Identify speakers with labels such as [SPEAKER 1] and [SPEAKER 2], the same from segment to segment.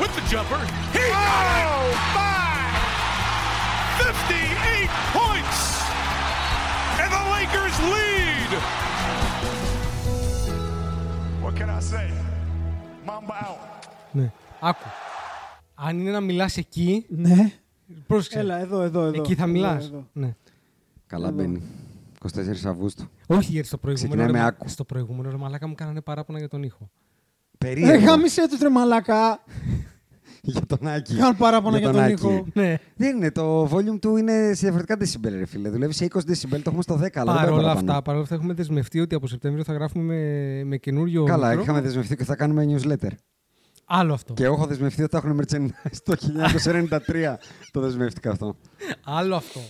[SPEAKER 1] with the jumper. He
[SPEAKER 2] Oh,
[SPEAKER 1] got it! Five! 58 points! And the Lakers lead!
[SPEAKER 3] What can I say? Mamba out.
[SPEAKER 4] Ναι. Άκου. Αν είναι να μιλάς εκεί.
[SPEAKER 5] Ναι.
[SPEAKER 4] Πρόσεξε.
[SPEAKER 5] Έλα, εδώ, εδώ, εδώ.
[SPEAKER 4] εκεί θα
[SPEAKER 5] Εδώ,
[SPEAKER 4] μιλάς.
[SPEAKER 5] εδώ.
[SPEAKER 4] Ναι.
[SPEAKER 2] Καλά μπαίνει. 24 Αυγούστου.
[SPEAKER 4] Όχι γιατί στο προηγούμενο.
[SPEAKER 2] Ξεκινάμε,
[SPEAKER 4] ρε,
[SPEAKER 2] άκου.
[SPEAKER 4] στο προηγούμενο ρε μαλάκα μου κάνανε παράπονα για τον ήχο.
[SPEAKER 2] Περίεργο.
[SPEAKER 5] Ε, γάμισε του τρε μαλακά.
[SPEAKER 2] για τον Άκη.
[SPEAKER 5] Κάνω παράπονα για τον
[SPEAKER 2] Άκη.
[SPEAKER 5] ήχο.
[SPEAKER 4] Ναι.
[SPEAKER 2] Δεν είναι. Το volume του είναι σε διαφορετικά decibel, ρε φίλε. Δουλεύει σε 20 decibel, το έχουμε στο 10. αλλά δεν
[SPEAKER 4] Παρ'
[SPEAKER 2] πάει
[SPEAKER 4] όλα
[SPEAKER 2] παραπάνω.
[SPEAKER 4] αυτά, παρόλα αυτά έχουμε δεσμευτεί ότι από Σεπτέμβριο θα γράφουμε με, με καινούριο.
[SPEAKER 2] Καλά,
[SPEAKER 4] intro.
[SPEAKER 2] είχαμε δεσμευτεί και θα κάνουμε newsletter.
[SPEAKER 4] Άλλο αυτό.
[SPEAKER 2] Και εγώ έχω δεσμευτεί ότι θα έχουν merchandise το 1993. το δεσμεύτηκα αυτό.
[SPEAKER 4] Άλλο αυτό.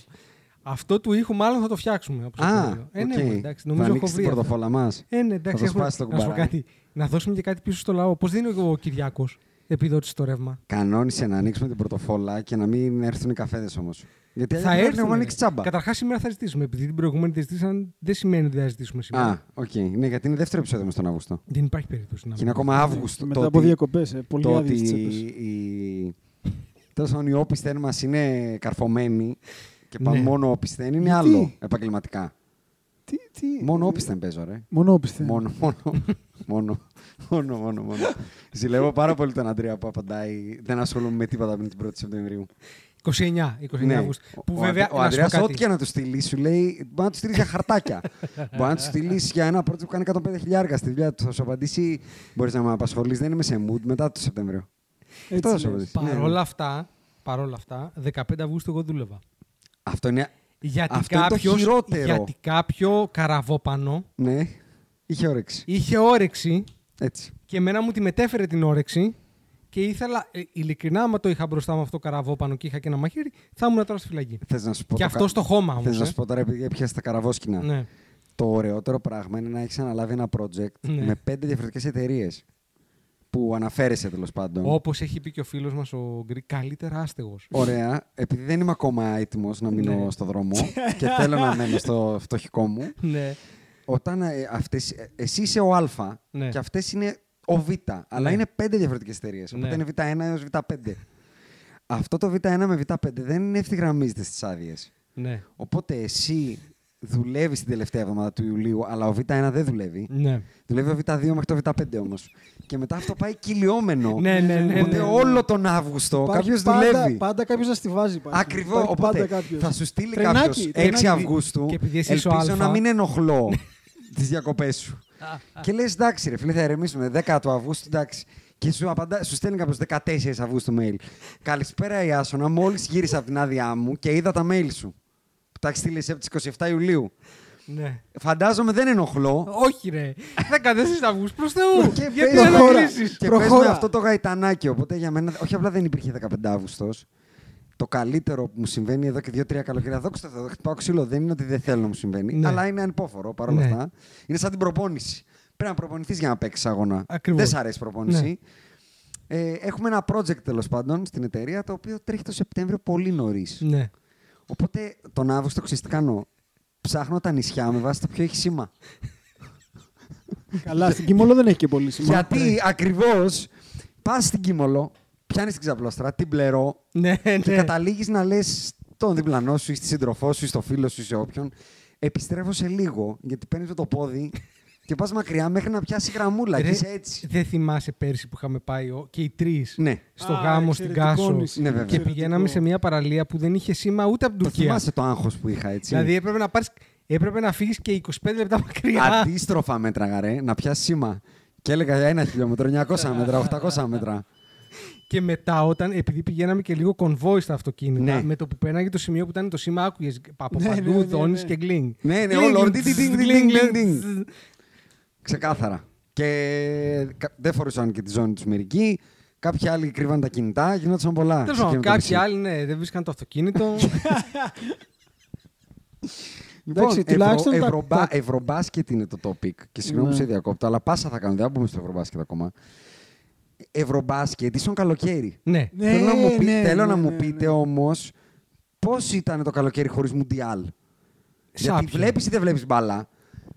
[SPEAKER 4] Αυτό του ήχου μάλλον θα το φτιάξουμε. από
[SPEAKER 2] Α,
[SPEAKER 4] Σεπτέμβριο. Ε, ναι,
[SPEAKER 2] οκ.
[SPEAKER 4] μου, εντάξει,
[SPEAKER 2] θα
[SPEAKER 4] νομίζω έχω
[SPEAKER 2] ανοίξεις
[SPEAKER 4] βρει.
[SPEAKER 2] την
[SPEAKER 4] αυτό.
[SPEAKER 2] πορτοφόλα μας.
[SPEAKER 4] Ε, ναι, εντάξει,
[SPEAKER 2] θα το
[SPEAKER 4] έχουμε-
[SPEAKER 2] σπάσει το
[SPEAKER 4] να, σου πω
[SPEAKER 2] κουμπαράκι.
[SPEAKER 4] κάτι. να δώσουμε και κάτι πίσω στο λαό. Πώς δίνει ο Κυριάκος επιδότηση στο ρεύμα.
[SPEAKER 2] Κανόνισε να ανοίξουμε την πορτοφόλα και να μην έρθουν οι καφέδες όμως. Γιατί
[SPEAKER 4] θα
[SPEAKER 2] αλλιώς
[SPEAKER 4] έρθουν.
[SPEAKER 2] έχουμε ανοίξει ναι, τσάμπα.
[SPEAKER 4] Καταρχάς σήμερα θα ζητήσουμε. Επειδή την προηγούμενη τη ζητήσαν, δεν σημαίνει ότι δεν θα ζητήσουμε σήμερα.
[SPEAKER 2] Α, οκ. Ναι, γιατί είναι δεύτερο επεισόδιο μας τον Αύγουστο.
[SPEAKER 4] Δεν υπάρχει περίπτωση να
[SPEAKER 2] Και είναι ακόμα Αύγουστο.
[SPEAKER 5] Μετά
[SPEAKER 2] Το
[SPEAKER 5] από
[SPEAKER 2] ότι-
[SPEAKER 5] διακοπές. Πολύ
[SPEAKER 2] Το
[SPEAKER 5] άδειες
[SPEAKER 2] ότι
[SPEAKER 5] τις τσέπε.
[SPEAKER 2] οι... Τέλος πάντων, οι όπισθεν μας είναι καρφωμένοι και πάμε
[SPEAKER 4] Ναι.
[SPEAKER 2] μόνο όπισθεν είναι
[SPEAKER 5] Γιατί?
[SPEAKER 2] άλλο επαγγελματικά.
[SPEAKER 5] Τι, τι.
[SPEAKER 2] Μόνο όπισθεν παίζω, ρε.
[SPEAKER 5] Μονόπιστε.
[SPEAKER 2] Μόνο, μόνο, μόνο, μόνο, μόνο, μόνο. Ζηλεύω πάρα πολύ τον Αντρέα που απαντάει «Δεν ασχολούμαι με τίποτα πριν την 1η Σεπτεμβρίου».
[SPEAKER 4] 29, 29 Αυγούστου.
[SPEAKER 2] Ναι. Ο-
[SPEAKER 4] Που
[SPEAKER 2] ο
[SPEAKER 4] βέβαια.
[SPEAKER 2] Ανδρέ- ο
[SPEAKER 4] να σου πω
[SPEAKER 2] Ανδρέας
[SPEAKER 4] κάτι.
[SPEAKER 2] ό,τι και να του στείλεις, σου λέει μπορεί να του στείλεις για χαρτάκια. μπορεί να του στείλεις για ένα project που κάνει 105 χιλιάρικα στη δουλειά του. Θα σου απαντήσει μπορείς να με απασχολείς, δεν είμαι σε mood μετά το Σεπτέμβριο. Αυτό θα σου
[SPEAKER 5] λες.
[SPEAKER 2] απαντήσει. Ναι, ναι.
[SPEAKER 4] Παρόλα αυτά, παρόλα αυτά, 15 Αυγούστου εγώ δούλευα.
[SPEAKER 2] Αυτό είναι.
[SPEAKER 4] Γιατί
[SPEAKER 2] Αυτό είναι το
[SPEAKER 4] κάποιος-
[SPEAKER 2] χειρότερο.
[SPEAKER 4] Γιατί κάποιο καραβόπανο
[SPEAKER 2] Ναι, είχε όρεξη.
[SPEAKER 4] είχε όρεξη
[SPEAKER 2] Έτσι.
[SPEAKER 4] και εμένα μου τη μετέφερε την όρεξη και ήθελα, ε, ειλικρινά, άμα το είχα μπροστά μου αυτό το καραβόπανο και είχα και ένα μαχαίρι, θα ήμουν τώρα στη φυλακή.
[SPEAKER 2] Θες να σου πω
[SPEAKER 4] Και
[SPEAKER 2] το
[SPEAKER 4] αυτό στο χώμα όμως,
[SPEAKER 2] Θες να
[SPEAKER 4] ε.
[SPEAKER 2] σου πω τώρα, επειδή πιάσει τα καραβόσκινα.
[SPEAKER 4] Ναι.
[SPEAKER 2] Το ωραιότερο πράγμα είναι να έχεις αναλάβει ένα project
[SPEAKER 4] Ναι.
[SPEAKER 2] με πέντε διαφορετικές εταιρείες που αναφέρεσαι τέλος πάντων.
[SPEAKER 4] Όπως έχει πει και ο φίλος μας ο Γκρι, καλύτερα άστεγος.
[SPEAKER 2] Ωραία. Επειδή δεν είμαι ακόμα έτοιμος να μείνω
[SPEAKER 4] Ναι.
[SPEAKER 2] στο δρόμο και θέλω να μένω στο φτωχικό μου,
[SPEAKER 4] ναι.
[SPEAKER 2] όταν ε, αυτές, ε, εσύ είσαι ο Α
[SPEAKER 4] Ναι.
[SPEAKER 2] και αυτές είναι ο Β. Αλλά
[SPEAKER 4] Ναι.
[SPEAKER 2] είναι πέντε διαφορετικές εταιρείες. Οπότε
[SPEAKER 4] Ναι.
[SPEAKER 2] είναι Β1 έω Β5. Αυτό το Β1 με Β5 δεν ευθυγραμμίζεται στις άδειες.
[SPEAKER 4] ναι.
[SPEAKER 2] Οπότε εσύ δουλεύεις την τελευταία εβδομάδα του Ιουλίου, αλλά ο Β1 δεν δουλεύει.
[SPEAKER 4] Ναι.
[SPEAKER 2] Δουλεύει ο Β2 μέχρι Δηλαδή, το Β5 όμως. Και μετά αυτό πάει κυλιόμενο.
[SPEAKER 4] Ναι, ναι, ναι,
[SPEAKER 2] Οπότε
[SPEAKER 4] ναι, ναι.
[SPEAKER 2] όλο τον Αύγουστο
[SPEAKER 5] Υπάρχει
[SPEAKER 2] κάποιος
[SPEAKER 5] πάντα-
[SPEAKER 2] δουλεύει.
[SPEAKER 5] Πάντα κάποιος να στηβάζει. υπάρχει.
[SPEAKER 2] Ακριβώ.
[SPEAKER 5] Υπάρχει
[SPEAKER 2] Οπότε
[SPEAKER 5] πάντα κάποιος.
[SPEAKER 2] θα σου στείλει
[SPEAKER 5] Τρενάκι,
[SPEAKER 2] κάποιος 6
[SPEAKER 5] τρενάκι.
[SPEAKER 2] Αυγούστου.
[SPEAKER 4] Και επειδή εσύ είσαι ο Ναι.
[SPEAKER 2] ελπίζω
[SPEAKER 4] Α.
[SPEAKER 2] να μην ενοχλώ τις διακοπές σου. και λες, εντάξει, ρε φίλε, θα ερεμήσουμε 10 του Αυγούστου, εντάξει. Και σου, απαντά, σου στέλνει κάποιο 14 Αυγούστου mail. Καλησπέρα, Ιάσονα. Μόλις γύρισα από την άδειά μου και είδα τα mail σου. Που τα έχεις στείλει εσύ από τις 27 Ιουλίου.
[SPEAKER 4] ναι.
[SPEAKER 2] Φαντάζομαι δεν ενοχλώ.
[SPEAKER 4] Όχι, ρε. 14 Αυγούστου προς Θεού.
[SPEAKER 2] και
[SPEAKER 4] Γιατί
[SPEAKER 2] παίζει-
[SPEAKER 4] δεν
[SPEAKER 5] προχώρα.
[SPEAKER 4] κλείσει.
[SPEAKER 2] Και
[SPEAKER 5] Προχώρα.
[SPEAKER 2] παίζουμε αυτό το γαϊτανάκι. Οπότε για μένα, όχι απλά δεν υπήρχε 15 Αύγουστος. Το καλύτερο που μου συμβαίνει εδώ και δύο-τρία καλοκαιριά, δόξα τω Θεώ, χτυπάω ξύλο. Δεν είναι ότι δεν θέλω να μου συμβαίνει,
[SPEAKER 4] Ναι.
[SPEAKER 2] αλλά είναι ανυπόφορο παρόλα
[SPEAKER 4] Ναι.
[SPEAKER 2] αυτά. Είναι σαν την προπόνηση. Πρέπει να προπονηθείς για να παίξεις αγώνα.
[SPEAKER 4] Ακριβώς. Ναι.
[SPEAKER 2] Δεν σ' αρέσει η προπόνηση. Ε, έχουμε ένα project τέλος πάντων στην εταιρεία το οποίο τρέχει το Σεπτέμβριο πολύ νωρίς.
[SPEAKER 4] Ναι.
[SPEAKER 2] Οπότε τον Αύγουστο ξέρεις τι κάνω. Ψάχνω τα νησιά με βάση το ποιο έχει σήμα.
[SPEAKER 5] Καλά, στην Κίμολο δεν έχει και πολύ Ναι. σημασία.
[SPEAKER 2] Γιατί ακριβώς πας στην Κίμολο, πιάνεις την ξαπλώστρα, την πλερό
[SPEAKER 4] Ναι,
[SPEAKER 5] Ε,
[SPEAKER 4] ναι.
[SPEAKER 2] και καταλήγεις να λες στον διπλανό σου ή στη σύντροφό σου ή στο φίλο σου ή σε όποιον. Επιστρέφω σε λίγο γιατί παίρνεις το πόδι και πας μακριά μέχρι να πιάσει γραμμούλα. Και
[SPEAKER 4] Ρε,
[SPEAKER 2] είσαι έτσι.
[SPEAKER 4] Δεν θυμάσαι πέρσι που είχαμε πάει ο- και οι τρεις
[SPEAKER 2] Ναι.
[SPEAKER 4] στο
[SPEAKER 5] Α,
[SPEAKER 4] γάμο στην
[SPEAKER 5] εξαιρετικό
[SPEAKER 4] Κάσο.
[SPEAKER 5] νησί.
[SPEAKER 2] Ναι, βέβαια.
[SPEAKER 4] Και
[SPEAKER 2] Εξαιρετικό.
[SPEAKER 4] πηγαίναμε σε μια παραλία που δεν είχε σήμα ούτε από την
[SPEAKER 2] Το
[SPEAKER 4] Τουρκία.
[SPEAKER 2] θυμάσαι το άγχος που είχα έτσι.
[SPEAKER 4] Δηλαδή έπρεπε να, πάρεις, έπρεπε να φύγεις και 25 λεπτά μακριά.
[SPEAKER 2] Αντίστροφα μέτρα, γαρέ, να πιάσει σήμα. Και έλεγα για ένα χιλιόμετρο, 900 μέτρα, 800 μέτρα.
[SPEAKER 4] Και μετά, όταν, επειδή πηγαίναμε και λίγο κονβόι στα αυτοκίνητα,
[SPEAKER 2] Ναι.
[SPEAKER 4] με το που πέρναγε το σημείο που ήταν το σήμα, άκουγες από
[SPEAKER 5] Ναι, ναι,
[SPEAKER 4] παντού,
[SPEAKER 5] ναι, ναι.
[SPEAKER 4] δώνεις και γκλίνγκ.
[SPEAKER 2] Ναι, ναι,
[SPEAKER 4] Γκλίνγκ,
[SPEAKER 2] όλο. Τιν, τιν, τιν, τιν,
[SPEAKER 4] γκλίνγκ,
[SPEAKER 2] τιν,
[SPEAKER 4] γκλίνγκ.
[SPEAKER 2] τιν. Ξεκάθαρα. Και κα- δεν φορούσαν και τη ζώνη τους μερικοί. Κάποιοι άλλοι κρύβαν τα κινητά, γινόντουσαν πολλά.
[SPEAKER 4] Τέλος
[SPEAKER 2] σε
[SPEAKER 4] πάντων,
[SPEAKER 2] εκείνο το
[SPEAKER 4] κάποιοι
[SPEAKER 2] νησί.
[SPEAKER 4] άλλοι ναι, δεν βρίσκαν το αυτοκίνητο.
[SPEAKER 2] Λοιπόν,
[SPEAKER 5] Εντάξει,
[SPEAKER 2] ευρω-
[SPEAKER 5] τουλάχιστον τα-
[SPEAKER 2] ευρωμπα-
[SPEAKER 5] τα-
[SPEAKER 2] ευρωμπάσκετ είναι το topic. Και συγγνώμη που
[SPEAKER 5] Ναι.
[SPEAKER 2] σε διακόπτω, αλλά πάσα θα κάνουμε. Δεν θα μπούμε στο ευρωμπάσκετ ακόμα. Ευρωμπάσκετ, ήσουν καλοκαίρι.
[SPEAKER 4] ναι.
[SPEAKER 5] Ναι,
[SPEAKER 2] θέλω να μου, πει-
[SPEAKER 5] ναι,
[SPEAKER 2] θέλω
[SPEAKER 5] ναι,
[SPEAKER 2] να
[SPEAKER 5] ναι,
[SPEAKER 2] μου
[SPEAKER 5] ναι.
[SPEAKER 2] πείτε όμως πώς ήταν το καλοκαίρι χωρίς Μουντιάλ. Γιατί
[SPEAKER 4] Σάπιο.
[SPEAKER 2] βλέπεις ή δεν βλέπεις μπάλα.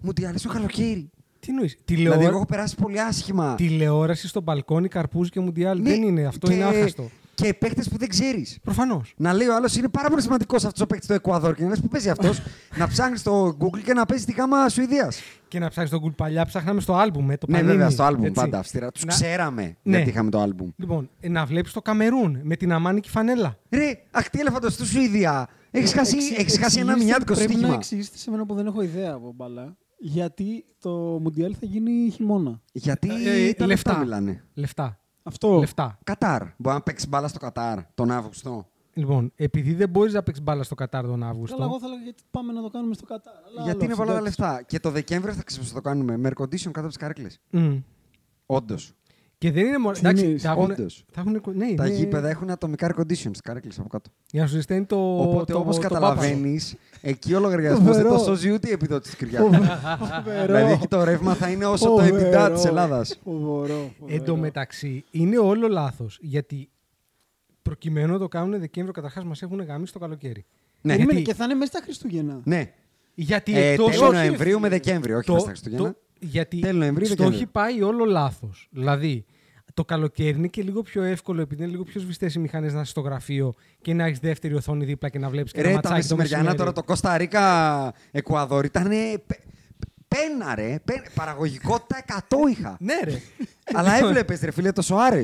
[SPEAKER 2] Μουντιάλ είσαι το καλοκαίρι.
[SPEAKER 4] Τι νοείς,
[SPEAKER 2] Δηλαδή
[SPEAKER 4] τηλεόρα-
[SPEAKER 2] εγώ έχω περάσει πολύ άσχημα.
[SPEAKER 4] τηλεόραση στο μπαλκόνι, καρπούζι και μουντιάλ.
[SPEAKER 2] Ναι,
[SPEAKER 4] Δεν είναι, αυτό
[SPEAKER 2] και-
[SPEAKER 4] είναι άχαστο.
[SPEAKER 2] Και παίχτες που δεν ξέρεις.
[SPEAKER 4] Προφανώς.
[SPEAKER 2] Να λέει ο άλλος είναι πάρα πολύ σημαντικός αυτός ο παίκτης του Εκουαδόρ. Και να λες που παίζει αυτός, να ψάχνεις στο Google και να παίζει τη γάμα Σουηδίας.
[SPEAKER 4] Και να ψάχνεις τον κουλ παλιά, ψάχναμε στο άλμπουμ, ε, το
[SPEAKER 2] Ναι,
[SPEAKER 4] Πανίνι,
[SPEAKER 2] βέβαια, στο album
[SPEAKER 4] έτσι.
[SPEAKER 2] πάντα αυστηρά. Τους
[SPEAKER 4] Να-
[SPEAKER 2] ξέραμε
[SPEAKER 4] Ναι.
[SPEAKER 2] γιατί είχαμε το album.
[SPEAKER 4] Λοιπόν, ε, να βλέπεις το Καμερούν με την αμάνικη φανέλα.
[SPEAKER 2] Ρε, αχτή ελεφαντο του Σουηδία. Έχεις
[SPEAKER 4] Ε,
[SPEAKER 2] χάσει,
[SPEAKER 5] Εξή-
[SPEAKER 2] έχεις χάσει ένα
[SPEAKER 5] εξηγήστε-
[SPEAKER 2] μηνιάτικο
[SPEAKER 5] Πρέπει να
[SPEAKER 2] στοίχημα.
[SPEAKER 5] εξηγήσετε σε μένα που δεν έχω ιδέα από μπαλά. Γιατί το Μουντιάλ θα γίνει χειμώνα.
[SPEAKER 2] Γιατί
[SPEAKER 4] Ε,
[SPEAKER 2] τα λεφτά μιλάνε.
[SPEAKER 4] Λεφτά.
[SPEAKER 5] Αυτό.
[SPEAKER 4] Λεφτά.
[SPEAKER 2] Κατάρ. Μπορεί να παίξεις μπάλα στο Κατάρ τον Αύγουστο.
[SPEAKER 4] Λοιπόν, επειδή δεν μπορείς να παίξεις μπάλα στο Κατάρ τον Αύγουστο.
[SPEAKER 5] Καλά, εγώ θα έλεγα γιατί πάμε να το κάνουμε στο Κατάρ. Αλλά
[SPEAKER 2] γιατί
[SPEAKER 5] άλλο,
[SPEAKER 2] είναι πολλά τα
[SPEAKER 5] εντάξει.
[SPEAKER 2] λεφτά. Και το Δεκέμβριο θα ξεπεράσουμε το κάνουμε. Με air condition κάτω από τις καρέκλες.
[SPEAKER 4] Μμ.
[SPEAKER 2] Όντως.
[SPEAKER 4] Και δεν είναι μόνο.
[SPEAKER 5] Τι
[SPEAKER 4] Εντάξει,
[SPEAKER 5] εννοείς,
[SPEAKER 4] θα έχουν.
[SPEAKER 2] όντως.
[SPEAKER 4] Θα έχουν ναι,
[SPEAKER 2] Τα
[SPEAKER 4] είναι-
[SPEAKER 2] γήπεδα έχουν ατομικά air condition στι καρέκλε από κάτω.
[SPEAKER 4] Για να σου ζητάει το.
[SPEAKER 2] Οπότε
[SPEAKER 4] το-
[SPEAKER 2] όπως
[SPEAKER 4] το
[SPEAKER 2] καταλαβαίνεις, εκεί ο λογαριασμός δεν το
[SPEAKER 5] Φοβερό.
[SPEAKER 2] σώζει ούτε η επιδότηση της Κυριακή.
[SPEAKER 5] Φοβερό.
[SPEAKER 2] Δηλαδή εκεί το ρεύμα θα είναι όσο το
[SPEAKER 5] Φοβερό.
[SPEAKER 2] EBITDA της Ελλάδας.
[SPEAKER 5] Φοβερό.
[SPEAKER 4] πάπα.
[SPEAKER 5] φοβερό.
[SPEAKER 4] Εν τω μεταξύ, είναι όλο λάθος. Γιατί προκειμένου να το κάνουν Δεκέμβριο, καταρχάς μας έχουν γαμίσει το καλοκαίρι.
[SPEAKER 2] Ναι,
[SPEAKER 5] Περίμενε,
[SPEAKER 4] γιατί-
[SPEAKER 5] και θα είναι μέσα στα Χριστούγεννα.
[SPEAKER 2] Ναι.
[SPEAKER 4] Γιατί
[SPEAKER 2] Ε,
[SPEAKER 4] εκτός-
[SPEAKER 2] τέλη
[SPEAKER 4] όχι,
[SPEAKER 2] Νοεμβρίου με Δεκέμβριο, όχι
[SPEAKER 4] το-
[SPEAKER 2] μέσα στα Χριστούγεννα.
[SPEAKER 4] το- γιατί
[SPEAKER 2] Τέλη Νοεμβρίου,
[SPEAKER 4] στο
[SPEAKER 2] Δεκέμβριο.
[SPEAKER 4] έχει πάει όλο λάθος. Δηλαδή, το καλοκαίρι είναι και λίγο πιο εύκολο επειδή είναι λίγο πιο σβηστές οι μηχανές να είσαι στο γραφείο και να έχεις δεύτερη οθόνη δίπλα και να βλέπεις και
[SPEAKER 2] Ρε,
[SPEAKER 4] ένα
[SPEAKER 2] τα
[SPEAKER 4] ματσάκι το
[SPEAKER 2] μεσημεριανά
[SPEAKER 4] μεσημέρι.
[SPEAKER 2] τώρα το Κώστα Ρίκα Εκουαδόρ ήταν. Πένα, ρε. πέ- Παραγωγικότητα 100 είχα.
[SPEAKER 4] Ναι, ρε.
[SPEAKER 2] Αλλά
[SPEAKER 4] Λοιπόν.
[SPEAKER 2] έβλεπες, ρε φίλε, το Σοάρε.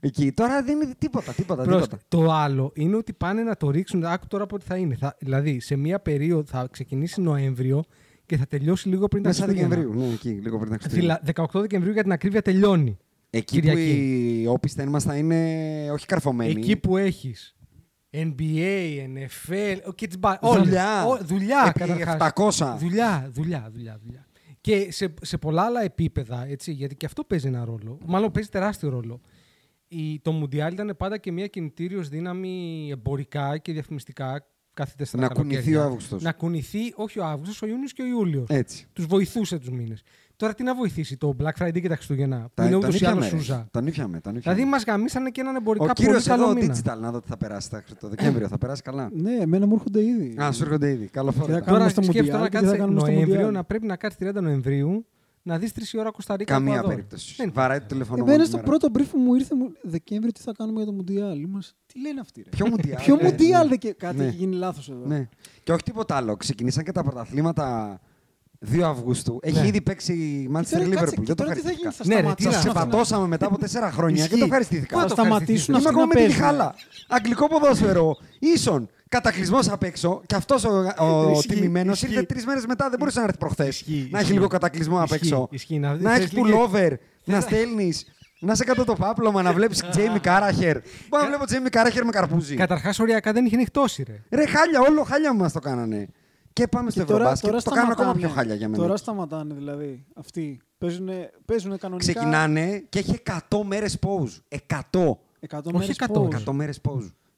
[SPEAKER 2] Εκεί τώρα δεν είναι τίποτα, τίποτα,
[SPEAKER 4] Πρόσεχε,
[SPEAKER 2] τίποτα.
[SPEAKER 4] Το άλλο είναι ότι πάνε να το ρίξουν. Άκου τώρα πότε θα είναι. Θα, δηλαδή, σε μία περίοδο θα ξεκινήσει Νοέμβριο και θα τελειώσει λίγο πριν τα
[SPEAKER 2] Μέσα
[SPEAKER 4] Χριστούγεννα.
[SPEAKER 2] Δεκεμβρίου. Ναι, εκεί, λίγο πριν τα Χριστούγεννα.
[SPEAKER 4] Δηλα- 18 Δεκεμβρίου για την ακρίβεια τελειώνει.
[SPEAKER 2] Εκεί που
[SPEAKER 4] Κυριακή.
[SPEAKER 2] οι όπισθεν μας θα είναι όχι καρφωμένοι.
[SPEAKER 4] Εκεί που έχεις NBA, NFL, ο- και τις μπα- όλες.
[SPEAKER 2] Δουλειά. Ε,
[SPEAKER 4] Ο- δουλειά
[SPEAKER 2] Επί
[SPEAKER 4] καταρχάς.
[SPEAKER 2] 700.
[SPEAKER 4] Δουλειά, δουλειά, δουλειά, δουλειά. Και σε, σε πολλά άλλα επίπεδα, έτσι, γιατί και αυτό παίζει ένα ρόλο. Μάλλον παίζει τεράστιο ρόλο. Η, το Μουντιάλ ήταν πάντα και μια κινητήριος δύναμη εμπορικά και διαφημιστικά κάθε τέσσερα
[SPEAKER 2] Να
[SPEAKER 4] καλοκαίρια.
[SPEAKER 2] κουνηθεί ο Αύγουστος. Ε.
[SPEAKER 4] Να κουνηθεί όχι ο Αύγουστος, ο Ιούνιος και ο Ιούλιος.
[SPEAKER 2] Έτσι.
[SPEAKER 4] Τους βοηθούσε τους μήνες. Τώρα τι να βοηθήσει το Black Friday και τα Χριστούγεννα. Που
[SPEAKER 2] Τα-
[SPEAKER 4] είναι
[SPEAKER 2] τα
[SPEAKER 4] ούτως ή άλλω
[SPEAKER 2] νύπιαμε, ρε.
[SPEAKER 4] σούζα.
[SPEAKER 2] Τα νύφιαμε, τα νύφιαμε.
[SPEAKER 4] Δηλαδή μας γαμίσανε και έναν εμπορικά
[SPEAKER 2] Ο κύριο
[SPEAKER 4] πολύ
[SPEAKER 2] εδώ,
[SPEAKER 4] καλό μήνα.
[SPEAKER 2] digital, να δω τι θα περάσει τα- το Δεκέμβριο. Θα περάσει καλά.
[SPEAKER 5] Ναι, εμένα μου έρχονται ήδη.
[SPEAKER 4] Ναι.
[SPEAKER 5] Ε,
[SPEAKER 2] Α, σου έρχονται ήδη. Καλό
[SPEAKER 5] Και θα
[SPEAKER 2] φόρμα.
[SPEAKER 5] κάνω-
[SPEAKER 4] Τώρα
[SPEAKER 5] στο
[SPEAKER 4] σκέφτομαι
[SPEAKER 5] Μουντιάλ
[SPEAKER 4] να
[SPEAKER 5] και τι θα
[SPEAKER 4] κάτσει
[SPEAKER 5] κάνουμε στο
[SPEAKER 4] Νοέμβριο,
[SPEAKER 5] Μουντιάλ.
[SPEAKER 4] να πρέπει να κάτσει 30 Νοεμβρίου, να δεις 3 ώρα Κωνσταντίνα. Ναι.
[SPEAKER 2] Καμία περίπτωση. Βαράει το τηλεφωνό
[SPEAKER 4] Ε,
[SPEAKER 2] μου
[SPEAKER 5] Εμένα
[SPEAKER 2] όλη
[SPEAKER 5] στο
[SPEAKER 2] μέρα.
[SPEAKER 5] πρώτο brief που μου ήρθε μου, Δεκέμβρη τι θα κάνουμε για το Μουντιάλ. Είμαστε- Τι λένε αυτοί, ρε.
[SPEAKER 2] Ποιο Μουντιάλ.
[SPEAKER 5] Ποιο
[SPEAKER 2] ναι.
[SPEAKER 5] Μουντιάλ δεν και- κάτι
[SPEAKER 2] Ναι.
[SPEAKER 5] έχει γίνει λάθος εδώ.
[SPEAKER 2] Ναι. Και όχι τίποτα άλλο. Ξεκινήσαν και τα πρωταθλήματα 2 Αυγούστου. Έχει
[SPEAKER 4] Ναι.
[SPEAKER 2] ήδη παίξει η
[SPEAKER 5] Και
[SPEAKER 2] Manchester
[SPEAKER 5] τώρα κάτσε,
[SPEAKER 2] Liverpool.
[SPEAKER 5] και
[SPEAKER 2] Δεν το
[SPEAKER 5] τώρα τι θα γίνει,
[SPEAKER 2] ευχαριστήθηκα.
[SPEAKER 5] θα
[SPEAKER 4] Ναι, ρε, τι
[SPEAKER 5] σταματήσει
[SPEAKER 2] Σα
[SPEAKER 4] να-
[SPEAKER 5] αυτό να-
[SPEAKER 2] σεβατώσαμε μετά από 4 χρόνια και
[SPEAKER 5] Ισχύει.
[SPEAKER 2] το ευχαριστήθηκα.
[SPEAKER 5] Θα
[SPEAKER 4] το
[SPEAKER 5] σταματήσουν
[SPEAKER 4] ευχαριστήσουμε.
[SPEAKER 5] αυτοί
[SPEAKER 2] Είμαι
[SPEAKER 5] να
[SPEAKER 2] ακόμα με τη
[SPEAKER 5] παίζουν.
[SPEAKER 2] Μιχάλα. Αγγλικό ποδόσφαιρο. Ίσον. Κατακλυσμός απ' έξω. Και αυτός ο, ο
[SPEAKER 4] Ισχύει,
[SPEAKER 2] τιμημένο
[SPEAKER 4] ισχύει.
[SPEAKER 2] ήρθε τρεις μέρες μετά. Δεν μπορούσε να έρθει προχθές.
[SPEAKER 4] Ισχύει,
[SPEAKER 2] Να έχει
[SPEAKER 4] ισχύει.
[SPEAKER 2] λίγο κατακλυσμό απ'
[SPEAKER 4] Ισχύει,
[SPEAKER 2] έξω.
[SPEAKER 4] ισχύει. Να-
[SPEAKER 2] Να
[SPEAKER 4] θες
[SPEAKER 2] έχεις
[SPEAKER 4] λίγη-
[SPEAKER 2] pullover. Να στέλνεις. Να είσαι κάτω το πάπλωμα, να βλέπεις Τζέιμι Κάραχερ. Μπορεί να βλέπω Τζέιμι Κάραχερ με καρπούζι.
[SPEAKER 4] Καταρχάς, οριακά δεν είχε νυχτώσει, ρε.
[SPEAKER 2] Ρε χάλια, όλο χάλια μας το κάνανε. Και πάμε στο
[SPEAKER 5] Και τώρα,
[SPEAKER 2] Ευρωμπάσκετ.
[SPEAKER 5] τώρα
[SPEAKER 2] Ε, το κάνουν ακόμα
[SPEAKER 5] σταματάνε.
[SPEAKER 2] πιο χάλια για μένα.
[SPEAKER 5] Τώρα σταματάνε δηλαδή αυτοί. Παίζουν, παίζουν κανονικά.
[SPEAKER 2] Ξεκινάνε και έχει 100 μέρε pause. 100.
[SPEAKER 5] 100
[SPEAKER 4] Όχι
[SPEAKER 5] μέρες
[SPEAKER 4] 100.
[SPEAKER 5] pause.
[SPEAKER 2] 100 μέρε pause.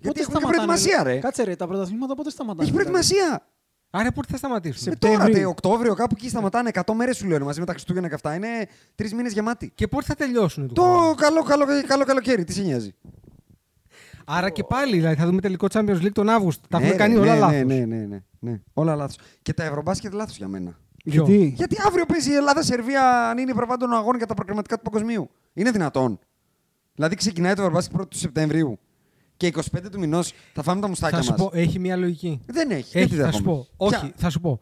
[SPEAKER 5] Πότε
[SPEAKER 2] Γιατί έχουν και
[SPEAKER 5] σταματάνε,
[SPEAKER 2] προετοιμασία,
[SPEAKER 5] ρε.
[SPEAKER 2] ρε.
[SPEAKER 5] Κάτσε ρε, τα πρωταθλήματα πότε σταματάνε.
[SPEAKER 2] Έχει
[SPEAKER 5] δηλαδή.
[SPEAKER 2] προετοιμασία.
[SPEAKER 4] Άρα πότε θα σταματήσουν.
[SPEAKER 2] Ε, τώρα, τε, Οκτώβριο, κάπου εκεί σταματάνε 100 μέρες σου λένε μαζί με τα Χριστούγεννα και αυτά. Είναι τρεις μήνες γεμάτοι.
[SPEAKER 4] Και πότε θα τελειώσουν.
[SPEAKER 2] Το καλό, καλό, καλό καλοκαίρι, τι σε νοιάζει.
[SPEAKER 4] Άρα και πάλι δηλαδή, θα δούμε τελικό Champions League τον Αύγουστο. Τα
[SPEAKER 2] Ναι,
[SPEAKER 4] έχουμε
[SPEAKER 2] ρε,
[SPEAKER 4] κάνει
[SPEAKER 2] ναι,
[SPEAKER 4] όλα
[SPEAKER 2] ναι,
[SPEAKER 4] λάθος.
[SPEAKER 2] Ναι, ναι, ναι, ναι. Όλα λάθος. Και τα ευρωμπάσκετ λάθος για μένα.
[SPEAKER 5] Γιατί.
[SPEAKER 2] Γιατί αύριο παίζει η Ελλάδα-Σερβία αν είναι προβάντων αγώνα για τα προκριματικά του παγκοσμίου. Είναι δυνατόν. Δηλαδή ξεκινάει το ευρωμπάσκετ 1 του Σεπτεμβρίου και 25 του μηνός θα φάμε τα μουστάκια
[SPEAKER 4] Θα σου
[SPEAKER 2] μας.
[SPEAKER 4] πω, έχει μια λογική.
[SPEAKER 2] Δεν έχει.
[SPEAKER 4] Έχει,
[SPEAKER 2] δεν
[SPEAKER 4] θα
[SPEAKER 2] τη
[SPEAKER 4] σου πω.
[SPEAKER 2] δέχομαι.
[SPEAKER 4] Όχι,
[SPEAKER 2] Ποια?
[SPEAKER 4] θα σου πω.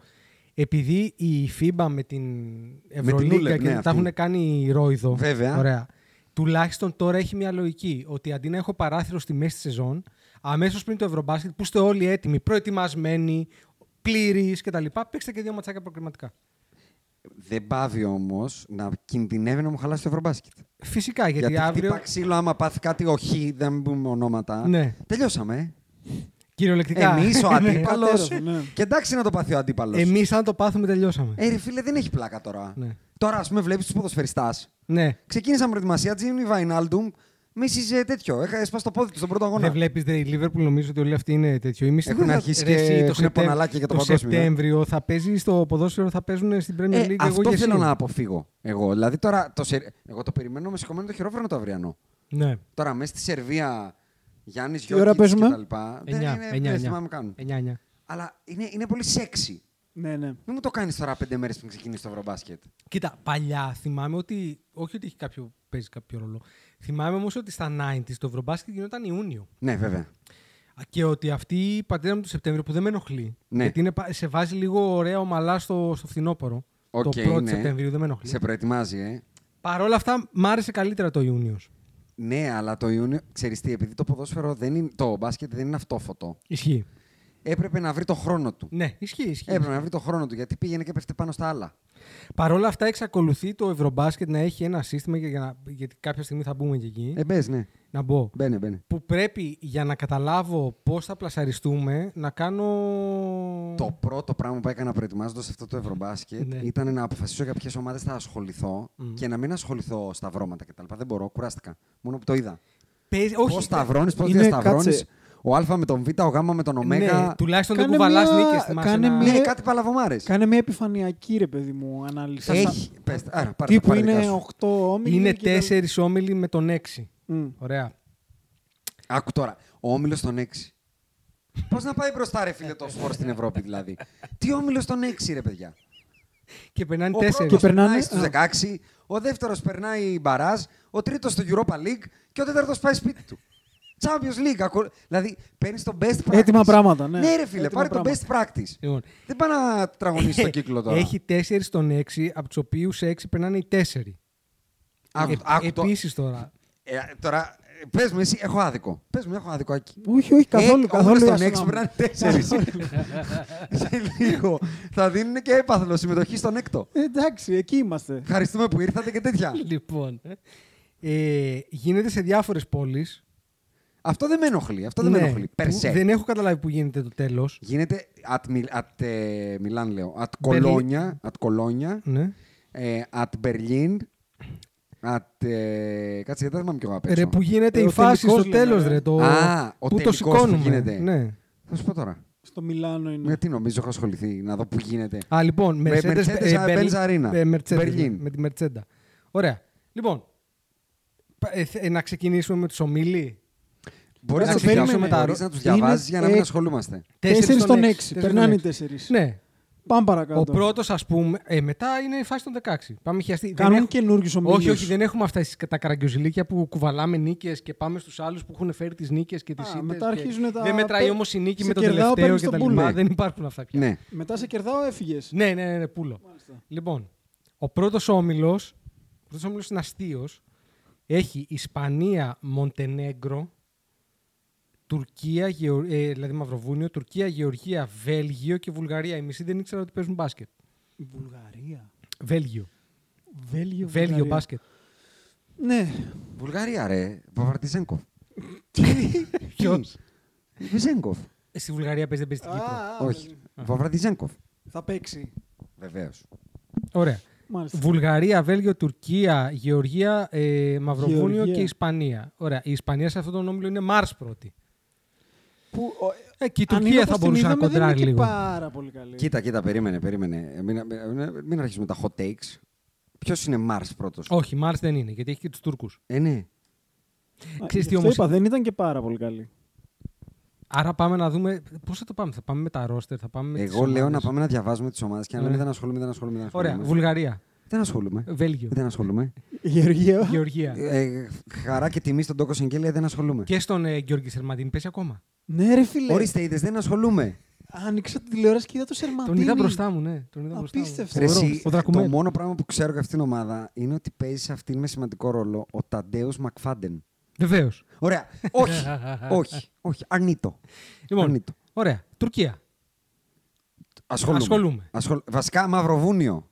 [SPEAKER 4] Επειδή η FIBA με την
[SPEAKER 2] Ulep,
[SPEAKER 4] Ευρωλίγκα
[SPEAKER 2] ναι,
[SPEAKER 4] και τα
[SPEAKER 2] αυτή.
[SPEAKER 4] έχουν κάνει ρόιδο.
[SPEAKER 2] Βέβαια.
[SPEAKER 4] Ωραία. Τουλάχιστον τώρα έχει μια λογική ότι αντί να έχω παράθυρο στη μέση της σεζόν, αμέσως πριν το Ευρωμπάσκετ, που είστε όλοι έτοιμοι, προετοιμασμένοι, πλήρεις κτλ., παίξτε και δύο ματσάκια προκριματικά.
[SPEAKER 2] Δεν πάβει όμως να κινδυνεύει να μου χαλάσει το ευρωμπάσκετ.
[SPEAKER 4] Φυσικά, Ε, γιατί,
[SPEAKER 2] Γιατί,
[SPEAKER 4] αύριο
[SPEAKER 2] χτύπα ξύλο άμα πάθει κάτι οχή, δεν μην πούμε ονόματα.
[SPEAKER 4] Ναι.
[SPEAKER 2] Τελειώσαμε.
[SPEAKER 4] κυριολεκτικά.
[SPEAKER 2] Εμείς ο
[SPEAKER 4] Ναι.
[SPEAKER 2] αντίπαλος.
[SPEAKER 5] τέρος, ναι.
[SPEAKER 2] και εντάξει να το πάθει ο αντίπαλος.
[SPEAKER 4] Εμείς, αν το πάθουμε, τελειώσαμε.
[SPEAKER 2] Ε, ρε φίλε, δεν έχει πλάκα τώρα.
[SPEAKER 4] Ναι.
[SPEAKER 2] Τώρα, ας πούμε, βλέπεις τους ποδοσφαιριστάς.
[SPEAKER 4] ναι.
[SPEAKER 2] Ξεκίνησαν προετοιμασία, Τζίμι Βαϊνάλντουμ. Μίση τέτοιο. Έχα εσπάσει το πόδι του στον πρώτο αγώνα.
[SPEAKER 4] Δεν βλέπεις η Λίβερπουλ, νομίζω ότι όλοι αυτοί είναι τέτοιο. Εμείς
[SPEAKER 2] Έχουν
[SPEAKER 4] δεν θα-
[SPEAKER 2] αρχίσει
[SPEAKER 4] ρε,
[SPEAKER 2] και
[SPEAKER 4] εσύ, το
[SPEAKER 2] έχουν
[SPEAKER 4] Σεπτέμβριο-
[SPEAKER 2] παναλάκια για το παγκόσμιο, ε.
[SPEAKER 4] Σεπτέμβριο θα παίζει στο ποδόσφαιρο, θα παίζουν στην Premier
[SPEAKER 2] Ε,
[SPEAKER 4] League. εγώ
[SPEAKER 2] αυτό
[SPEAKER 4] και
[SPEAKER 2] θέλω
[SPEAKER 4] εσύ.
[SPEAKER 2] να αποφύγω. Εγώ. Δηλαδή τώρα. Το σε... Εγώ το περιμένω με σηκωμένο το χειρόφρενο το αυριανό.
[SPEAKER 4] Ναι.
[SPEAKER 2] Τώρα μέσα στη Σερβία, Γιάννης
[SPEAKER 5] Τι ώρα
[SPEAKER 2] Γιώργη και
[SPEAKER 5] παίζουμε?
[SPEAKER 2] τα λοιπά. Δεν είναι. Δεν θυμάμαι καν.
[SPEAKER 4] 9-9.
[SPEAKER 2] Αλλά είναι, είναι πολύ σεξι.
[SPEAKER 5] Ναι, ναι.
[SPEAKER 2] Μην μου το κάνεις τώρα πέντε μέρες πριν ξεκινήσει το Ευρωμπάσκετ.
[SPEAKER 4] Κοίτα, παλιά θυμάμαι ότι. Όχι ότι έχει κάποιο, παίζει κάποιο ρόλο. Θυμάμαι όμως ότι στα 90s το Ευρωμπάσκετ γινόταν Ιούνιο.
[SPEAKER 2] Ναι, βέβαια.
[SPEAKER 4] Και ότι αυτή η πατέρα μου του Σεπτέμβριο που δεν με ενοχλεί.
[SPEAKER 2] Ναι.
[SPEAKER 4] Γιατί είναι, πα- σε βάζει λίγο ωραία ομαλά στο, στο φθινόπωρο.
[SPEAKER 2] Οκ,
[SPEAKER 4] το 1
[SPEAKER 2] ναι.
[SPEAKER 4] Σεπτεμβρίου δεν με ενοχλεί.
[SPEAKER 2] Σε προετοιμάζει, ε.
[SPEAKER 4] Παρ' όλα αυτά, μ' άρεσε καλύτερα το Ιούνιος.
[SPEAKER 2] Ναι, αλλά το Ιούνιο, ξέρεις τι, επειδή το ποδόσφαιρο δεν είναι, το μπάσκετ δεν είναι αυτόφωτο.
[SPEAKER 4] Ισχύει.
[SPEAKER 2] Έπρεπε να βρει το χρόνο του.
[SPEAKER 4] Ναι, ισχύει. ισχύει.
[SPEAKER 2] Ε, Έπρεπε να βρει το χρόνο του γιατί πήγαινε και πέφτει πάνω στα άλλα.
[SPEAKER 4] Παρ' όλα αυτά, εξακολουθεί το Ευρωμπάσκετ να έχει ένα σύστημα, για- για να- γιατί κάποια στιγμή θα μπούμε και εκεί.
[SPEAKER 2] Ε, μπες, ναι.
[SPEAKER 4] να μπω.
[SPEAKER 2] Μπαίνε, μπαίνε.
[SPEAKER 4] Που πρέπει για να καταλάβω πώς θα πλασαριστούμε να κάνω.
[SPEAKER 2] Το πρώτο πράγμα που έκανα προετοιμάζοντας αυτό το Ευρωμπάσκετ
[SPEAKER 4] Ναι.
[SPEAKER 2] ήταν να αποφασίσω για ποιες ομάδες θα ασχοληθώ και να μην ασχοληθώ στα βρώματα κτλ. Δεν μπορώ, κουράστηκα. Μόνο που το είδα.
[SPEAKER 4] Παίζει- ναι,
[SPEAKER 2] Πώ σταυρώνει, πώς
[SPEAKER 5] Είναι-
[SPEAKER 2] διασταυρώνεις.
[SPEAKER 5] κάτσε.
[SPEAKER 2] Ο Α με τον Β, ο Γ με τον Ω.
[SPEAKER 4] Ναι, τουλάχιστον δεν
[SPEAKER 5] Κάνε
[SPEAKER 4] κουβαλάς
[SPEAKER 5] μια-
[SPEAKER 4] νίκες.
[SPEAKER 5] κάνε μια-
[SPEAKER 2] Ναι, κάτι παλαβομάρες.
[SPEAKER 5] Κάνε μια επιφανειακή, ρε παιδί μου, ανάλυση.
[SPEAKER 2] Έχει. Πες, άρα, πάρε
[SPEAKER 5] Τι
[SPEAKER 2] τα,
[SPEAKER 5] που
[SPEAKER 2] πάρε τα
[SPEAKER 5] είναι
[SPEAKER 2] δικά σου.
[SPEAKER 5] 8 όμιλοι.
[SPEAKER 4] Είναι
[SPEAKER 5] και τα-
[SPEAKER 4] τέσσερις όμιλοι με τον έξι.
[SPEAKER 5] Μμ.
[SPEAKER 4] Ωραία.
[SPEAKER 2] Άκου τώρα. Ο όμιλος των 6. Πώς να πάει μπροστά, ρε φίλε, το σπορ στην Ευρώπη δηλαδή. Τι όμιλος των 6, ρε παιδιά.
[SPEAKER 4] Και περνάνε
[SPEAKER 2] Ο
[SPEAKER 4] τέσσερις.
[SPEAKER 2] πρώτος
[SPEAKER 5] Και περνάνε-
[SPEAKER 2] περνάει στους
[SPEAKER 5] Α.
[SPEAKER 2] 16, ο δεύτερος περνάει μπαράζ, ο τρίτος στο Europa League και ο τέταρτος πάει σπίτι του. Champions League. ακου- Δηλαδή παίρνεις το best practice.
[SPEAKER 5] Έτοιμα πράγματα, ναι.
[SPEAKER 2] Ναι, ρε φίλε,
[SPEAKER 5] Έτοιμα
[SPEAKER 2] πάρε το best practice.
[SPEAKER 4] Λοιπόν. Ε,
[SPEAKER 2] Δεν πάει να τραγωνίσεις το κύκλο τώρα.
[SPEAKER 4] Έχει τέσσερις στον έξι, από τους οποίους σε έξι περνάνε οι τέσσερι.
[SPEAKER 2] Άκου-
[SPEAKER 4] Ε,
[SPEAKER 2] άκου το-
[SPEAKER 4] Επίσης τώρα.
[SPEAKER 2] Ε, τώρα, ε, πες μου εσύ, έχω άδικο. Πες μου, έχω άδικο, Άκη.
[SPEAKER 5] Όχι, όχι, καθόλου.
[SPEAKER 2] ε,
[SPEAKER 5] καθόλου
[SPEAKER 2] Στον
[SPEAKER 5] άστο να
[SPEAKER 2] έξι
[SPEAKER 5] μου.
[SPEAKER 2] περνάνε τέσσερις. Σε λίγο θα δίνουν και έπαθλο συμμετοχή στον έκτο.
[SPEAKER 5] Ε, Εντάξει, εκεί είμαστε.
[SPEAKER 2] Ευχαριστούμε που ήρθατε και τέτοια.
[SPEAKER 4] Λοιπόν. Ε, γίνεται σε διάφορες πόλεις.
[SPEAKER 2] Αυτό δεν με ενοχλεί. Αυτό δεν
[SPEAKER 5] Ναι.
[SPEAKER 2] με ενοχλεί. Περσέ.
[SPEAKER 4] Ναι, Δεν έχω καταλάβει που γίνεται το τέλος.
[SPEAKER 2] Γίνεται at, Mil- at, ε, Μιλάν, λέω. At Κολόνια. At Κολόνια.
[SPEAKER 4] Ναι.
[SPEAKER 2] ε, at Berlin. At, ε, κάτσε, δεν θυμάμαι κι εγώ απ' έξω.
[SPEAKER 4] Ρε, που γίνεται
[SPEAKER 5] Ε,
[SPEAKER 4] η
[SPEAKER 5] ο
[SPEAKER 4] φάση
[SPEAKER 5] τελικός
[SPEAKER 4] στο
[SPEAKER 5] λέμε,
[SPEAKER 4] τέλος,
[SPEAKER 5] ρε.
[SPEAKER 4] ρε. Το...
[SPEAKER 2] Α, ο
[SPEAKER 4] που το
[SPEAKER 2] τελικός που
[SPEAKER 4] σηκώνουμε.
[SPEAKER 2] γίνεται.
[SPEAKER 4] Ναι.
[SPEAKER 2] Θα σου πω τώρα.
[SPEAKER 5] Στο Μιλάνο είναι.
[SPEAKER 2] Με τι νομίζω έχω ασχοληθεί, να δω που γίνεται.
[SPEAKER 4] Α, λοιπόν,
[SPEAKER 2] Με
[SPEAKER 4] Mercedes,
[SPEAKER 2] Mercedes
[SPEAKER 4] ε,
[SPEAKER 2] Benz
[SPEAKER 4] Berlin-
[SPEAKER 2] Arena.
[SPEAKER 4] ε, Mercedes,
[SPEAKER 2] Berlin.
[SPEAKER 4] ναι, Με τη Mercedes. Ωραία. Λοιπόν, πα- ε, θε- ε, να ξεκινήσουμε με τους ομίλοι.
[SPEAKER 2] Μπορείς
[SPEAKER 5] Κάτσε,
[SPEAKER 2] να, τους δια-
[SPEAKER 5] περίμενε.
[SPEAKER 2] μπορείς να τους διαβάζεις για να μην
[SPEAKER 5] Είναι-
[SPEAKER 2] ασχολούμαστε.
[SPEAKER 5] Τέσσερις στον
[SPEAKER 4] έξι.
[SPEAKER 5] 6.
[SPEAKER 4] Τέσσερις
[SPEAKER 5] Περνάνε οι
[SPEAKER 4] στον έξι.
[SPEAKER 5] 4.
[SPEAKER 4] Ναι.
[SPEAKER 5] Πάμε παρακάτω.
[SPEAKER 4] Ο πρώτος, ας πούμε. Ε, μετά είναι η φάση των 16. Πάμε χιαστή. Δεν
[SPEAKER 5] Κάνουν
[SPEAKER 4] έχω-
[SPEAKER 5] καινούριου ομίλου.
[SPEAKER 4] Όχι, όχι, δεν έχουμε αυτά τις- τα καραγκιοζηλίκια που κουβαλάμε νίκες και πάμε στους άλλους που έχουν φέρει τις νίκες και τις
[SPEAKER 5] Α,
[SPEAKER 4] ήττες.
[SPEAKER 5] μετά αρχίζουν τα-
[SPEAKER 4] Δεν μετράει όμως η νίκη
[SPEAKER 5] σε
[SPEAKER 4] με τον
[SPEAKER 5] κερδάω,
[SPEAKER 4] τελευταίο
[SPEAKER 5] παίρνεις
[SPEAKER 4] και τα
[SPEAKER 5] τον
[SPEAKER 4] λοιπά.
[SPEAKER 5] πούλο.
[SPEAKER 4] Δεν υπάρχουν αυτά πια.
[SPEAKER 2] Ναι.
[SPEAKER 5] Μετά σε κερδάω, έφυγες.
[SPEAKER 4] Ναι, ναι, ναι, ναι, πούλο. Λοιπόν, ο πρώτος όμιλος, ο πρώτος όμιλος είναι αστείος. Έχει Ισπανία, Μοντενέγκρο, Τουρκία, Γεω- ε, δηλαδή Μαυροβούνιο, Τουρκία, Γεωργία, Βέλγιο και Βουλγαρία. Οι μισοί δεν ήξερα ότι παίζουν μπάσκετ.
[SPEAKER 5] Βουλγαρία.
[SPEAKER 4] Βέλγιο.
[SPEAKER 5] Βέλγιο,
[SPEAKER 4] Βέλγιο
[SPEAKER 5] Βουλγαρία.
[SPEAKER 4] μπάσκετ.
[SPEAKER 5] Ναι.
[SPEAKER 2] Βουλγαρία, ρε. Παπαρτιζέγκοφ.
[SPEAKER 4] Ποιο.
[SPEAKER 2] Βυζέγκοφ.
[SPEAKER 4] Ε, Στη Βουλγαρία παίζει, δεν παίζει στην Κύπρο.
[SPEAKER 5] Α,
[SPEAKER 2] Όχι. Παπαρτιζέγκοφ.
[SPEAKER 5] Θα παίξει.
[SPEAKER 2] Βεβαίως.
[SPEAKER 4] Ωραία.
[SPEAKER 5] Μάλιστα.
[SPEAKER 4] Βουλγαρία, Βέλγιο, Τουρκία, Γεωργία, ε, Μαυροβούνιο
[SPEAKER 5] Γεωργία.
[SPEAKER 4] και Ισπανία. Ωραία. Η Ισπανία σε αυτόν τον όμιλο είναι Μάρς πρώτη.
[SPEAKER 5] Που,
[SPEAKER 4] Ε, και η Τουρκία θα μπορούσε να κοντράρει
[SPEAKER 5] λίγο.
[SPEAKER 4] λίγο.
[SPEAKER 5] πάρα πολύ καλή.
[SPEAKER 2] Κοίτα, κοίτα, περίμενε, περίμενε. Ε, Μην, μην- μην αρχίσουμε τα hot takes. Ποιος είναι Μάρς πρώτος.
[SPEAKER 4] Όχι, Μάρς δεν είναι, γιατί έχει και τους Τούρκους.
[SPEAKER 2] Ε, ναι.
[SPEAKER 5] Α,
[SPEAKER 4] Ξέρεις
[SPEAKER 5] γι'
[SPEAKER 4] τι
[SPEAKER 5] αυτό
[SPEAKER 4] όμως-
[SPEAKER 5] είπα, δεν ήταν και πάρα πολύ καλή.
[SPEAKER 4] Άρα πάμε να δούμε. Πώς θα το πάμε, θα πάμε με τα ρόστερ, θα πάμε με τις
[SPEAKER 2] Εγώ λέω
[SPEAKER 4] ομάδες.
[SPEAKER 2] να πάμε να διαβάζουμε τις ομάδες και να
[SPEAKER 4] Ναι.
[SPEAKER 2] λέμε δεν ασχολούμαι, δεν ασχολούμαι. Δεν ασχολούμαι.
[SPEAKER 4] Ωραία, Ε, Βουλγαρία,
[SPEAKER 2] Δεν ασχολούμαι.
[SPEAKER 4] Βέλγιο,
[SPEAKER 2] Δεν ασχολούμαι.
[SPEAKER 5] Γεωργία.
[SPEAKER 4] Γεωργία.
[SPEAKER 2] Ε, χαρά και τιμή στον Τόκο Σεγγέλια δεν ασχολούμαι.
[SPEAKER 4] Και στον ε, Γιώργη Σερμαντίνη παίζει ακόμα.
[SPEAKER 5] Ναι, ρε φίλε.
[SPEAKER 2] Ορίστε, είδες, δεν ασχολούμαι.
[SPEAKER 5] Άνοιξα την τηλεόραση και είδα το Σερμαντίνη.
[SPEAKER 4] Τον είδα μπροστά μου, ναι. Τον είδα μπροστά μου.
[SPEAKER 5] Απίστευτο.
[SPEAKER 2] Ρε,
[SPEAKER 4] Φοβερό.
[SPEAKER 2] εσύ,
[SPEAKER 4] Ο
[SPEAKER 2] το
[SPEAKER 4] Δρακουμέλ.
[SPEAKER 2] μόνο πράγμα που ξέρω για αυτήν την ομάδα είναι ότι παίζεις σε αυτήν με σημαντικό ρόλο ο Ταντέος Μακφάντεν.
[SPEAKER 4] Βεβαίως.
[SPEAKER 2] Ωραία. όχι. όχι. Όχι. Αρνείτο.
[SPEAKER 4] Λοιπόν,
[SPEAKER 2] Αρνείτο.
[SPEAKER 4] ωραία. Τουρκία.
[SPEAKER 2] Ασχολούμαι.
[SPEAKER 4] Ασχολούμαι.
[SPEAKER 2] Ασχολ- Βασικά Μαυροβούνιο.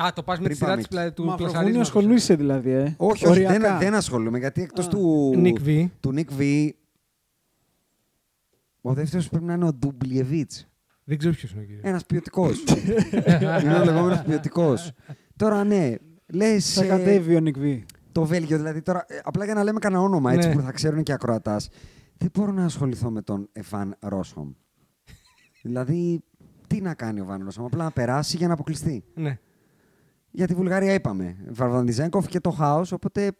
[SPEAKER 4] Α, το πας με τη
[SPEAKER 2] Πριν
[SPEAKER 4] σειρά
[SPEAKER 2] πάμε
[SPEAKER 4] της
[SPEAKER 2] εκεί.
[SPEAKER 4] πλα- του
[SPEAKER 5] Μαυροβούνιο
[SPEAKER 4] πλασαρίσματος.
[SPEAKER 5] ασχολείσαι δηλαδή, ε.
[SPEAKER 2] Όχι, όχι δεν,
[SPEAKER 5] Οριακά.
[SPEAKER 2] δεν ασχολούμαι γιατί εκτός
[SPEAKER 5] Α.
[SPEAKER 2] του.
[SPEAKER 4] Nick V.
[SPEAKER 2] Του Νικ Β. Ο δεύτερος πρέπει να είναι ο Ντουμπλιεβίτ.
[SPEAKER 4] Δεν ξέρω ποιος είναι ο κύριος.
[SPEAKER 2] Ένας ποιοτικός. ένα λεγόμενος ποιοτικός. Τώρα ναι, λες.
[SPEAKER 5] Θα κατέβει ο Νικ Βι.
[SPEAKER 2] το Βέλγιο, δηλαδή τώρα, ε, απλά για να λέμε κανένα όνομα έτσι
[SPEAKER 4] Ναι.
[SPEAKER 2] που θα ξέρουν και οι ακροατάς. Δεν μπορώ να ασχοληθώ με τον Ευάν Ρόσχομ. δηλαδή, τι να κάνει ο Βαν Ρόσχομ, απλά να περάσει για να αποκλειστεί.
[SPEAKER 4] Ναι.
[SPEAKER 2] Για τη Βουλγαρία είπαμε. Βαρβανδιζέγκοφ και το χάος, οπότε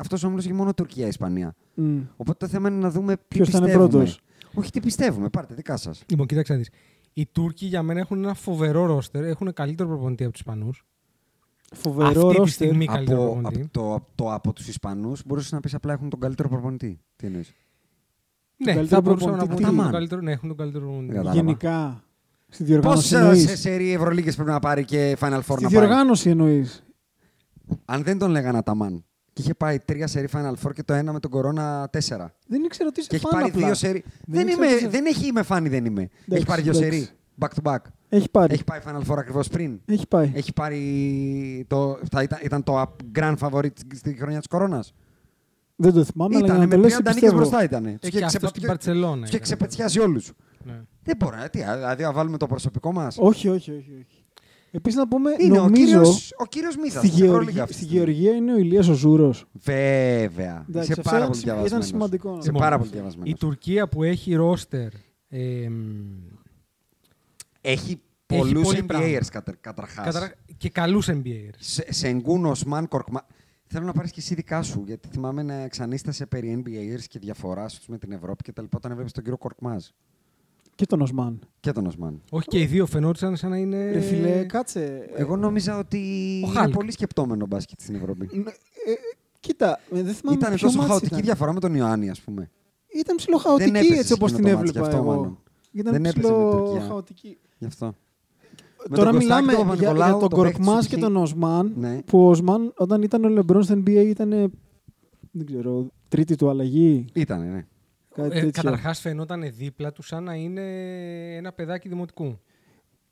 [SPEAKER 2] αυτός ο όμιλος έχει μόνο Τουρκία-Ισπανία.
[SPEAKER 5] Μμ.
[SPEAKER 2] Οπότε το θέμα είναι να δούμε τι
[SPEAKER 5] Ποιος θα είναι
[SPEAKER 2] πιστεύουμε.
[SPEAKER 5] πρώτος.
[SPEAKER 2] Όχι, τι πιστεύουμε. Πάρτε, δικά σας.
[SPEAKER 4] Λοιπόν, κοίταξε να δεις. Οι Τούρκοι για μένα έχουν ένα φοβερό ρόστερ. Έχουν καλύτερο προπονητή από τους Ισπανούς.
[SPEAKER 5] Φοβερό
[SPEAKER 4] Αυτή τη
[SPEAKER 5] ρόστερ.
[SPEAKER 4] στιγμή καλύτερο
[SPEAKER 2] Από,
[SPEAKER 4] προπονητή.
[SPEAKER 2] από, το, από, το, από τους Ισπανούς μπορούσες να πεις απλά έχουν τον καλύτερο προπονητή. Τι εννοείς.
[SPEAKER 4] Ναι, θα
[SPEAKER 5] καλύτερο
[SPEAKER 4] μπορούσαμε να
[SPEAKER 5] προπονητή
[SPEAKER 4] πούμε
[SPEAKER 2] τι?
[SPEAKER 4] ότι έχουν τον καλύτερο- ναι, έχουν τον καλύτερο
[SPEAKER 2] Δεν
[SPEAKER 4] προπονητή.
[SPEAKER 2] κατάλαβα.
[SPEAKER 5] Γενικά. Στη διοργάνωση
[SPEAKER 2] Πόσες
[SPEAKER 5] εννοείς.
[SPEAKER 2] σερή Ευρωλίγε πρέπει να πάρει και Final Four να
[SPEAKER 5] Στη
[SPEAKER 2] πάρει.
[SPEAKER 5] διοργάνωση εννοείς.
[SPEAKER 2] Αν δεν τον λέγανε Αταμάν και είχε πάει τρία σερή Final Four και το ένα με τον Κορώνα τέσσερα.
[SPEAKER 5] Δεν ήξερα τι είσαι
[SPEAKER 2] Και έχει
[SPEAKER 5] φαν
[SPEAKER 2] πάρει
[SPEAKER 5] απλά.
[SPEAKER 2] δύο σερή. Δεν,
[SPEAKER 5] Δεν ήξερα
[SPEAKER 2] είμαι,
[SPEAKER 5] τι σε-
[SPEAKER 2] δεν έχει είμαι φάνη, δεν είμαι. έχει πάρει δύο
[SPEAKER 5] εντάξει.
[SPEAKER 2] σερή. Back to back.
[SPEAKER 5] Έχει πάρει.
[SPEAKER 2] Έχει πάει Final Four ακριβώς πριν.
[SPEAKER 5] Έχει πάει.
[SPEAKER 2] Έχει πάρει. Το, θα ήταν, ήταν το grand favorite στη χρονιά της Κορώνας.
[SPEAKER 5] Δεν το θυμάμαι, αλλά για
[SPEAKER 2] Ήταν
[SPEAKER 5] να
[SPEAKER 2] με
[SPEAKER 5] το λες
[SPEAKER 2] 30 νίκες
[SPEAKER 5] πιστεύω.
[SPEAKER 2] μπροστά ήταν.
[SPEAKER 4] Ε, και αυτό στην Παρσελόνα.
[SPEAKER 2] Τους είχε ξεπετσιάσει όλους.
[SPEAKER 4] Ναι.
[SPEAKER 2] Δεν μπορεί να. τι, Δηλαδή, να βάλουμε το προσωπικό μας.
[SPEAKER 5] Όχι, όχι, όχι. όχι. Επίσης να πούμε,
[SPEAKER 2] Είναι
[SPEAKER 5] νομίζω,
[SPEAKER 2] ο κύριος Μίδα.
[SPEAKER 5] στη, Γεωργία, στη Γεωργία είναι ο Ηλίας ο Ζούρος.
[SPEAKER 2] Βέβαια.
[SPEAKER 5] Εντάξει,
[SPEAKER 2] Είσαι
[SPEAKER 5] αυτό
[SPEAKER 2] πάρα
[SPEAKER 5] ήταν
[SPEAKER 2] πολύ
[SPEAKER 5] σημ- ήταν
[SPEAKER 2] διαβασμένος.
[SPEAKER 5] σημαντικό να
[SPEAKER 2] Είσαι
[SPEAKER 5] το
[SPEAKER 2] πάρα
[SPEAKER 5] πούμε.
[SPEAKER 2] πολύ διαβασμένος.
[SPEAKER 4] Η Τουρκία που έχει ρόστερ. εμ,
[SPEAKER 2] Έχει
[SPEAKER 4] Έχει
[SPEAKER 2] πολλού
[SPEAKER 4] πολύ
[SPEAKER 2] NBAers
[SPEAKER 4] πράγμα.
[SPEAKER 2] κατα... καταρχάς.
[SPEAKER 4] καταρχά- και καλούς NBAers.
[SPEAKER 2] Σενγκούν, Οσμάν, Κορκμά. Θέλω να πάρεις και εσύ δικά σου, γιατί θυμάμαι να ξανίστασε περί NBAers και διαφοράς τους με την Ευρώπη και τα λοιπά. Όταν έβλεπες τον κύριο Κορκμάζ
[SPEAKER 5] Και τον Οσμάν.
[SPEAKER 2] και τον Οσμάν.
[SPEAKER 4] Όχι και οι δύο φαινόντουσαν σαν να είναι.
[SPEAKER 5] Ρε Ε, φίλε, κάτσε.
[SPEAKER 2] Ε, Εγώ νόμιζα ότι
[SPEAKER 4] ο
[SPEAKER 2] είναι
[SPEAKER 4] Hulk.
[SPEAKER 2] πολύ σκεπτόμενο μπάσκετ στην Ευρώπη.
[SPEAKER 5] Ε, ε, Κοίτα, ε, δεν θυμάμαι
[SPEAKER 2] Ήταν
[SPEAKER 5] ποιο
[SPEAKER 2] τόσο
[SPEAKER 5] μάτς
[SPEAKER 2] χαοτική
[SPEAKER 5] ήταν.
[SPEAKER 2] διαφορά με τον Ιωάννη, ας πούμε.
[SPEAKER 5] Ήταν ψιλοχαοτική
[SPEAKER 2] Δεν έπαιζε
[SPEAKER 5] έτσι όπως
[SPEAKER 2] εκείνο
[SPEAKER 5] την
[SPEAKER 2] το μάτς, γι'
[SPEAKER 5] έβλεπα
[SPEAKER 2] αυτό
[SPEAKER 5] εγώ.
[SPEAKER 2] μάλλον.
[SPEAKER 5] Ήταν
[SPEAKER 2] Δεν έπαιζε με την Τουρκία.
[SPEAKER 5] ψιλοχαοτική.
[SPEAKER 2] Γι' αυτό. Με
[SPEAKER 5] Τώρα
[SPEAKER 2] τον
[SPEAKER 5] μιλάμε
[SPEAKER 2] Κωστάκη,
[SPEAKER 5] για,
[SPEAKER 2] τον
[SPEAKER 5] για
[SPEAKER 2] Παπα-Νικολάου,
[SPEAKER 5] τον
[SPEAKER 2] τον παίκτη
[SPEAKER 5] Κορκμάς
[SPEAKER 2] της
[SPEAKER 5] και
[SPEAKER 2] Χ.
[SPEAKER 5] τον Οσμάν.
[SPEAKER 2] Ναι.
[SPEAKER 5] Που ο Οσμάν όταν ήταν ο Λεμπρόν στο NBA ήταν. Δεν ξέρω, τρίτη του αλλαγή.
[SPEAKER 2] Ήτανε, ναι.
[SPEAKER 5] Κάτι
[SPEAKER 4] Ε,
[SPEAKER 5] τέτοιο.
[SPEAKER 4] Καταρχάς φαινόταν δίπλα του σαν να είναι ένα παιδάκι δημοτικού.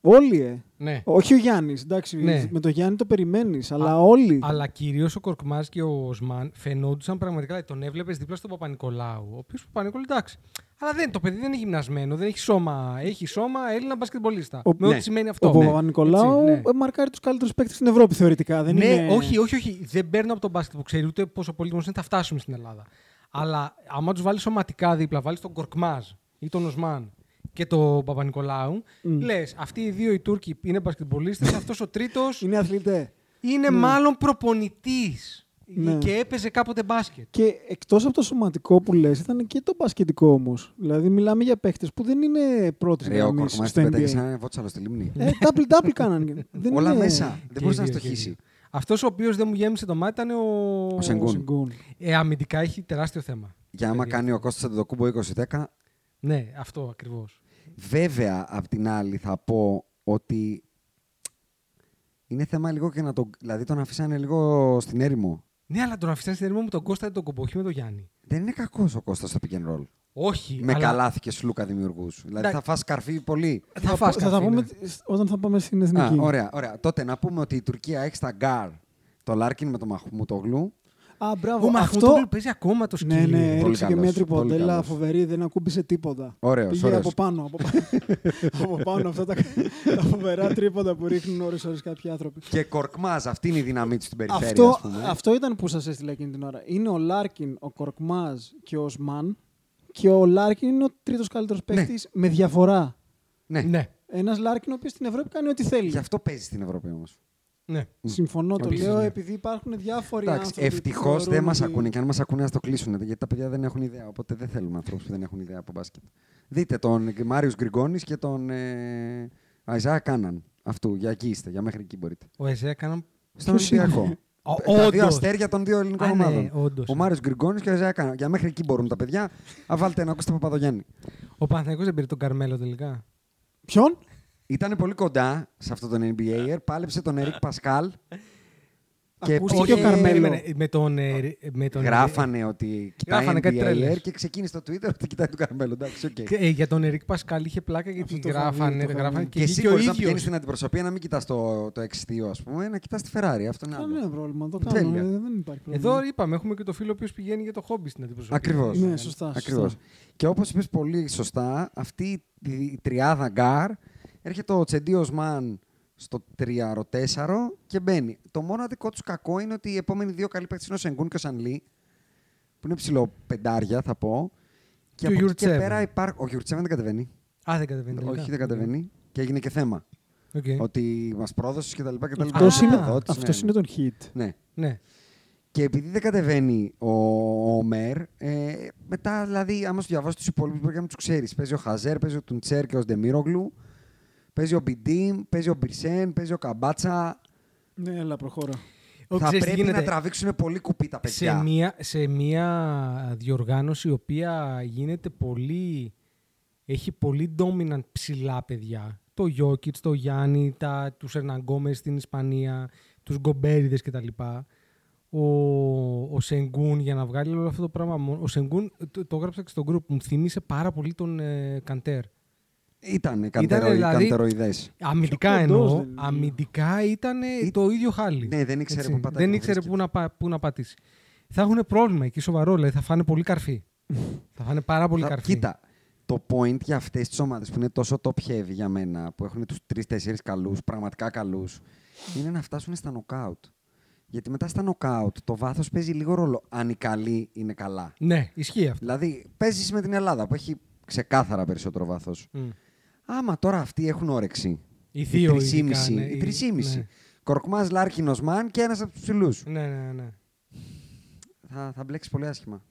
[SPEAKER 5] Όλοι, ε.
[SPEAKER 4] Ναι.
[SPEAKER 5] Όχι ο Γιάννης, εντάξει.
[SPEAKER 4] Ναι.
[SPEAKER 5] Με τον Γιάννη το περιμένεις, αλλά όλοι.
[SPEAKER 4] Αλλά κυρίως ο Κορκμάς και ο Οσμάν φαινόντουσαν πραγματικά. Δηλαδή τον έβλεπες δίπλα στον Παπα-Νικολάου, ο οποίος Παπα-Νικολάου εντάξει. Αλλά δεν, το παιδί δεν είναι γυμνασμένο, δεν έχει σώμα. Έχει σώμα Έλληνα μπασκετμπολίστα.
[SPEAKER 5] Ο-
[SPEAKER 4] με ό,τι
[SPEAKER 2] ναι.
[SPEAKER 4] σημαίνει αυτό.
[SPEAKER 5] Ο
[SPEAKER 4] Ναι.
[SPEAKER 5] Παπα-Νικολάου
[SPEAKER 4] Έτσι, ναι.
[SPEAKER 5] ε, μαρκάρει τους καλύτερους παίκτες στην Ευρώπη θεωρητικά. Δεν
[SPEAKER 4] ναι,
[SPEAKER 5] είναι...
[SPEAKER 4] όχι, όχι, όχι. Δεν παίρνω από τον μπάσκετ που ξέρει ούτε πόσο πολύ είναι, θα φτάσουμε στην Ελλάδα. Αλλά άμα τους βάλεις σωματικά δίπλα, βάλεις τον Κορκμάζ ή τον Οσμάν και τον Παπα-Νικολάου, λες αυτοί οι δύο οι Τούρκοι είναι μπασκετμπολίστες, αυτός ο τρίτος
[SPEAKER 5] Είναι αθλητέ.
[SPEAKER 4] είναι μάλλον προπονητής.
[SPEAKER 5] Ναι.
[SPEAKER 4] Και έπαιζε κάποτε μπάσκετ.
[SPEAKER 5] Και εκτός από το σωματικό που λες, ήταν και το μπασκετικό όμως. Δηλαδή, μιλάμε για παίκτε που δεν είναι πρώτη
[SPEAKER 2] Ρε, ο
[SPEAKER 5] γραμμή
[SPEAKER 2] Κορκμάζ
[SPEAKER 5] στο
[SPEAKER 2] την πέταγε
[SPEAKER 5] NBA.
[SPEAKER 2] σαν ένα βότσαλος στη λίμνη.
[SPEAKER 5] Ε, double-double κάνανε. Δεν
[SPEAKER 2] Όλα
[SPEAKER 5] είναι-
[SPEAKER 2] μέσα. Δεν μπορούσε να στοχίσει.
[SPEAKER 4] Αυτός ο οποίος δεν μου γέμισε το μάτι ήταν ο.
[SPEAKER 2] Ο Σενγκούν.
[SPEAKER 5] Σενγκούν.
[SPEAKER 4] Ε, αμυντικά έχει τεράστιο θέμα. Δηλαδή,
[SPEAKER 2] Για άμα κάνει ο Κώστας Αντετοκούμπο 20-10.
[SPEAKER 4] Ναι, αυτό ακριβώς.
[SPEAKER 2] Βέβαια, απ' την άλλη θα πω ότι είναι θέμα λίγο και να τον... Δηλαδή τον αφήσανε λίγο στην έρημο.
[SPEAKER 4] Ναι, αλλά τον αφήσανε στην ερήμο μου τον Κώστα τον κομποχή με τον Γιάννη.
[SPEAKER 2] Δεν είναι κακός ο Κώστας στο pick and roll.
[SPEAKER 4] Όχι.
[SPEAKER 2] Με
[SPEAKER 4] Ε, αλλά-
[SPEAKER 2] καλάθι και σλούκα δημιουργούς. Δηλαδή
[SPEAKER 4] Εντάξει.
[SPEAKER 2] θα φας καρφί πολύ.
[SPEAKER 4] Θα
[SPEAKER 5] Θα,
[SPEAKER 4] φας
[SPEAKER 5] θα τα
[SPEAKER 4] καφέ,
[SPEAKER 5] πούμε
[SPEAKER 4] ναι.
[SPEAKER 5] σ- όταν θα πάμε στην
[SPEAKER 2] Α,
[SPEAKER 5] εθνική.
[SPEAKER 2] ωραία, ωραία. Τότε να πούμε ότι η Τουρκία έχει στα γκάρ το Λάρκιν με το Μαχμουτογλού.
[SPEAKER 5] Α, μπράβο.
[SPEAKER 4] Ο Μαχμούτογλου
[SPEAKER 5] αυτό...
[SPEAKER 4] παίζει ακόμα το σκύλι.
[SPEAKER 5] Ναι, ναι,
[SPEAKER 2] Πολύ
[SPEAKER 5] έριξε και
[SPEAKER 2] καλός,
[SPEAKER 5] μια
[SPEAKER 2] πολύ
[SPEAKER 5] τριποντέλα
[SPEAKER 2] καλός.
[SPEAKER 5] φοβερή, δεν ακούμπησε τίποτα.
[SPEAKER 2] Ωραίος,
[SPEAKER 5] Πήγε
[SPEAKER 2] ωραίος.
[SPEAKER 5] από πάνω. Από, από πάνω αυτά τα, τα φοβερά τρίποντα που ρίχνουν ώρες-ώρες κάποιοι άνθρωποι.
[SPEAKER 2] Και κορκμάζ, αυτή είναι η δύναμή του στην περιφέρεια,
[SPEAKER 5] Αυτό,
[SPEAKER 2] ας πούμε.
[SPEAKER 5] αυτό ήταν που σας έστειλα εκείνη την ώρα. Είναι ο Λάρκιν, ο Κορκμάζ και ο Σμαν Και ο Λάρκιν είναι ο τρίτος καλύτερος παίκτης με διαφορά.
[SPEAKER 2] Ναι.
[SPEAKER 4] Ναι.
[SPEAKER 5] Ένας Λάρκιν ο οποίος στην Ευρώπη κάνει ό,τι θέλει.
[SPEAKER 2] Γι' αυτό παίζει στην Ευρώπη όμως.
[SPEAKER 4] ναι.
[SPEAKER 5] Συμφωνώ, το
[SPEAKER 4] Επίσης,
[SPEAKER 5] λέω
[SPEAKER 4] ναι.
[SPEAKER 5] επειδή υπάρχουν διάφοροι.
[SPEAKER 2] Εντάξει,
[SPEAKER 5] άνθρωποι που
[SPEAKER 2] ευτυχώς δεν
[SPEAKER 5] θεωρούν
[SPEAKER 2] μα
[SPEAKER 5] ότι-
[SPEAKER 2] ακούνε. Και αν μας ακούνε, ας το κλείσουν. Γιατί τα παιδιά δεν έχουν ιδέα. Οπότε δεν θέλουμε ανθρώπους που δεν έχουν ιδέα από μπάσκετ. Δείτε τον Μάριο Γκριγκόνη και τον ε, Αϊζά Κάναν. Αυτού. Για εκεί είστε. Για μέχρι εκεί μπορείτε.
[SPEAKER 4] Ο Εζέ έκανα.
[SPEAKER 2] Στον
[SPEAKER 5] Ποιος είναι?
[SPEAKER 2] Ολυμπιακό.
[SPEAKER 4] Ο-
[SPEAKER 2] τα
[SPEAKER 4] όντως.
[SPEAKER 2] δύο αστέρια των δύο ελληνικών
[SPEAKER 4] Α, ναι,
[SPEAKER 2] ομάδων.
[SPEAKER 4] όντως.
[SPEAKER 2] ο Μάριος Γκριγκόνης και ο Αϊζά Κάναν. Για μέχρι εκεί μπορούν τα παιδιά. Α, βάλτε να ακούσετε Παπαδογιάννη.
[SPEAKER 4] Ο Παναθηναϊκός δεν πήρε τον Καρμέλο τελικά.
[SPEAKER 5] Ποιον?
[SPEAKER 2] Ήταν πολύ κοντά σε αυτό τον NBA. Πάλεψε τον Ερικ Πασκάλ. Και
[SPEAKER 5] Ακούστηκε
[SPEAKER 2] πήγε-
[SPEAKER 5] ο Καρμέλο.
[SPEAKER 4] Ε, περίμενε, Με τον. ε, ρε- με τον-
[SPEAKER 2] Γράφανε ότι κοιτάει
[SPEAKER 4] Γράφανε κάτι
[SPEAKER 2] NBA
[SPEAKER 4] τρέλες.
[SPEAKER 2] και ξεκίνησε στο Twitter ότι κοιτάει τον Καρμέλο. Εντάξει, οκ.
[SPEAKER 4] Ε, για τον Ερικ Πασκάλ είχε πλάκα γιατί
[SPEAKER 5] Αυτό το είχα δει,
[SPEAKER 4] γράφανε,
[SPEAKER 5] το είχα
[SPEAKER 4] γράφανε
[SPEAKER 5] δει.
[SPEAKER 4] και,
[SPEAKER 2] Και εσύ
[SPEAKER 4] βγήκε ο
[SPEAKER 2] μπορείς να
[SPEAKER 4] ίδιος.
[SPEAKER 2] πηγαίνεις στην αντιπροσωπεία να μην κοιτάς το, το X2, ας πούμε, να κοιτάς τη Ferrari. Αυτό είναι άλλο.
[SPEAKER 4] ναι,
[SPEAKER 5] Κανένα πρόβλημα. Το κάνω.
[SPEAKER 2] Τέλεια.
[SPEAKER 5] ε, Δεν υπάρχει πρόβλημα.
[SPEAKER 4] Εδώ είπαμε, έχουμε και το φίλο ο οποίος πηγαίνει για το χόμπι στην αντιπροσωπεία.
[SPEAKER 2] Ακριβώς.
[SPEAKER 5] Ναι, σωστά. σωστά.
[SPEAKER 2] Ακριβώς. Και όπως είπες πολύ σωστά, αυτή η τριάδα γκάρ έρχεται ο Τσεντίος Μαν στο 3-4 και μπαίνει. Το μόνο δικό τους κακό είναι ότι οι επόμενοι δύο καλοί παίκτες είναι ο Σενγκούν και ο Σανλή, που είναι ψηλό πεντάρια, θα πω.
[SPEAKER 4] Και ο
[SPEAKER 2] από εκεί
[SPEAKER 4] Γιουρτσέβεν.
[SPEAKER 2] πέρα υπάρχει. Ο Γιουρτσέβεν δεν κατεβαίνει.
[SPEAKER 4] Α, δεν κατεβαίνει. τελικά.
[SPEAKER 2] Όχι, δεν κατεβαίνει. Και έγινε και θέμα.
[SPEAKER 4] Οκ.
[SPEAKER 2] Ότι μας πρόδωσες κτλ.
[SPEAKER 5] Αυτός
[SPEAKER 4] Α,
[SPEAKER 5] είναι,
[SPEAKER 4] δότης,
[SPEAKER 5] αυτός είναι τον hit.
[SPEAKER 2] Ναι.
[SPEAKER 4] Ναι.
[SPEAKER 2] Και επειδή δεν κατεβαίνει ο, ο Μέρ, ε, μετά δηλαδή, άμα σου διαβάσει τους υπόλοιπους, μπορεί και να τους ξέρεις. Παίζει ο Χαζέρ, παίζει ο Τουντσέρ και ο Ντεμίρογλου. Παίζει ο Μπιντίμ, παίζει ο Μπιρσέν, παίζει ο Καμπάτσα.
[SPEAKER 5] Ναι, έλα, προχώρα.
[SPEAKER 4] Ο,
[SPEAKER 2] θα
[SPEAKER 4] ξέρεις τι
[SPEAKER 2] πρέπει να
[SPEAKER 4] γίνεται.
[SPEAKER 2] τραβήξουν πολύ κουπί τα παιδιά.
[SPEAKER 4] σε μια, σε μια διοργάνωση η οποία γίνεται πολύ, έχει πολύ dominant ψηλά παιδιά. Το Γιώκητς, το Γιάννη, τα, τους Ερναγκόμες στην Ισπανία, τους Γκομπέριδες κτλ. Ο, ο Σενγκούν για να βγάλει όλο αυτό το πράγμα. μόνο- Ο Σενγκούν, το, το έγραψα και στο group, μου θύμισε πάρα πολύ τον ε, Καντέρ.
[SPEAKER 2] Ήταν
[SPEAKER 4] δηλαδή-
[SPEAKER 2] καντεροειδές.
[SPEAKER 4] Αμυντικά
[SPEAKER 5] Πιο κοντός
[SPEAKER 4] εννοώ.
[SPEAKER 5] δεν είναι.
[SPEAKER 4] Αμυντικά ήταν
[SPEAKER 2] Ή-
[SPEAKER 4] το ίδιο χάλι.
[SPEAKER 2] Ναι, δεν ήξερε
[SPEAKER 4] Έτσι.
[SPEAKER 2] που πατάει,
[SPEAKER 4] Δεν
[SPEAKER 2] που
[SPEAKER 4] ήξερε
[SPEAKER 2] βρίσκεται.
[SPEAKER 4] πού να, πα- πού να πατήσει. Θα έχουν πρόβλημα εκεί σοβαρό, δηλαδή θα φάνε πολύ καρφί. θα φάνε πάρα πολύ καρφί.
[SPEAKER 2] Κοίτα, το point για αυτές τις ομάδες που είναι τόσο top heavy για μένα, που έχουν του τρει-τέσσερι καλούς, πραγματικά καλούς, είναι να φτάσουν στα νοκάουτ. Γιατί μετά στα νοκάουτ το βάθος παίζει λίγο ρόλο αν οι καλοί είναι καλά.
[SPEAKER 4] Ναι, ισχύει αυτό.
[SPEAKER 2] Δηλαδή, παίζεις με την Ελλάδα που έχει ξεκάθαρα περισσότερο βάθος.
[SPEAKER 4] Μμ.
[SPEAKER 2] Άμα τώρα αυτοί έχουν όρεξη.
[SPEAKER 4] Οι δύο
[SPEAKER 2] τρεις
[SPEAKER 4] ειδικά,
[SPEAKER 2] ήμισι,
[SPEAKER 4] ναι,
[SPEAKER 2] Οι
[SPEAKER 4] οι-
[SPEAKER 2] τρισήμιση.
[SPEAKER 4] ναι.
[SPEAKER 2] Κορκμάς, Λάρκινος, Μαν και ένας από τους ψηλούς.
[SPEAKER 4] Ναι, ναι, ναι.
[SPEAKER 2] Θα, θα μπλέξει πολύ άσχημα.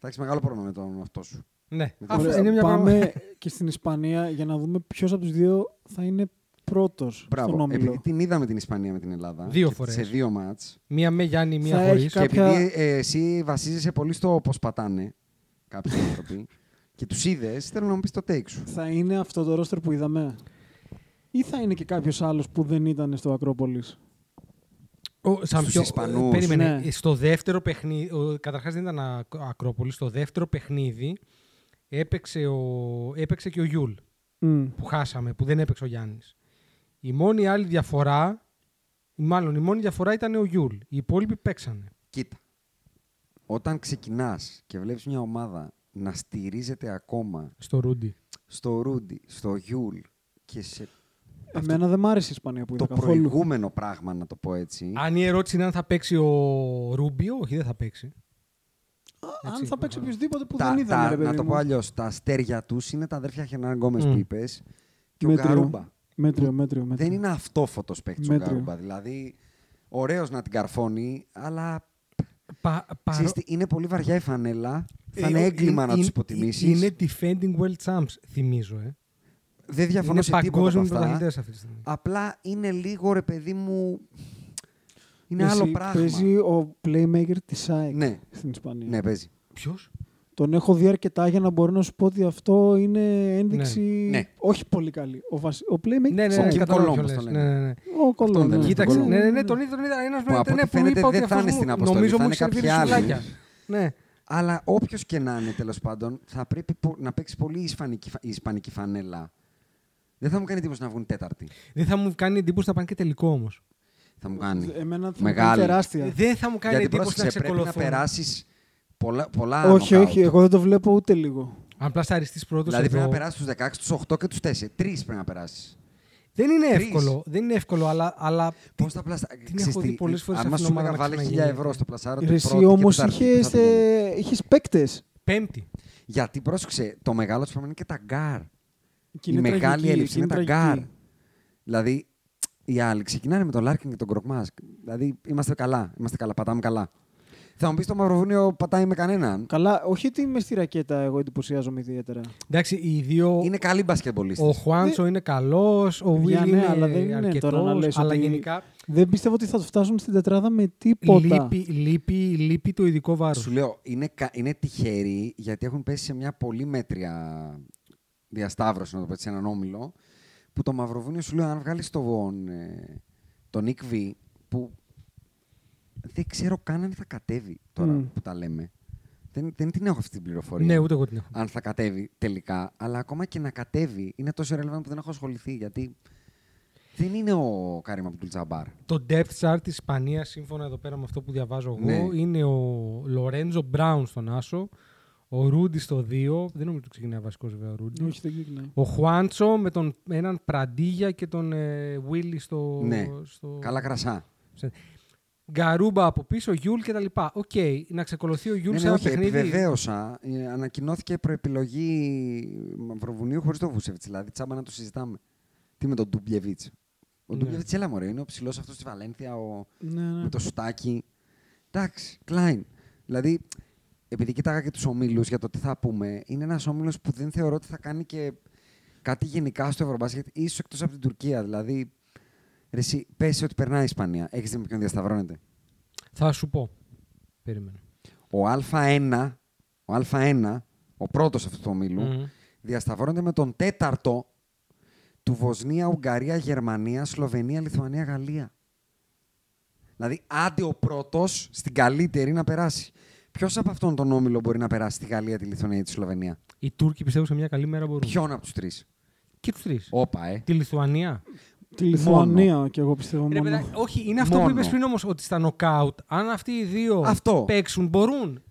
[SPEAKER 2] Θα έχεις μεγάλο πρόβλημα με τον αυτό σου.
[SPEAKER 4] ναι.
[SPEAKER 2] Με
[SPEAKER 4] Αυτό
[SPEAKER 2] Ωραία,
[SPEAKER 4] είναι μια
[SPEAKER 5] Πάμε
[SPEAKER 4] πράγμα.
[SPEAKER 5] και στην Ισπανία για να δούμε ποιος από τους δύο θα είναι πρώτος στον
[SPEAKER 2] Μπράβο.
[SPEAKER 5] όμιλο.
[SPEAKER 2] Επειδή την είδαμε την Ισπανία με την Ελλάδα.
[SPEAKER 4] Δύο
[SPEAKER 2] και
[SPEAKER 4] φορές.
[SPEAKER 2] Σε δύο μάτς.
[SPEAKER 4] Μία με Γιάννη, μία
[SPEAKER 5] Θα έχει
[SPEAKER 4] χωρίς.
[SPEAKER 5] κα- Κάποια-
[SPEAKER 2] Και επειδή ε, εσύ βασίζεσαι πολύ στο πώ πατάνε κάποιοι άνθρωποι και τους είδες, θέλω να μου πεις το take σου.
[SPEAKER 5] Θα είναι αυτό το ρόστερ που είδαμε. Ή θα είναι και κάποιος άλλος που δεν ήταν στο Ακρόπολης.
[SPEAKER 4] Σαν
[SPEAKER 2] στους
[SPEAKER 4] πιο...
[SPEAKER 2] Ισπανούς.
[SPEAKER 4] Περίμενε.
[SPEAKER 5] Ναι.
[SPEAKER 4] Ε, Στο δεύτερο παιχνίδι. Καταρχάς δεν ήταν ακ- Ακρόπολης. Στο δεύτερο παιχνίδι έπαιξε, ο... έπαιξε και ο Γιούλ. που χάσαμε, που δεν έπαιξε ο Γιάννης. Η μόνη άλλη διαφορά, μάλλον η μόνη διαφορά ήταν ο Γιούλ. Οι υπόλοιποι παίξανε.
[SPEAKER 2] Κοίτα. Όταν ξεκινάς και βλέπεις μια ομάδα να στηρίζεται ακόμα
[SPEAKER 4] Στο Ρούντι.
[SPEAKER 2] στο Ρούντι, στο Γιούλ και σε
[SPEAKER 5] Εμένα δεν μ' άρεσε η Ισπανία που
[SPEAKER 2] το
[SPEAKER 5] είδα καθόλου.
[SPEAKER 2] προηγούμενο πράγμα, να το πω έτσι.
[SPEAKER 4] Αν η ερώτηση είναι αν θα παίξει ο Ρούμπιο, όχι δεν θα παίξει.
[SPEAKER 5] Αν
[SPEAKER 4] Έτσι,
[SPEAKER 5] θα παίξει
[SPEAKER 4] προχωράμε.
[SPEAKER 5] οποιοδήποτε που
[SPEAKER 2] τα-
[SPEAKER 5] δεν
[SPEAKER 2] τα-
[SPEAKER 5] είδαμε, ρε παιδί
[SPEAKER 2] να το
[SPEAKER 5] μου. Mm.
[SPEAKER 2] πω αλλιώς. Τα αστέρια τους είναι τα αδέρφια Χερνάν Γκόμες
[SPEAKER 4] Μμ.
[SPEAKER 2] που είπες και ο
[SPEAKER 5] Μέτριο.
[SPEAKER 2] Καρούμπα.
[SPEAKER 5] Μέτριο, μέτριο, μέτριο.
[SPEAKER 2] Δεν είναι αυτόφωτος παίκτης ο
[SPEAKER 5] Μέτριο.
[SPEAKER 2] Καρούμπα. Δηλαδή, ωραίος να την καρφώνει, αλλά
[SPEAKER 4] Πα, παρό-
[SPEAKER 2] ξέρεις τι, είναι πολύ βαριά η φανέλα. Θα
[SPEAKER 4] Ε,
[SPEAKER 2] είναι
[SPEAKER 4] ο-
[SPEAKER 2] έγκλημα
[SPEAKER 4] είναι-
[SPEAKER 2] να τους
[SPEAKER 4] είναι-
[SPEAKER 2] υποτιμήσεις.
[SPEAKER 4] Είναι defending world champs, θυμίζω. Ε.
[SPEAKER 2] Δεν διαφωνώ
[SPEAKER 4] Είναι
[SPEAKER 2] σε τίποτα από
[SPEAKER 4] παγκόσμιοι πρωταθλητέ
[SPEAKER 2] αυτά.
[SPEAKER 4] αυτή τη στιγμή.
[SPEAKER 2] Απλά είναι λίγο ρε παιδί μου. Είναι
[SPEAKER 5] Εσύ
[SPEAKER 2] άλλο πράγμα.
[SPEAKER 5] Παίζει ο playmaker της ΣΑΕΚ
[SPEAKER 2] Ναι,
[SPEAKER 5] στην Ισπανία.
[SPEAKER 2] ναι, παίζει.
[SPEAKER 4] Ποιος?
[SPEAKER 5] Τον έχω δει αρκετά για να μπορώ να σου πω ότι αυτό είναι ένδειξη
[SPEAKER 2] Ναι.
[SPEAKER 5] όχι πολύ καλή. Ο, βασι... ο playmaker
[SPEAKER 4] Ναι, ναι,
[SPEAKER 5] της
[SPEAKER 4] ναι,
[SPEAKER 2] Ο
[SPEAKER 5] ΑΕΚ.
[SPEAKER 2] Kim
[SPEAKER 4] καταλαβαίνω
[SPEAKER 2] Columbus
[SPEAKER 4] ποιο λες.
[SPEAKER 2] το λένε.
[SPEAKER 4] ναι, ναι, ναι.
[SPEAKER 5] Ο Κολόν.
[SPEAKER 2] δεν
[SPEAKER 5] ναι.
[SPEAKER 2] είναι.
[SPEAKER 4] Κοίταξε,
[SPEAKER 2] Κολόμβο.
[SPEAKER 4] ναι, ναι, ναι, τον είδα, τον είδα. Ένας
[SPEAKER 2] Που από
[SPEAKER 4] ναι, που
[SPEAKER 2] ό,τι
[SPEAKER 4] μου
[SPEAKER 2] φαίνεται
[SPEAKER 4] είπα ότι
[SPEAKER 2] δεν θα
[SPEAKER 4] αυτός
[SPEAKER 2] είναι
[SPEAKER 4] μου-
[SPEAKER 2] στην αποστολή,
[SPEAKER 4] Νομίζω
[SPEAKER 2] θα
[SPEAKER 4] μου
[SPEAKER 2] είναι κάποιοι
[SPEAKER 4] σερβίρει
[SPEAKER 2] άλλοι.
[SPEAKER 4] σουβλάκια. Ναι.
[SPEAKER 2] Αλλά όποιος και να είναι τέλος πάντων, θα πρέπει πο- να παίξει πολύ η ισπανική, φα- η ισπανική φανέλα. Δεν θα μου κάνει τίποτα να βγουν τέταρτη.
[SPEAKER 4] Δεν θα μου κάνει εντύπωση να πάνε και τελικό όμως.
[SPEAKER 2] Θα μου κάνει.
[SPEAKER 5] Εμένα θα
[SPEAKER 2] Μεγάλη.
[SPEAKER 5] Μεγάλη. τεράστια.
[SPEAKER 4] Δεν θα μου κάνει
[SPEAKER 2] Γιατί
[SPEAKER 4] εντύπωση να
[SPEAKER 2] πρόσεξε, πρέπει να
[SPEAKER 4] ξεκολουθούν.
[SPEAKER 2] περάσεις πολλά, πολλά
[SPEAKER 5] όχι,
[SPEAKER 2] knockout.
[SPEAKER 5] όχι, εγώ δεν το βλέπω ούτε λίγο.
[SPEAKER 4] Αν πλασταριστεί πρώτος.
[SPEAKER 2] Δηλαδή πρέπει να περάσεις τους 16, του 8 και τους 4. Τρεις πρέπει να περάσεις.
[SPEAKER 4] Δεν είναι
[SPEAKER 2] Τρεις.
[SPEAKER 4] εύκολο. Δεν είναι εύκολο, αλλά. αλλά
[SPEAKER 2] Πώς θα πλασάρει.
[SPEAKER 4] την έχω δει πολλές φορές
[SPEAKER 2] Αν
[SPEAKER 4] αυτήν
[SPEAKER 2] σου
[SPEAKER 4] την ομάδα
[SPEAKER 2] έλεγα
[SPEAKER 4] να
[SPEAKER 2] βάλε 1000
[SPEAKER 4] ξαναγίνει.
[SPEAKER 2] ευρώ στο πλασάρο.
[SPEAKER 5] Ρε, Εσύ όμω είχε, είχες παίκτες.
[SPEAKER 4] πέμπτη.
[SPEAKER 2] Γιατί πρόσεξε, το μεγάλο του είναι και τα γκάρ.
[SPEAKER 5] Και
[SPEAKER 2] η
[SPEAKER 5] είναι
[SPEAKER 2] μεγάλη
[SPEAKER 5] τραγική,
[SPEAKER 2] έλλειψη
[SPEAKER 5] και
[SPEAKER 2] είναι,
[SPEAKER 5] είναι
[SPEAKER 2] τα γκάρ.
[SPEAKER 5] τραγική.
[SPEAKER 2] Δηλαδή, οι άλλοι ξεκινάνε με τον Λάρκιν και τον Κροκμάζ. Δηλαδή, είμαστε καλά. Είμαστε καλά. Πατάμε καλά. Θα μου πεις το Μαυροβούνιο πατάει με κανέναν.
[SPEAKER 5] Καλά, όχι ότι είμαι στη ρακέτα, εγώ εντυπωσιάζομαι ιδιαίτερα.
[SPEAKER 4] Εντάξει, οι δύο.
[SPEAKER 2] Είναι Ναι. καλοί μπασκετμπολίστες.
[SPEAKER 4] Ο Χουάντσο είναι καλός, ο
[SPEAKER 5] Για
[SPEAKER 4] Βίλ
[SPEAKER 5] ναι,
[SPEAKER 4] είναι
[SPEAKER 5] αλλά δεν είναι
[SPEAKER 4] αρκετός,
[SPEAKER 5] τώρα να λες
[SPEAKER 4] αλλά
[SPEAKER 5] ότι
[SPEAKER 4] γενικά
[SPEAKER 5] Δεν πιστεύω ότι θα φτάσουν στην τετράδα με τίποτα.
[SPEAKER 4] λείπει, λείπει, λείπει το ειδικό βάρος.
[SPEAKER 2] Σου λέω, είναι, κα- είναι τυχεροί γιατί έχουν πέσει σε μια πολύ μέτρια διασταύρωση, να το πω έτσι, έναν όμιλο. Που το Μαυροβούνιο σου λέω, αν βγάλεις τον, ε, τον Νίκ Β, που δεν ξέρω καν αν θα κατέβει τώρα
[SPEAKER 5] Μμμ.
[SPEAKER 2] που τα λέμε. Δεν, δεν την έχω αυτή την πληροφορία.
[SPEAKER 4] Ναι, ούτε εγώ την έχω.
[SPEAKER 2] Αν θα κατέβει τελικά. Αλλά ακόμα και να κατέβει είναι τόσο relevant που δεν έχω ασχοληθεί γιατί δεν είναι ο Κάριμα Αμπτούλ Τζαμπάρ.
[SPEAKER 4] Το depth chart της Ισπανίας, σύμφωνα εδώ πέρα με αυτό που διαβάζω εγώ,
[SPEAKER 2] Ναι.
[SPEAKER 4] είναι ο Λορέντζο Μπράουν στον Άσο, ο Ρούντι στο 2, δεν νομίζω ότι ξεκινάει βασικός βέβαια ο Ρούντι.
[SPEAKER 5] Όχι, δεν κύκλα.
[SPEAKER 4] Ο Χουάντσο με τον, έναν Πραντίγια και τον ε, Βίλι στο...
[SPEAKER 2] Ναι.
[SPEAKER 4] στο...
[SPEAKER 2] Καλά κρασά.
[SPEAKER 4] σε- Γκαρούμπα από πίσω, Γιούλ και τα λοιπά. Οκ, να ξεκολουθεί ο Γιούλ
[SPEAKER 2] Ναι,
[SPEAKER 4] σε
[SPEAKER 2] ναι,
[SPEAKER 4] ένα
[SPEAKER 2] όχι,
[SPEAKER 4] παιχνίδι.
[SPEAKER 2] επιβεβαίωσα. Ε, Ανακοινώθηκε προεπιλογή Μαυροβουνίου χωρίς το Βούσεβιτ. Δηλαδή, τσάμπα να το συζητάμε. Τι με τον Ντουμπιεβίτ. Ο
[SPEAKER 4] Ναι.
[SPEAKER 2] Ντουμπιεβίτ, έλα μωρέ, είναι ο ψηλός αυτός στη Βαλένθια, ο...
[SPEAKER 5] Ναι, ναι.
[SPEAKER 2] με το σουτάκι. Εντάξει, Κλάιν. Δηλαδή, επειδή κοιτάγα και τους ομίλους για το τι θα πούμε, είναι ένας όμιλο που δεν θεωρώ ότι θα κάνει και κάτι γενικά στο Ευρωμπάσκετ, ίσως εκτός από την Τουρκία. Δηλαδή, ρε, εσύ πέσει ότι περνάει η Ισπανία. Έχεις δει με ποιον διασταυρώνεται.
[SPEAKER 4] Θα σου πω. Περίμενε.
[SPEAKER 2] ο Α1, ο Α1, ο πρώτος αυτού του ομίλου,
[SPEAKER 4] Μμμ.
[SPEAKER 2] διασταυρώνεται με τον τέταρτο του Βοσνία, Ουγγαρία, Γερμανία, Σλοβενία, Λιθουανία, Γαλλία. Δηλαδή, άντε ο πρώτος στην καλύτερη να περάσει. Ποιος από αυτόν τον όμιλο μπορεί να περάσει τη Γαλλία, τη Λιθουανία ή τη Σλοβενία.
[SPEAKER 4] Οι Τούρκοι πιστεύω σε μια καλή μέρα μπορούν.
[SPEAKER 2] Ποιον από τους τρεις.
[SPEAKER 4] Και τους τρεις.
[SPEAKER 2] Όπα, ε.
[SPEAKER 4] Τη Λιθουανία.
[SPEAKER 5] Τη Λιθουανία και εγώ πιστεύω
[SPEAKER 4] Ρε,
[SPEAKER 5] μόνο.
[SPEAKER 4] παιδά, όχι, είναι αυτό
[SPEAKER 2] Μόνο.
[SPEAKER 4] που είπες πριν όμως, ότι στα νοκάουτ, αν αυτοί οι δύο
[SPEAKER 2] Αυτό.
[SPEAKER 4] παίξουν, μπορούν.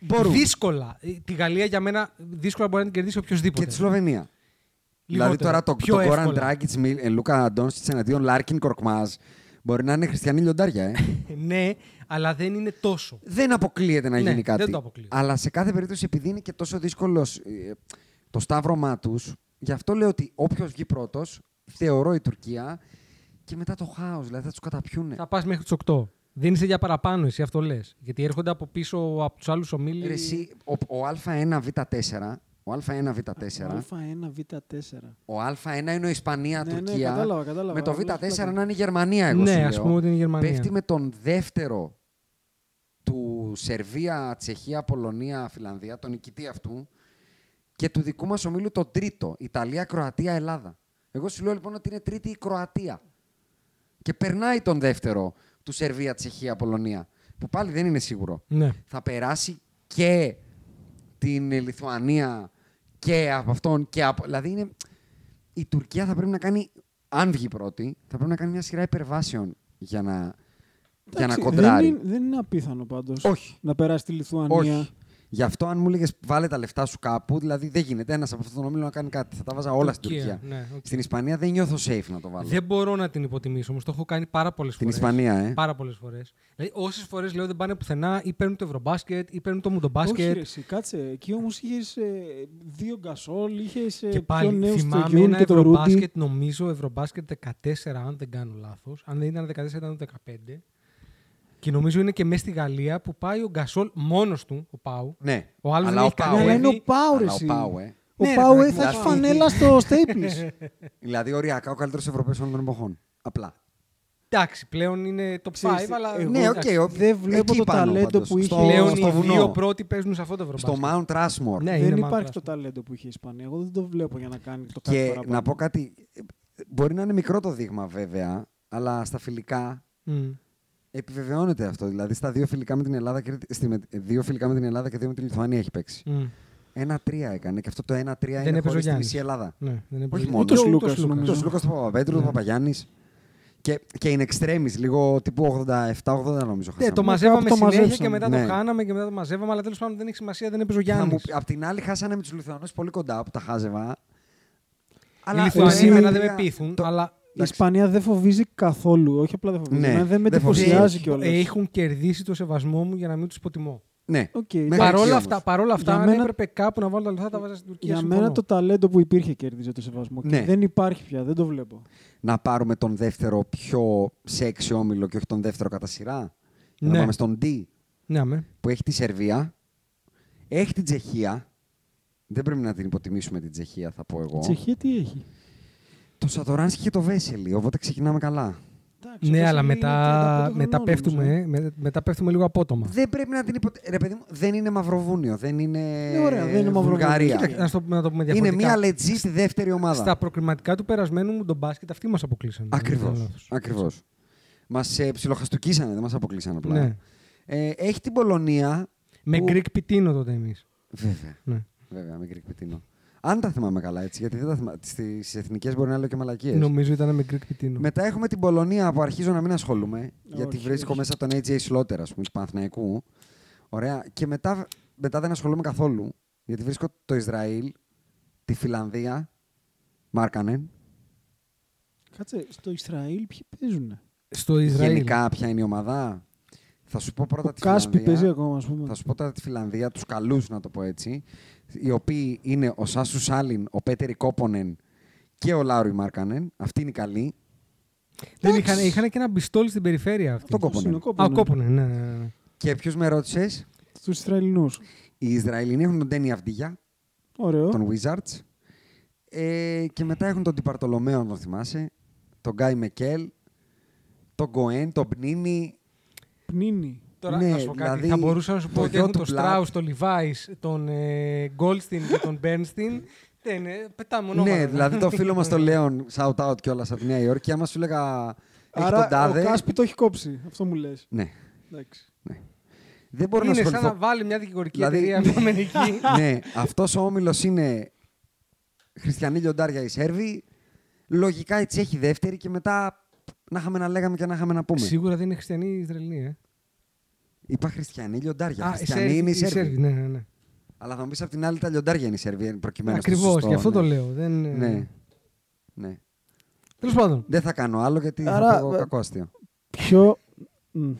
[SPEAKER 2] Μπορούν.
[SPEAKER 4] Δύσκολα. Ε, Τη Γαλλία για μένα δύσκολα μπορεί να την κερδίσει οποιοδήποτε.
[SPEAKER 2] Και τη Σλοβενία.
[SPEAKER 4] Λιγότερο.
[SPEAKER 2] Δηλαδή τώρα το,
[SPEAKER 4] Πιο
[SPEAKER 2] το Goran
[SPEAKER 4] εύκολα.
[SPEAKER 2] Dragic, Μι- ε, Λούκα Αντώνσιτ εναντίον Λάρκιν Κορκμάζ μπορεί να είναι χριστιανή λιοντάρια, ε.
[SPEAKER 4] Ναι, αλλά δεν είναι τόσο.
[SPEAKER 2] δεν αποκλείεται να
[SPEAKER 4] Ναι,
[SPEAKER 2] γίνει κάτι.
[SPEAKER 4] δεν το αποκλείω.
[SPEAKER 2] Αλλά σε κάθε περίπτωση, επειδή είναι και τόσο δύσκολος το σταύρωμά τους, γι' αυτό λέω ότι όποιος βγει πρώτος, θεωρώ η Τουρκία, και μετά το χάος, δηλαδή θα τους καταπιούνε.
[SPEAKER 4] Θα πας μέχρι τι 8. Δεν είσαι για παραπάνω, εσύ αυτό λες. Γιατί έρχονται από πίσω από τους άλλους ομίλου.
[SPEAKER 2] Ρε, εσύ, ο, ο Α1Β4, ο Α1Β4,
[SPEAKER 5] Α1Β4.
[SPEAKER 2] ο Α1 είναι η Ισπανία,
[SPEAKER 5] Ναι, ναι,
[SPEAKER 2] Τουρκία.
[SPEAKER 5] κατάλαβα, κατάλαβα. Ναι,
[SPEAKER 2] με το
[SPEAKER 5] Απλά
[SPEAKER 2] Β4
[SPEAKER 5] πλάκα.
[SPEAKER 2] να είναι η Γερμανία, εγώ
[SPEAKER 4] Ναι,
[SPEAKER 2] σου λέω.
[SPEAKER 4] ας πούμε ότι είναι η Γερμανία.
[SPEAKER 2] Πέφτει με τον δεύτερο του Σερβία, Τσεχία, Πολωνία, Φιλανδία, τον νικητή αυτού. Και του δικού μας ομίλου τον τρίτο. Ιταλία, Κροατία, Ελλάδα. Εγώ σου λέω λοιπόν ότι είναι τρίτη η Κροατία. Και περνάει τον δεύτερο του Σερβία, Τσεχία, Πολωνία. Που πάλι δεν είναι σίγουρο
[SPEAKER 4] Ναι.
[SPEAKER 2] θα περάσει και την Λιθουανία και από αυτόν και από... Δηλαδή είναι... η Τουρκία θα πρέπει να κάνει, αν βγει πρώτη, θα πρέπει να κάνει μια σειρά υπερβάσεων για να, για να
[SPEAKER 5] Εντάξει,
[SPEAKER 2] κοντράρει.
[SPEAKER 5] Δεν είναι, δεν είναι απίθανο πάντως.
[SPEAKER 2] Όχι.
[SPEAKER 5] Να περάσει τη Λιθουανία.
[SPEAKER 2] Όχι. Γι' αυτό αν μου έλεγες βάλε τα λεφτά σου κάπου, δηλαδή δεν γίνεται ένας από αυτόν τον όμιλο να κάνει κάτι. Θα τα βάζα όλα στην
[SPEAKER 4] Τουρκία,
[SPEAKER 2] Τουρκία.
[SPEAKER 4] ναι, οκ.
[SPEAKER 2] Στην Ισπανία δεν νιώθω safe να το βάλω.
[SPEAKER 4] Δεν μπορώ να την υποτιμήσω όμως. Το έχω κάνει πάρα πολλές
[SPEAKER 2] Την
[SPEAKER 4] φορές.
[SPEAKER 2] Ισπανία, ε.
[SPEAKER 4] Πάρα πολλές φορές. Δηλαδή, όσες φορές λέω δεν πάνε πουθενά ή παίρνουν το ευρωμπάσκετ ή παίρνουν το
[SPEAKER 5] Όχι,
[SPEAKER 4] μουντομπάσκετ.
[SPEAKER 5] ρε, εσύ, κάτσε. Εκεί όμως είχες δύο γκασόλ, είχες
[SPEAKER 4] Και
[SPEAKER 5] πιο
[SPEAKER 4] πάλι
[SPEAKER 5] νέους στο
[SPEAKER 4] θυμάμαι
[SPEAKER 5] Γιούλ
[SPEAKER 4] ένα
[SPEAKER 5] και το Ρούντι.
[SPEAKER 4] ευρωμπάσκετ, νομίζω ευρωμπάσκετ 14, αν δεν κάνω λάθος. Αν δεν ήταν 14, ήταν το 15. Και νομίζω είναι και μέσα στη Γαλλία που πάει ο Γκασόλ μόνος του, ο Πάου.
[SPEAKER 2] Ναι.
[SPEAKER 4] Ο άλλος
[SPEAKER 2] Αλλά
[SPEAKER 4] δεν
[SPEAKER 2] ο
[SPEAKER 4] έχει
[SPEAKER 2] Πάου,
[SPEAKER 4] κανένα.
[SPEAKER 5] Αλλά είναι ο
[SPEAKER 4] Εύη.
[SPEAKER 5] Πάου, ρε,
[SPEAKER 2] Αλλά ο
[SPEAKER 5] εσύ.
[SPEAKER 2] Πάου, ε.
[SPEAKER 5] Ο
[SPEAKER 4] Ναι, ρε,
[SPEAKER 5] Πάου
[SPEAKER 4] παιδάκι,
[SPEAKER 5] θα έχει
[SPEAKER 2] δηλαδή.
[SPEAKER 5] φανέλα στο Staples.
[SPEAKER 2] Δηλαδή οριακά ο καλύτερος Ευρωπαίος όλων των εποχών. Απλά.
[SPEAKER 4] Εντάξει, πλέον είναι το 5,
[SPEAKER 5] Ξέρεις,
[SPEAKER 4] αλλά.
[SPEAKER 5] εγώ-
[SPEAKER 2] Ναι, οκ.
[SPEAKER 4] εντάξει,
[SPEAKER 2] ο-
[SPEAKER 5] δεν βλέπω
[SPEAKER 2] εκεί
[SPEAKER 5] το
[SPEAKER 2] πάνω,
[SPEAKER 5] ταλέντο
[SPEAKER 2] πάντως.
[SPEAKER 5] που είχε.
[SPEAKER 2] Στο-
[SPEAKER 4] Πλέον
[SPEAKER 2] στο
[SPEAKER 4] οι
[SPEAKER 2] βουνό.
[SPEAKER 4] δύο πρώτοι παίζουν σε αυτό το ευρωμπάσκετ.
[SPEAKER 2] Στο Mount Rushmore.
[SPEAKER 4] Ναι,
[SPEAKER 5] Δεν
[SPEAKER 4] είναι
[SPEAKER 5] υπάρχει
[SPEAKER 4] Mount
[SPEAKER 5] το
[SPEAKER 4] Rushmore.
[SPEAKER 5] ταλέντο που είχες η Ισπανία. Εγώ δεν το βλέπω για να κάνει το κάτι
[SPEAKER 2] Και
[SPEAKER 5] παραπάνω.
[SPEAKER 2] να πω κάτι. ε, Μπορεί να είναι μικρό το δείγμα βέβαια, αλλά στα φιλικά
[SPEAKER 4] Μμ.
[SPEAKER 2] επιβεβαιώνεται αυτό. Δηλαδή στα δύο φιλικά με την Ελλάδα και, στη, με- δύο φιλικά με την Ελλάδα και δύο με τη Λιθουανία έχει παίξει.
[SPEAKER 4] Μ. ναι,
[SPEAKER 2] Ένα-τρία έκανε και αυτό το ένα-τρία
[SPEAKER 4] Δεν
[SPEAKER 2] είναι
[SPEAKER 4] έπαιζε ο
[SPEAKER 2] χωρίς τη
[SPEAKER 4] Γιάννης.
[SPEAKER 2] μισή Ελλάδα.
[SPEAKER 4] Ναι, δεν είναι
[SPEAKER 2] Όχι
[SPEAKER 4] πολύ-
[SPEAKER 2] μόνο.
[SPEAKER 4] Ούτε ο
[SPEAKER 5] Ούτε ο
[SPEAKER 4] Λούκας,
[SPEAKER 5] Λούκας,
[SPEAKER 4] Λούκας. Ναι.
[SPEAKER 2] Ούτε
[SPEAKER 5] νομίζω.
[SPEAKER 2] ο Λούκας του Παπαπέτρου, του Παπαγιάννης. Και, και είναι εξτρέμι, λίγο τύπου 87-80 νομίζω.
[SPEAKER 4] Ναι, το
[SPEAKER 2] χάσαμε.
[SPEAKER 4] μαζεύαμε
[SPEAKER 5] το
[SPEAKER 4] συνέχεια
[SPEAKER 5] μαζέψαμε.
[SPEAKER 4] και μετά
[SPEAKER 2] Ναι.
[SPEAKER 4] το χάναμε και μετά το μαζεύαμε, αλλά τέλος πάντων δεν έχει σημασία, δεν έπαιζε ο
[SPEAKER 2] Θα
[SPEAKER 4] Γιάννη.
[SPEAKER 2] μου- Απ' την άλλη, χάσανε με τους Λιθουανούς πολύ κοντά που τα χάζευα.
[SPEAKER 4] Οι
[SPEAKER 5] εσύ-
[SPEAKER 4] Λιθουανοί εμένα δεν με
[SPEAKER 2] ένα-τρία-
[SPEAKER 4] πείθουν,
[SPEAKER 2] το-
[SPEAKER 4] αλλά
[SPEAKER 5] Η Ισπανία δεν φοβίζει καθόλου. Όχι απλά δεν φοβίζει.
[SPEAKER 2] Ναι,
[SPEAKER 5] εμένα δεν με
[SPEAKER 2] δεν φοβίζει.
[SPEAKER 5] εντυπωσιάζει
[SPEAKER 2] Έχει-
[SPEAKER 5] κιόλας.
[SPEAKER 4] έχουν κερδίσει το σεβασμό μου για να μην τους υποτιμώ.
[SPEAKER 2] Ναι.
[SPEAKER 5] Οκ,
[SPEAKER 2] Μέχρι
[SPEAKER 5] εντάξει.
[SPEAKER 2] εκεί
[SPEAKER 4] Παρόλα
[SPEAKER 2] όμως.
[SPEAKER 4] αυτά, παρόλα αυτά
[SPEAKER 5] Για
[SPEAKER 4] αν
[SPEAKER 5] μένα-
[SPEAKER 4] έπρεπε κάπου να βάλω τα λεφτά, τα βάζα στην Τουρκία.
[SPEAKER 5] Για
[SPEAKER 4] συμφωνώ.
[SPEAKER 5] μένα το ταλέντο που υπήρχε κέρδιζε το σεβασμό. Και
[SPEAKER 2] Ναι.
[SPEAKER 5] Δεν υπάρχει πια, δεν το βλέπω.
[SPEAKER 2] Να πάρουμε τον δεύτερο πιο σεξι όμιλο και όχι τον δεύτερο κατά σειρά. Για
[SPEAKER 4] Ναι.
[SPEAKER 2] Να πάμε στον D
[SPEAKER 4] Ναι, αμέ.
[SPEAKER 2] που έχει τη Σερβία, έχει την Τσεχία. Δεν πρέπει να την υποτιμήσουμε την Τσεχία, θα πω εγώ.
[SPEAKER 5] Η Τσεχία τι έχει.
[SPEAKER 2] Το Σατοράνσκι και το Βέσελη, οπότε ξεκινάμε καλά.
[SPEAKER 5] Εντάξει,
[SPEAKER 4] Ναι,
[SPEAKER 5] ο
[SPEAKER 4] αλλά
[SPEAKER 5] Βασίλης είναι 35
[SPEAKER 4] μετά,
[SPEAKER 5] χρονών
[SPEAKER 4] μετά,
[SPEAKER 5] όμως, ε.
[SPEAKER 4] πέφτουμε, με- μετά πέφτουμε λίγο απότομα.
[SPEAKER 2] Δεν πρέπει να την υποτιμήσουμε. Ρε παιδί μου, δεν είναι Μαυροβούνιο, δεν είναι.
[SPEAKER 5] Ναι, ωραία, δεν είναι Μαυροβούνιο.
[SPEAKER 2] Βουλγαρία.
[SPEAKER 5] Κοίτα,
[SPEAKER 4] Να, στο, να το πούμε
[SPEAKER 2] Είναι
[SPEAKER 4] διαφορετικά.
[SPEAKER 2] μια legit δεύτερη ομάδα.
[SPEAKER 4] Στα προκριματικά του περασμένου μου τον μπάσκετ αυτοί μας αποκλείσαν. αν δεν κάνω
[SPEAKER 2] Ακριβώ.
[SPEAKER 4] λάθος.
[SPEAKER 2] Ακριβώς. Μας ε, ψιλοχαστούκίσανε, δεν μας αποκλείσανε απλά.
[SPEAKER 4] Ναι.
[SPEAKER 2] Ε, έχει την Πολωνία.
[SPEAKER 4] Με
[SPEAKER 2] που-
[SPEAKER 4] Greek πιτίνο τότε εμείς.
[SPEAKER 2] Βέβαια.
[SPEAKER 4] Ναι.
[SPEAKER 2] Βέβαια, με Greek πιτίνο. Αν τα θυμάμαι καλά έτσι, γιατί δεν τα θυμάμαι. Στις εθνικές μπορεί να λέω και μαλακίες.
[SPEAKER 4] Νομίζω ήταν με Greek πιτίνο.
[SPEAKER 2] Μετά έχουμε την Πολωνία που αρχίζω να μην ασχολούμαι, γιατί
[SPEAKER 5] όχι.
[SPEAKER 2] βρίσκω μέσα από τον AJ Slaughter, ας πούμε, του Παναθηναϊκού. Ωραία. Και μετά, μετά δεν ασχολούμαι καθόλου, γιατί βρίσκω το Ισραήλ, τη Φιλανδία, Μάρκανεν.
[SPEAKER 5] Κάτσε, στο Ισραήλ ποιοι παίζουν.
[SPEAKER 4] Στο Ισραήλ.
[SPEAKER 2] Γενικά, ποια είναι η ομάδα. Θα σου πω πρώτα
[SPEAKER 5] Ο
[SPEAKER 2] τη
[SPEAKER 5] Κάσπι
[SPEAKER 2] Φιλανδία.
[SPEAKER 5] παίζει ακόμα, ας πούμε.
[SPEAKER 2] δηλαδή, Θα σου πω τώρα τη Φιλανδία, τους καλούς να το πω έτσι, οι οποίοι είναι ο Σάσου Σάλιν, ο Πέτερη Κόπονεν και ο Λάουρι Μάρκανεν. Αυτή είναι η καλή.
[SPEAKER 4] Δεν είχαν, είχαν και ένα μπιστόλι στην περιφέρεια αυτή.
[SPEAKER 2] Το Κόπονεν.
[SPEAKER 4] Α, ο Κόπουνε, ναι, ναι, ναι.
[SPEAKER 2] Και ποιου με ρώτησες,
[SPEAKER 5] Στου Ισραηλινούς.
[SPEAKER 2] οι Ισραηλινοί έχουν τον Ντένι Αυδίγια,
[SPEAKER 5] Ωραίο.
[SPEAKER 2] τον Wizards. Ε, και μετά έχουν τον Τιπαρτολομέο, αν τον θυμάσαι, τον Γκάι Μεκέλ, τον Γκοέν, τον Πνίνη.
[SPEAKER 5] Πνίνη.
[SPEAKER 4] Τώρα
[SPEAKER 2] Ναι,
[SPEAKER 4] να σου πω κάτι.
[SPEAKER 2] δηλαδή,
[SPEAKER 4] θα μπορούσα να σου
[SPEAKER 2] το
[SPEAKER 4] πω ότι
[SPEAKER 2] γιο
[SPEAKER 4] έχουν
[SPEAKER 2] του
[SPEAKER 4] τον
[SPEAKER 2] Black-
[SPEAKER 4] Στράου, τον Λιβάι, τον ε, Γκόλστιν και τον Μπέρνστιν. Δεν είναι, πετάμε ονόματα.
[SPEAKER 2] Ναι, δηλαδή το φίλο μας τον Λέον, shout out κιόλας από τη Νέα Υόρκη, άμα σου έλεγα. Έχει
[SPEAKER 5] Άρα
[SPEAKER 2] τον τάδε.
[SPEAKER 5] ο Κάσπι το έχει κόψει. Αυτό μου λες.
[SPEAKER 2] Ναι,
[SPEAKER 5] Εντάξει.
[SPEAKER 2] δεν μπορώ
[SPEAKER 4] είναι
[SPEAKER 2] να
[SPEAKER 4] σαν
[SPEAKER 2] ασχοληθώ
[SPEAKER 4] να βάλει μια δικηγορική
[SPEAKER 2] Δηλαδή-
[SPEAKER 4] εταιρεία από Αμερική.
[SPEAKER 2] ναι, αυτός ο όμιλος είναι χριστιανοί λιοντάρια οι Σέρβοι. Λογικά η Τσέχη δεύτερη και μετά να είχαμε να λέγαμε και να είχαμε να πούμε.
[SPEAKER 4] Σίγουρα δεν είναι χριστιανοί οι Ισραηλοί. Ε.
[SPEAKER 2] Είπα χριστιανοί λιοντάρια.
[SPEAKER 4] Α, οι
[SPEAKER 2] χριστιανοί
[SPEAKER 4] Σέρβοι-
[SPEAKER 2] είναι οι
[SPEAKER 4] οι
[SPEAKER 2] Σέρβοι.
[SPEAKER 4] Σέρβοι, ναι, ναι, ναι.
[SPEAKER 2] Αλλά θα μου πεις απ' την άλλη τα λιοντάρια είναι οι Σέρβοι προκειμένου. στο
[SPEAKER 4] Ακριβώ,
[SPEAKER 2] σωστό,
[SPEAKER 4] γι' αυτό
[SPEAKER 2] ναι.
[SPEAKER 4] το λέω. Δεν...
[SPEAKER 2] Ναι. ναι.
[SPEAKER 4] Τέλος πάντων.
[SPEAKER 2] Δεν θα κάνω άλλο γιατί
[SPEAKER 5] Άρα,
[SPEAKER 2] θα πω
[SPEAKER 5] ε,
[SPEAKER 2] κακό αστείο.
[SPEAKER 5] Ποιο. Μμ.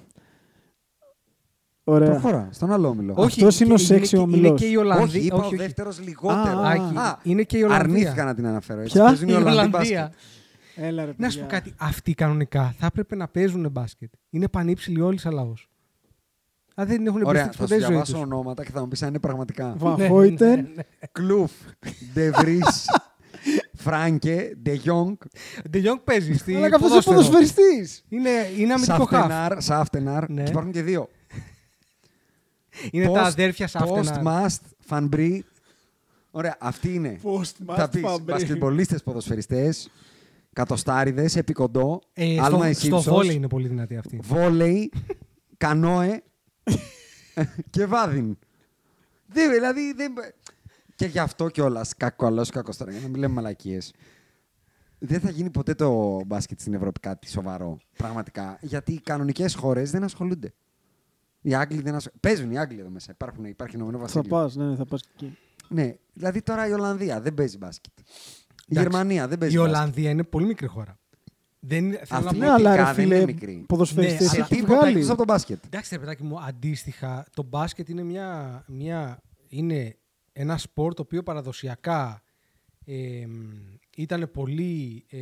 [SPEAKER 5] Ωραία.
[SPEAKER 2] Προχώρα, στον άλλο όμιλο.
[SPEAKER 5] Όχι, Αυτός είναι ο σεξι
[SPEAKER 4] και- Είναι
[SPEAKER 5] ομιλός.
[SPEAKER 4] και η
[SPEAKER 2] όχι,
[SPEAKER 4] Ολλανδία.
[SPEAKER 2] είπα
[SPEAKER 4] όχι,
[SPEAKER 2] ο
[SPEAKER 4] όχι.
[SPEAKER 2] δεύτερος λιγότερος.
[SPEAKER 5] Α,
[SPEAKER 4] Άκη,
[SPEAKER 2] Α,
[SPEAKER 4] είναι και η Ολλανδία.
[SPEAKER 2] αρνήθηκα να την αναφέρω. Έτσι.
[SPEAKER 5] Ποια?
[SPEAKER 2] Παίζουν οι
[SPEAKER 4] Η
[SPEAKER 2] Ολλανδοί
[SPEAKER 4] Ολλανδία.
[SPEAKER 2] μπάσκετ.
[SPEAKER 5] Έλα ρε.
[SPEAKER 4] Να σου πω κάτι. Αυτοί κανονικά θα έπρεπε να παίζουν μπάσκετ. Είναι πανύψηλοι όλοι σαν λαός. Αν δεν έχουν
[SPEAKER 2] Ωραία,
[SPEAKER 4] εμπιστευτεί
[SPEAKER 2] θα
[SPEAKER 4] ποτέ η
[SPEAKER 2] σου
[SPEAKER 4] ζωή Ναι,
[SPEAKER 2] διαβάσω
[SPEAKER 4] τους.
[SPEAKER 2] ονόματα και θα μου πεις αν είναι πραγματικά.
[SPEAKER 5] Ναι. Βαχόιτερ.
[SPEAKER 2] Κλουφ, Ντεβρί, Φράνκε, Ντε Γιόνγκ,
[SPEAKER 4] Ντελιόνγκ παίζει. Στη
[SPEAKER 5] Αλλά αυτός είναι
[SPEAKER 4] ποδόσφαιρο.
[SPEAKER 5] ποδοσφαιριστής.
[SPEAKER 4] Είναι, είναι αμυντικό χάφ.
[SPEAKER 2] Σαφτενάρ, Σαφτενάρ.
[SPEAKER 4] Ναι.
[SPEAKER 2] Και υπάρχουν και δύο.
[SPEAKER 4] Είναι τα αδέρφια
[SPEAKER 2] Post,
[SPEAKER 4] Σάφτενα.
[SPEAKER 2] Must, Φανμπρί. Ωραία, αυτοί είναι.
[SPEAKER 5] Post, Must,
[SPEAKER 2] Θα πεις,
[SPEAKER 5] Φανμπρί.
[SPEAKER 2] μπασκετμπολίστες, ποδοσφαιριστές, κατοστάριδες, επικοντό,
[SPEAKER 4] Ε,
[SPEAKER 2] άλμα
[SPEAKER 4] στο,
[SPEAKER 2] η
[SPEAKER 4] στο
[SPEAKER 2] Σίμψος,
[SPEAKER 4] βόλεϊ είναι πολύ δυνατή αυτή.
[SPEAKER 2] βόλεϊ, κανόε και βάδιν. Δεν, δηλαδή, δεν... Και γι' αυτό κιόλας, κακό κακός τώρα, για να μην λέμε μαλακίες. Δεν θα γίνει ποτέ το μπάσκετ στην Ευρώπη κάτι σοβαρό. Πραγματικά. Γιατί οι κανονικές χώρες δεν ασχολούνται. Οι Άγγλοι δεν ασχολούνται. Παίζουν οι Άγγλοι εδώ μέσα. Υπάρχουν, υπάρχει Ηνωμένο
[SPEAKER 5] Θα
[SPEAKER 2] Βασίλειο.
[SPEAKER 5] πας, ναι, θα πας εκεί.
[SPEAKER 2] Ναι, δηλαδή τώρα η Ολλανδία δεν παίζει μπάσκετ. Η
[SPEAKER 4] Εντάξει.
[SPEAKER 2] Γερμανία δεν παίζει
[SPEAKER 4] Η
[SPEAKER 2] μπάσκετ.
[SPEAKER 4] Ολλανδία είναι πολύ μικρή χώρα. Δεν είναι, θέλω να
[SPEAKER 2] Αυτή
[SPEAKER 4] πω-
[SPEAKER 5] Ναι, αλλά ρε
[SPEAKER 2] δεν είναι
[SPEAKER 5] φίλε,
[SPEAKER 2] μικρή.
[SPEAKER 5] ποδοσφαιριστές
[SPEAKER 4] Ναι,
[SPEAKER 2] Σε
[SPEAKER 4] αλλά-
[SPEAKER 5] έχει
[SPEAKER 2] τίποτα
[SPEAKER 5] βγάλει.
[SPEAKER 2] εκτός από τον μπάσκετ.
[SPEAKER 4] Εντάξει, ρε παιδάκι μου, αντίστοιχα, το μπάσκετ είναι, μια, μια, είναι ένα σπορ το οποίο παραδοσιακά ε, ήταν πολύ ε,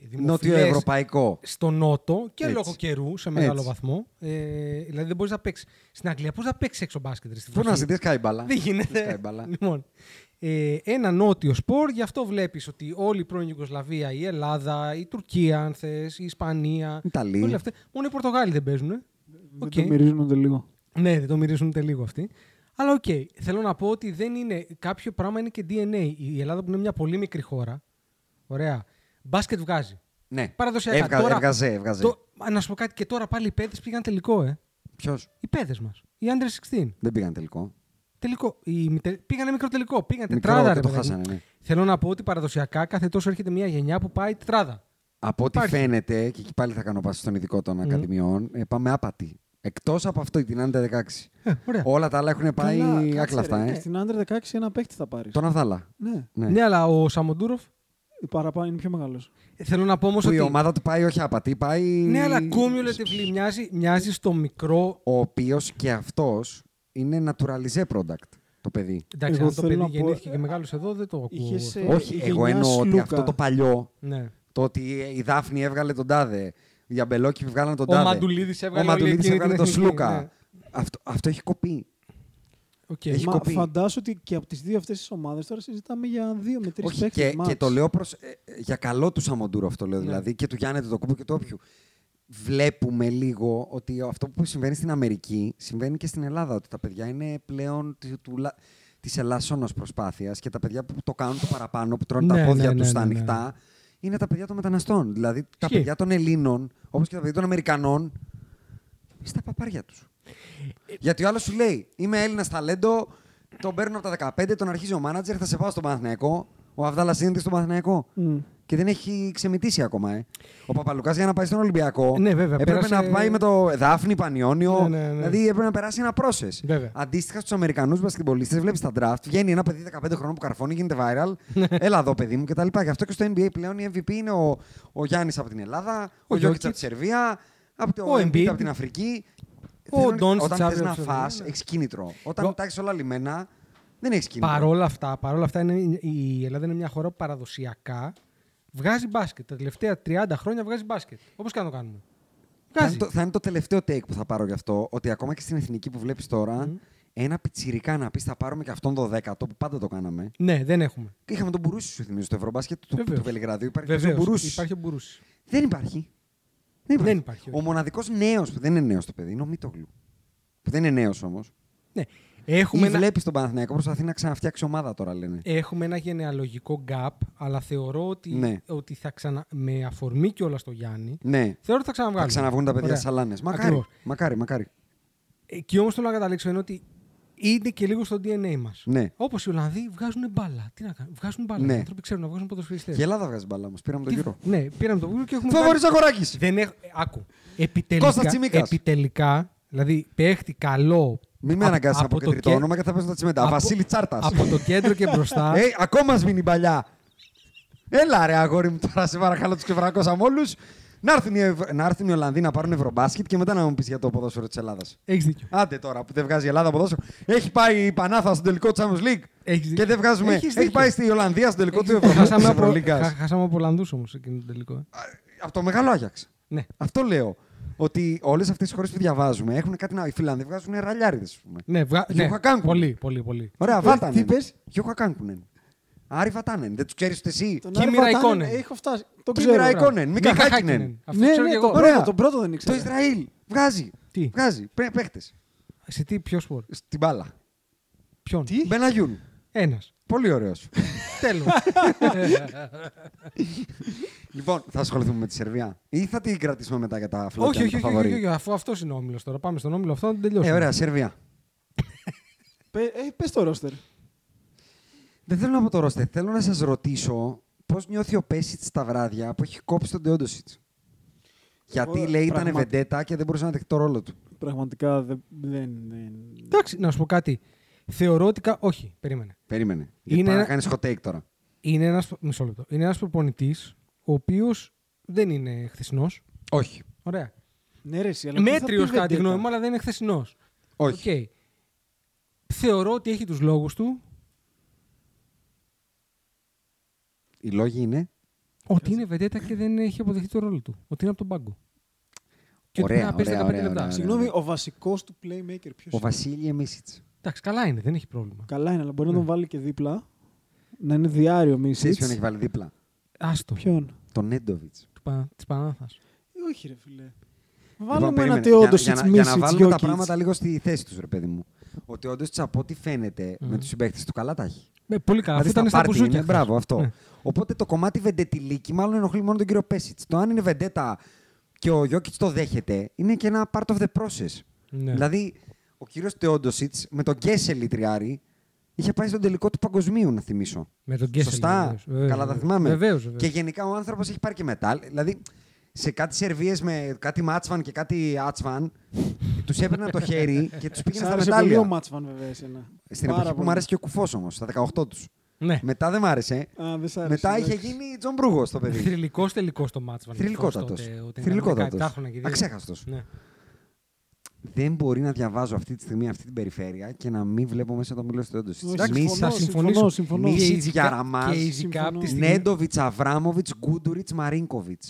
[SPEAKER 4] δημοφιλές
[SPEAKER 2] Νότιο-ευρωπαϊκό.
[SPEAKER 4] στο Νότο και
[SPEAKER 2] Έτσι.
[SPEAKER 4] λόγω καιρού σε μεγάλο
[SPEAKER 2] Έτσι.
[SPEAKER 4] βαθμό. Ε, δηλαδή δεν μπορείς να παίξεις. Στην Αγγλία, πώς να παίξεις έξω μπάσκετ. ρε, στη
[SPEAKER 2] Πού να
[SPEAKER 4] βροχή.
[SPEAKER 2] ζητήσεις καϊμπάλα.
[SPEAKER 4] Δεν
[SPEAKER 2] Δεν σκάει
[SPEAKER 4] γίνεται.
[SPEAKER 2] μπάλα.
[SPEAKER 4] Λοιπόν, ε, ένα νότιο σπορ, γι' αυτό βλέπεις ότι όλη η πρώην Ιουγκοσλαβία, η Ελλάδα, η Τουρκία, αν θες, η Ισπανία.
[SPEAKER 2] Ιταλοί.
[SPEAKER 4] Όλοι αυτοί. Μόνο οι Πορτογάλοι δεν παίζουν.
[SPEAKER 5] Δεν το μυρίζονται λίγο.
[SPEAKER 4] Ναι, δεν το μυρίζουν ούτε λίγο αυτοί. Αλλά οκ, θέλω να πω ότι δεν είναι. Κάποιο πράγμα είναι και DNA. Η Ελλάδα που είναι μια πολύ μικρή χώρα. Ωραία. Μπάσκετ βγάζει.
[SPEAKER 2] Ναι.
[SPEAKER 4] Παραδοσιακά.
[SPEAKER 2] Έβγα-
[SPEAKER 4] τώρα,
[SPEAKER 2] Έβγαζε, έβγαζε.
[SPEAKER 4] Το, Α, να σου πω κάτι και τώρα πάλι οι παίδε πήγαν τελικό, ε.
[SPEAKER 2] Ποιος.
[SPEAKER 4] Οι παίδε μας. Οι άντρε 16.
[SPEAKER 2] Δεν πήγαν τελικό.
[SPEAKER 4] Τελικό. Οι, μητε- πήγανε μικρό τελικό. Πήγαν
[SPEAKER 2] Μικρό
[SPEAKER 4] τετράδα.
[SPEAKER 2] και
[SPEAKER 4] ρε
[SPEAKER 2] το
[SPEAKER 4] παιδάκι μου.
[SPEAKER 2] χάσανε, ναι.
[SPEAKER 4] Θέλω να πω ότι παραδοσιακά κάθε τόσο έρχεται μια γενιά που πάει τετράδα.
[SPEAKER 2] Από ό,τι
[SPEAKER 4] Υπάρχει.
[SPEAKER 2] φαίνεται, και εκεί πάλι θα κάνω πάση στον ειδικό των ακαδημιών, ε, πάμε άπατοι. Εκτός από αυτό, την άντα 16.
[SPEAKER 4] Ε, ωραία.
[SPEAKER 2] Όλα τα άλλα έχουν πάει άκλα αυτά.
[SPEAKER 5] ε.
[SPEAKER 2] Ε.
[SPEAKER 5] Στην άντρα 16 ένα παίχτη θα πάρεις.
[SPEAKER 2] Τον Αυδάλα.
[SPEAKER 5] Ναι,
[SPEAKER 2] Ναι.
[SPEAKER 4] Ναι, αλλά ο Σαμοντούροφ.
[SPEAKER 5] παραπάνω είναι πιο μεγάλος.
[SPEAKER 4] ε, Θέλω να πω όμως
[SPEAKER 2] Που
[SPEAKER 4] ότι.
[SPEAKER 2] η ομάδα του πάει όχι άπατη, πάει.
[SPEAKER 4] Ναι, αλλά cumulatively μοιάζει, μοιάζει στο μικρό.
[SPEAKER 2] Ο οποίος και αυτός είναι naturalize product το παιδί.
[SPEAKER 4] Εντάξει,
[SPEAKER 5] Εγώ
[SPEAKER 4] αν το
[SPEAKER 5] θέλω
[SPEAKER 4] παιδί
[SPEAKER 5] να πω-
[SPEAKER 4] γεννήθηκε και μεγάλωσε εδώ, δεν το ακούω.
[SPEAKER 5] Είχες, ε,
[SPEAKER 2] Όχι,
[SPEAKER 5] η
[SPEAKER 2] εγώ
[SPEAKER 5] γενιά
[SPEAKER 2] εννοώ ότι
[SPEAKER 5] Σλούκα.
[SPEAKER 2] αυτό το παλιό,
[SPEAKER 4] Ναι.
[SPEAKER 2] το ότι η Δάφνη έβγαλε τον τάδε, οι Αμπελόκηποι βγάλανε τον
[SPEAKER 4] Ο
[SPEAKER 2] τάδε.
[SPEAKER 4] Μαντουλίδης έβγαλε
[SPEAKER 2] Ο Μαντουλίδης
[SPEAKER 4] όλη εκείνη την
[SPEAKER 2] έβγαλε τον
[SPEAKER 4] εθνική,
[SPEAKER 2] Σλούκα.
[SPEAKER 4] ναι.
[SPEAKER 2] Αυτό, αυτό έχει κοπεί.
[SPEAKER 4] Οκ.
[SPEAKER 2] Έχει
[SPEAKER 5] Μα
[SPEAKER 2] κοπεί.
[SPEAKER 5] φαντάσου ότι και από τις δύο αυτές τις ομάδες τώρα συζητάμε για δύο με τρεις
[SPEAKER 2] Όχι,
[SPEAKER 5] παίχτε.
[SPEAKER 2] και, και το λέω προς, ε, ε, για καλό τους Σαμοντούρου αυτό
[SPEAKER 4] Ναι.
[SPEAKER 2] λέω δηλαδή και του Γιάννη του Κούμπο και του όποιου. Βλέπουμε λίγο ότι αυτό που συμβαίνει στην Αμερική συμβαίνει και στην Ελλάδα. Ότι τα παιδιά είναι πλέον τη της ελάσσονος προσπάθειας και τα παιδιά που το κάνουν το παραπάνω, που τρώνε
[SPEAKER 4] Ναι,
[SPEAKER 2] τα πόδια
[SPEAKER 4] ναι,
[SPEAKER 2] τους
[SPEAKER 4] ναι,
[SPEAKER 2] στα
[SPEAKER 4] ναι, ναι.
[SPEAKER 2] ανοιχτά, είναι τα παιδιά των μεταναστών. Δηλαδή τα
[SPEAKER 4] Ισχύει.
[SPEAKER 2] παιδιά των Ελλήνων, όπως και τα παιδιά των Αμερικανών, στα παπάρια τους. Γιατί ο άλλος σου λέει: Είμαι Έλληνας ταλέντο, τον παίρνω από τα 15, τον αρχίζει ο μάνατζερ, θα σε πάω στον Παναθηναϊκό. Ο Αβδάλας είναι στον Παναθηναϊκό. Και δεν έχει ξεμητήσει ακόμα. Ε. Ο Παπαλουκάς για να πάει στον Ολυμπιακό.
[SPEAKER 4] Ναι, βέβαια,
[SPEAKER 2] Έπρεπε
[SPEAKER 4] πέρασε-
[SPEAKER 2] να πάει με το Δάφνη, Πανιόνιο.
[SPEAKER 4] Ναι, ναι, ναι.
[SPEAKER 2] Δηλαδή έπρεπε να περάσει ένα πρόσε.
[SPEAKER 4] Βέβαια.
[SPEAKER 2] Αντίστοιχα στους Αμερικανούς μπασκετμπολίστες, βλέπεις τα draft, βγαίνει ένα παιδί 15 χρόνων που καρφώνει, γίνεται viral.
[SPEAKER 4] Ναι.
[SPEAKER 2] Έλα εδώ, παιδί μου κτλ. Γι' αυτό και στο NBA πλέον η MVP είναι ο, ο Γιάννης από την Ελλάδα, ο,
[SPEAKER 4] Ο
[SPEAKER 2] ο Γιώργης
[SPEAKER 4] Jokic.
[SPEAKER 2] από τη Σερβία, από το
[SPEAKER 4] Ο Embiid.
[SPEAKER 2] Embiid από την Αφρική.
[SPEAKER 4] Ο
[SPEAKER 2] Ε, Θέλω-
[SPEAKER 4] Ντόνσιτς
[SPEAKER 2] Όταν θες
[SPEAKER 4] αύριο
[SPEAKER 2] να
[SPEAKER 4] ξέρω,
[SPEAKER 2] φας,
[SPEAKER 4] ναι.
[SPEAKER 2] έχεις κίνητρο. Όταν
[SPEAKER 4] Εγώ-
[SPEAKER 2] Εγώ... όλα λιμένα, δεν έχεις κίνητρο.
[SPEAKER 4] Παρόλα αυτά, παρόλα αυτά είναι, η Ελλάδα είναι μια χώρα που παραδοσιακά βγάζει μπάσκετ. Τα τελευταία 30 χρόνια βγάζει μπάσκετ. Όπως και να το κάνουμε.
[SPEAKER 2] θα,
[SPEAKER 4] Βγάζει.
[SPEAKER 2] είναι το, θα είναι το τελευταίο take που θα πάρω γι' αυτό, ότι ακόμα και στην εθνική που βλέπεις τώρα, ένα πιτσιρικά να πεις θα πάρουμε και αυτόν το 10ο που πάντα το κάναμε.
[SPEAKER 4] Ναι, δεν έχουμε.
[SPEAKER 2] Και είχαμε τον Μπουρούση, σου θυμίζω, στο Ευρωμπάσκετ του,
[SPEAKER 4] Βεβαίως.
[SPEAKER 2] του Βελιγραδίου. Υπάρχει και ο
[SPEAKER 4] Βεβαίως,
[SPEAKER 2] Μπουρούση.
[SPEAKER 4] Υπάρχει ο Μπουρούση.
[SPEAKER 2] Δεν υπάρχει.
[SPEAKER 4] Δεν υπάρχει,
[SPEAKER 2] Ο
[SPEAKER 4] όχι.
[SPEAKER 2] μοναδικός νέος που δεν είναι νέος το παιδί είναι ο Μίτογλου. Που δεν είναι νέος όμως.
[SPEAKER 4] Ναι.
[SPEAKER 2] Ή
[SPEAKER 4] Έχουμε, ένα, Ε,
[SPEAKER 2] βλέπεις τον Παναθηναϊκό, προσπαθεί να ξαναφτιάξει ομάδα τώρα λένε.
[SPEAKER 4] έχουμε ένα γενεαλογικό gap, αλλά θεωρώ ότι,
[SPEAKER 2] Ναι.
[SPEAKER 4] ότι θα ξανα... με αφορμή κιόλας το Γιάννη,
[SPEAKER 2] Ναι.
[SPEAKER 4] θεωρώ ότι θα
[SPEAKER 2] Θα
[SPEAKER 4] ξαναβγάλουμε.
[SPEAKER 2] ξαναβγούν τα παιδιά
[SPEAKER 4] Ωραία.
[SPEAKER 2] στι σαλάνε. Μακάρι,
[SPEAKER 4] Ακριβώς.
[SPEAKER 2] μακάρι, μακάρι.
[SPEAKER 4] Εκεί όμως θέλω να καταλήξω είναι ότι είναι και λίγο στο DNA μας.
[SPEAKER 2] Ναι.
[SPEAKER 4] Όπως οι Ολλανδοί βγάζουν μπάλα. Τι να κάνουν, βγάζουν μπάλα.
[SPEAKER 2] Ναι.
[SPEAKER 4] Οι άνθρωποι ξέρουν να βγάζουν ποδοσφαιριστές.
[SPEAKER 2] Και η Ελλάδα βγάζει μπαλά όμως. Πήραμε τον γύρο.
[SPEAKER 4] Ναι, πήραμε το γύρο και έχουμε.
[SPEAKER 2] Φαβορή
[SPEAKER 4] κάνει-
[SPEAKER 2] Ζαχοράκη.
[SPEAKER 4] Δεν έχω. ε, Άκου. Επιτελικά,
[SPEAKER 2] Κώστας Τσιμίκας.
[SPEAKER 4] επιτελικά, δηλαδή παίχτη καλό.
[SPEAKER 2] Μην με
[SPEAKER 4] απ-
[SPEAKER 2] αναγκάσεις να πω και
[SPEAKER 4] το
[SPEAKER 2] τρίτο
[SPEAKER 4] κέ-
[SPEAKER 2] όνομα και θα πέσουν τα τσιμέντα.
[SPEAKER 4] από-
[SPEAKER 2] Βασίλη Τσάρτας.
[SPEAKER 4] Από το κέντρο και μπροστά.
[SPEAKER 2] Ε, ακόμα σβήνει παλιά. Έλα ρε αγόρι μου τώρα, σε παρακαλώ τους ξεβρακώσαμε όλους. Να έρθουν, οι Ευ- να έρθουν οι Ολλανδοί να πάρουν ευρωμπάσκετ και μετά να μου πεις για το ποδόσφαιρο της Ελλάδας.
[SPEAKER 4] Έχεις δίκιο.
[SPEAKER 2] Άντε τώρα που δεν βγάζει η Ελλάδα ποδόσφαιρο. Έχει πάει η Πανάθα στον τελικό του Champions League.
[SPEAKER 4] Έχεις δίκιο.
[SPEAKER 2] και δεν βγάζουμε.
[SPEAKER 4] Έχεις
[SPEAKER 2] Έχει
[SPEAKER 4] δίκιο.
[SPEAKER 2] πάει στη Ολλανδία στον τελικό του
[SPEAKER 4] Έχεις- Χάσαμε από, χα-
[SPEAKER 2] Ευρωλίγκα.
[SPEAKER 4] χάσαμε από Ολλανδούς όμως εκείνο το τελικό. ε.
[SPEAKER 2] Από το μεγάλο Άγιαξ.
[SPEAKER 4] Ναι.
[SPEAKER 2] Αυτό λέω. Ότι όλες αυτές τι χώρες που διαβάζουμε έχουν κάτι να. Οι Φιλανδοί βγάζουν ραλιάριδες, ας πούμε.
[SPEAKER 4] Ναι, βγα...
[SPEAKER 2] Γιούχα
[SPEAKER 4] ναι.
[SPEAKER 2] Κάνκουνεν.
[SPEAKER 4] Πολύ, πολύ, πολύ.
[SPEAKER 2] Ωραία,
[SPEAKER 5] Τι-
[SPEAKER 2] Βάτανεν.
[SPEAKER 5] τι είπες?
[SPEAKER 2] Γιούχα Κάνκουνεν. Άρη Βάτανεν. Δεν τους ξέρεις ούτε εσύ.
[SPEAKER 5] Τον
[SPEAKER 4] Kimi
[SPEAKER 5] Άρη Βατάνεν,
[SPEAKER 4] Raikkonen.
[SPEAKER 5] Έχω φτάσει. Το
[SPEAKER 2] Kimi
[SPEAKER 5] ξέρω.
[SPEAKER 2] Raikkonen.
[SPEAKER 5] μπράβο.
[SPEAKER 2] Raikkonen, Μίκα
[SPEAKER 4] Μίκα
[SPEAKER 2] Χάκινεν.
[SPEAKER 4] Χάκινεν. Αυτό
[SPEAKER 5] Ναι,
[SPEAKER 4] ξέρω
[SPEAKER 5] ναι,
[SPEAKER 4] και
[SPEAKER 5] το
[SPEAKER 4] εγώ.
[SPEAKER 5] πρώτο. Ωραία, τον πρώτο δεν
[SPEAKER 2] Το
[SPEAKER 5] ήξερα.
[SPEAKER 2] Ισραήλ βγάζει.
[SPEAKER 4] Τι?
[SPEAKER 2] Βγάζει. Παίχτε.
[SPEAKER 4] Σε τι, ποιος σπορ.
[SPEAKER 2] Στην μπάλα.
[SPEAKER 4] Ποιον.
[SPEAKER 5] Τι?
[SPEAKER 2] Μπεναγιούν.
[SPEAKER 4] Ένας.
[SPEAKER 2] Πολύ ωραίος.
[SPEAKER 4] Τέλος.
[SPEAKER 2] λοιπόν, θα ασχοληθούμε με τη Σερβία ή θα την κρατήσουμε μετά για τα φλόγια.
[SPEAKER 4] όχι, όχι,
[SPEAKER 2] με
[SPEAKER 4] όχι,
[SPEAKER 2] τα
[SPEAKER 4] όχι,
[SPEAKER 2] φαβορί?
[SPEAKER 4] όχι, αφού αυτός είναι ο όμιλος τώρα. Πάμε στον όμιλο αυτό να τον τελειώσουμε.
[SPEAKER 2] Ε, ωραία, Σερβία.
[SPEAKER 5] Πε ε, πες το ρόστερ.
[SPEAKER 2] Δεν θέλω να πω το ρόστερ. Θέλω να σας ρωτήσω πώς νιώθει ο Πέσιτ τα βράδια που έχει κόψει τον Τεόντοσιτ. Γιατί
[SPEAKER 5] Ωραία,
[SPEAKER 2] λέει ήταν
[SPEAKER 5] πραγματι-
[SPEAKER 2] βεντέτα και δεν μπορούσε να δεχτεί το ρόλο του.
[SPEAKER 5] Πραγματικά δεν. δεν, δεν...
[SPEAKER 4] Εντάξει, να σου πω κάτι. Θεωρώ ότι. κα- Όχι, περίμενε.
[SPEAKER 2] Περίμενε.
[SPEAKER 4] Είναι
[SPEAKER 2] Είναι
[SPEAKER 4] ένα-
[SPEAKER 2] να κάνεις hot take τώρα.
[SPEAKER 4] Είναι ένας μισό λεπτό. Είναι ένας προπονητής ο οποίος δεν είναι χθεσινός.
[SPEAKER 2] Όχι.
[SPEAKER 4] Ωραία.
[SPEAKER 5] Ναι, ρε,
[SPEAKER 2] Ε,
[SPEAKER 5] εσύ, αλλά τι θα
[SPEAKER 4] Μέτριος
[SPEAKER 5] πεις
[SPEAKER 4] κατά τη
[SPEAKER 5] Βεντέτα.
[SPEAKER 2] Ναι,
[SPEAKER 4] γνώμη μου, αλλά δεν είναι χθεσινός.
[SPEAKER 2] Όχι.
[SPEAKER 4] Οκ. Θεωρώ ότι έχει τους λόγους του
[SPEAKER 2] Οι λόγοι είναι.
[SPEAKER 4] ότι είναι βεντέτα και δεν έχει αποδεχτεί το ρόλο του. Ότι είναι από τον πάγκο. Και ότι
[SPEAKER 2] Ωραία,
[SPEAKER 4] πρέπει να παίζει
[SPEAKER 2] ωραία,
[SPEAKER 4] 15
[SPEAKER 2] ωραία,
[SPEAKER 4] λεπτά.
[SPEAKER 2] ωραία.
[SPEAKER 5] Συγγνώμη, ο βασικός του playmaker ποιος
[SPEAKER 2] ναι, Ο
[SPEAKER 5] είναι.
[SPEAKER 2] Βασίλη Μίσιτ.
[SPEAKER 4] Εντάξει, καλά είναι, δεν έχει πρόβλημα.
[SPEAKER 5] Καλά είναι, αλλά μπορεί να
[SPEAKER 4] Ναι.
[SPEAKER 5] τον βάλει και δίπλα. Να είναι διάριο
[SPEAKER 2] Ξέρεις ποιον έχει
[SPEAKER 5] μίση.
[SPEAKER 2] βάλει δίπλα.
[SPEAKER 4] Άστο.
[SPEAKER 5] Ποιον.
[SPEAKER 2] Τον Νέντοβιτ.
[SPEAKER 4] Της Πανάθας.
[SPEAKER 5] Ε, Όχι, ρε φιλέ. Βάλουμε ένα τεόντο
[SPEAKER 2] Λοιπόν, για,
[SPEAKER 5] τη
[SPEAKER 2] να- για να
[SPEAKER 5] μίση.
[SPEAKER 2] βάλουμε τα πράγματα λίγο στη θέση τους, ρε παιδί μου. Ότι όντω από ό,τι φαίνεται
[SPEAKER 4] Μμμ.
[SPEAKER 2] με τους συμπαίκτες του καλά τα έχει.
[SPEAKER 4] Ναι, πολύ καλά. Αφού
[SPEAKER 2] Δηλαδή
[SPEAKER 4] ήταν στα
[SPEAKER 2] πάρτι
[SPEAKER 4] μπουζούκια.
[SPEAKER 2] είναι,
[SPEAKER 4] χθες.
[SPEAKER 2] Μπράβο, αυτό.
[SPEAKER 4] Ναι.
[SPEAKER 2] Οπότε το κομμάτι βεντετιλίκη μάλλον ενοχλεί μόνο τον κύριο Πέσιτ. Το αν είναι βεντέτα και ο Γιώκητ το δέχεται, είναι και ένα part of the process.
[SPEAKER 4] Ναι.
[SPEAKER 2] Δηλαδή, ο κύριος Τεόντοσιτ με τον Γκέσελη τριάρι είχε πάει στον τελικό του παγκοσμίου, να θυμίσω.
[SPEAKER 4] Με τον Κέσσελ.
[SPEAKER 2] Σωστά.
[SPEAKER 4] βεβαίως, βεβαίως,
[SPEAKER 2] Καλά τα
[SPEAKER 4] βεβαίως.
[SPEAKER 2] θυμάμαι.
[SPEAKER 4] Βεβαίως, βεβαίως.
[SPEAKER 2] Και γενικά ο άνθρωπος έχει πάρει και μετάλλ. Δηλαδή, σε κάτι σερβίες με κάτι μάτσβαν και κάτι άτσβαν, τους έπαιρνε από το χέρι και τους πήγαινε στα
[SPEAKER 5] Σ' άρεσε πολύ ο
[SPEAKER 2] μετάλλια.
[SPEAKER 5] Μάτσβαν βέβαια εσένα.
[SPEAKER 2] Στην
[SPEAKER 5] ναι. Πάρα
[SPEAKER 2] εποχή που
[SPEAKER 5] πολύ.
[SPEAKER 2] μου άρεσε και ο κουφός όμως, στα 18 τους.
[SPEAKER 4] Ναι.
[SPEAKER 2] Μετά δεν μ' άρεσε.
[SPEAKER 5] Α, δεν σ' άρεσε,
[SPEAKER 2] Μετά
[SPEAKER 5] εντάξει.
[SPEAKER 2] είχε γίνει Τζον Μπρούγος το παιδί.
[SPEAKER 4] Θρηλυκός τελικός το μάτς.
[SPEAKER 2] Θρηλυκότατο.
[SPEAKER 4] Θρηλυκότατο.
[SPEAKER 2] Θρηλυκότατο.
[SPEAKER 5] Ναι.
[SPEAKER 4] Αξέχαστο.
[SPEAKER 2] Αξέχαστος.
[SPEAKER 4] Ναι.
[SPEAKER 2] δεν μπορεί να διαβάζω αυτή τη στιγμή αυτή την περιφέρεια και να μην βλέπω μέσα το μήλος του
[SPEAKER 5] Όχι,
[SPEAKER 2] Έντοσιτ.
[SPEAKER 5] συμφωνώ,
[SPEAKER 2] Μη σα
[SPEAKER 5] συμφωνώ,
[SPEAKER 2] συμφωνήσω.
[SPEAKER 5] συμφωνώ.
[SPEAKER 4] Και
[SPEAKER 2] Μίσιτ,
[SPEAKER 4] ειδικά-
[SPEAKER 2] Γιαραμάς,
[SPEAKER 4] Και ειδικά από τη
[SPEAKER 2] Ναι,
[SPEAKER 4] στιγμή.
[SPEAKER 2] Νέντοβιτ, Αβράμοβιτ, Γκούντουριτ, Μαρίνκοβιτ.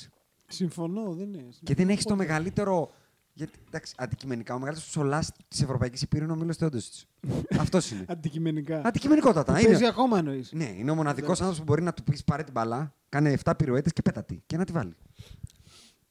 [SPEAKER 5] Συμφωνώ, δεν είναι.
[SPEAKER 2] Και δεν έχεις το μεγαλύτερο. Γιατί, εντάξει, αντικειμενικά, ο μεγαλύτερος ψολά της Ευρωπαϊκής Υπήρου είναι ο Μίλο Τεόντοσιτ. Αυτός είναι.
[SPEAKER 5] Αντικειμενικά.
[SPEAKER 2] Αντικειμενικότατα.
[SPEAKER 5] Παίζει
[SPEAKER 2] Είναι.
[SPEAKER 5] ακόμα εννοείς.
[SPEAKER 2] Ναι, είναι ο μοναδικός άνθρωπος που μπορεί να του πεις πάρε την μπαλά, κάνε 7 πυροέτε και πέτα τη. Και να τη βάλει.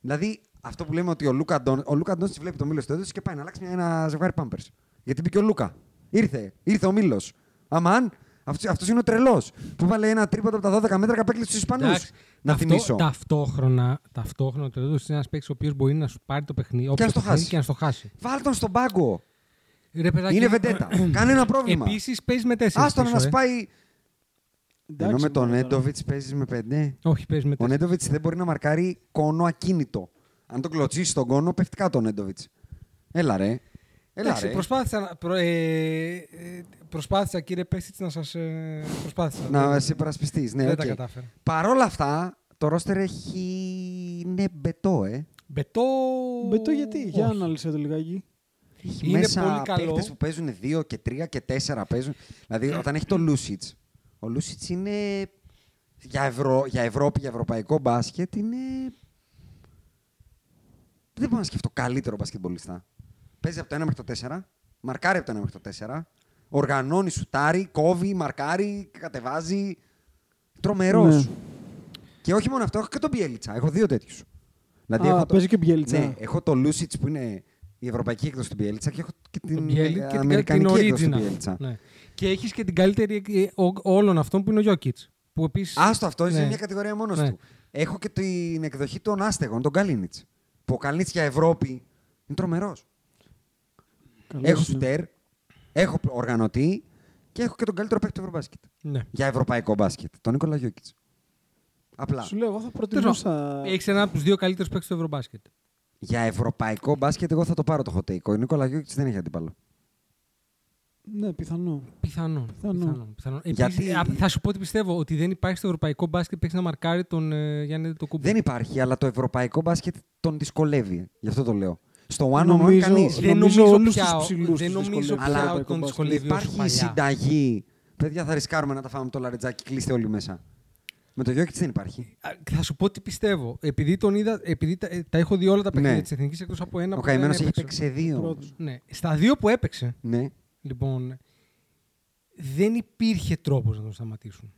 [SPEAKER 2] Δηλαδή, αυτό που λέμε ότι ο Λούκα Ντόν, ο Λούκα Ντόνσιτς βλέπει το Μίλος Τεόντοσιτ και πάει να αλλάξει μια, ένα ζευγάρι πάμπερ. Γιατί μπήκε ο Λούκα. Ήρθε, ήρθε ο Μίλος. Αμάν, αυτός είναι ο τρελός που βάλε ένα τρίποντο από τα 12 μέτρα και απέκλεισε του Ισπανούς.
[SPEAKER 4] Εντάξει,
[SPEAKER 2] Να
[SPEAKER 4] ταυτό-
[SPEAKER 2] θυμίσω.
[SPEAKER 4] Ταυτόχρονα, ταυτόχρονα το Ρέντο είναι ένας παίκτης ο οποίος μπορεί να σου πάρει το παιχνίδι όποιο
[SPEAKER 2] το
[SPEAKER 4] παιχνίδι
[SPEAKER 2] χάσει.
[SPEAKER 4] και να στο χάσει.
[SPEAKER 2] Βάλ τον στον πάγκο.
[SPEAKER 4] Ρε, παιδάκι,
[SPEAKER 2] Είναι βεντέτα. Κανένα πρόβλημα.
[SPEAKER 4] Επίσης παίζεις με ε. τέσσερι.
[SPEAKER 2] Άστον να σπάει. Ενώ με τον
[SPEAKER 5] Νέντοβιτ.
[SPEAKER 2] Νέντοβιτ παίζεις με πέντε.
[SPEAKER 4] Όχι, παίζεις ναι, με
[SPEAKER 2] Ο
[SPEAKER 4] τέσσερις.
[SPEAKER 2] Νέντοβιτ δεν μπορεί να μαρκάρει κόνο ακίνητο. Αν τον κλωτσίσει τον κόνο, πέφτει κάτω ο Νέντοβιτ. Έλα ρε. Έλα
[SPEAKER 4] Εντάξει,
[SPEAKER 2] ρε.
[SPEAKER 4] προσπάθησα, να- προ- ε, ε, προσπάθησα κύριε Πέσιτς να σας ε, προσπάθησα.
[SPEAKER 2] Να
[SPEAKER 4] Δεν-
[SPEAKER 2] σε υπερασπιστεί. Ναι,
[SPEAKER 4] δεν
[SPEAKER 2] οκ.
[SPEAKER 4] τα κατάφερα.
[SPEAKER 2] Παρόλα αυτά, το ρόστερ έχει. είναι μπετό, ε.
[SPEAKER 4] Μπετό...
[SPEAKER 5] Μπετό γιατί, για
[SPEAKER 4] Όχι.
[SPEAKER 5] ανάλυσε το λιγάκι.
[SPEAKER 2] Έχει
[SPEAKER 4] Είναι
[SPEAKER 2] μέσα
[SPEAKER 4] πολύ καλό. Ναι.
[SPEAKER 2] παίκτες που παίζουν 2 και 3 και 4 παίζουν. Δηλαδή, όταν έχει το Λούσιτ. Ο Λούσιτ είναι. Για, Ευρω... για Ευρώπη, για ευρωπαϊκό μπάσκετ είναι. Δεν μπορώ να σκεφτώ καλύτερο μπασκετμπολιστά. Παίζει από το 1 μέχρι το 4, μαρκάρει από το 1 μέχρι το 4, οργανώνει, σουτάρει, κόβει, μαρκάρει, κατεβάζει. Τρομερός.
[SPEAKER 5] Ναι.
[SPEAKER 2] Και όχι μόνο αυτό, έχω και τον Πιέλιτσα. Έχω δύο τέτοιους.
[SPEAKER 5] Α,
[SPEAKER 2] έχω
[SPEAKER 5] παίζει και Μπιέλιτσα.
[SPEAKER 2] Ναι, έχω το Λούσιτ που είναι η ευρωπαϊκή έκδοση του Μπιέλτσα και έχω και την
[SPEAKER 4] Μπιέλη
[SPEAKER 2] ε,
[SPEAKER 4] και την, την
[SPEAKER 2] αμερικανική έκδοση του
[SPEAKER 4] original.
[SPEAKER 2] Μπιέλτσα.
[SPEAKER 4] Ναι. Και έχεις και την καλύτερη ε, ο- όλων αυτών που είναι ο Γιώκητς. Που επίσης...
[SPEAKER 2] Άστο αυτό, είναι
[SPEAKER 4] Ναι.
[SPEAKER 2] μια κατηγορία μόνος
[SPEAKER 4] Ναι.
[SPEAKER 2] του. Έχω και την εκδοχή των άστεγων, τον Καλίνιτ. Που ο Καλίνιτ για Ευρώπη είναι τρομερός.
[SPEAKER 5] Καλός
[SPEAKER 2] Έχω
[SPEAKER 4] ναι.
[SPEAKER 5] είναι.
[SPEAKER 2] σουτέρ, έχω οργανωτή και έχω και τον καλύτερο παίκτη του Ευρωμπάσκετ.
[SPEAKER 4] Ναι.
[SPEAKER 2] Για ευρωπαϊκό μπάσκετ, τον Νίκολα Γιώκητ. Απλά.
[SPEAKER 5] Σου λέω, εγώ θα
[SPEAKER 4] Τέλος
[SPEAKER 5] προτιμούσα.
[SPEAKER 4] πάντων,
[SPEAKER 2] Ε-
[SPEAKER 4] Έχεις ένα από τους δύο καλύτερους παίκτες του Ευρωμπάσκετ.
[SPEAKER 2] Για ευρωπαϊκό μπάσκετ, εγώ θα το πάρω το hot take. Ο Νίκολα Γιώκητ δεν έχει αντίπαλο.
[SPEAKER 5] Ναι, πιθανό.
[SPEAKER 4] Πιθανόν.
[SPEAKER 5] Πιθανόν.
[SPEAKER 4] πιθανόν, πιθανόν.
[SPEAKER 2] Γιατί-
[SPEAKER 4] Επίσης, α, θα σου πω ότι πιστεύω ότι δεν υπάρχει στο ευρωπαϊκό μπάσκετ παίξει να μαρκάρει τον ε, Γιάννη το
[SPEAKER 2] Δεν υπάρχει, αλλά το ευρωπαϊκό μπάσκετ τον δυσκολεύει. Γι' αυτό το λέω. Στο one on one
[SPEAKER 5] Νομίζω-
[SPEAKER 2] κανείς.
[SPEAKER 5] Δεν νομίζω όλους τους ψηλούς
[SPEAKER 4] Δεν
[SPEAKER 5] τους
[SPEAKER 4] νομίζω
[SPEAKER 5] δυσκολεύει
[SPEAKER 2] το
[SPEAKER 4] πια ότι
[SPEAKER 5] ευρωπαϊκό
[SPEAKER 4] τον
[SPEAKER 5] μπάσκετ.
[SPEAKER 4] δυσκολεύει όσο
[SPEAKER 2] Λοιπόν, Υπάρχει η
[SPEAKER 4] παλιά.
[SPEAKER 2] συνταγή. Παιδιά, θα ρισκάρουμε να τα φάμε το λαριτζάκι. Κλείστε όλοι μέσα. Με το Γιώκητ δεν υπάρχει.
[SPEAKER 4] Α, Θα σου πω τι πιστεύω. Επειδή, τον είδα, επειδή τα, ε, τα έχω δει όλα τα παιχνίδια
[SPEAKER 2] Ναι.
[SPEAKER 4] της Εθνικής εκτός από ένα
[SPEAKER 2] Ο
[SPEAKER 4] που δεν
[SPEAKER 2] καημένος έχει
[SPEAKER 4] έπαιξε.
[SPEAKER 2] παίξει σε δύο. όμως.
[SPEAKER 5] Πρώτος.
[SPEAKER 4] Ναι. Στα δύο που έπαιξε,
[SPEAKER 2] Ναι.
[SPEAKER 4] λοιπόν, δεν υπήρχε τρόπος να τον σταματήσουν.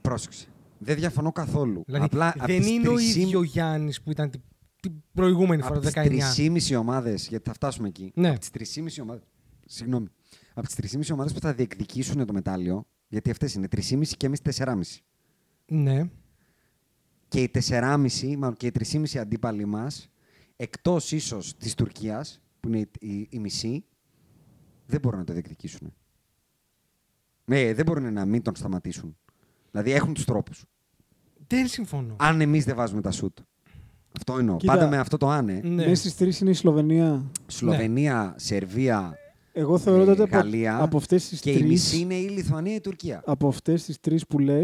[SPEAKER 2] Πρόσεξε. Δεν διαφωνώ καθόλου.
[SPEAKER 4] Δηλαδή,
[SPEAKER 2] Απλά απ'
[SPEAKER 4] δεν
[SPEAKER 2] τις
[SPEAKER 4] είναι ο
[SPEAKER 2] 3,5
[SPEAKER 4] ίδιο Γιάννης που ήταν την, την προηγούμενη φορά,
[SPEAKER 2] Από
[SPEAKER 4] το
[SPEAKER 2] τι
[SPEAKER 4] 19.
[SPEAKER 2] 3,5 ομάδες, γιατί θα φτάσουμε εκεί.
[SPEAKER 4] Ναι.
[SPEAKER 2] Από τι 3,5 ομάδες. Συγγνώμη. Από τι 3,5 ομάδες που θα διεκδικήσουν το μετάλλιο, γιατί αυτές είναι 3,5 και εμείς 4,5.
[SPEAKER 4] Ναι.
[SPEAKER 2] Και οι 4,5, μάλλον και οι 3,5 αντίπαλοι μας, εκτός ίσως της Τουρκίας, που είναι η, η, η μισή, δεν μπορούν να το διεκδικήσουν. Ναι, δεν μπορούν να μην τον σταματήσουν. Δηλαδή έχουν τους τρόπους.
[SPEAKER 4] Δεν συμφωνώ.
[SPEAKER 2] Αν εμείς δεν βάζουμε τα σουτ. Αυτό εννοώ.
[SPEAKER 5] Κοίτα.
[SPEAKER 2] Πάντα με αυτό το αν. ε.
[SPEAKER 4] Ναι.
[SPEAKER 5] Μέσα στις τρεις είναι η Σλοβενία.
[SPEAKER 2] Σλοβενία,
[SPEAKER 5] ναι.
[SPEAKER 2] Σερβία,
[SPEAKER 5] Εγώ θεωρώ
[SPEAKER 2] ε,
[SPEAKER 5] τότε
[SPEAKER 2] Γαλλία.
[SPEAKER 5] από, από αυτές τις
[SPEAKER 2] και η
[SPEAKER 5] τρεις.
[SPEAKER 2] μισή είναι η Λιθουανία ή η Τουρκία.
[SPEAKER 5] Από αυτές τις τρεις που λες,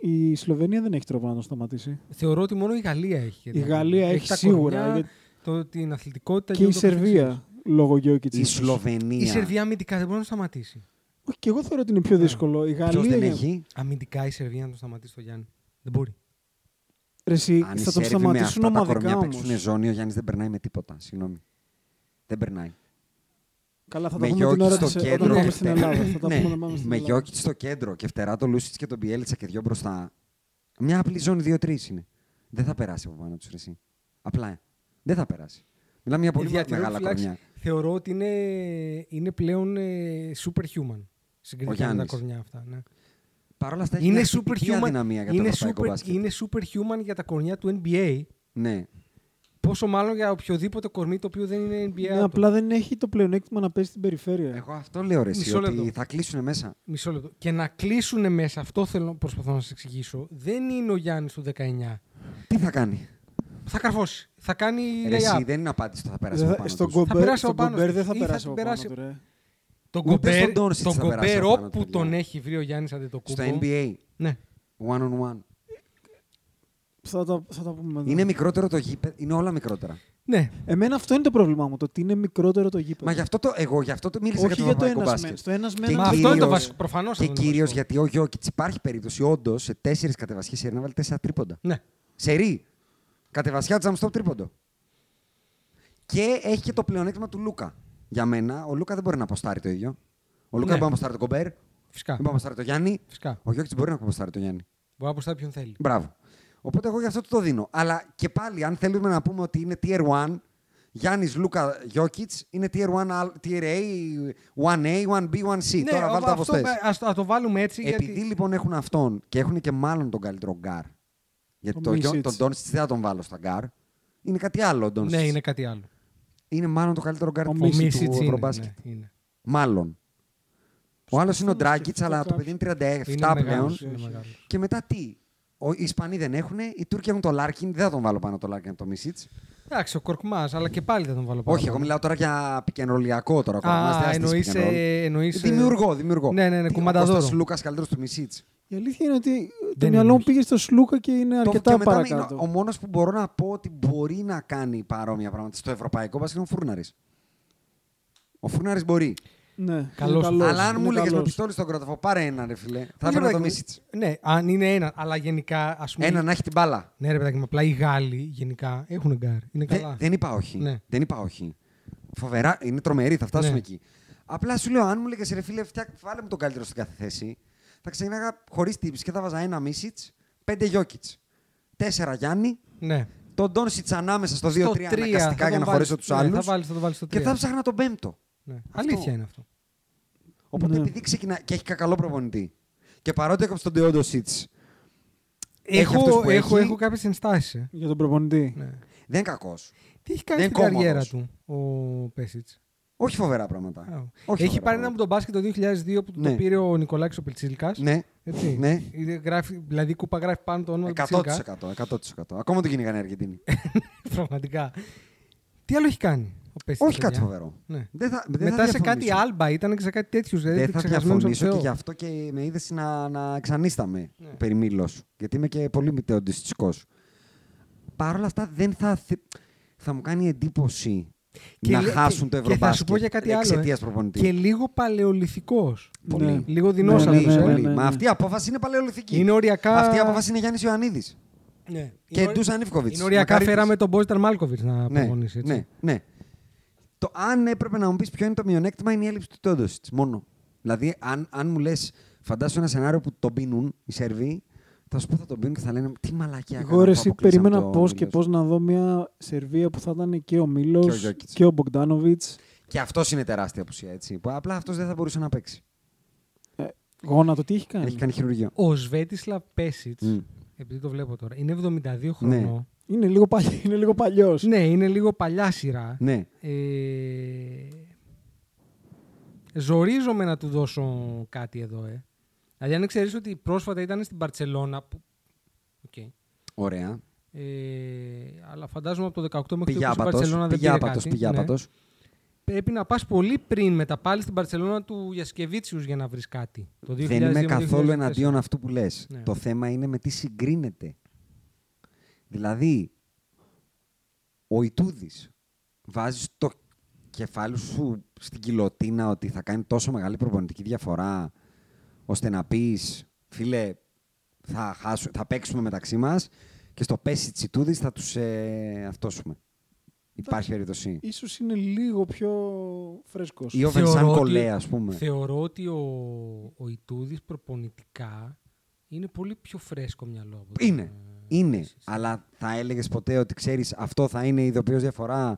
[SPEAKER 5] η Σλοβενία δεν έχει τρόπο να τον σταματήσει.
[SPEAKER 4] Θεωρώ ότι μόνο η Γαλλία έχει.
[SPEAKER 5] Η Γαλλία έχει σίγουρα, γιατί-
[SPEAKER 4] το, την αθλητικότητα
[SPEAKER 5] και η
[SPEAKER 4] ούτω καθεξής.
[SPEAKER 5] Σερβία λόγω Γιώκητ.
[SPEAKER 2] Η Σλοβενία.
[SPEAKER 4] Η Σερβία αμυντικά δεν μπορεί να τον σταματήσει.
[SPEAKER 5] Όχι, και εγώ θεωρώ ότι είναι πιο δύσκολο. Η Γαλλία.
[SPEAKER 2] Ποιο Ναι. δεν
[SPEAKER 5] είναι-
[SPEAKER 2] έχει.
[SPEAKER 4] Αμυντικά η Σερβία να τον σταματήσει το Γιάννη. Δεν μπορεί.
[SPEAKER 5] Ρε, εσύ,
[SPEAKER 2] Αν οι
[SPEAKER 5] Ε, θα τον
[SPEAKER 2] Σέρβοι με
[SPEAKER 5] σταματήσουν
[SPEAKER 2] αυτά τα
[SPEAKER 5] ομαδικά
[SPEAKER 2] κορμιά
[SPEAKER 5] όμως.
[SPEAKER 2] παίξουν ζώνη, ο Γιάννης δεν περνάει με τίποτα. Συγγνώμη. Δεν περνάει.
[SPEAKER 5] Καλά, θα τα
[SPEAKER 2] με
[SPEAKER 5] πούμε την ώρα
[SPEAKER 2] Γιώκητ
[SPEAKER 5] της,
[SPEAKER 2] στο
[SPEAKER 5] όταν
[SPEAKER 2] κέντρο.
[SPEAKER 5] πάμε
[SPEAKER 2] και
[SPEAKER 5] στην
[SPEAKER 2] φτερά-
[SPEAKER 5] Ελλάδα. Θα τα
[SPEAKER 2] Ναι,
[SPEAKER 5] πούμε να πάμε στην
[SPEAKER 2] Με
[SPEAKER 5] Ελλάδα.
[SPEAKER 2] Γιώκητ στο κέντρο και φτερά το Λούσιτ και τον Πιέλτσα και δύο μπροστά. Μια απλή ζώνη 2-3 είναι. Δεν θα περάσει από πάνω τους ρεσί. Απλά. ε. Δεν θα περάσει. Μιλάμε για
[SPEAKER 4] Η
[SPEAKER 2] πολύ
[SPEAKER 4] διατηρώ
[SPEAKER 2] μεγάλα
[SPEAKER 4] φυλάξη
[SPEAKER 2] κορμιά.
[SPEAKER 4] Θεωρώ ότι είναι, είναι πλέον ε, superhuman. Συγκριτικά με τα
[SPEAKER 2] Γιάννης.
[SPEAKER 4] κορμιά αυτά. Ναι.
[SPEAKER 2] Παρ' όλα αυτά έχει
[SPEAKER 4] Είναι
[SPEAKER 2] μια αισθητική
[SPEAKER 4] superhuman.
[SPEAKER 2] αδυναμία για το
[SPEAKER 4] είναι,
[SPEAKER 2] ευρωπαϊκό
[SPEAKER 4] super,
[SPEAKER 2] μπάσκετ.
[SPEAKER 4] είναι superhuman για τα κορμιά του NBA.
[SPEAKER 2] Ναι.
[SPEAKER 4] Πόσο μάλλον για οποιοδήποτε κορμί το οποίο δεν είναι NBA.
[SPEAKER 5] Ναι,
[SPEAKER 4] άτομο.
[SPEAKER 5] απλά δεν έχει το πλεονέκτημα να παίζει στην περιφέρεια.
[SPEAKER 2] Εγώ αυτό λέω ρε εσύ,
[SPEAKER 4] Μισό
[SPEAKER 2] ότι
[SPEAKER 4] λεπτό.
[SPEAKER 2] θα κλείσουν μέσα.
[SPEAKER 4] Μισό λεπτό. Και να κλείσουν μέσα, αυτό θέλω προσπαθώ να σας εξηγήσω. Δεν είναι ο Γιάννης του 19.
[SPEAKER 2] Τι θα κάνει.
[SPEAKER 4] Θα καρφώσει. Θα κάνει
[SPEAKER 2] Ρε,
[SPEAKER 4] lay-up.
[SPEAKER 2] εσύ δεν είναι απάντηση το θα περάσει
[SPEAKER 4] Ε,
[SPEAKER 5] Δεν
[SPEAKER 2] από
[SPEAKER 5] θα-
[SPEAKER 2] πάνω
[SPEAKER 5] Στον
[SPEAKER 2] τους.
[SPEAKER 5] Κομπέρ
[SPEAKER 4] περάσει
[SPEAKER 5] στον
[SPEAKER 4] από πάνω
[SPEAKER 5] Κομπέρ
[SPEAKER 4] τους.
[SPEAKER 5] δεν θα
[SPEAKER 4] Ή θα
[SPEAKER 5] περάσει
[SPEAKER 4] την
[SPEAKER 5] από
[SPEAKER 4] περάσει-
[SPEAKER 5] πάνω του, ρε.
[SPEAKER 4] Τον
[SPEAKER 2] Ούτε
[SPEAKER 4] κομπέρ,
[SPEAKER 2] στον Doncic
[SPEAKER 4] τον
[SPEAKER 2] θα περάσει
[SPEAKER 4] κομπέρ
[SPEAKER 2] από πάνω,
[SPEAKER 4] όπου
[SPEAKER 2] παιδιά.
[SPEAKER 4] τον έχει βρει ο Γιάννης Αντετοκούμπο.
[SPEAKER 2] Στο NBA,
[SPEAKER 4] Ναι.
[SPEAKER 2] one on one.
[SPEAKER 5] Θα τα, θα τα πούμε μετά.
[SPEAKER 2] Είναι μικρότερο το γήπεδο, είναι όλα μικρότερα.
[SPEAKER 4] Ναι.
[SPEAKER 5] Εμένα αυτό είναι το πρόβλημά μου, το ότι είναι μικρότερο το γήπεδο.
[SPEAKER 2] Μα γι' αυτό το, εγώ γι' αυτό το μίλησα
[SPEAKER 5] Όχι
[SPEAKER 2] για
[SPEAKER 5] για
[SPEAKER 2] το
[SPEAKER 5] το
[SPEAKER 2] ευρωπαϊκό
[SPEAKER 5] ένας
[SPEAKER 2] μπάσκετ.
[SPEAKER 5] μεν, στο ένας μεν.
[SPEAKER 2] Και
[SPEAKER 5] Μα
[SPEAKER 4] αυτό είναι το
[SPEAKER 2] κυρίως-
[SPEAKER 4] βασικό, προφανώς
[SPEAKER 2] Και
[SPEAKER 4] αυτό είναι το
[SPEAKER 2] κυρίως
[SPEAKER 4] βασικό.
[SPEAKER 2] γιατί ο Γιώκητ υπάρχει περίπτωση όντως σε τέσσερις κατεβασιέ σειρά να βάλει τέσσερα τρίποντα.
[SPEAKER 4] Ναι.
[SPEAKER 2] Σε ρί. Κατεβασιά τζαμστό τρίποντο. Και έχει και το πλεονέκτημα του Λούκα. Για μένα, ο Λούκα δεν μπορεί να αποστάρει το ίδιο. Ο Λούκα
[SPEAKER 4] Ναι.
[SPEAKER 2] δεν μπορεί να αποστάρει τον Κομπέρ, δεν
[SPEAKER 4] Φυσικά.
[SPEAKER 2] μπορεί να αποστάρει τον Γιάννη.
[SPEAKER 4] Φυσικά.
[SPEAKER 2] Ο Γιώκητ μπορεί να αποστάρει τον Γιάννη.
[SPEAKER 4] Μπορεί να αποστάρει ποιον θέλει.
[SPEAKER 2] Μπράβο. Οπότε εγώ γι' αυτό του το δίνω. Αλλά και πάλι, αν θέλουμε να πούμε ότι είναι tier 1, Γιάννης Λούκα Γιώκητ είναι tier 1, α- tier A, 1A, 1B,
[SPEAKER 4] Ναι,
[SPEAKER 2] 1C. Τώρα βάλτε τα αποστέ.
[SPEAKER 4] Ας το, ας το βάλουμε έτσι.
[SPEAKER 2] Επειδή
[SPEAKER 4] γιατί...
[SPEAKER 2] λοιπόν έχουν αυτόν και έχουν και μάλλον τον καλύτερο γκάρ. Γιατί
[SPEAKER 5] Τον
[SPEAKER 2] τον Γιώ-
[SPEAKER 5] Μίσιτς.
[SPEAKER 2] τον Ντόνσιτ δεν θα τον βάλω στα γκάρ. Είναι κάτι άλλο ο Ντόνσιτ.
[SPEAKER 4] Ναι, είναι κάτι άλλο.
[SPEAKER 2] είναι μάλλον το καλύτερο γκάρ
[SPEAKER 5] Ο
[SPEAKER 2] του
[SPEAKER 5] Μίσιτς
[SPEAKER 2] του
[SPEAKER 4] είναι,
[SPEAKER 2] Ευρωμπάσκετ.
[SPEAKER 4] ναι, είναι.
[SPEAKER 2] Μάλλον. Ο άλλος είναι ο
[SPEAKER 5] να
[SPEAKER 2] Ντράγκητ,
[SPEAKER 5] σκεφτώ
[SPEAKER 2] αλλά το παιδί
[SPEAKER 5] κάποιον.
[SPEAKER 2] είναι
[SPEAKER 4] Είναι
[SPEAKER 2] 37 πλέον.
[SPEAKER 4] μεγάλος, είναι μεγάλος.
[SPEAKER 2] Και μετά τι. Ο, οι Ισπανοί δεν έχουν, οι Τούρκοι έχουν το Λάρκιν, δεν θα τον βάλω πάνω το Λάρκιν από το Μίσιτ.
[SPEAKER 4] Εντάξει, ο Κορκμά, αλλά και πάλι δεν τον βάλω πάνω.
[SPEAKER 2] Όχι, εγώ μιλάω τώρα για πικενρολιακό τώρα. ακόμα, ένας
[SPEAKER 4] Α,
[SPEAKER 2] τεράστιος
[SPEAKER 4] εννοείς,
[SPEAKER 2] pick and roll.
[SPEAKER 4] ε, εννοείς, ε,
[SPEAKER 2] Δημιουργό, δημιουργό.
[SPEAKER 4] Ναι, ναι, ναι,
[SPEAKER 2] Τι, ο
[SPEAKER 4] κουμανταδόρο.
[SPEAKER 2] Κώστας Λούκας καλύτερος του Μισίτ.
[SPEAKER 5] Η αλήθεια είναι ότι το
[SPEAKER 4] είναι
[SPEAKER 5] μυαλό μου
[SPEAKER 4] όχι.
[SPEAKER 5] πήγε στο Σλούκα και είναι
[SPEAKER 2] Το-
[SPEAKER 5] αρκετά
[SPEAKER 2] και μετά είναι
[SPEAKER 5] παρακάτω.
[SPEAKER 2] Ο μόνος που μπορώ να πω ότι μπορεί να κάνει παρόμοια πράγματα στο ευρωπαϊκό μπάσκετ είναι ο Φούρναρης. Ο Φούρναρης μπορεί.
[SPEAKER 5] Ναι, είναι
[SPEAKER 4] Καλός.
[SPEAKER 5] καλός,
[SPEAKER 2] Αλλά αν
[SPEAKER 5] είναι
[SPEAKER 2] μου έλεγες με
[SPEAKER 5] καλός.
[SPEAKER 2] πιστόλι στον κρόταφο, πάρε ένα ρε φιλέ. Θα
[SPEAKER 4] Ναι,
[SPEAKER 2] έπαιρνα
[SPEAKER 4] ρε
[SPEAKER 2] το
[SPEAKER 4] παιδάκι,
[SPEAKER 2] Μίσιτ.
[SPEAKER 4] Ναι, αν είναι ένα. Αλλά γενικά, ας πούμε.
[SPEAKER 2] Ένα να έχει την μπάλα.
[SPEAKER 4] Ναι, ρε παιδάκι μου, απλά οι Γάλλοι γενικά έχουν γκάρ. Είναι
[SPEAKER 2] Δε-
[SPEAKER 4] καλά.
[SPEAKER 2] δεν είπα όχι.
[SPEAKER 4] Ναι.
[SPEAKER 2] Δεν είπα όχι. Φοβερά, είναι τρομερή, θα φτάσουμε
[SPEAKER 4] Ναι.
[SPEAKER 2] εκεί. Απλά σου λέω, αν μου έλεγες ρε φίλε, φτιάξτε, βάλε μου τον καλύτερο στην κάθε θέση, θα ξεκινάγα χωρίς τύψη και θα βάζα ένα Μίσιτ, πέντε Γιώκητ. Τέσσερα Γιάννη,
[SPEAKER 4] Ναι.
[SPEAKER 2] τον Ντόνσιτ ανάμεσα στο 2-3
[SPEAKER 4] Στο τρία, θα
[SPEAKER 2] αναγκαστικά
[SPEAKER 4] τον
[SPEAKER 2] για να
[SPEAKER 4] βάλεις-
[SPEAKER 2] χωρίσω τους
[SPEAKER 4] ναι, θα
[SPEAKER 2] άλλους.
[SPEAKER 4] βάλεις- θα τον βάλεις στο
[SPEAKER 2] Και
[SPEAKER 4] τρία.
[SPEAKER 2] θα ψάχνα τον πέμπτο.
[SPEAKER 4] ναι.
[SPEAKER 2] Αυτό.
[SPEAKER 4] Αλήθεια είναι αυτό.
[SPEAKER 2] Οπότε
[SPEAKER 5] Ναι.
[SPEAKER 2] επειδή ξεκινά και έχει κακαλό προπονητή. Και παρότι έκοψε τον Τεόντο Σίτ, Έχει αυτούς
[SPEAKER 4] Έχω,
[SPEAKER 2] που
[SPEAKER 4] έχω,
[SPEAKER 2] έχει.
[SPEAKER 4] έχω ε. κάποιες ενστάσεις.
[SPEAKER 5] Για τον προπονητή.
[SPEAKER 4] Ναι.
[SPEAKER 2] δεν είναι κακός.
[SPEAKER 4] Τι έχει κάνει
[SPEAKER 2] Δεν
[SPEAKER 4] στην
[SPEAKER 2] είναι
[SPEAKER 4] καριέρα
[SPEAKER 2] κόμμαδος.
[SPEAKER 4] του ο Πέσιτ.
[SPEAKER 2] Όχι φοβερά πράγματα. Όχι
[SPEAKER 4] Έχει πάρει
[SPEAKER 2] φοβερά
[SPEAKER 4] ένα από
[SPEAKER 2] πράγματα.
[SPEAKER 4] τον μπάσκετ το 2002 που του
[SPEAKER 2] Ναι.
[SPEAKER 4] το πήρε ο Νικολάκης ο Πελτσίλικας.
[SPEAKER 2] Ναι.
[SPEAKER 4] Έτσι.
[SPEAKER 2] Ναι.
[SPEAKER 4] Είναι- Γράφει, δηλαδή η κούπα γράφει πάνω το όνομα του Πελτσίλικα.
[SPEAKER 2] 100%, 100%. Ακόμα τον κυνηγάνε οι Αργεντίνοι.
[SPEAKER 4] Ε, Πραγματικά. Τι άλλο έχει κάνει ο Πέσιτ.
[SPEAKER 2] Όχι κάτι φοβερό.
[SPEAKER 4] Ναι.
[SPEAKER 2] Δεν θα, δεν
[SPEAKER 4] Μετά
[SPEAKER 2] θα
[SPEAKER 4] σε κάτι
[SPEAKER 2] διαφωνήσω.
[SPEAKER 4] άλμπα ήταν σε κάτι τέτοιου. Δηλαδή,
[SPEAKER 2] Δεν θα
[SPEAKER 4] ξεχασμένος από
[SPEAKER 2] διαφωνήσω και
[SPEAKER 4] Θεό. Ναι.
[SPEAKER 2] γι' αυτό και με είδες να, να εξανίσταμε περί μήλος. Γιατί είμαι και πολύ μητεοντιστικό. Παρ' όλα αυτά δεν θα, θε- θα μου κάνει εντύπωση
[SPEAKER 4] Και
[SPEAKER 2] να
[SPEAKER 4] λέ-
[SPEAKER 2] χάσουν
[SPEAKER 4] και-
[SPEAKER 2] το
[SPEAKER 4] Και θα
[SPEAKER 2] Ευρωμπάσκετ
[SPEAKER 4] σου πω για κάτι άλλο. ε.
[SPEAKER 2] εξαιτίας προπονητή.
[SPEAKER 4] Και λίγο παλαιοληθικό.
[SPEAKER 2] Πολύ.
[SPEAKER 5] Ναι.
[SPEAKER 4] Λίγο ε.
[SPEAKER 2] Πολύ,
[SPEAKER 5] ναι,
[SPEAKER 4] δεινόσαυρος.
[SPEAKER 5] ναι,
[SPEAKER 2] πολύ.
[SPEAKER 5] ναι, ναι.
[SPEAKER 2] Μα αυτή η απόφαση είναι παλαιοληθική.
[SPEAKER 4] Είναι οριακά.
[SPEAKER 2] Αυτή η απόφαση είναι Γιάννης Ιωαννίδης.
[SPEAKER 4] Ναι.
[SPEAKER 2] Και
[SPEAKER 4] Είναι ορι-
[SPEAKER 2] Ντούζαν Ιβκοβιτς.
[SPEAKER 4] Είναι οριακά
[SPEAKER 2] Μακαρίτης.
[SPEAKER 4] φέραμε τον Μπόζιταν Μάλκοβιτ να
[SPEAKER 2] Ναι,
[SPEAKER 4] προπονήσει. έτσι.
[SPEAKER 2] ναι, ναι. Το αν έπρεπε να μου πεις ποιο είναι το μειονέκτημα είναι η έλλειψη του Τόντοσιτ. Μόνο. Δηλαδή, αν, αν μου λες, φαντάσου ένα σενάριο που τον πίνουν οι Σερβοί, θα σου πω θα τον πίνουν και θα λένε Τι μαλακία.
[SPEAKER 5] Εγώ
[SPEAKER 2] κάναμε
[SPEAKER 5] ρε,
[SPEAKER 2] που
[SPEAKER 5] εσύ
[SPEAKER 2] αποκλείσαμε
[SPEAKER 5] περίμενα
[SPEAKER 2] το
[SPEAKER 5] πώς και
[SPEAKER 2] Μίλος».
[SPEAKER 5] πώς να δω μια Σερβία που θα ήταν και ο
[SPEAKER 2] Και ο
[SPEAKER 5] Μίλο
[SPEAKER 2] Γιώκητς.
[SPEAKER 5] και ο Μπογκδάνοβιτ.
[SPEAKER 2] Και αυτός είναι τεράστια απουσία. Έτσι, που απλά αυτός δεν θα μπορούσε να παίξει.
[SPEAKER 5] Γόνατο, τι έχει
[SPEAKER 4] Ναι.
[SPEAKER 5] κάνει.
[SPEAKER 2] Έχει κάνει χειρουργείο.
[SPEAKER 4] Ο Σβέτισλα Πέσιτ,
[SPEAKER 2] Μμ.
[SPEAKER 4] επειδή το βλέπω τώρα, είναι 72
[SPEAKER 2] Ναι.
[SPEAKER 4] χρονών.
[SPEAKER 5] Είναι λίγο, παλι... είναι λίγο παλιός.
[SPEAKER 4] Ναι. είναι λίγο παλιά σειρά.
[SPEAKER 2] Ναι.
[SPEAKER 4] Ε... Ζορίζομαι να του δώσω κάτι εδώ, ε. Δηλαδή, αν ξέρεις ότι πρόσφατα ήταν στην Παρσελώνα. Που... Οκ.
[SPEAKER 2] Ωραία.
[SPEAKER 4] Ε, αλλά φαντάζομαι από το 18 μέχρι το 20 η Μπαρτσελώνα δεν
[SPEAKER 2] Πηγιάπατο.
[SPEAKER 4] πήρε
[SPEAKER 2] Πηγιάπατο.
[SPEAKER 4] κάτι.
[SPEAKER 2] Πηγιάπατο.
[SPEAKER 4] Ναι. Πρέπει να πας πολύ πριν μετά πάλι στην Μπαρτσελώνα του Γιασκεβίτσιους για να βρεις κάτι. Το 2002
[SPEAKER 2] Δεν είμαι
[SPEAKER 4] με 2004.
[SPEAKER 2] καθόλου εναντίον αυτού που λες.
[SPEAKER 4] Ναι.
[SPEAKER 2] Το θέμα είναι με τι συγκρίνεται. Δηλαδή, ο Ιτούδης βάζεις το κεφάλι σου στην κοιλωτίνα ότι θα κάνει τόσο μεγάλη προπονητική διαφορά ώστε να πεις, φίλε, θα, χάσου, θα παίξουμε μεταξύ μας και στο πέσει της Ιτούδης θα τους ε, αυτόσουμε. Υπάρχει περίπτωση.
[SPEAKER 5] Ίσως είναι λίγο πιο φρέσκος.
[SPEAKER 2] Ή ο
[SPEAKER 4] Θεωρώ
[SPEAKER 2] Βενσάν
[SPEAKER 4] ότι-
[SPEAKER 2] Κολέ, ας πούμε.
[SPEAKER 4] Θεωρώ ότι ο, ο Ιτούδης προπονητικά είναι πολύ πιο φρέσκο μυαλό. από τον,
[SPEAKER 2] Είναι.
[SPEAKER 4] ε,
[SPEAKER 2] Είναι.
[SPEAKER 4] Πέσιτς.
[SPEAKER 2] Αλλά θα έλεγες ποτέ ότι ξέρεις αυτό θα είναι η ειδοποιώς διαφορά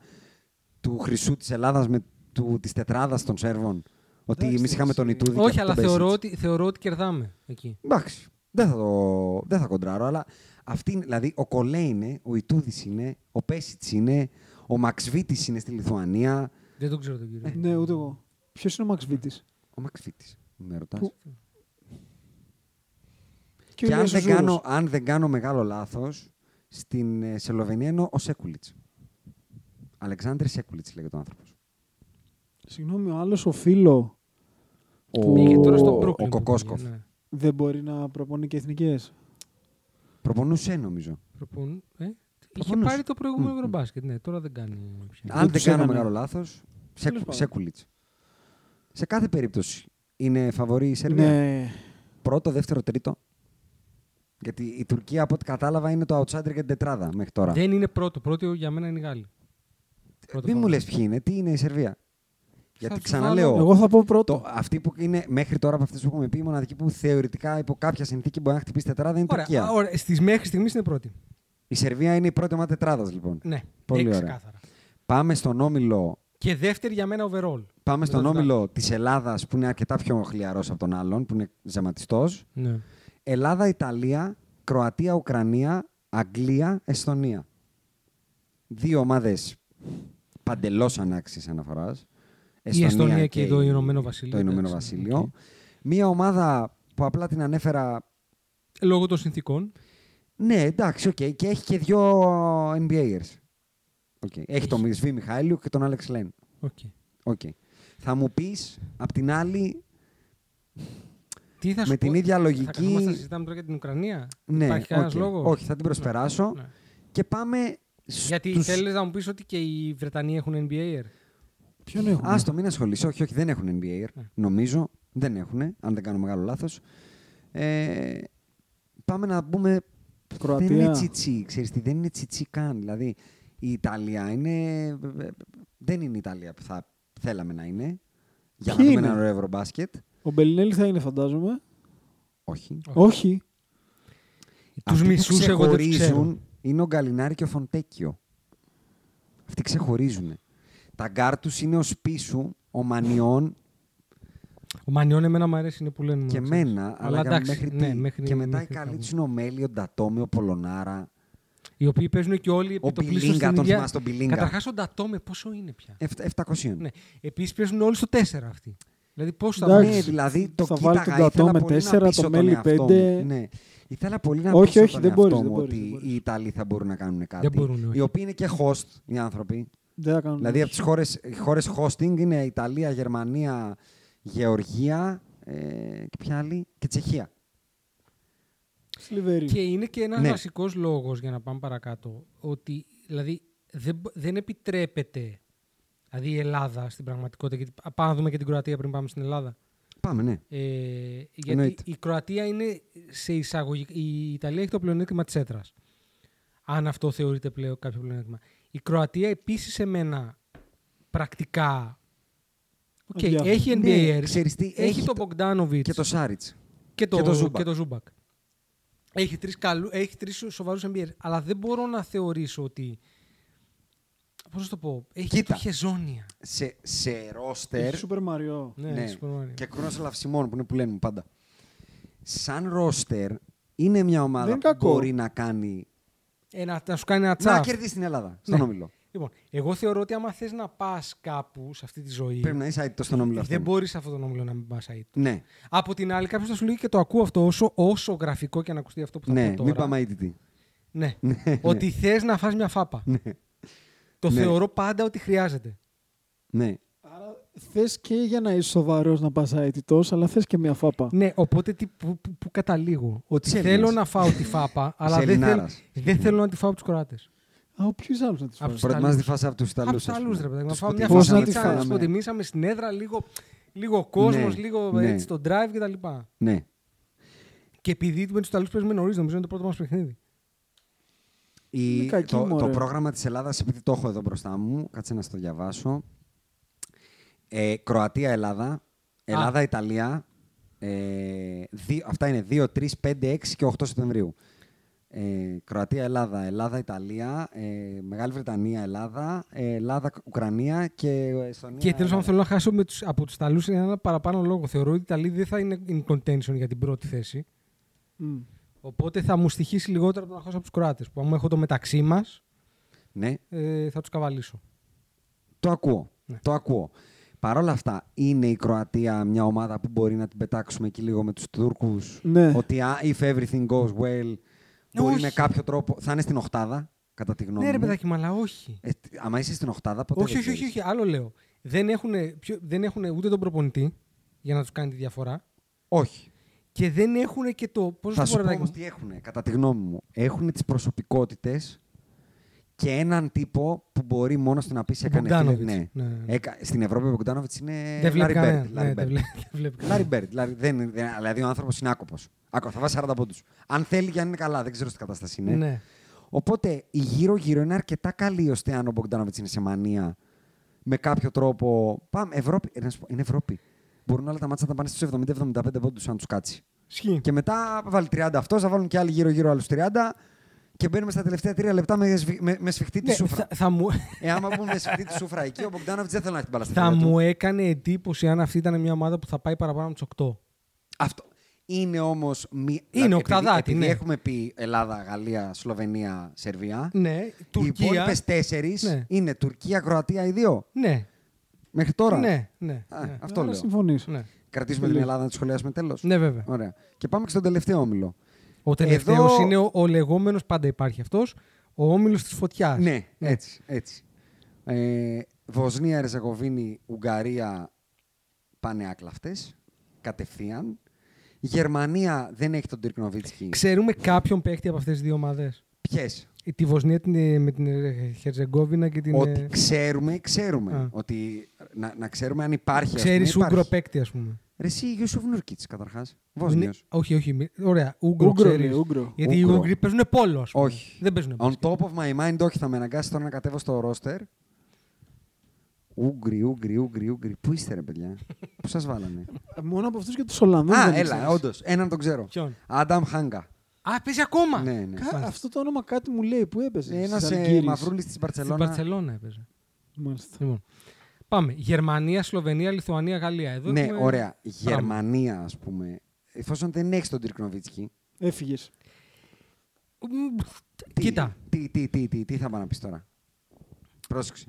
[SPEAKER 2] του χρυσού της Ελλάδας με του, της τετράδας των Σέρβων. Ότι
[SPEAKER 5] Εντάξει,
[SPEAKER 2] εμείς είχαμε τον
[SPEAKER 5] εντάξει.
[SPEAKER 2] Ιτούδη. και
[SPEAKER 4] Όχι,
[SPEAKER 2] αυτοί
[SPEAKER 4] αλλά
[SPEAKER 2] τον
[SPEAKER 4] θεωρώ
[SPEAKER 2] Μπέσιτς.
[SPEAKER 4] ότι, θεωρώ ότι κερδάμε εκεί.
[SPEAKER 2] Εντάξει. Δεν θα, το... δεν θα κοντράρω, αλλά αυτή είναι. Δηλαδή, ο Κολέ είναι, ο Ιτούδης είναι, ο Πέσιτ είναι, ο Μαξβίτης είναι στη Λιθουανία.
[SPEAKER 4] Δεν τον ξέρω τον
[SPEAKER 2] Ε,
[SPEAKER 4] κύριο. Ε,
[SPEAKER 5] Ναι, ούτε εγώ. Ποιος είναι ο Μαξ Βίτης?
[SPEAKER 2] Ο Μαξβίτης, με ρωτάς.
[SPEAKER 5] Που-
[SPEAKER 2] Και,
[SPEAKER 5] ο
[SPEAKER 2] αν,
[SPEAKER 5] Ηλίας
[SPEAKER 2] δεν
[SPEAKER 5] Ζούρος.
[SPEAKER 2] κάνω, αν δεν κάνω μεγάλο λάθος, στην ε, Σλοβενία είναι ο Σέκουλιτ. Αλεξάνδρ Σέκουλιτ λέγεται ο άνθρωπος.
[SPEAKER 5] Συγγνώμη, ο άλλος ο Φίλο
[SPEAKER 2] Ο,
[SPEAKER 4] Πήγε τώρα στο Brooklyn
[SPEAKER 2] ο
[SPEAKER 4] που
[SPEAKER 2] Κοκόσκοφ.
[SPEAKER 4] πήγε, ναι.
[SPEAKER 5] δεν μπορεί να προπονεί και εθνικές.
[SPEAKER 2] Προπονούσε, νομίζω.
[SPEAKER 4] Προπον... Ε, τι- Είχε πάρει το προηγούμενο Ευρωμπάσκετ. Ναι, τώρα δεν κάνει. πια.
[SPEAKER 2] Αν δεν
[SPEAKER 5] τους
[SPEAKER 2] κάνω
[SPEAKER 5] έκανε.
[SPEAKER 2] μεγάλο λάθος,
[SPEAKER 5] Τέλος πάντων.
[SPEAKER 2] σε κουλίτς. Σε κάθε περίπτωση είναι φαβορή η Σερβία.
[SPEAKER 5] Ναι.
[SPEAKER 2] Πρώτο, δεύτερο, τρίτο. Γιατί η Τουρκία, από ό,τι κατάλαβα, είναι το outsider για την τετράδα μέχρι τώρα.
[SPEAKER 4] Δεν είναι πρώτο. Πρώτο για μένα είναι οι Γάλλοι. Πρώτο
[SPEAKER 2] Μην μου
[SPEAKER 4] φαβορί.
[SPEAKER 2] λες ποιοι είναι, τι είναι η Σερβία. Γιατί
[SPEAKER 4] τους
[SPEAKER 2] ξαναλέω,
[SPEAKER 4] βάλω.
[SPEAKER 5] Εγώ θα πω πρώτο.
[SPEAKER 2] το, αυτοί που είναι μέχρι τώρα από αυτές που έχουμε πει, η μοναδική που θεωρητικά υπό κάποια συνθήκη μπορεί να χτυπήσει τετράδα είναι η
[SPEAKER 4] Ωραία.
[SPEAKER 2] Τουρκία.
[SPEAKER 4] α, ωραία. Στις μέχρι στιγμής είναι πρώτη.
[SPEAKER 2] Η Σερβία είναι η πρώτη ομάδα τετράδας, λοιπόν.
[SPEAKER 4] Ναι,
[SPEAKER 2] Πολύ
[SPEAKER 4] Πολύ
[SPEAKER 2] ωραία.
[SPEAKER 4] ξεκάθαρα.
[SPEAKER 2] Πάμε στον όμιλο
[SPEAKER 4] Και δεύτερη για μένα overall.
[SPEAKER 2] Πάμε στον
[SPEAKER 4] Μετά τους
[SPEAKER 2] όμιλο της Ελλάδας που είναι αρκετά πιο χλιαρός από τον άλλον, που είναι ζαματιστό.
[SPEAKER 4] Ναι.
[SPEAKER 2] Ελλάδα, Ιταλία, Κροατία, Ουκρανία, Αγγλία, Εστονία. Δύο ομάδες παντελώς ανάξιες αναφοράς.
[SPEAKER 4] Η Εστονία και το Ηνωμένο Βασίλειο.
[SPEAKER 2] Το Ηνωμένο
[SPEAKER 4] εντάξει,
[SPEAKER 2] Βασίλειο.
[SPEAKER 4] οκ.
[SPEAKER 2] Μία ομάδα που απλά την ανέφερα.
[SPEAKER 4] Λόγω των συνθήκων.
[SPEAKER 2] Ναι, εντάξει, οκ. και έχει και δύο NBAers. Οκ. Έχει, τον Σβή Μιχαήλιου και τον Άλεξ Λέν.
[SPEAKER 4] Οκ.
[SPEAKER 2] Οκ. Θα μου πεις, απ' την άλλη,
[SPEAKER 4] Τι θα σου
[SPEAKER 2] Με
[SPEAKER 4] πω,
[SPEAKER 2] την ίδια
[SPEAKER 4] Θα
[SPEAKER 2] λογική-
[SPEAKER 4] καθόμαστε να συζητάμε τώρα για την Ουκρανία.
[SPEAKER 2] Ναι,
[SPEAKER 4] Υπάρχει κανένας
[SPEAKER 2] οκ.
[SPEAKER 4] λόγος.
[SPEAKER 2] Όχι, θα την προσπεράσω.
[SPEAKER 4] Ναι.
[SPEAKER 2] Και πάμε. Στους...
[SPEAKER 4] Γιατί θέλεις να μου πεις ότι και οι Βρετανοί έχουν NBA.
[SPEAKER 5] Ποιον
[SPEAKER 4] Ναι.
[SPEAKER 5] έχουμε.
[SPEAKER 2] Άστο, Ναι, μην ασχολείσαι. Όχι, όχι, δεν έχουν NBA. Νομίζω. Δεν έχουν, αν δεν κάνω μεγάλο λάθος. Ε, πάμε να μπούμε.
[SPEAKER 5] Κροατία.
[SPEAKER 2] Δεν είναι τσιτσί, ξέρεις τι, δεν είναι τσιτσί καν. Δηλαδή, η Ιταλία είναι... Δεν είναι η Ιταλία που θα θέλαμε να είναι. Για να
[SPEAKER 5] Ποιοι
[SPEAKER 2] δούμε
[SPEAKER 5] είναι?
[SPEAKER 2] ένα ωραίο ευρωμπάσκετ.
[SPEAKER 5] Ο Μπελινέλη θα είναι, φαντάζομαι.
[SPEAKER 2] Όχι.
[SPEAKER 5] Όχι.
[SPEAKER 4] Τους
[SPEAKER 2] Αυτοί που
[SPEAKER 4] μισούς εγώ δεν τους ξέρω.
[SPEAKER 2] ξεχωρίζουν είναι ο Γκαλινάρη και ο Φοντέκιο. Αυτοί ξεχωρίζουν. Τα γκάρ τους είναι ο Σπίσου, ο Μανιών
[SPEAKER 4] Ο Μανιών εμένα μου αρέσει είναι που λένε.
[SPEAKER 2] και
[SPEAKER 4] ξέρεις.
[SPEAKER 2] μένα. Αλλά, για
[SPEAKER 4] εντάξει,
[SPEAKER 2] μέχρι, τι.
[SPEAKER 4] ναι, μέχρι-
[SPEAKER 2] και μετά οι
[SPEAKER 4] μέχρι
[SPEAKER 2] καλοί
[SPEAKER 4] κάπου.
[SPEAKER 2] τους είναι ο Μέλιο, ο Ντατόμι, ο Πολωνάρα.
[SPEAKER 4] Οι οποίοι παίζουν και όλοι
[SPEAKER 2] Ο
[SPEAKER 4] επί το πλήστος
[SPEAKER 2] Μπιλίνγκα,
[SPEAKER 4] στην
[SPEAKER 2] τον
[SPEAKER 4] ίδια.
[SPEAKER 2] θυμάσαι τον Μπιλίνγκα.
[SPEAKER 4] Καταρχάς ο Ντατόμε πόσο είναι πια.
[SPEAKER 2] Εφ- 700.
[SPEAKER 4] Ναι. Επίσης παίζουν όλοι στο 4 αυτοί. Δηλαδή πώς θα
[SPEAKER 5] Εντάξει.
[SPEAKER 2] Ναι, δηλαδή το
[SPEAKER 5] Θα βάλει
[SPEAKER 2] κοίταγα,
[SPEAKER 5] τον
[SPEAKER 2] ήθελα
[SPEAKER 5] Ντατόμε
[SPEAKER 2] πολύ να
[SPEAKER 5] τέσσερα,
[SPEAKER 2] πείσω
[SPEAKER 5] το
[SPEAKER 2] τον
[SPEAKER 5] Μέλι
[SPEAKER 2] εαυτό μου.
[SPEAKER 5] πέντε.
[SPEAKER 2] Ναι. Ήθελα πολύ να
[SPEAKER 5] Όχι,
[SPEAKER 2] πείσω
[SPEAKER 5] όχι,
[SPEAKER 2] τον
[SPEAKER 5] δεν
[SPEAKER 2] εαυτό
[SPEAKER 5] μπορείς,
[SPEAKER 2] μου
[SPEAKER 5] δεν μπορείς,
[SPEAKER 2] ότι
[SPEAKER 5] δεν μπορείς.
[SPEAKER 2] οι Ιταλοί θα μπορούν να κάνουν κάτι.
[SPEAKER 4] Δεν μπορούν, όχι.
[SPEAKER 2] οι οποίοι είναι και host οι άνθρωποι.
[SPEAKER 5] Δεν θα κάνουμε.
[SPEAKER 2] Δηλαδή από τις χώρες, οι χώρες hosting είναι Ιταλία, Γερμανία, Γεωργία ε, και ποια άλλη, και Τσεχία.
[SPEAKER 5] Σλιβερή.
[SPEAKER 4] Και είναι και ένας
[SPEAKER 2] Ναι.
[SPEAKER 4] βασικός λόγος για να πάμε παρακάτω. Ότι δηλαδή δεν, μπο- δεν επιτρέπεται δηλαδή η Ελλάδα στην πραγματικότητα. Γιατί, α, πάμε να δούμε και την Κροατία πριν πάμε στην Ελλάδα.
[SPEAKER 2] Πάμε, ναι.
[SPEAKER 4] Ε, γιατί
[SPEAKER 2] Εννοείται.
[SPEAKER 4] η Κροατία είναι σε εισαγωγή. Η Ιταλία έχει το πλεονέκτημα της έδρας. Αν αυτό θεωρείται πλέον κάποιο πλεονέκτημα. Η Κροατία επίσης σε μένα πρακτικά. Οκ,
[SPEAKER 5] Αδιάφορη.
[SPEAKER 4] έχει NBA.
[SPEAKER 2] Ναι,
[SPEAKER 4] airs,
[SPEAKER 2] ξέρεις τι,
[SPEAKER 4] έχει,
[SPEAKER 2] έχει
[SPEAKER 4] το
[SPEAKER 2] το-
[SPEAKER 4] Μπογκδάνοβιτ
[SPEAKER 2] Και το Σάριτς.
[SPEAKER 4] και το,
[SPEAKER 2] και το Ζούμπακ.
[SPEAKER 4] και το Ζούμπακ. Έχει τρεις, καλού, έχει τρεις σοβαρούς NBA. Αλλά δεν μπορώ να θεωρήσω ότι... Πώς να το πω... Έχει
[SPEAKER 2] Κοίτα.
[SPEAKER 4] και χεζόνια.
[SPEAKER 2] Σε, σε ρόστερ
[SPEAKER 5] Έχει Σούπερ Μαριό.
[SPEAKER 4] Ναι,
[SPEAKER 2] ναι,
[SPEAKER 4] Super Mario.
[SPEAKER 2] και κρόνος λαυσιμών που είναι που λένε πάντα. Σαν ρόστερ είναι μια ομάδα
[SPEAKER 5] Δεν είναι
[SPEAKER 2] που
[SPEAKER 5] κακό.
[SPEAKER 2] μπορεί να κάνει...
[SPEAKER 4] Ένα, να σου κάνει ένα
[SPEAKER 2] Να
[SPEAKER 4] τσαφ.
[SPEAKER 2] κερδίσει την Ελλάδα στον
[SPEAKER 4] Ναι.
[SPEAKER 2] όμιλο.
[SPEAKER 4] Λοιπόν, εγώ θεωρώ ότι άμα θες να πας κάπου σε αυτή τη ζωή...
[SPEAKER 2] Πρέπει να είσαι αίτητο στον όμιλο αυτό.
[SPEAKER 4] Ε, δεν μπορείς σε αυτόν τον όμιλο να μην πας αίτητο.
[SPEAKER 2] Ναι,
[SPEAKER 4] Από την άλλη, κάποιος θα σου λέει και το ακούω αυτό όσο, όσο γραφικό και αν ακουστεί αυτό που θα
[SPEAKER 2] ναι,
[SPEAKER 4] πω τώρα.
[SPEAKER 2] μην πάμε αίτητη.
[SPEAKER 4] Ναι.
[SPEAKER 2] Ναι,
[SPEAKER 4] ότι θες να φας μια φάπα. Το
[SPEAKER 2] Ναι.
[SPEAKER 4] θεωρώ πάντα ότι χρειάζεται.
[SPEAKER 2] Ναι.
[SPEAKER 5] Θες και για να είσαι σοβαρός να πας αίτητο, αλλά θες και μια φάπα.
[SPEAKER 4] Ναι, οπότε τι, που, που, που καταλήγω. Ότι
[SPEAKER 2] Της
[SPEAKER 4] θέλω
[SPEAKER 2] Έλληνας.
[SPEAKER 4] να φάω τη φάπα, αλλά
[SPEAKER 2] Της
[SPEAKER 4] δεν, θέλω,
[SPEAKER 2] Ελληνάρας.
[SPEAKER 4] δεν θέλω να τη φάω από τους Κροάτες.
[SPEAKER 2] Ναι.
[SPEAKER 5] Α, ο ποιο άλλος να τη
[SPEAKER 4] Απ'
[SPEAKER 5] φάει.
[SPEAKER 4] τους
[SPEAKER 2] Προετοιμάζει τη
[SPEAKER 4] Ιταλούς.
[SPEAKER 2] φάση από τους Ιταλούς.
[SPEAKER 4] Από τους άλλου, ρε παιδί μου. Να φάω μια
[SPEAKER 5] Πώς να τη
[SPEAKER 4] φασίτσα,
[SPEAKER 5] φάμε.
[SPEAKER 4] να του προτιμήσαμε στην έδρα, λίγο, λίγο κόσμος,
[SPEAKER 2] Ναι,
[SPEAKER 4] λίγο
[SPEAKER 2] ναι.
[SPEAKER 4] έτσι το drive κτλ.
[SPEAKER 2] Ναι.
[SPEAKER 4] Και επειδή με τους Ιταλούς παίζουμε νωρίς, νομίζω είναι το πρώτο μας παιχνίδι.
[SPEAKER 2] Ναι, Η-
[SPEAKER 5] Είναι κακή,
[SPEAKER 2] το, το
[SPEAKER 5] μωρέ.
[SPEAKER 2] πρόγραμμα της Ελλάδας, επειδή το έχω εδώ μπροστά μου, κάτσε να στο διαβάσω. Ε, Κροατία, Ελλάδα. Ελλάδα, Ιταλία. Ε, δι- αυτά είναι 2, 3, 5, 6 και 8 Σεπτεμβρίου. Ε, Κροατία, Ελλάδα, Ελλάδα, Ιταλία, ε, Μεγάλη Βρετανία, Ελλάδα, ε, Ελλάδα, Ουκρανία και ε, Εστονία.
[SPEAKER 4] Και τέλος
[SPEAKER 2] Ελλάδα.
[SPEAKER 4] πάντων θέλω να χάσω με τους, από τους Ιταλούς είναι ένα παραπάνω λόγο. Θεωρώ ότι οι Ιταλοί δεν θα είναι in contention για την πρώτη θέση.
[SPEAKER 5] Μμ.
[SPEAKER 4] Οπότε θα μου στοιχήσει λιγότερο από το να χάσω από τους Κροάτες. Που άμα έχω το μεταξύ μας,
[SPEAKER 2] Ναι,
[SPEAKER 4] ε, θα τους καβαλήσω.
[SPEAKER 2] το ακούω.
[SPEAKER 4] Ναι.
[SPEAKER 2] Το ακούω. Παρ' όλα αυτά, είναι η Κροατία μια ομάδα που μπορεί να την πετάξουμε εκεί λίγο με τους Τούρκους.
[SPEAKER 5] Ναι.
[SPEAKER 2] Ότι α, if everything goes well, μπορεί
[SPEAKER 4] όχι.
[SPEAKER 2] με κάποιο τρόπο. Θα είναι στην οχτάδα, κατά τη γνώμη
[SPEAKER 4] Ναι, ρε
[SPEAKER 2] μου.
[SPEAKER 4] παιδάκι, μου, αλλά όχι.
[SPEAKER 2] Ε, τ- άμα είσαι στην οχτάδα, ποτέ
[SPEAKER 4] Όχι,
[SPEAKER 2] δεν
[SPEAKER 4] όχι, όχι,
[SPEAKER 2] ξέρεις.
[SPEAKER 4] όχι, άλλο λέω. Δεν έχουν, πιο, δεν έχουνε ούτε τον προπονητή για να τους κάνει τη διαφορά
[SPEAKER 2] Όχι.
[SPEAKER 4] και δεν έχουν και το. Πώς
[SPEAKER 2] Θα
[SPEAKER 4] το
[SPEAKER 2] σου πω
[SPEAKER 4] πω, ρε παιδάκι
[SPEAKER 2] όμως
[SPEAKER 4] μου.
[SPEAKER 2] τι έχουν, κατά τη γνώμη μου. Έχουν τις προσωπικότητες και έναν τύπο που μπορεί μόνο του να πει σε έκανε
[SPEAKER 4] Bogdanovic,
[SPEAKER 2] φίλες, Ναι.
[SPEAKER 4] ναι, ναι.
[SPEAKER 2] Έκα- Στην Ευρώπη ο Μπογκδάνοβιτ είναι.
[SPEAKER 4] Δεν βλέπεις
[SPEAKER 2] Larry Bird,
[SPEAKER 4] κανένα.
[SPEAKER 2] Larry
[SPEAKER 4] Ναι,
[SPEAKER 2] Bird.
[SPEAKER 4] δεν βλέ- δεν βλέπεις κανένα.
[SPEAKER 2] Larry Bird. Larry- δεν, δεν, δηλαδή ο άνθρωπος είναι άκοπος. Άκοπο. Θα βάζει 40 πόντους. Αν θέλει και αν είναι καλά, δεν ξέρω τι κατάσταση είναι.
[SPEAKER 4] Ναι.
[SPEAKER 2] Οπότε η γύρω-γύρω είναι αρκετά καλή ώστε αν ο Μπογκδάνοβιτ είναι σε μανία με κάποιο τρόπο. Πάμε, Ευρώπη. Ε, να σου πω, είναι Ευρώπη. Μπορούν όλα τα μάτια να πάνε στους 70-75 πόντους αν τους κάτσει.
[SPEAKER 4] Ισχύει.
[SPEAKER 2] Και μετά βάλει 30 αυτό, θα βάλουν και άλλοι γύρω-γύρω άλλους 30. Και μπαίνουμε στα τελευταία τρία λεπτά με, σβη- με, με σφιχτή τη
[SPEAKER 4] Ναι,
[SPEAKER 2] σούφρα.
[SPEAKER 4] θα- θα μου-
[SPEAKER 2] Ε, άμα πούμε με σφιχτή τη σούφρα εκεί, ο Μπογκδάνοβιτ δεν θέλει να έχει την μπάλα στα
[SPEAKER 4] Θα
[SPEAKER 2] χέρια του.
[SPEAKER 4] μου έκανε εντύπωση αν αυτή ήταν μια ομάδα που θα πάει παραπάνω από τους 8.
[SPEAKER 2] Αυτό. Είναι όμως. Μη...
[SPEAKER 4] Είναι
[SPEAKER 2] επειδή,
[SPEAKER 4] οκταδάτη,
[SPEAKER 2] επειδή
[SPEAKER 4] ναι.
[SPEAKER 2] έχουμε πει Ελλάδα, Γαλλία, Σλοβενία, Σερβία.
[SPEAKER 4] Ναι, Τουρκία.
[SPEAKER 2] Οι υπόλοιπες τέσσερις
[SPEAKER 4] Ναι.
[SPEAKER 2] είναι Τουρκία, Κροατία, οι δύο.
[SPEAKER 4] Ναι,
[SPEAKER 2] Μέχρι τώρα.
[SPEAKER 4] ναι, ναι.
[SPEAKER 2] Α,
[SPEAKER 4] ναι.
[SPEAKER 2] Αυτό
[SPEAKER 5] Να
[SPEAKER 2] λέω.
[SPEAKER 5] συμφωνήσω.
[SPEAKER 4] Ναι.
[SPEAKER 2] Κρατήσουμε την Ελλάδα να τη σχολιάσουμε τέλος.
[SPEAKER 4] Ναι, βέβαια.
[SPEAKER 2] Ωραία. Και πάμε και στον τελευταίο όμιλο.
[SPEAKER 4] Ο τελευταίος
[SPEAKER 2] Εδώ-
[SPEAKER 4] είναι ο, ο λεγόμενος, πάντα υπάρχει αυτός, ο όμιλος της φωτιάς.
[SPEAKER 2] Ναι, έτσι. έτσι. Ε, Βοσνία, Ερζεγοβίνη, Ουγγαρία πάνε άκλαυτες, κατευθείαν. Γερμανία δεν έχει τον Τυρκνοβίτσκι.
[SPEAKER 4] Ξέρουμε κάποιον παίκτη από αυτές τις δύο ομάδες.
[SPEAKER 2] Ποιες.
[SPEAKER 4] Τη Βοσνία την, με την ε, Χερζεγκόβινα και την.
[SPEAKER 2] Ότι ξέρουμε, ξέρουμε.
[SPEAKER 4] Α.
[SPEAKER 2] Ότι, να, να ξέρουμε αν υπάρχει. ας
[SPEAKER 4] Ξέρει
[SPEAKER 2] πούμε, υπάρχει.
[SPEAKER 4] Ούγκρο παίκτη, ας πούμε.
[SPEAKER 2] Ρε εσύ, Ιούσουφ Νουρκίτς, καταρχάς. Βόσνιος.
[SPEAKER 4] Είναι- Όχι, όχι. μη- Ωραία. Ούγκρο,
[SPEAKER 5] Ούγκρο,
[SPEAKER 4] ξέρεις.
[SPEAKER 5] ναι, Ούγκρο.
[SPEAKER 4] Γιατί οι
[SPEAKER 2] Ούγκρο.
[SPEAKER 4] Ούγγροι παίζουν πόλο, ας πούμε.
[SPEAKER 2] Όχι.
[SPEAKER 4] Δεν παίζουν
[SPEAKER 2] On
[SPEAKER 4] πόλο.
[SPEAKER 2] top of my mind, όχι, θα με αναγκάσει τώρα να κατέβω στο ρόστερ. Ούγγρι, Ούγγρι, Ούγγρι, Ούγγρι. Πού είστε, ρε παιδιά. Πού σας βάλανε.
[SPEAKER 5] Ε, Μόνο από αυτούς και τους Ολλανδούς.
[SPEAKER 2] Α, έλα, όντως. Έναν τον ξέρω.
[SPEAKER 4] Ποιον?
[SPEAKER 2] Άνταμ Χάγκα.
[SPEAKER 4] Α, παίζει ακόμα.
[SPEAKER 2] Ναι, ναι.
[SPEAKER 5] Αυτό το όνομα κάτι μου λέει που έπαιζες. στις
[SPEAKER 2] Ένα
[SPEAKER 5] Αλγύριες.
[SPEAKER 2] μαυρούλης της
[SPEAKER 4] Στην
[SPEAKER 2] Μπαρσελόνα.
[SPEAKER 4] Παρσελόνα έπαιζε.
[SPEAKER 5] Μάλιστα.
[SPEAKER 4] Λοιπόν. Πάμε. Γερμανία, Σλοβενία, Λιθουανία, Γαλλία. Εδώ
[SPEAKER 2] Ναι,
[SPEAKER 4] έχουμε-
[SPEAKER 2] ωραία. Γερμανία, ας πούμε. Εφόσον δεν έχεις τον Τυρκνοβίτσκι.
[SPEAKER 5] Έφυγε.
[SPEAKER 4] Μμμ,
[SPEAKER 2] τι-
[SPEAKER 4] Κοίτα.
[SPEAKER 2] Τι, τι, τι, τι, τι θα πάω να πεις τώρα. Πρόσεξε.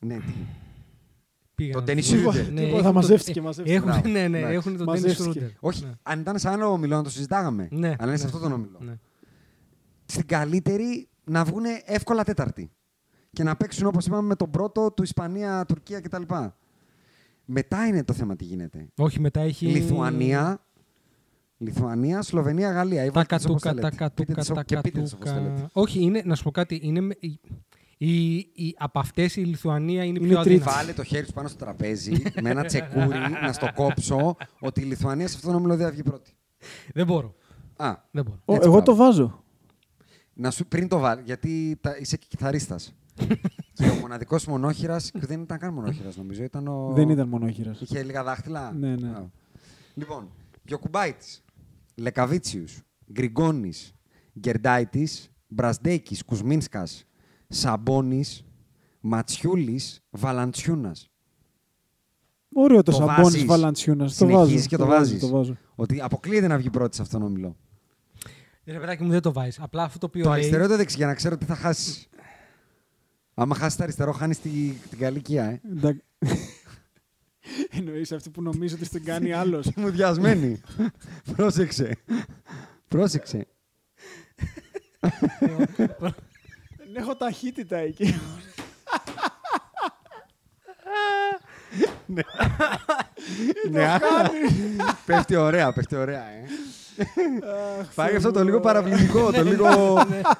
[SPEAKER 2] Ναι, τι.
[SPEAKER 4] Πήγα
[SPEAKER 2] Το
[SPEAKER 4] να-
[SPEAKER 2] Dennis
[SPEAKER 4] Ναι,
[SPEAKER 2] Schröder.
[SPEAKER 4] ναι,
[SPEAKER 5] Τίποτα,
[SPEAKER 4] έχουν
[SPEAKER 5] μαζεύτηκε,
[SPEAKER 4] το-
[SPEAKER 5] μαζεύτηκε.
[SPEAKER 4] έχουν-
[SPEAKER 2] Μπράβο.
[SPEAKER 4] Ναι, ναι,
[SPEAKER 2] Εντάξει.
[SPEAKER 4] έχουν τον Dennis
[SPEAKER 5] Μαζεύτηκε.
[SPEAKER 4] Schröder.
[SPEAKER 2] Όχι,
[SPEAKER 4] Ναι.
[SPEAKER 2] αν ήταν σε άλλο ομιλό να το συζητάγαμε.
[SPEAKER 4] Ναι,
[SPEAKER 2] Αλλά είναι σε
[SPEAKER 4] ναι,
[SPEAKER 2] αυτόν τον ομιλό.
[SPEAKER 4] ναι.
[SPEAKER 2] Στην καλύτερη να βγουν εύκολα τέταρτη. Και να παίξουν όπως είπαμε με τον πρώτο του Ισπανία, Τουρκία κτλ. Μετά είναι το θέμα τι γίνεται.
[SPEAKER 4] Όχι, μετά έχει.
[SPEAKER 2] Λιθουανία. Λιθουανία, Σλοβενία, Γαλία. Η
[SPEAKER 4] Τα
[SPEAKER 2] Βαλτική όπως
[SPEAKER 4] κατούκα,
[SPEAKER 2] τα
[SPEAKER 4] τα
[SPEAKER 2] λέτε. Πείτε
[SPEAKER 4] κατούκα,
[SPEAKER 2] τις ό-
[SPEAKER 4] τα
[SPEAKER 2] και πείτε τις όπως τα λέτε.
[SPEAKER 4] κατούκα. Όχι, είναι, να σου πω κάτι. Είναι, με- η, η, η- από αυτές η Λιθουανία είναι,
[SPEAKER 5] Είναι
[SPEAKER 4] πιο
[SPEAKER 5] τρίτη.
[SPEAKER 4] αδύναμη.
[SPEAKER 2] Βάλε το χέρι σου πάνω στο τραπέζι με ένα τσεκούρι να στο κόψω ότι η Λιθουανία σε αυτόν τον όμιλο δεν θα βγει πρώτη.
[SPEAKER 4] Δεν μπορώ.
[SPEAKER 2] Α,
[SPEAKER 4] Δεν μπορώ.
[SPEAKER 5] Ω,
[SPEAKER 2] Έτσι,
[SPEAKER 5] εγώ
[SPEAKER 2] μπράβο.
[SPEAKER 5] το βάζω.
[SPEAKER 2] να σου πριν το βάλει, γιατί τα, είσαι και κιθαρίστας. και ο μοναδικός μονόχειρας, δεν ήταν καν μονόχειρας νομίζω, ήταν ο.
[SPEAKER 5] Δεν ήταν μονόχειρας.
[SPEAKER 2] Είχε λίγα δάχτυλα.
[SPEAKER 5] Ναι, ναι.
[SPEAKER 2] Μπράβο. Λοιπόν, Γιοκουμπάιτη, Λεκαβίτσιους, Γκριγκόνης, Γκερντάιτης, Μπρασδέκης, Κουσμίνσκας, Σαμπόνη, Ματσιούλης, Βαλαντσιούνας.
[SPEAKER 5] Ωραίο το,
[SPEAKER 2] Το
[SPEAKER 5] σαμπόνι
[SPEAKER 2] βάζεις.
[SPEAKER 5] Βαλαντσιούνας. Το
[SPEAKER 2] Συνεχίζεις
[SPEAKER 5] βάζω.
[SPEAKER 2] και το
[SPEAKER 5] βάζω,
[SPEAKER 2] βάζεις.
[SPEAKER 5] Το βάζω.
[SPEAKER 2] Ότι αποκλείεται να βγει πρώτη σε αυτόν τον όμιλο.
[SPEAKER 4] Ρε παιδάκι μου, δεν το βάζεις. Απλά αυτό το οποίο.
[SPEAKER 2] Το
[SPEAKER 4] λέει-
[SPEAKER 2] αριστερό ή το δεξί, για να ξέρω τι θα χάσεις. Άμα χάσεις το αριστερό, χάνεις τη, την καλή κοιά, ε.
[SPEAKER 5] Εντάξει. Εννοείς αυτή που νομίζω ότι την κάνει άλλος.
[SPEAKER 2] Μου διασμένη. Πρόσεξε. Πρόσεξε.
[SPEAKER 5] Δεν έχω ταχύτητα εκεί.
[SPEAKER 2] Ναι, πέφτει ωραία, πέφτει ωραία, ε. Πάει αυτό το λίγο παραβλητικό,
[SPEAKER 5] Ναι,
[SPEAKER 2] το λίγο.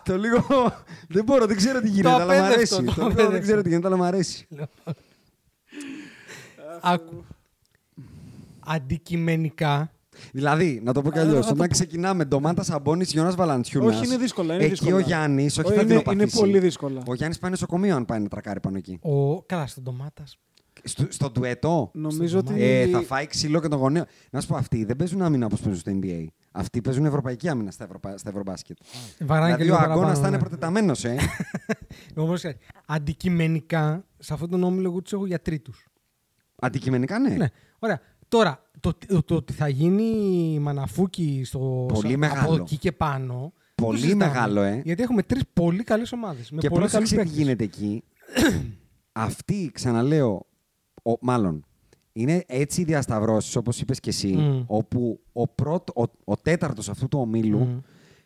[SPEAKER 2] το λίγο. Δεν μπορώ, δεν ξέρω τι γίνεται, αλλά μ'
[SPEAKER 4] απέδευτο,
[SPEAKER 2] αρέσει.
[SPEAKER 4] το
[SPEAKER 2] Το λίγο δεν
[SPEAKER 4] απέδευτο.
[SPEAKER 2] ξέρω τι γίνεται, αλλά μ' αρέσει.
[SPEAKER 4] Άκου. Αντικειμενικά.
[SPEAKER 2] Δηλαδή, να το πω κι
[SPEAKER 5] Αλλά
[SPEAKER 2] αλλιώ.
[SPEAKER 5] θα το
[SPEAKER 2] Όταν ξεκινάμε ντομάτα σαμπόνις Γιώνας Βαλαντσιούνα.
[SPEAKER 5] Όχι, είναι δύσκολα, είναι
[SPEAKER 2] εκεί
[SPEAKER 5] δύσκολα.
[SPEAKER 2] ο Γιάννης, όχι
[SPEAKER 5] Ω,
[SPEAKER 2] θα
[SPEAKER 5] είναι,
[SPEAKER 2] δεινοπαθήσει.
[SPEAKER 5] είναι πολύ δύσκολα.
[SPEAKER 2] Ο Γιάννης πάει νοσοκομείο αν πάει να τρακάρει πάνω εκεί.
[SPEAKER 4] Ο... Καλά, στον ντομάτας.
[SPEAKER 2] Στο, στον ντουέτο.
[SPEAKER 5] Νομίζω ότι.
[SPEAKER 2] Ε, θα φάει ξύλο και τον γονέο. Να σου πω, αυτοί δεν παίζουν άμυνα όπως παίζουν στο NBA. Αυτοί παίζουν ευρωπαϊκή άμυνα στα, ευρωπα... στα ευρωμπάσκετ.
[SPEAKER 4] Βαράνε και
[SPEAKER 2] δηλαδή ο
[SPEAKER 4] λίγο
[SPEAKER 2] αγώνα
[SPEAKER 4] παραπάνω,
[SPEAKER 2] θα είναι
[SPEAKER 4] ναι.
[SPEAKER 2] προτεταμένος, ε.
[SPEAKER 4] Όμως, ε, αντικειμενικά, σε αυτόν τον όμιλο εγώ του έχω για τρίτους.
[SPEAKER 2] Αντικειμενικά, ναι.
[SPEAKER 4] Ναι. Ωραία. Τώρα, το, το, το ότι θα γίνει μαναφούκι στο,
[SPEAKER 2] Πολύ
[SPEAKER 4] στο-
[SPEAKER 2] μεγάλο.
[SPEAKER 4] από εκεί και πάνω. το
[SPEAKER 2] Πολύ
[SPEAKER 4] συζητάμε.
[SPEAKER 2] μεγάλο, ε.
[SPEAKER 4] Γιατί έχουμε τρεις πολύ καλές ομάδες. Με
[SPEAKER 2] Και
[SPEAKER 4] πολύ καλού
[SPEAKER 2] πρόσεξε τι γίνεται εκεί. Αυτοί, ξαναλέω, ο, μάλλον, είναι έτσι οι
[SPEAKER 4] Mm.
[SPEAKER 2] διασταυρώσεις, όπως είπες και εσύ,
[SPEAKER 4] Μμμ. Mm.
[SPEAKER 2] όπου ο, πρώτο, ο, ο τέταρτος αυτού του ομίλου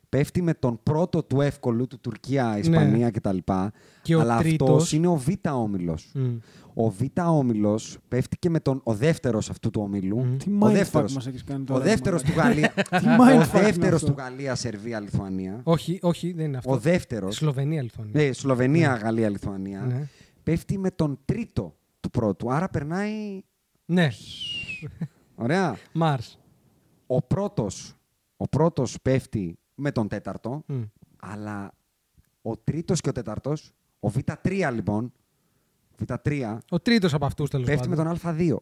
[SPEAKER 2] πέφτει με τον πρώτο του εύκολου, του Τουρκία, Ισπανία κτλ.
[SPEAKER 4] Ναι. Και ο
[SPEAKER 2] αλλά αυτός
[SPEAKER 4] τρίτος- Mm.
[SPEAKER 2] είναι ο Β όμιλος.
[SPEAKER 4] Μμ.
[SPEAKER 2] Ο Β όμιλος πέφτει και με τον ο δεύτερος αυτού του ομίλου.
[SPEAKER 4] Mm.
[SPEAKER 5] Τι
[SPEAKER 2] Ο
[SPEAKER 5] mindfuck
[SPEAKER 2] δεύτερος.
[SPEAKER 5] μας έχεις κάνει
[SPEAKER 2] Ο
[SPEAKER 5] τώρα, ρε
[SPEAKER 2] δεύτερο του
[SPEAKER 5] μαλάκα.
[SPEAKER 2] Γαλλία.
[SPEAKER 5] Τι mindfuck
[SPEAKER 2] ο
[SPEAKER 5] είναι
[SPEAKER 2] δεύτερος
[SPEAKER 5] αυτό.
[SPEAKER 2] του Γαλλία, Σερβία, Λιθουανία.
[SPEAKER 4] Όχι, όχι, δεν είναι αυτό.
[SPEAKER 2] Ο δεύτερος.
[SPEAKER 4] Σλοβενία, λοιπόν. Λιθουανία.
[SPEAKER 2] Ναι, Σλοβενία, Γαλλία, Λιθουανία.
[SPEAKER 4] Ναι.
[SPEAKER 2] Πέφτει με τον τρίτο του πρώτου. Άρα περνάει.
[SPEAKER 4] Ναι.
[SPEAKER 2] Ωραία.
[SPEAKER 4] Μάρς.
[SPEAKER 2] Ο πρώτος, ο πρώτος πέφτει με τον τέταρτο,
[SPEAKER 4] Μμ.
[SPEAKER 2] αλλά ο τρίτος και ο τέταρτος, ο Β3 λοιπόν, Β3
[SPEAKER 4] Ο τρίτος από αυτούς τέλος
[SPEAKER 2] πέφτει
[SPEAKER 4] πάντων.
[SPEAKER 2] με τον Α2.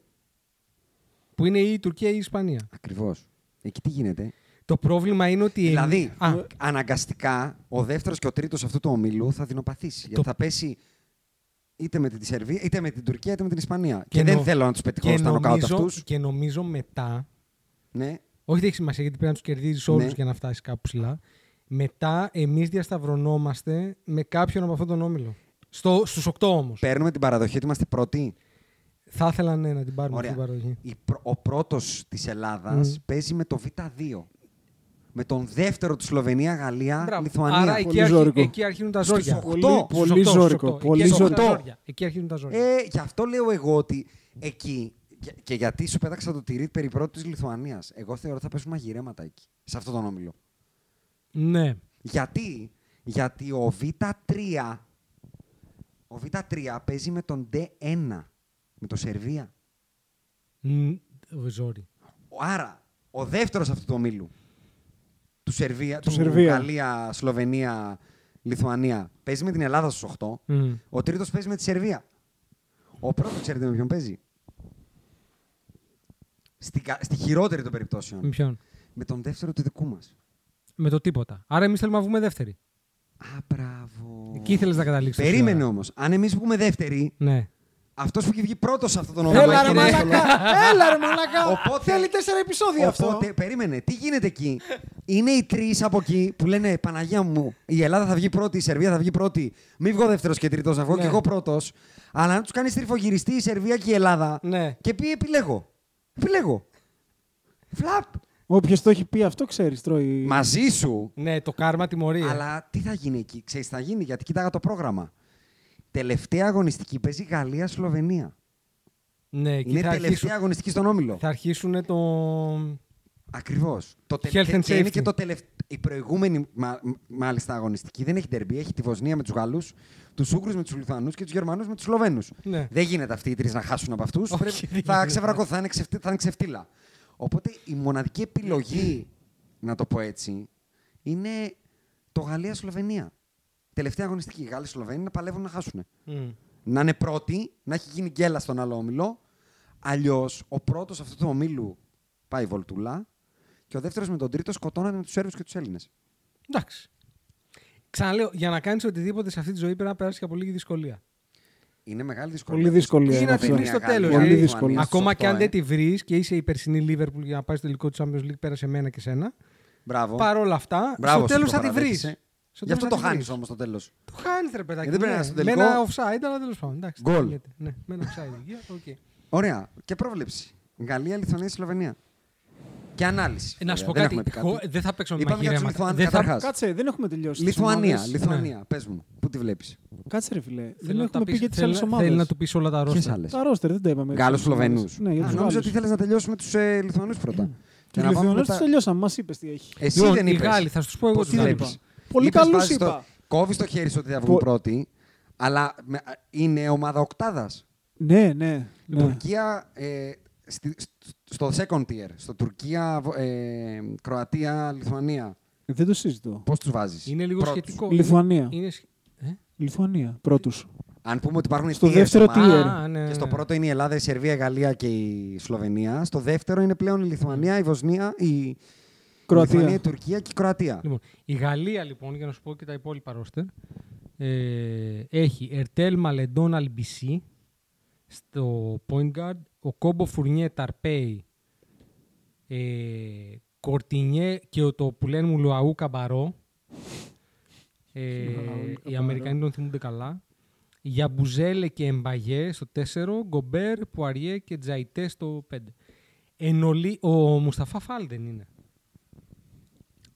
[SPEAKER 4] Που είναι ή η Τουρκία ή η Ισπανία.
[SPEAKER 2] Ακριβώς. Εκεί τι γίνεται.
[SPEAKER 4] Το πρόβλημα είναι ότι... εμείς-
[SPEAKER 2] Δηλαδή,
[SPEAKER 4] Α,
[SPEAKER 2] αναγκαστικά, ο δεύτερος και ο τρίτος αυτού του ομίλου θα δεινοπαθήσει. Γιατί θα πέσει είτε με την Σερβία, είτε με την Τουρκία, είτε με την Ισπανία. Και, δεν
[SPEAKER 4] νο-
[SPEAKER 2] θέλω να τους πετυχώ
[SPEAKER 4] και
[SPEAKER 2] στα νοκάουτ
[SPEAKER 4] νομίζω-
[SPEAKER 2] αυτούς.
[SPEAKER 4] Και νομίζω μετά
[SPEAKER 2] Ναι.
[SPEAKER 4] Όχι, δεν έχει σημασία γιατί πρέπει να τους κερδίζεις όλους
[SPEAKER 2] Ναι.
[SPEAKER 4] για να φτάσεις κάπου ψηλά. Μετά εμείς διασταυρωνόμαστε με κάποιον από αυτόν τον όμιλο. Στο, στους 8 όμως.
[SPEAKER 2] Παίρνουμε την παραδοχή ότι είμαστε πρώτοι.
[SPEAKER 4] Θα ήθελα ναι, να την πάρουμε αυτή
[SPEAKER 2] Ωραία.
[SPEAKER 4] την παροχή.
[SPEAKER 2] Η πρω- ο πρώτος της Ελλάδας
[SPEAKER 4] Μμμ.
[SPEAKER 2] παίζει με το Β2. Με τον δεύτερο του Σλοβενία, Γαλλία, Λιθουανία.
[SPEAKER 4] Άρα
[SPEAKER 5] Πολύ
[SPEAKER 4] εκεί, αρχι-
[SPEAKER 5] ζώρικο.
[SPEAKER 4] εκεί αρχίζουν τα ζόρια.
[SPEAKER 2] οκτώ.
[SPEAKER 4] Στους
[SPEAKER 2] Πολύ-
[SPEAKER 4] οκτώ,
[SPEAKER 5] πολύ
[SPEAKER 4] στους οκτώ.
[SPEAKER 5] ζώρικο,
[SPEAKER 4] Εκεί
[SPEAKER 5] πολύ
[SPEAKER 4] αρχίζουν τα
[SPEAKER 2] ζώρικο.
[SPEAKER 4] ζόρια. Εκεί αρχίζουν τα ζόρια.
[SPEAKER 2] Ε, γι' αυτό λέω εγώ ότι εκεί. Και, και γιατί σου πέταξα το τυρί περί πρώτης της Λιθουανίας. Εγώ θεωρώ ότι θα πέσουν μαγειρέματα εκεί. Σε αυτόν τον όμιλο.
[SPEAKER 4] Ναι.
[SPEAKER 2] Γιατί, γιατί ο Β3 ο Β3 παίζει με τον D1. Με το Σερβία.
[SPEAKER 4] Ν- Ζόρι.
[SPEAKER 2] Άρα, ο δεύτερος αυτού του ομίλου. Του Σερβία, του,
[SPEAKER 5] Σερβία.
[SPEAKER 2] Γαλλία, Σλοβενία, Λιθουανία. Παίζει με την Ελλάδα στους 8.
[SPEAKER 4] Μμμ.
[SPEAKER 2] Ο τρίτος παίζει με τη Σερβία. Ο πρώτος ξέρετε με ποιον παίζει. Στη, κα- στη χειρότερη των περιπτώσεων.
[SPEAKER 4] Με ποιον.
[SPEAKER 2] Με τον δεύτερο του δικού μας.
[SPEAKER 4] Με το τίποτα. Άρα εμείς θέλουμε να βγούμε δεύτεροι.
[SPEAKER 2] Α, μπράβο.
[SPEAKER 4] Εκεί ήθελες να καταλήξεις.
[SPEAKER 2] Περίμενε όμως. Αν εμείς βγούμε δεύτεροι,
[SPEAKER 4] Ναι.
[SPEAKER 2] αυτός που έχει βγει πρώτος σε αυτό τον όμιλο.
[SPEAKER 5] Έλα ρε
[SPEAKER 2] έχει δύσκολο.
[SPEAKER 5] μαλακά! Έλα ρε μαλακά!
[SPEAKER 2] Οπότε-
[SPEAKER 5] Θέλει τέσσερα επεισόδια αυτό.
[SPEAKER 2] Οπότε, περίμενε, τι γίνεται εκεί. Είναι οι τρεις από εκεί που λένε Παναγία μου, η Ελλάδα θα βγει πρώτη, η Σερβία θα βγει πρώτη. Μην βγω δεύτερος και τρίτος, να βγω
[SPEAKER 4] Ναι.
[SPEAKER 2] και εγώ πρώτος. Αλλά να τους κάνεις τρυφογυριστή η Σερβία και η Ελλάδα.
[SPEAKER 4] Ναι.
[SPEAKER 2] Και πει επιλέγω. Επιλέγω. Φλαπ.
[SPEAKER 5] Όποιος το έχει πει αυτό ξέρεις, τρώει.
[SPEAKER 2] Μαζί σου.
[SPEAKER 4] Ναι, το κάρμα τιμωρία.
[SPEAKER 2] Αλλά τι θα γίνει εκεί. Ξέρεις, τι θα γίνει γιατί κοιτάγα το πρόγραμμα. Τελευταία αγωνιστική παίζει Γαλλία-Σλοβενία.
[SPEAKER 4] Ναι, εκεί
[SPEAKER 2] Είναι
[SPEAKER 4] θα
[SPEAKER 2] τελευταία
[SPEAKER 4] αρχίσουν,
[SPEAKER 2] αγωνιστική στον όμιλο.
[SPEAKER 4] θα αρχίσουν το.
[SPEAKER 2] Ακριβώς. Το τε-
[SPEAKER 4] Health
[SPEAKER 2] και-
[SPEAKER 4] and
[SPEAKER 2] και είναι
[SPEAKER 4] safety.
[SPEAKER 2] και το τελευταίο. Η προηγούμενη μα- μ- μάλιστα αγωνιστική δεν έχει τερμπή. Έχει τη Βοσνία με τους Γάλλους, τους Ούγγρους με τους Λιθουανούς και τους Γερμανούς με τους Σλοβαίνους.
[SPEAKER 4] Ναι.
[SPEAKER 2] Δεν γίνεται αυτοί οι τρεις να χάσουν από αυτούς.
[SPEAKER 4] Όχι, δεν
[SPEAKER 2] Θα
[SPEAKER 4] γίνεται.
[SPEAKER 2] ξεβρακωθούν, θα, είναι ξεφτύ- θα είναι ξεφτύλα. Οπότε η μοναδική επιλογή, να το πω έτσι, είναι το Γαλλία-Σλοβενία. Τελευταία αγωνιστική. Οι Γάλλοι Σλοβαίνοι να παλεύουν να χάσουν.
[SPEAKER 4] Μμ.
[SPEAKER 2] Να είναι πρώτη, να έχει γίνει γκέλα στον άλλο όμιλο. Αλλιώς ο πρώτος αυτού του ομίλου πάει βολτούλα και ο δεύτερος με τον τρίτο σκοτώνεται με τους Σέρβους και τους Έλληνες.
[SPEAKER 4] Εντάξει. Ξαναλέω, για να κάνεις οτιδήποτε σε αυτή τη ζωή πρέπει να περάσεις από λίγη δυσκολία.
[SPEAKER 2] Είναι μεγάλη δυσκολία.
[SPEAKER 5] Πολύ δύσκολη.
[SPEAKER 4] Είναι
[SPEAKER 5] αυτό.
[SPEAKER 4] να την στο τέλος,
[SPEAKER 5] Πολύ δύσκολη. Είναι
[SPEAKER 4] Ακόμα
[SPEAKER 2] ε.
[SPEAKER 4] και αν δεν τη βρεις και είσαι η περσινή Λίβερπουλ για να πάρει το τελικό του Champions League πέρα σε μένα και σένα.
[SPEAKER 2] Μπράβο.
[SPEAKER 4] Παρ' όλα αυτά, στο
[SPEAKER 2] Μπράβο, σου
[SPEAKER 4] τέλος
[SPEAKER 2] το
[SPEAKER 4] θα τη βρεις.
[SPEAKER 2] παραδέχεσαι. Γι' αυτό το χάνει όμω το τέλος.
[SPEAKER 4] Το χάνεις, ρε παιδάκι.
[SPEAKER 2] Ε, δεν
[SPEAKER 4] ναι.
[SPEAKER 2] πρέπει να είναι
[SPEAKER 4] Με
[SPEAKER 2] στο τελικό.
[SPEAKER 4] ένα offside, αλλά τέλος πάντων. εντάξει,
[SPEAKER 2] Γκολ.
[SPEAKER 4] τι γίνεται. Ναι, με ένα offside. Γεια, οκ.
[SPEAKER 2] Ωραία. Και πρόβλεψη. Γαλλία, Λιθουανία, Σλοβενία. Και ανάλυση.
[SPEAKER 4] Ε, Να σου
[SPEAKER 2] Βέβαια,
[SPEAKER 4] πω
[SPEAKER 2] δεν
[SPEAKER 4] κάτι.
[SPEAKER 2] έχουμε πει
[SPEAKER 4] χω- Δεν θα παίξω με
[SPEAKER 2] Είπαμε για τους
[SPEAKER 4] μαγειρέματα.
[SPEAKER 2] Λιθουάνους
[SPEAKER 4] Δεν θα
[SPEAKER 2] καταρχάς.
[SPEAKER 5] Κάτσε, δεν έχουμε τελειώσει. τις
[SPEAKER 2] Λιθουανία,
[SPEAKER 5] ομάδες.
[SPEAKER 4] Ναι.
[SPEAKER 2] Λιθουανία. Πες μου, πού τη βλέπεις.
[SPEAKER 5] Κάτσε, ρε φιλέ.
[SPEAKER 4] θέλω
[SPEAKER 5] Δεν
[SPEAKER 4] να τα
[SPEAKER 5] έχουμε πει
[SPEAKER 4] πεις-
[SPEAKER 5] για τις
[SPEAKER 4] θέλω-
[SPEAKER 5] άλλες
[SPEAKER 4] Θέλει να
[SPEAKER 5] ομάδες.
[SPEAKER 4] του πεις όλα τα
[SPEAKER 2] Ποιες
[SPEAKER 4] ρόστα.
[SPEAKER 2] άλλες.
[SPEAKER 5] Τα ρόστερ δεν τα είπαμε.
[SPEAKER 2] Γάλλους, Σλοβενού.
[SPEAKER 5] Ναι, για Ναι. τους
[SPEAKER 2] Νόμιζα ότι ήθελε να τελειώσουμε τους ε, Λιθουανούς πρώτα. Και
[SPEAKER 5] Του
[SPEAKER 2] να πάμε
[SPEAKER 5] Λιθουανούς
[SPEAKER 2] μετά-
[SPEAKER 5] τους τελειώσαμε. Μας είπες τι έχει.
[SPEAKER 2] Εσύ
[SPEAKER 4] Λοιπόν,
[SPEAKER 2] δεν
[SPEAKER 4] οι
[SPEAKER 2] είπες.
[SPEAKER 4] Γάλλοι, θα σου πω εγώ
[SPEAKER 2] Πώς
[SPEAKER 4] τι δεν
[SPEAKER 2] βλέπεις.
[SPEAKER 5] είπα. Πολύ
[SPEAKER 2] Είπες,
[SPEAKER 5] καλούς
[SPEAKER 2] βάζεις
[SPEAKER 5] είπα.
[SPEAKER 2] Το... Κόβεις το χέρι σου ότι θα βγουν
[SPEAKER 5] Πο-
[SPEAKER 2] πρώτοι, αλλά με- είναι ομάδα οκτάδας.
[SPEAKER 5] Ναι, ναι. ναι.
[SPEAKER 2] Τουρκία ε, στη- στο second tier. Στο Τουρκία, βο- ε, Κροατία, Λιθουανία.
[SPEAKER 5] Δεν το συζητώ.
[SPEAKER 2] Πώς τους βάζεις.
[SPEAKER 4] Είναι λίγο σχετικό. Είναι-
[SPEAKER 5] Λιθουανία.
[SPEAKER 4] είναι σχ- ε?
[SPEAKER 5] Λιθουανία. Πρώτους.
[SPEAKER 2] Αν πούμε ότι υπάρχουν
[SPEAKER 5] Στο
[SPEAKER 2] tiers
[SPEAKER 5] δεύτερο
[SPEAKER 2] ομάδων,
[SPEAKER 5] tier.
[SPEAKER 4] Α, ναι,
[SPEAKER 2] Και
[SPEAKER 4] ναι,
[SPEAKER 2] στο
[SPEAKER 4] ναι.
[SPEAKER 2] πρώτο είναι η Ελλάδα, η Σερβία, η Γαλλία και η Σλοβενία. Στο δεύτερο είναι πλέον η Λιθουανία, η Βοσνία, η
[SPEAKER 5] Κροατία.
[SPEAKER 2] Λιθουανία, η Τουρκία και η Κροατία.
[SPEAKER 4] Λοιπόν, η Γαλλία, λοιπόν, για να σου πω και τα υπόλοιπα ρόστερ, ε, έχει Ερτέλ Μαλεντόν Αλμπισί στο point guard, ο Κόμπο Φουρνιέ Ταρπέι, ε, Κορτινιέ και ο, το που λένε μου Λουαού Καμπαρό. Ε, οι Αμερικανοί τον θυμούνται καλά. Γιαμπουζέλε και Εμπαγέ στο 4, Γκομπέρ, Πουαριέ και Τζαϊτέ στο 5. Εν ολί- ο Μουσταφά Φάλ δεν είναι.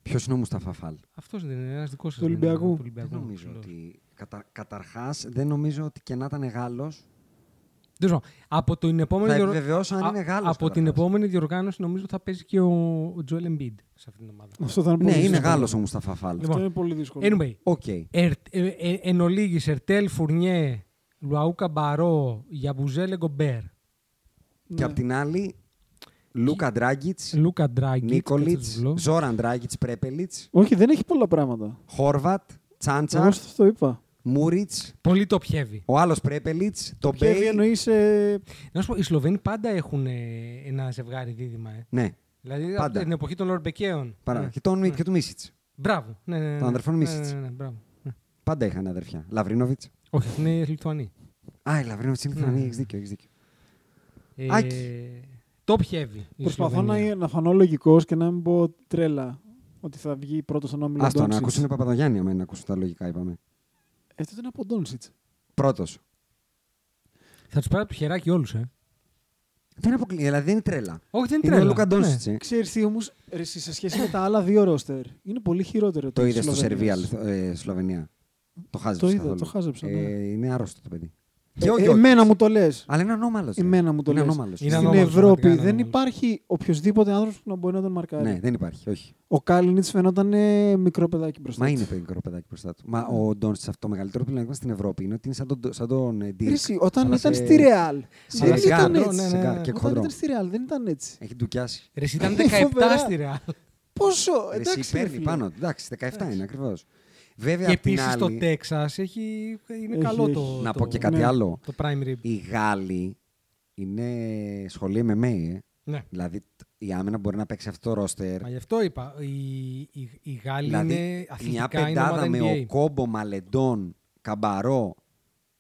[SPEAKER 2] Ποιος είναι ο Μουσταφά Φάλ.
[SPEAKER 4] Αυτός δεν είναι ένας δικός σας.
[SPEAKER 5] Του Ολυμπιακού.
[SPEAKER 4] Του Ολυμπιακού.
[SPEAKER 2] Δεν νομίζω
[SPEAKER 4] ψηλός.
[SPEAKER 2] ότι. Κατα... Καταρχάς, δεν νομίζω ότι και να ήταν Γάλλος.
[SPEAKER 4] Δεν ξέρω. Από την επόμενη
[SPEAKER 2] Θα
[SPEAKER 4] διοργ-
[SPEAKER 2] επιβεβαιώσω αν
[SPEAKER 4] Α-
[SPEAKER 2] είναι Γάλλος,
[SPEAKER 4] Από την
[SPEAKER 2] καταρχάς.
[SPEAKER 4] επόμενη διοργάνωση νομίζω θα παίζει και ο, ο Joel Embiid σε αυτήν την ομάδα.
[SPEAKER 5] Αυτό θα είναι πολύ
[SPEAKER 2] Ναι, είναι
[SPEAKER 5] δύσκολο.
[SPEAKER 2] Γάλλος ο Μουσταφά Φάλ.
[SPEAKER 4] Λοιπόν.
[SPEAKER 5] Αυτό είναι πολύ δύσκολο.
[SPEAKER 4] Anyway,
[SPEAKER 2] Οκ.
[SPEAKER 4] ερ, ε, ε, εν ολίγης, Ερτέλ Φουρνιέ, Λουαούκα Μπαρό, Γιαμπουζέλε Γκομπέρ,
[SPEAKER 2] Και απ' την άλλη, Λούκα Ντράγκιτ,
[SPEAKER 4] Λούκα Ντράγκη,
[SPEAKER 2] Νίκολιτ, Ζόραν Ντράγκιτ, Πρέπελιτ,
[SPEAKER 5] Όχι, δεν έχει πολλά πράγματα.
[SPEAKER 2] Χόρβατ,
[SPEAKER 5] Εγώ
[SPEAKER 2] Τσάντσα,
[SPEAKER 5] αυτό το είπα.
[SPEAKER 2] Μούριτ,
[SPEAKER 4] Πολύ το πιεύει.
[SPEAKER 2] ο άλλος Πρέπελιτ, το
[SPEAKER 5] Και
[SPEAKER 2] Μπέι.
[SPEAKER 5] εννοεί σε.
[SPEAKER 4] Να σου πω, οι Σλοβαίνοι πάντα έχουν ε, ένα ζευγάρι δίδυμα. Ε.
[SPEAKER 2] Ναι,
[SPEAKER 4] Δηλαδή
[SPEAKER 2] Πάντα.
[SPEAKER 4] από την εποχή των Λορμπεκαίων.
[SPEAKER 2] παρά.
[SPEAKER 4] Ναι.
[SPEAKER 2] Και, τον, και του Μίσιτ.
[SPEAKER 4] Μπράβο. Ναι, ναι, ναι,
[SPEAKER 2] Των αδερφών
[SPEAKER 4] ναι,
[SPEAKER 2] Μίσιτς.
[SPEAKER 4] ναι, ναι, ναι, μπράβο. Ναι.
[SPEAKER 2] Πάντα είχαν αδερφιά. Λαβρίνοβιτ.
[SPEAKER 4] Όχι, αυτοί είναι Λιθουανοί.
[SPEAKER 2] Α, η Λαβρίνοβιτ είναι
[SPEAKER 4] Ναι.
[SPEAKER 2] Λιθουανή, έχεις δίκιο. Έχεις δίκιο.
[SPEAKER 4] Ε,
[SPEAKER 2] Άκη.
[SPEAKER 4] το πιεύει. η
[SPEAKER 5] Προσπαθώ
[SPEAKER 4] Σλοβενία.
[SPEAKER 5] να, να φανώ λογικός και να μην πω τρέλα ότι θα βγει πρώτος στον όμιλο.
[SPEAKER 2] Α το να
[SPEAKER 5] Doncic.
[SPEAKER 2] ακούσουν Παπαδογιάννη, αμένα να ακούσουν τα λογικά, είπαμε.
[SPEAKER 5] Ε, τότε είναι από Ντόνσιτ.
[SPEAKER 2] Πρώτος.
[SPEAKER 4] Θα τους πάρει από το χεράκι όλους, ε.
[SPEAKER 2] Δεν αποκλεί, δηλαδή δεν είναι τρέλα.
[SPEAKER 4] Όχι, δεν είναι
[SPEAKER 2] Είναι ο
[SPEAKER 4] τρέλα.
[SPEAKER 2] Λούκα
[SPEAKER 4] Ναι.
[SPEAKER 2] Ντόνσιτ. ε.
[SPEAKER 5] Ξέρεις τι όμως, σε σχέση με τα άλλα δύο ρόστερ, είναι πολύ χειρότερο.
[SPEAKER 2] Το
[SPEAKER 5] της
[SPEAKER 2] είδες στο Σερβία,
[SPEAKER 5] Σλοβενίας.
[SPEAKER 2] Λιθου- ε, Σλοβενία. Το χάζεψες.
[SPEAKER 5] Το είδα,
[SPEAKER 2] καθόλου.
[SPEAKER 5] το χάζεψα, ναι.
[SPEAKER 2] Ε, είναι άρρωστο το παιδί.
[SPEAKER 5] Ε,
[SPEAKER 2] Και ο
[SPEAKER 5] ε,
[SPEAKER 2] Γιώργη.
[SPEAKER 5] εμένα μου το λες.
[SPEAKER 2] Αλλά είναι ανώμαλος.
[SPEAKER 5] Εμένα μου το
[SPEAKER 2] είναι
[SPEAKER 5] λες.
[SPEAKER 2] ανώμαλος.
[SPEAKER 4] Είναι
[SPEAKER 5] Στην
[SPEAKER 4] ανώμαλος, πραγματικά
[SPEAKER 5] Ευρώπη
[SPEAKER 4] είναι
[SPEAKER 5] δεν
[SPEAKER 4] ανώμαλος.
[SPEAKER 5] υπάρχει οποιοδήποτε άνθρωπος που να μπορεί να τον μαρκάρει.
[SPEAKER 2] Ναι, δεν υπάρχει. Όχι.
[SPEAKER 5] Ο Κάλινιτ φαινόταν ε, μικρό παιδάκι μπροστά.
[SPEAKER 2] Μα
[SPEAKER 5] του.
[SPEAKER 2] είναι μικρό παιδάκι μπροστά του. Μα ο Ντόνσιτ αυτό το μεγαλύτερο πλεονέκτημα στην Ευρώπη είναι ότι είναι σαν τον, σαν τον ε, Dirk.
[SPEAKER 5] Ρίση, όταν
[SPEAKER 2] Αλλά
[SPEAKER 5] ήταν
[SPEAKER 2] σε-
[SPEAKER 5] στη Ρεάλ.
[SPEAKER 2] σε
[SPEAKER 5] Δεν
[SPEAKER 2] γκάρ,
[SPEAKER 5] ήταν
[SPEAKER 4] ναι,
[SPEAKER 5] έτσι.
[SPEAKER 4] ναι,
[SPEAKER 2] σε γκάρ
[SPEAKER 4] ναι.
[SPEAKER 2] και
[SPEAKER 5] Όταν
[SPEAKER 2] χοντρό.
[SPEAKER 5] ήταν στη Ρεάλ δεν ήταν έτσι.
[SPEAKER 2] Έχει ντουκιάσει.
[SPEAKER 4] Ρε, εσύ ήταν 17
[SPEAKER 5] Φοβερά.
[SPEAKER 4] στη
[SPEAKER 2] Ε,
[SPEAKER 4] Ρεάλ.
[SPEAKER 5] Πόσο.
[SPEAKER 2] Ρε, Εσύ
[SPEAKER 5] Ε, Εντάξει, ρε
[SPEAKER 2] παίρνει
[SPEAKER 5] φίλε.
[SPEAKER 2] πάνω του. Εντάξει, 17 είναι ακριβώς. Βέβαια,
[SPEAKER 4] Και
[SPEAKER 2] απ' την
[SPEAKER 4] επίσης το
[SPEAKER 2] άλλη,
[SPEAKER 4] Τέξας έχει. Είναι
[SPEAKER 5] Έχει,
[SPEAKER 4] καλό
[SPEAKER 5] έχει.
[SPEAKER 4] το.
[SPEAKER 2] να
[SPEAKER 4] το-
[SPEAKER 2] πω και κάτι
[SPEAKER 5] Ναι.
[SPEAKER 2] άλλο.
[SPEAKER 4] Το prime rib.
[SPEAKER 2] Οι Γάλλοι είναι σχολείο MMA. Ε.
[SPEAKER 4] Ναι.
[SPEAKER 2] Δηλαδή, τ- η άμυνα μπορεί να παίξει αυτό το ρόστερ.
[SPEAKER 4] Μα γι' αυτό είπα. Οι, οι, οι Γάλλοι είναι
[SPEAKER 2] Δηλαδή, μια
[SPEAKER 4] αθλητικά είναι ομάδα
[SPEAKER 2] πεντάδα με
[SPEAKER 4] NBA.
[SPEAKER 2] ο κόμπο Μαλεντών, Καμπαρό,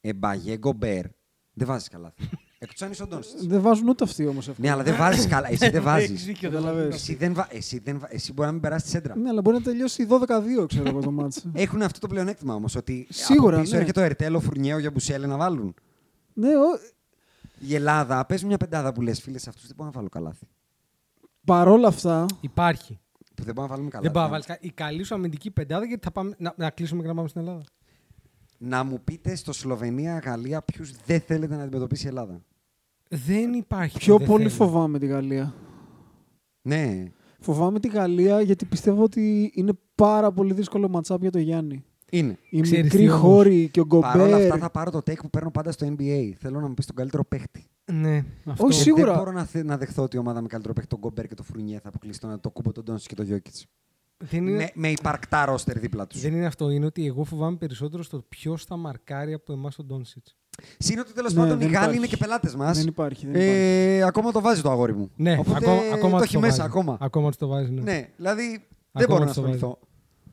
[SPEAKER 2] Εμπαγέ Γκομπέρ. Δεν βάζεις καλά. Εκτό αν είσαι ο Ντόνσιτς.
[SPEAKER 5] Δεν βάζουν ούτε αυτοί όμως αυτό. Ναι,
[SPEAKER 2] Ναι, αλλά δεν βάζεις καλά. Εσύ δεν
[SPEAKER 4] Έχεις
[SPEAKER 2] βάζεις.
[SPEAKER 4] Ναι, δίκιο,
[SPEAKER 5] Καταλαβαίνεις.
[SPEAKER 2] Εσύ, δεν βα... εσύ, δεν βα... εσύ μπορεί να μην περάσεις τη σέντρα.
[SPEAKER 5] Ναι, αλλά μπορεί να τελειώσει 12-2, ξέρω εγώ το μάτσο.
[SPEAKER 2] Έχουν αυτό το πλεονέκτημα όμως. Ότι
[SPEAKER 5] Σίγουρα,
[SPEAKER 2] από πίσω
[SPEAKER 5] ναι.
[SPEAKER 2] έρχεται ο Ερτέλο, ο Φουρνιέο, για Μπουσέλε να βάλουν.
[SPEAKER 5] ναι, ο...
[SPEAKER 2] Η Ελλάδα, πες μια πεντάδα που λες, φίλε, αυτούς δεν μπορούν να βάλουν καλάθι.
[SPEAKER 5] παρόλα αυτά.
[SPEAKER 4] Υπάρχει.
[SPEAKER 2] Που δεν μπορούν να βάλουν καλάθι.
[SPEAKER 4] Δεν πάω να βάλεις κα- Η καλή σου αμυντική πεντάδα γιατί θα πάμε. Να, να κλείσουμε και να πάμε στην Ελλάδα.
[SPEAKER 2] Να μου πείτε στο Σλοβενία-Γαλλία ποιους δεν θέλετε να αντιμετωπίσει η Ελλάδα.
[SPEAKER 4] Δεν υπάρχει.
[SPEAKER 5] Πιο
[SPEAKER 4] δεν
[SPEAKER 5] πολύ
[SPEAKER 4] θέλει.
[SPEAKER 5] φοβάμαι τη Γαλλία.
[SPEAKER 2] Ναι.
[SPEAKER 5] Φοβάμαι τη Γαλλία γιατί πιστεύω ότι είναι πάρα πολύ δύσκολο ματσάπ για το Γιάννη.
[SPEAKER 2] Είναι.
[SPEAKER 5] Οι
[SPEAKER 4] Ξέρεις
[SPEAKER 5] μικροί
[SPEAKER 4] τι όμως,
[SPEAKER 5] χώροι και ο
[SPEAKER 2] Παρ' όλα αυτά
[SPEAKER 5] Γκομπέρ.
[SPEAKER 2] θα πάρω το take που παίρνω πάντα στο NBA. Θέλω να μου πεις τον καλύτερο παίχτη.
[SPEAKER 4] Ναι. Αυτό.
[SPEAKER 5] Όχι, σίγουρα.
[SPEAKER 2] Δεν μπορώ να, θε- να δεχθώ ότι η ομάδα με καλύτερο παίχτη, τον Γκομπέρ και τον Φρουνιέ, θα αποκλείσει τον το Κούμπο, τον Ντόνσι και τον Γιώκητ.
[SPEAKER 4] Δεν είναι,
[SPEAKER 2] Με, με υπαρκτά ρόστερ δίπλα τους.
[SPEAKER 4] δεν είναι αυτό. Είναι ότι εγώ φοβάμαι περισσότερο στο ποιο θα μαρκάρει από εμάς τον Ντόνσιτ.
[SPEAKER 2] Συν ότι τέλος
[SPEAKER 5] Ναι,
[SPEAKER 2] πάντων οι
[SPEAKER 5] δεν
[SPEAKER 2] Γάλλοι
[SPEAKER 5] υπάρχει.
[SPEAKER 2] είναι και πελάτες μας.
[SPEAKER 5] Δεν υπάρχει. Δεν υπάρχει.
[SPEAKER 2] Ε, ακόμα το βάζει το αγόρι μου.
[SPEAKER 4] Ναι,
[SPEAKER 2] Οπότε
[SPEAKER 4] ακόμα, ακόμα τους
[SPEAKER 2] το έχει μέσα
[SPEAKER 4] βάζει.
[SPEAKER 2] ακόμα.
[SPEAKER 4] Ακόμα τους το βάζει. Ναι.
[SPEAKER 2] Ναι, δηλαδή δεν
[SPEAKER 4] Ακόμα
[SPEAKER 2] μπορώ να
[SPEAKER 4] τους το βάζει.
[SPEAKER 2] ασχοληθώ.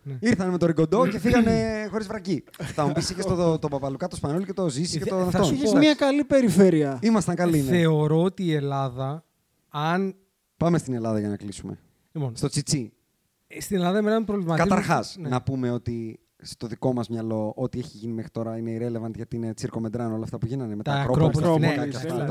[SPEAKER 4] Ναι.
[SPEAKER 2] Ήρθαν με το Ριγκοντό και φύγανε χωρίς βρακή. θα μου πεις και στον το, τον Παπαλουκά, το Σπανόλη και το Ζήση και
[SPEAKER 4] Δε-
[SPEAKER 2] τον
[SPEAKER 4] Ε, θα
[SPEAKER 2] αυτόν.
[SPEAKER 4] σου
[SPEAKER 5] Έχεις
[SPEAKER 4] πω.
[SPEAKER 5] μια καλή περιφέρεια.
[SPEAKER 2] Ήμασταν καλοί. Ναι.
[SPEAKER 4] Θεωρώ ότι η Ελλάδα, αν.
[SPEAKER 2] Πάμε στην Ελλάδα για να κλείσουμε.
[SPEAKER 4] Λοιπόν,
[SPEAKER 2] Στο Τσιτσί.
[SPEAKER 4] στην Ελλάδα εμένα με προβληματίζει.
[SPEAKER 2] Καταρχάς,
[SPEAKER 4] Ναι.
[SPEAKER 2] να πούμε ότι στο δικό μας μυαλό ό,τι έχει γίνει μέχρι τώρα είναι irrelevant γιατί είναι τσίρκο μεντράνο όλα αυτά που γίνανε με τα,
[SPEAKER 4] Τα
[SPEAKER 2] Ακρόπολης,
[SPEAKER 4] Ακρόπολης,
[SPEAKER 2] τα
[SPEAKER 4] ναι,
[SPEAKER 2] φυλακάκια
[SPEAKER 5] ναι,
[SPEAKER 2] αυτά
[SPEAKER 5] ναι,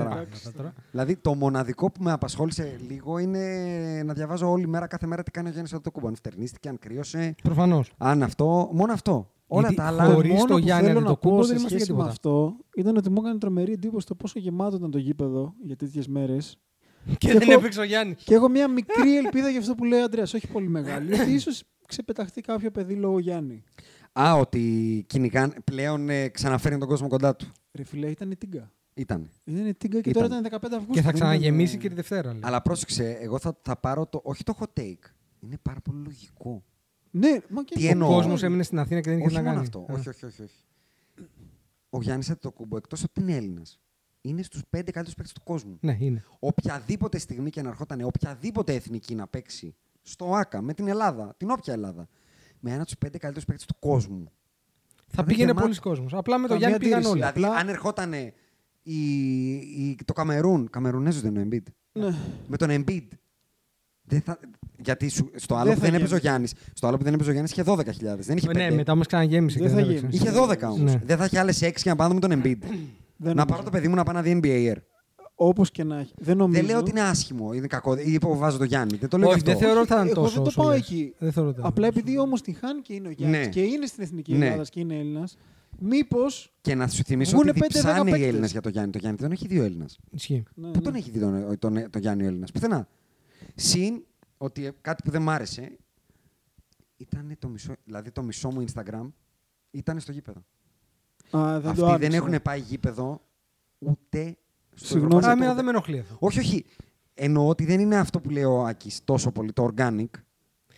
[SPEAKER 2] τώρα.
[SPEAKER 5] ναι.
[SPEAKER 2] Δηλαδή, το μοναδικό που με απασχόλησε λίγο είναι να διαβάζω όλη μέρα, κάθε μέρα τι κάνει ο Γιάννης Αντοκούμπο. Αν φτερνίστηκε, αν κρύωσε,
[SPEAKER 4] Προφανώς.
[SPEAKER 2] αν αυτό. Μόνο αυτό. Όλα
[SPEAKER 4] Γιατί
[SPEAKER 2] τα άλλα.
[SPEAKER 4] χωρίς
[SPEAKER 5] Μόνο
[SPEAKER 4] το
[SPEAKER 5] που
[SPEAKER 4] Γιάννη
[SPEAKER 5] θέλω να πω
[SPEAKER 4] Αντετοκούμπο
[SPEAKER 5] σε
[SPEAKER 4] δεν είμαστε για
[SPEAKER 5] σχέση με
[SPEAKER 4] τίποτα.
[SPEAKER 5] αυτό ήταν ότι μου έκανε τρομερή εντύπωση το πόσο γεμάτο ήταν το γήπεδο για τέτοιες μέρες.
[SPEAKER 4] Και
[SPEAKER 5] Έχω-
[SPEAKER 4] δεν έπαιξε ο Γιάννης.
[SPEAKER 5] Και έχω μια μικρή ελπίδα για αυτό που λέει ο Αντρέας, όχι πολύ μεγάλη. ότι ίσως ξεπεταχτεί κάποιο παιδί λόγω Γιάννη.
[SPEAKER 2] Α, ότι κυνηγάν, πλέον ε, ξαναφέρνει τον κόσμο κοντά του.
[SPEAKER 5] Ρε φιλέ, ήταν η Τίγκα.
[SPEAKER 2] Ήταν.
[SPEAKER 5] Ήταν η Τίγκα και
[SPEAKER 2] Ήταν.
[SPEAKER 5] τώρα ήταν 15 Αυγούστου.
[SPEAKER 4] Και θα
[SPEAKER 5] δεν
[SPEAKER 4] ξαναγεμίσει
[SPEAKER 5] ήταν,
[SPEAKER 4] και τη Δευτέρα. λέει.
[SPEAKER 2] Αλλά πρόσεξε, εγώ θα, θα πάρω το. Όχι το hot take. Είναι πάρα πολύ λογικό.
[SPEAKER 5] Ναι, μα και
[SPEAKER 2] Τι
[SPEAKER 5] το
[SPEAKER 2] εννοώ.
[SPEAKER 4] Ο
[SPEAKER 2] ο-
[SPEAKER 4] κόσμος έμεινε στην Αθήνα και δεν είχε
[SPEAKER 2] όχι
[SPEAKER 4] να
[SPEAKER 2] μόνο
[SPEAKER 4] κάνει. Ναι.
[SPEAKER 2] αυτό.
[SPEAKER 4] Α.
[SPEAKER 2] Όχι, όχι, όχι, όχι. Ο Γιάννης Αντετοκούμπο, εκτός ότι είναι Έλληνας, είναι στους πέντε καλύτερους παίκτες του κόσμου.
[SPEAKER 4] Ναι, είναι.
[SPEAKER 2] οποιαδήποτε στιγμή και να ερχόταν ε, οποιαδήποτε εθνική να παίξει στο ΆΚΑ με την Ελλάδα, την όποια Ελλάδα, με ένα τους πέντε καλύτερους παίκτες του κόσμου.
[SPEAKER 4] Θα
[SPEAKER 2] δεν
[SPEAKER 4] πήγαινε
[SPEAKER 2] γεμάτο.
[SPEAKER 4] πολλοί κόσμος. Απλά με τον
[SPEAKER 5] Καμία
[SPEAKER 4] Γιάννη πήγαν
[SPEAKER 5] αντίρρηση.
[SPEAKER 4] όλοι.
[SPEAKER 2] Δηλαδή, αν ερχόταν το Καμερούν, Καμερουνέζος δεν είναι ο Embiid.
[SPEAKER 5] Ναι.
[SPEAKER 2] Με τον Embiid. Δεν θα, γιατί σου- στο άλλο
[SPEAKER 5] Δεν
[SPEAKER 2] που
[SPEAKER 5] θα
[SPEAKER 2] δεν έπαιζε ο
[SPEAKER 5] γίνει.
[SPEAKER 2] Γιάννης, στο άλλο που δεν έπαιζε ο Γιάννης είχε 12.000. Δεν είχε 5.
[SPEAKER 4] Ναι, μετά όμως ξαναγέμισε. και
[SPEAKER 5] Δεν θα
[SPEAKER 4] δεν έπαιξε.
[SPEAKER 5] γίνει.
[SPEAKER 2] Είχε 12 όμως.
[SPEAKER 4] Ναι.
[SPEAKER 2] Δεν θα είχε άλλες 6 για να πάμε με τον Embiid.
[SPEAKER 5] Δεν
[SPEAKER 2] να
[SPEAKER 5] νομίζω.
[SPEAKER 2] πάρω το παιδί μου να πάω να δει NBA Air.
[SPEAKER 5] Όπως και να έχει. Δεν νομίζω.
[SPEAKER 2] Δεν λέω ότι είναι άσχημο, είναι κακό. Ή βάζω το Γιάννη. Δεν το λέω
[SPEAKER 4] Όχι,
[SPEAKER 2] και
[SPEAKER 4] δεν
[SPEAKER 2] αυτό.
[SPEAKER 4] θεωρώ ότι θα
[SPEAKER 5] Εγώ
[SPEAKER 4] ήταν τόσο.
[SPEAKER 5] δεν το
[SPEAKER 4] όσο
[SPEAKER 5] πάω
[SPEAKER 4] λες.
[SPEAKER 5] εκεί.
[SPEAKER 4] Δεν θεωρώ ότι θα ήταν
[SPEAKER 5] Απλά
[SPEAKER 4] τόσο.
[SPEAKER 5] επειδή όμως τη χάνει και είναι ο Γιάννης
[SPEAKER 2] Ναι.
[SPEAKER 5] και είναι στην εθνική
[SPEAKER 2] Ναι.
[SPEAKER 5] Ελλάδα και είναι Έλληνας, μήπως.
[SPEAKER 2] Και να σου θυμίσω
[SPEAKER 5] Βγούνε
[SPEAKER 2] ότι
[SPEAKER 5] πέντε, δέκα
[SPEAKER 2] διψάνε οι
[SPEAKER 5] παίκτες. Ναι,
[SPEAKER 2] Έλληνες για το Γιάννη. Το Γιάννη δεν έχει δύο Έλληνε.
[SPEAKER 4] Ισχύει.
[SPEAKER 2] Πού τον έχει δει τον, ε, τον, τον Γιάννη ο Έλληνας. Πουθενά. Συν ότι ε, κάτι που δεν μ' άρεσε ήταν το μισό, δηλαδή το μισό μου Instagram ήταν στο γήπεδο.
[SPEAKER 5] Α, δεν το
[SPEAKER 2] Αυτοί δεν
[SPEAKER 5] άκουσα.
[SPEAKER 2] έχουν πάει γήπεδο ούτε στο
[SPEAKER 5] Συγγνώμη.
[SPEAKER 2] Ευρωπαϊκό
[SPEAKER 4] Α,
[SPEAKER 5] Άρα,
[SPEAKER 4] εμένα
[SPEAKER 2] Πρωτάθλημα.
[SPEAKER 4] δεν με ενοχλεί αυτό.
[SPEAKER 2] Όχι, όχι. Εννοώ ότι δεν είναι αυτό που λέει ο Άκης τόσο πολύ, το organic.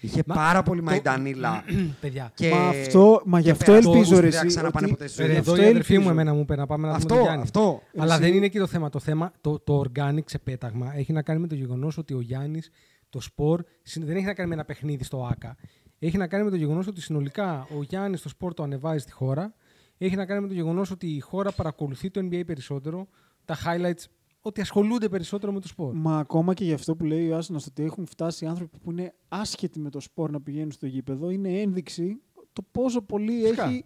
[SPEAKER 2] Είχε
[SPEAKER 4] Μα-
[SPEAKER 2] πάρα πολύ
[SPEAKER 4] το-
[SPEAKER 2] μαϊντανίλα.
[SPEAKER 4] Παιδιά.
[SPEAKER 2] και...
[SPEAKER 5] Μα αυτό- μα
[SPEAKER 2] και
[SPEAKER 5] γι' αυτό
[SPEAKER 2] πέρα-
[SPEAKER 5] ελπίζω,
[SPEAKER 2] Αυγούστου
[SPEAKER 5] ρε,
[SPEAKER 2] Δεν θα
[SPEAKER 5] εσύ,
[SPEAKER 2] ξαναπάνε
[SPEAKER 5] ότι-
[SPEAKER 2] ποτέ στη ζωή
[SPEAKER 5] Ρε,
[SPEAKER 2] τους.
[SPEAKER 4] Εδώ
[SPEAKER 5] αυτό
[SPEAKER 4] η αδερφή
[SPEAKER 5] ελπίζω.
[SPEAKER 4] μου εμένα μου είπε να πάμε να δούμε τον
[SPEAKER 2] Αυτό,
[SPEAKER 4] Γιάννη.
[SPEAKER 2] αυτό.
[SPEAKER 4] Αλλά
[SPEAKER 5] Εσύ-
[SPEAKER 4] δεν είναι εκεί το θέμα. Το, θέμα, το, το organic ξεπέταγμα έχει να κάνει με το γεγονός ότι ο Γιάννης το σπορ συν- δεν έχει να κάνει με ένα παιχνίδι στο ΑΚΑ. Έχει να κάνει με το γεγονός ότι συνολικά ο Γιάννης το σπορ το ανεβάζει στη χώρα. Έχει να κάνει με το γεγονός ότι η χώρα παρακολουθεί το NBA περισσότερο. Τα highlights, ότι ασχολούνται περισσότερο με το σπορ.
[SPEAKER 5] Μα ακόμα και γι' αυτό που λέει ο Άσονας, ότι έχουν φτάσει άνθρωποι που είναι άσχετοι με το σπορ να πηγαίνουν στο γήπεδο, είναι ένδειξη το πόσο πολύ
[SPEAKER 4] Φυσικά.
[SPEAKER 5] έχει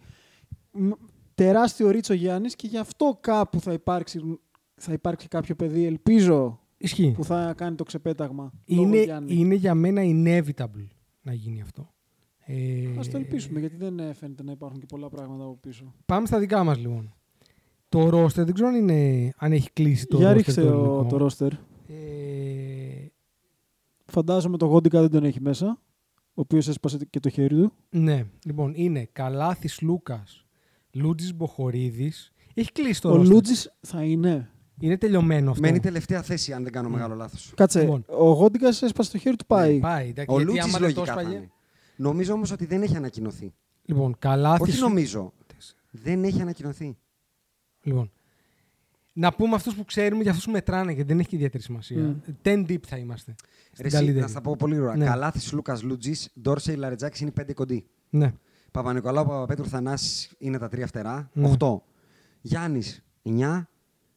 [SPEAKER 5] μ, τεράστιο ρίτσο Γιάννης και γι' αυτό κάπου θα υπάρξει, θα υπάρξει κάποιο παιδί, ελπίζω,
[SPEAKER 4] Ισχύει.
[SPEAKER 5] που θα κάνει το ξεπέταγμα. λόγω
[SPEAKER 4] Είναι,
[SPEAKER 5] Γιάννη.
[SPEAKER 4] είναι για μένα inevitable να γίνει αυτό. Ε,
[SPEAKER 5] Ας το ελπίσουμε, γιατί δεν ε, φαίνεται να υπάρχουν και πολλά πράγματα από πίσω.
[SPEAKER 4] Πάμε στα δικά μας λοιπόν. Το ρόστερ δεν ξέρω αν, είναι, αν έχει κλείσει το
[SPEAKER 5] Για
[SPEAKER 4] roster
[SPEAKER 5] ρίξε
[SPEAKER 4] το
[SPEAKER 5] ο-
[SPEAKER 4] ελληνικό.
[SPEAKER 5] το ρόστερ.
[SPEAKER 4] Ε,
[SPEAKER 5] Φαντάζομαι το Γόντικα δεν τον έχει μέσα, ο οποίος έσπασε και το χέρι του.
[SPEAKER 4] ναι, λοιπόν είναι Καλάθης Λούκας, Λούτζης Μποχορίδης. Έχει κλείσει το
[SPEAKER 5] ο
[SPEAKER 4] roster.
[SPEAKER 5] Λούτζης θα είναι.
[SPEAKER 4] Είναι τελειωμένο αυτό.
[SPEAKER 2] Μένει τελευταία θέση, αν δεν κάνω μεγάλο λάθος.
[SPEAKER 5] Κάτσε.
[SPEAKER 4] Λοιπόν. Ναι,
[SPEAKER 5] Ο Γόντικας έσπασε το χέρι του, πάει.
[SPEAKER 4] Ε, Πάει, εντάξει,
[SPEAKER 2] Ο
[SPEAKER 4] γιατί
[SPEAKER 2] Λούτσι
[SPEAKER 4] άμα δεν το
[SPEAKER 2] λογικά θα
[SPEAKER 4] έσπαγε-
[SPEAKER 2] είναι. Νομίζω όμως ότι δεν έχει ανακοινωθεί.
[SPEAKER 4] Λοιπόν, Καλάθης...
[SPEAKER 2] Όχι νομίζω. Δεν έχει ανακοινωθεί.
[SPEAKER 4] Λοιπόν, να πούμε αυτούς που ξέρουμε για αυτούς που μετράνε, γιατί δεν έχει και ιδιαίτερη σημασία.
[SPEAKER 5] Mm.
[SPEAKER 4] 10 deep θα είμαστε. Στην
[SPEAKER 2] Ρε, εσύ,
[SPEAKER 4] καλύτερη.
[SPEAKER 2] να στα πω πολύ γρήγορα.
[SPEAKER 4] Ναι.
[SPEAKER 2] Καλάθη Λούκας Λούτζη, Ντόρσεϊ Λαρετζάκης είναι οι πέντε κοντοί.
[SPEAKER 4] Ναι.
[SPEAKER 2] Παπα-Νικολάου, Παπαπέτρου, Θανάσης είναι τα τρία φτερά.
[SPEAKER 4] Ναι.
[SPEAKER 2] Οχτώ. Γιάννης, εννιά.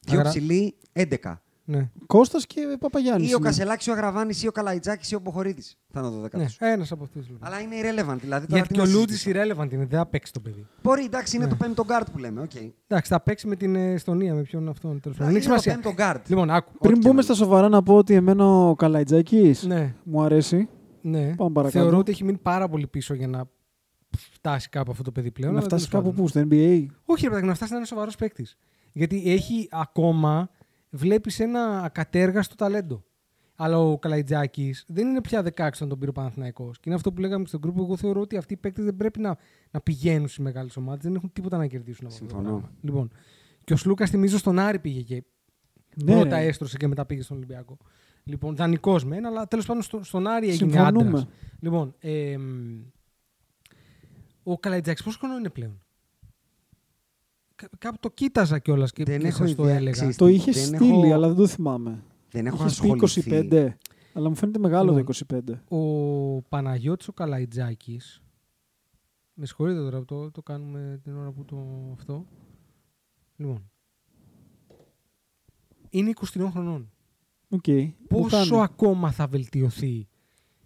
[SPEAKER 2] Δύο
[SPEAKER 4] Αγρα-
[SPEAKER 2] ψηλοί, έντεκα.
[SPEAKER 4] Ναι.
[SPEAKER 5] Κώστας και Παπαγιάννης.
[SPEAKER 2] Ή ο Κασελάκη, ο Αγραβάνη, ή ο Καλαϊτζάκης, ή ο Μποχορίδη. Θα είναι ο
[SPEAKER 4] ναι.
[SPEAKER 2] δωδεκάτος.
[SPEAKER 4] Ένας από αυτούς. Λοιπόν.
[SPEAKER 2] Αλλά είναι irrelevant. Δηλαδή, τώρα
[SPEAKER 4] Γιατί
[SPEAKER 2] τι
[SPEAKER 4] και ο
[SPEAKER 2] να
[SPEAKER 4] Λούτζης
[SPEAKER 2] συζητήσουμε.
[SPEAKER 4] irrelevant είναι, δεν θα παίξει το παιδί.
[SPEAKER 2] Μπορεί, εντάξει, είναι
[SPEAKER 4] Ναι.
[SPEAKER 2] το πέμπτο guard που λέμε. οκ.
[SPEAKER 4] Εντάξει, θα παίξει με την Εστονία, με ποιον αυτόν. Τέλος πάντων.
[SPEAKER 2] Είναι
[SPEAKER 4] Έχει σημασία.
[SPEAKER 2] το πέμπτο guard.
[SPEAKER 4] Λοιπόν, άκου.
[SPEAKER 2] Ό,τι
[SPEAKER 5] Πριν
[SPEAKER 2] και
[SPEAKER 5] μπούμε
[SPEAKER 2] να
[SPEAKER 5] στα σοβαρά να πω ότι εμένα ο Καλαϊτζάκης
[SPEAKER 4] Ναι,
[SPEAKER 5] μου αρέσει.
[SPEAKER 4] ναι.
[SPEAKER 5] Πάμε παρακάτω.
[SPEAKER 4] Θεωρώ ότι έχει μείνει πάρα πολύ πίσω για να φτάσει κάπου αυτό το παιδί πλέον.
[SPEAKER 5] να
[SPEAKER 4] αλλά
[SPEAKER 5] φτάσει
[SPEAKER 4] τέλος
[SPEAKER 5] κάπου
[SPEAKER 4] πάντων.
[SPEAKER 5] πού, στο NBA.
[SPEAKER 4] Όχι, ρε παιδάκι, να φτάσει να είναι σοβαρός παίκτης. Γιατί έχει ακόμα, βλέπεις ένα ακατέργαστο ταλέντο. Αλλά ο Καλαϊτζάκης δεν είναι πια 16 όταν τον πήρε ο Παναθυναϊκό. Και είναι αυτό που λέγαμε και στον group. Εγώ θεωρώ ότι αυτοί οι παίκτες δεν πρέπει να, να πηγαίνουν στις μεγάλες ομάδες. Δεν έχουν τίποτα να κερδίσουν από αυτό το
[SPEAKER 2] Συμφωνώ.
[SPEAKER 4] πράγμα. Λοιπόν, και ο Σλούκας θυμίζω στον Άρη πήγε και
[SPEAKER 5] Ναι,
[SPEAKER 4] πρώτα
[SPEAKER 5] ρε.
[SPEAKER 4] έστρωσε και μετά πήγε στον Ολυμπιακό. Λοιπόν, δανεικός μεν, αλλά τέλος πάντων στο, στον Άρη έγινε
[SPEAKER 5] Συμφωνούμε.
[SPEAKER 4] άντρας. Λοιπόν, εμ, ο Καλαϊτζάκης πόσο χρόνο είναι πλέον. Κα- Κάπου το κοίταζα κιόλας και
[SPEAKER 2] Δεν
[SPEAKER 4] και
[SPEAKER 2] έχω
[SPEAKER 4] σας το
[SPEAKER 2] ιδέα,
[SPEAKER 4] έλεγα.
[SPEAKER 2] ξέρεις.
[SPEAKER 5] Το είχες
[SPEAKER 2] Δεν
[SPEAKER 5] στείλει,
[SPEAKER 2] έχω-
[SPEAKER 5] αλλά δεν το θυμάμαι.
[SPEAKER 2] Δεν έχω
[SPEAKER 5] Είχες πει
[SPEAKER 2] ασχοληθεί.
[SPEAKER 5] 25, αλλά μου φαίνεται μεγάλο
[SPEAKER 4] Λοιπόν.
[SPEAKER 5] το 25.
[SPEAKER 4] Ο Παναγιώτης ο Καλαϊτζάκης με συγχωρείτε τώρα, το, το κάνουμε την ώρα που το αυτό. Λοιπόν, είναι 23 χρονών.
[SPEAKER 5] Οκ. Μου
[SPEAKER 4] πόσο
[SPEAKER 5] κάνει.
[SPEAKER 4] ακόμα θα βελτιωθεί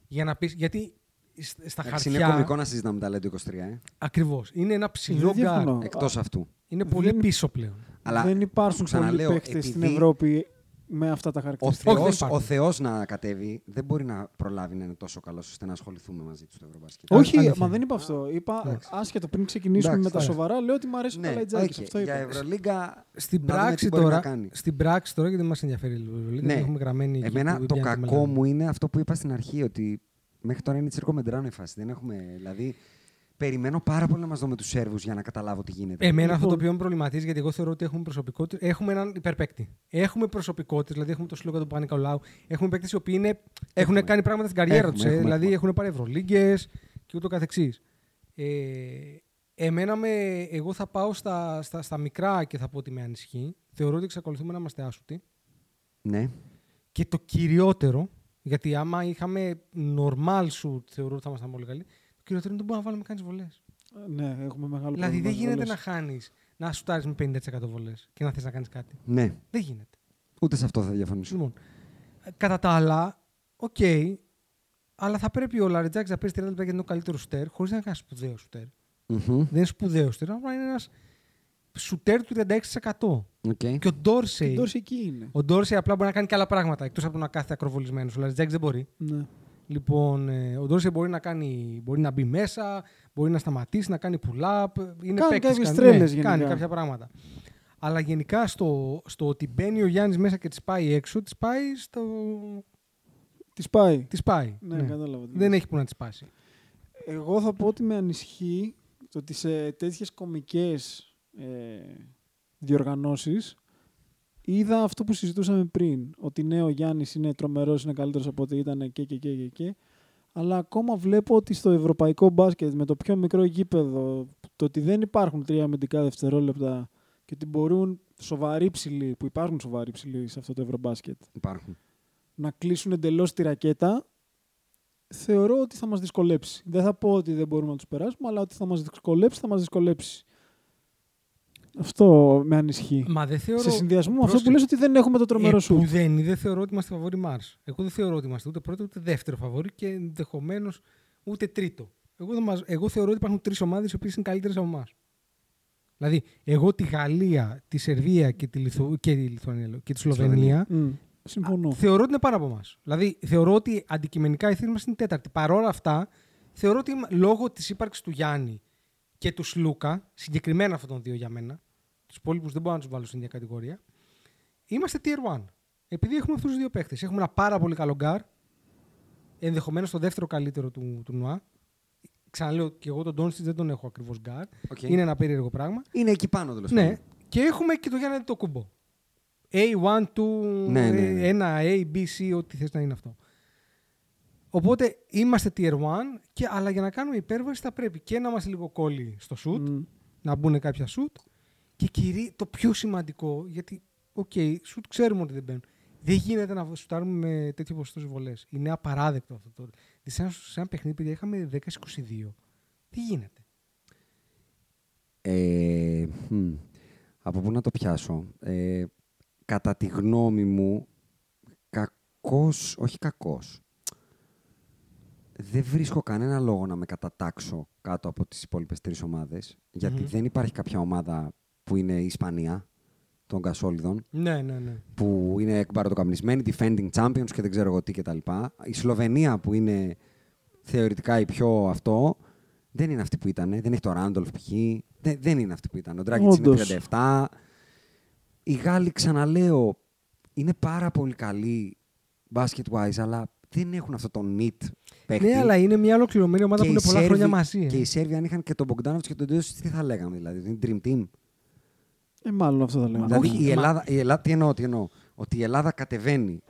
[SPEAKER 4] για να πεις, γιατί σ- στα
[SPEAKER 2] Εντάξει,
[SPEAKER 4] χαρτιά
[SPEAKER 2] είναι κωμικό να συζητάμε ταλέντο 23. Ε.
[SPEAKER 4] ακριβώς, είναι ένα ψηλό
[SPEAKER 5] Δεν
[SPEAKER 4] γκάρ.
[SPEAKER 5] διαφωνώ.
[SPEAKER 2] Εκτός αυτού.
[SPEAKER 4] Είναι πολύ
[SPEAKER 5] Δεν-
[SPEAKER 4] πίσω πλέον.
[SPEAKER 2] Αλλά
[SPEAKER 5] δεν υπάρχουν
[SPEAKER 2] σου
[SPEAKER 5] πολλοί
[SPEAKER 2] ξαναλέω,
[SPEAKER 5] παίχτε στην
[SPEAKER 2] επειδή
[SPEAKER 5] Ευρώπη με αυτά τα
[SPEAKER 2] Ο
[SPEAKER 5] χαρακτηριστικά.
[SPEAKER 4] δεν
[SPEAKER 2] Θεός,
[SPEAKER 4] υπάρχουν.
[SPEAKER 2] ο Θεός να κατέβει δεν μπορεί να προλάβει να είναι τόσο καλός ώστε να ασχοληθούμε μαζί του στο Ευρωμπάσκετ.
[SPEAKER 4] Ο-
[SPEAKER 5] Όχι,
[SPEAKER 4] Αλήθεια.
[SPEAKER 5] μα δεν είπα αυτό. Είπα
[SPEAKER 4] Εντάξει.
[SPEAKER 5] άσχετα πριν ξεκινήσουμε
[SPEAKER 2] Εντάξει,
[SPEAKER 5] με τα
[SPEAKER 4] ωραία.
[SPEAKER 5] σοβαρά, λέω ότι μου αρέσει ο
[SPEAKER 2] Ναι,
[SPEAKER 5] Καλαϊτζάκη.
[SPEAKER 2] οκ.
[SPEAKER 5] Αυτό
[SPEAKER 2] για
[SPEAKER 5] είπα.
[SPEAKER 2] Ευρωλίγκα
[SPEAKER 4] Στην
[SPEAKER 2] να δούμε τι
[SPEAKER 4] πράξη,
[SPEAKER 2] μπορεί
[SPEAKER 4] τώρα,
[SPEAKER 2] να κάνει.
[SPEAKER 4] στην πράξη τώρα, γιατί δεν μας ενδιαφέρει λίγο. λίγο,
[SPEAKER 2] Ναι.
[SPEAKER 4] το Έχουμε γραμμένη εκεί
[SPEAKER 2] Εμένα
[SPEAKER 4] που
[SPEAKER 2] το
[SPEAKER 4] πιάνει
[SPEAKER 2] κακό
[SPEAKER 4] μελάνι.
[SPEAKER 2] μου είναι αυτό που είπα στην αρχή, ότι μέχρι τώρα είναι τσίρκο μεντράνο η φάση. Δεν έχουμε, δηλαδή, περιμένω πάρα πολύ να μας δω με τους Σέρβους για να καταλάβω τι γίνεται.
[SPEAKER 4] Εμένα αυτό το
[SPEAKER 5] Λοιπόν.
[SPEAKER 4] οποίο με προβληματίζει, γιατί εγώ θεωρώ ότι έχουμε προσωπικότητες. Έχουμε έναν υπερπαίκτη. Έχουμε προσωπικότητες, δηλαδή έχουμε το Σλούκα του Πανικολάου. Έχουμε παίκτες οι οποίοι είναι,
[SPEAKER 2] Έχουμε.
[SPEAKER 4] έχουν κάνει πράγματα στην καριέρα
[SPEAKER 2] Έχουμε,
[SPEAKER 4] του.
[SPEAKER 2] έχουμε,
[SPEAKER 4] δηλαδή
[SPEAKER 2] έχουμε.
[SPEAKER 4] έχουν πάρει Ευρωλίγκες και ούτω καθεξής. Ε, εμένα με, εγώ θα πάω στα, στα, στα μικρά και θα πω ότι με ανησυχεί. Θεωρώ ότι εξακολουθούμε να είμαστε άσουτοι.
[SPEAKER 2] Ναι.
[SPEAKER 4] Και το κυριότερο, γιατί άμα είχαμε normal σου, θεωρώ ότι θα ήμασταν πολύ καλοί. Το κυριότερο είναι ότι δεν μπορούμε να βάλουμε κανεί βολέ.
[SPEAKER 5] Ναι, έχουμε μεγάλο
[SPEAKER 4] Δηλαδή
[SPEAKER 5] πρόβλημα
[SPEAKER 4] δεν
[SPEAKER 5] με
[SPEAKER 4] γίνεται
[SPEAKER 5] όλες.
[SPEAKER 4] να χάνεις, να σουτάρεις με 50% βολές και να θες να κάνεις κάτι.
[SPEAKER 2] ναι.
[SPEAKER 4] Δεν γίνεται.
[SPEAKER 2] Ούτε σε αυτό θα διαφωνήσω.
[SPEAKER 4] Λοιπόν, ε, κατά τα άλλα, οκ, αλλά θα πρέπει ο Λαριτζάκης να παίζει 30 λεπτά γιατί είναι ο καλύτερος στέρ, χωρίς να είναι ένα σπουδαίο στέρ.
[SPEAKER 2] Μμμ.
[SPEAKER 4] Δεν είναι σπουδαίος στέρ, αλλά είναι ένας σουτέρ του 36%.
[SPEAKER 2] Okay.
[SPEAKER 4] Και ο Ντόρσεϊ.
[SPEAKER 5] Ντόρση εκεί είναι.
[SPEAKER 4] Ο Ντόρσεϊ απλά μπορεί να κάνει και άλλα πράγματα εκτός από να κάθεται ακροβολισμένος. Ο Λαριτζάκης δεν μπορεί.
[SPEAKER 5] Ναι.
[SPEAKER 4] Λοιπόν, ε, ο Ντόρσεϊ μπορεί να κάνει, μπορεί να μπει μέσα, μπορεί να σταματήσει, να κάνει pull-up. Είναι
[SPEAKER 5] Κάνει
[SPEAKER 4] παίκτης,
[SPEAKER 5] κάποιες
[SPEAKER 4] κάνει-
[SPEAKER 5] τρέλες
[SPEAKER 4] ναι,
[SPEAKER 5] γενικά.
[SPEAKER 4] Κάνει κάποια πράγματα. Αλλά γενικά στο, στο ότι μπαίνει ο Γιάννης μέσα και της πάει έξω, της πάει στο.
[SPEAKER 5] Της πάει.
[SPEAKER 4] Της πάει.
[SPEAKER 5] Ναι, κατάλαβα τι
[SPEAKER 4] Δεν
[SPEAKER 5] λες.
[SPEAKER 4] έχει που να της πάσει.
[SPEAKER 5] Εγώ θα πω ότι με ανισχύει το ότι σε τέτοιες κομικές ε, διοργανώσεις είδα αυτό που συζητούσαμε πριν, ότι ναι, ο Γιάννης είναι τρομερός, είναι καλύτερος από ό,τι ήταν και και και και και, αλλά ακόμα βλέπω ότι στο ευρωπαϊκό μπάσκετ με το πιο μικρό γήπεδο, το ότι δεν υπάρχουν τρία αμυντικά δευτερόλεπτα και ότι μπορούν σοβαροί ψηλοί, που υπάρχουν σοβαροί ψηλοί σε αυτό το ευρωμπάσκετ,
[SPEAKER 2] Υπάρχουν.
[SPEAKER 5] να κλείσουν εντελώς τη ρακέτα, θεωρώ ότι θα μας δυσκολέψει. Δεν θα πω ότι δεν μπορούμε να τους περάσουμε, αλλά ότι θα μας δυσκολέψει, θα μας δυσκολέψει. Αυτό με ανισχύει.
[SPEAKER 4] Μα δεν θεωρώ.
[SPEAKER 5] Σε συνδυασμό με αυτό που
[SPEAKER 4] Πρόσεξε.
[SPEAKER 5] λες ότι δεν έχουμε το τρομερό
[SPEAKER 4] Ε,
[SPEAKER 5] σου.
[SPEAKER 4] Που δεν είναι, δεν θεωρώ ότι είμαστε φαβορή Μάρς. Εγώ δεν θεωρώ ότι είμαστε ούτε πρώτο ούτε δεύτερο φαβορή και ενδεχομένως ούτε τρίτο. Εγώ, δεν μας- εγώ θεωρώ ότι υπάρχουν τρεις ομάδες οι οποίες είναι καλύτερες από εμάς. Δηλαδή, εγώ τη Γαλλία, τη Σερβία και τη, Λιθου... και τη Λιθουανία λέω, και τη Σλοβενία
[SPEAKER 5] Mm. Συμφωνώ.
[SPEAKER 4] θεωρώ ότι είναι πάνω από εμάς. Δηλαδή, θεωρώ ότι αντικειμενικά η θέση μας είναι τέταρτη. Παρ' όλα αυτά, θεωρώ ότι είμα- λόγω της ύπαρξης του Γιάννη και τους Σλούκα, συγκεκριμένα αυτών των δύο για μένα, τους υπόλοιπους δεν μπορώ να τους βάλω στην ίδια κατηγορία, είμαστε tier 1. Επειδή έχουμε αυτούς τους δύο παίχτε. Έχουμε ένα πάρα πολύ καλό γκάρ, ενδεχομένως το δεύτερο καλύτερο του, του Νουά. Ξαναλέω και εγώ τον Τόνσιτ δεν τον έχω ακριβώς γκάρ.
[SPEAKER 2] Οκ.
[SPEAKER 4] Είναι ένα περίεργο πράγμα.
[SPEAKER 2] Είναι εκεί πάνω τέλος
[SPEAKER 4] Ναι. Και έχουμε και το Γιάννη το κουμπό. A1, 2,
[SPEAKER 2] Ναι, ναι, ναι.
[SPEAKER 4] ένα A, B, C, ό,τι θες να είναι αυτό. Οπότε είμαστε tier 1, και, αλλά για να κάνουμε υπέρβαση θα πρέπει και να είμαστε λίγο κόλλοι στο shoot,
[SPEAKER 5] Μμ.
[SPEAKER 4] να μπουν κάποια shoot και κυρί, το πιο σημαντικό, γιατί, οκ, shoot ξέρουμε ότι δεν μπαίνουν. Δεν γίνεται να σουτάρουμε με τέτοιο ποσοστό στις βολές. Είναι απαράδεκτο αυτό. Το... Δηλαδή, Σε ένα, σε ένα παιχνίδι, παιδιά, είχαμε 10-22. Τι γίνεται.
[SPEAKER 2] Ε, χμ, από πού να το πιάσω. Ε, κατά τη γνώμη μου, κακός, όχι κακός, δεν βρίσκω κανένα λόγο να με κατατάξω κάτω από τις υπόλοιπες τρεις ομάδες, γιατί
[SPEAKER 4] Μμμ.
[SPEAKER 2] δεν υπάρχει κάποια ομάδα που είναι η Ισπανία των Κασόλιδων,
[SPEAKER 4] Ναι, ναι, ναι.
[SPEAKER 2] που είναι εκπαροτοκαμνισμένη, defending champions και δεν ξέρω εγώ τι κτλ. Η Σλοβενία που είναι θεωρητικά η πιο αυτό, δεν είναι αυτή που ήταν. Δεν έχει το Ράντολφ π.χ. Δεν, δεν είναι αυτή που ήταν. Ο Ντράγκητς
[SPEAKER 5] Όντως.
[SPEAKER 2] είναι 37. Οι Γάλλοι, ξαναλέω, είναι πάρα πολύ καλοί basket-wise, αλλά δεν έχουν αυτό το neat παίχτη.
[SPEAKER 4] Ναι, αλλά είναι μια ολοκληρωμένη ομάδα
[SPEAKER 2] Και
[SPEAKER 4] που είναι
[SPEAKER 2] οι
[SPEAKER 4] πολλά χρόνια
[SPEAKER 2] Σέρβοι-
[SPEAKER 4] μαζί. ε.
[SPEAKER 2] Και οι Σέρβοι, αν είχαν και τον Μπογκδάνοβιτ και τον Ντέο, τι θα λέγαμε δηλαδή. ότι Είναι dream team.
[SPEAKER 5] Ε, μάλλον αυτό θα λέμε. Ναι,
[SPEAKER 2] Δηλαδή
[SPEAKER 4] όχι,
[SPEAKER 2] η
[SPEAKER 4] μα-
[SPEAKER 2] Ελλάδα, η Ελλάδα, τι εννοώ, τι εννοώ. Ότι η Ελλάδα κατεβαίνει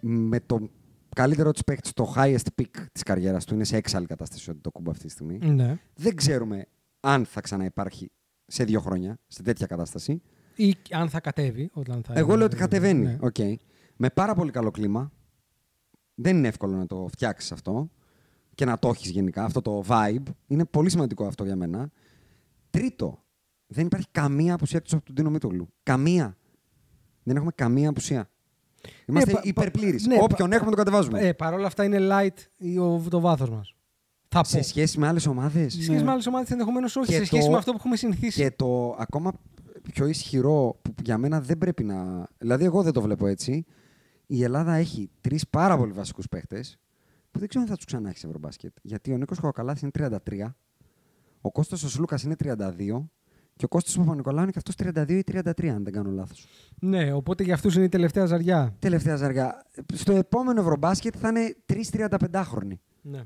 [SPEAKER 2] με τον καλύτερο της παίκτη στο highest peak της καριέρας του. Είναι σε έξαλλη κατάσταση ότι το κούμπα αυτή τη στιγμή.
[SPEAKER 4] Ναι.
[SPEAKER 2] Δεν ξέρουμε αν θα ξαναυπάρχει σε δύο χρόνια σε τέτοια κατάσταση.
[SPEAKER 4] Ή αν θα κατέβει. Όταν θα
[SPEAKER 2] Εγώ λέω ότι κατεβαίνει.
[SPEAKER 4] Ναι.
[SPEAKER 2] Οκ. Με πάρα πολύ καλό κλίμα. Δεν είναι εύκολο να το φτιάξεις αυτό και να το έχεις γενικά. Αυτό το vibe είναι πολύ σημαντικό αυτό για μένα. Τρίτο, δεν υπάρχει καμία απουσία εκτός από τον Τίνο Μίτογλου. Καμία. Δεν έχουμε καμία απουσία. Είμαστε
[SPEAKER 4] Ε, πα- πα-
[SPEAKER 2] υπερπλήρει.
[SPEAKER 4] ναι, πα-
[SPEAKER 2] Όποιον έχουμε τον κατεβάζουμε.
[SPEAKER 4] Ε, Παρ' όλα αυτά είναι light ή ο- το βάθος μας. Θα πω.
[SPEAKER 2] σε σχέση με άλλες ομάδες.
[SPEAKER 4] Σε σχέση με άλλες ομάδες ενδεχομένως όχι.
[SPEAKER 2] Και
[SPEAKER 4] σε σχέση
[SPEAKER 2] το-
[SPEAKER 4] με αυτό που έχουμε συνηθίσει.
[SPEAKER 2] Και το ακόμα πιο ισχυρό που για μένα δεν πρέπει να. Δηλαδή, εγώ δεν το βλέπω έτσι. Η Ελλάδα έχει τρεις πάρα πολύ βασικούς παίχτε που δεν ξέρω αν θα τους ξανά έχεις σε ευρωμπάσκετ. Γιατί ο Νίκος Κοκαλάθη είναι 33, ο Κώστας ο Σλούκας είναι 32 και ο Κώστας Παπα-Νικολάου είναι και αυτός 32 ή 33, αν δεν κάνω λάθος.
[SPEAKER 4] Ναι, οπότε για αυτούς είναι η τελευταία ζαριά.
[SPEAKER 2] Τελευταία ζαργά. Στο επόμενο ευρωμπάσκετ θα είναι 3-35 χρόνοι.
[SPEAKER 4] Ναι.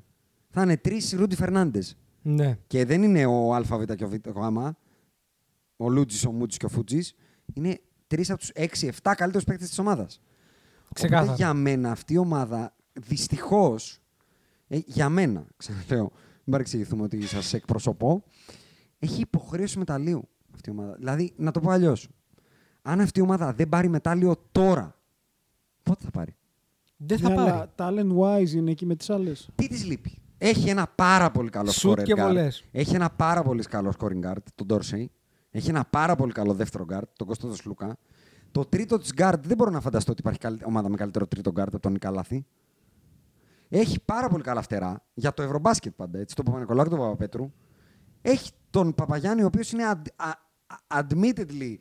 [SPEAKER 2] Θα είναι τρει Ρούντι Φερνάντες.
[SPEAKER 4] ναι.
[SPEAKER 2] Και δεν είναι ο ΑΒ και ο Β και ο Γ, ο Λούτζης, ο Μούτζης και ο Φούτζης. Είναι τρεις από τους 6-7 καλύτερους παίκτες της ομάδας.
[SPEAKER 4] Ξεκάθαρα.
[SPEAKER 2] για μένα αυτή η ομάδα δυστυχώς. για μένα, ξαναλέω, μην παρεξηγηθούμε ότι σας εκπροσωπώ. Έχει υποχρέωση μεταλλίου αυτή η ομάδα. Δηλαδή, να το πω αλλιώς. Αν αυτή η ομάδα δεν πάρει μετάλλιο τώρα, πότε θα πάρει.
[SPEAKER 4] Δεν θα πάρει.
[SPEAKER 5] talent wise είναι εκεί με τις άλλες.
[SPEAKER 2] Τι της λείπει. Έχει ένα πάρα πολύ καλό
[SPEAKER 4] Σουτ
[SPEAKER 2] scorer
[SPEAKER 4] και
[SPEAKER 2] guard.
[SPEAKER 4] βολές.
[SPEAKER 2] Έχει ένα πάρα πολύ καλό scoring guard, τον Ντόρσεϊ. Έχει ένα πάρα πολύ καλό δεύτερο guard, τον Κώσταντο Λούκα. Το τρίτο της guard δεν μπορώ να φανταστώ ότι υπάρχει καλ- ομάδα με καλύτερο τρίτο guard από τον Νικαλάθη. Έχει πάρα πολύ καλά φτερά για το ευρωμπάσκετ πάντα. Έτσι, τον Παπα-Νικολάου και τον Παπαπέτρου. Έχει τον Παπαγιάννη, ο οποίος είναι αν- α- admittedly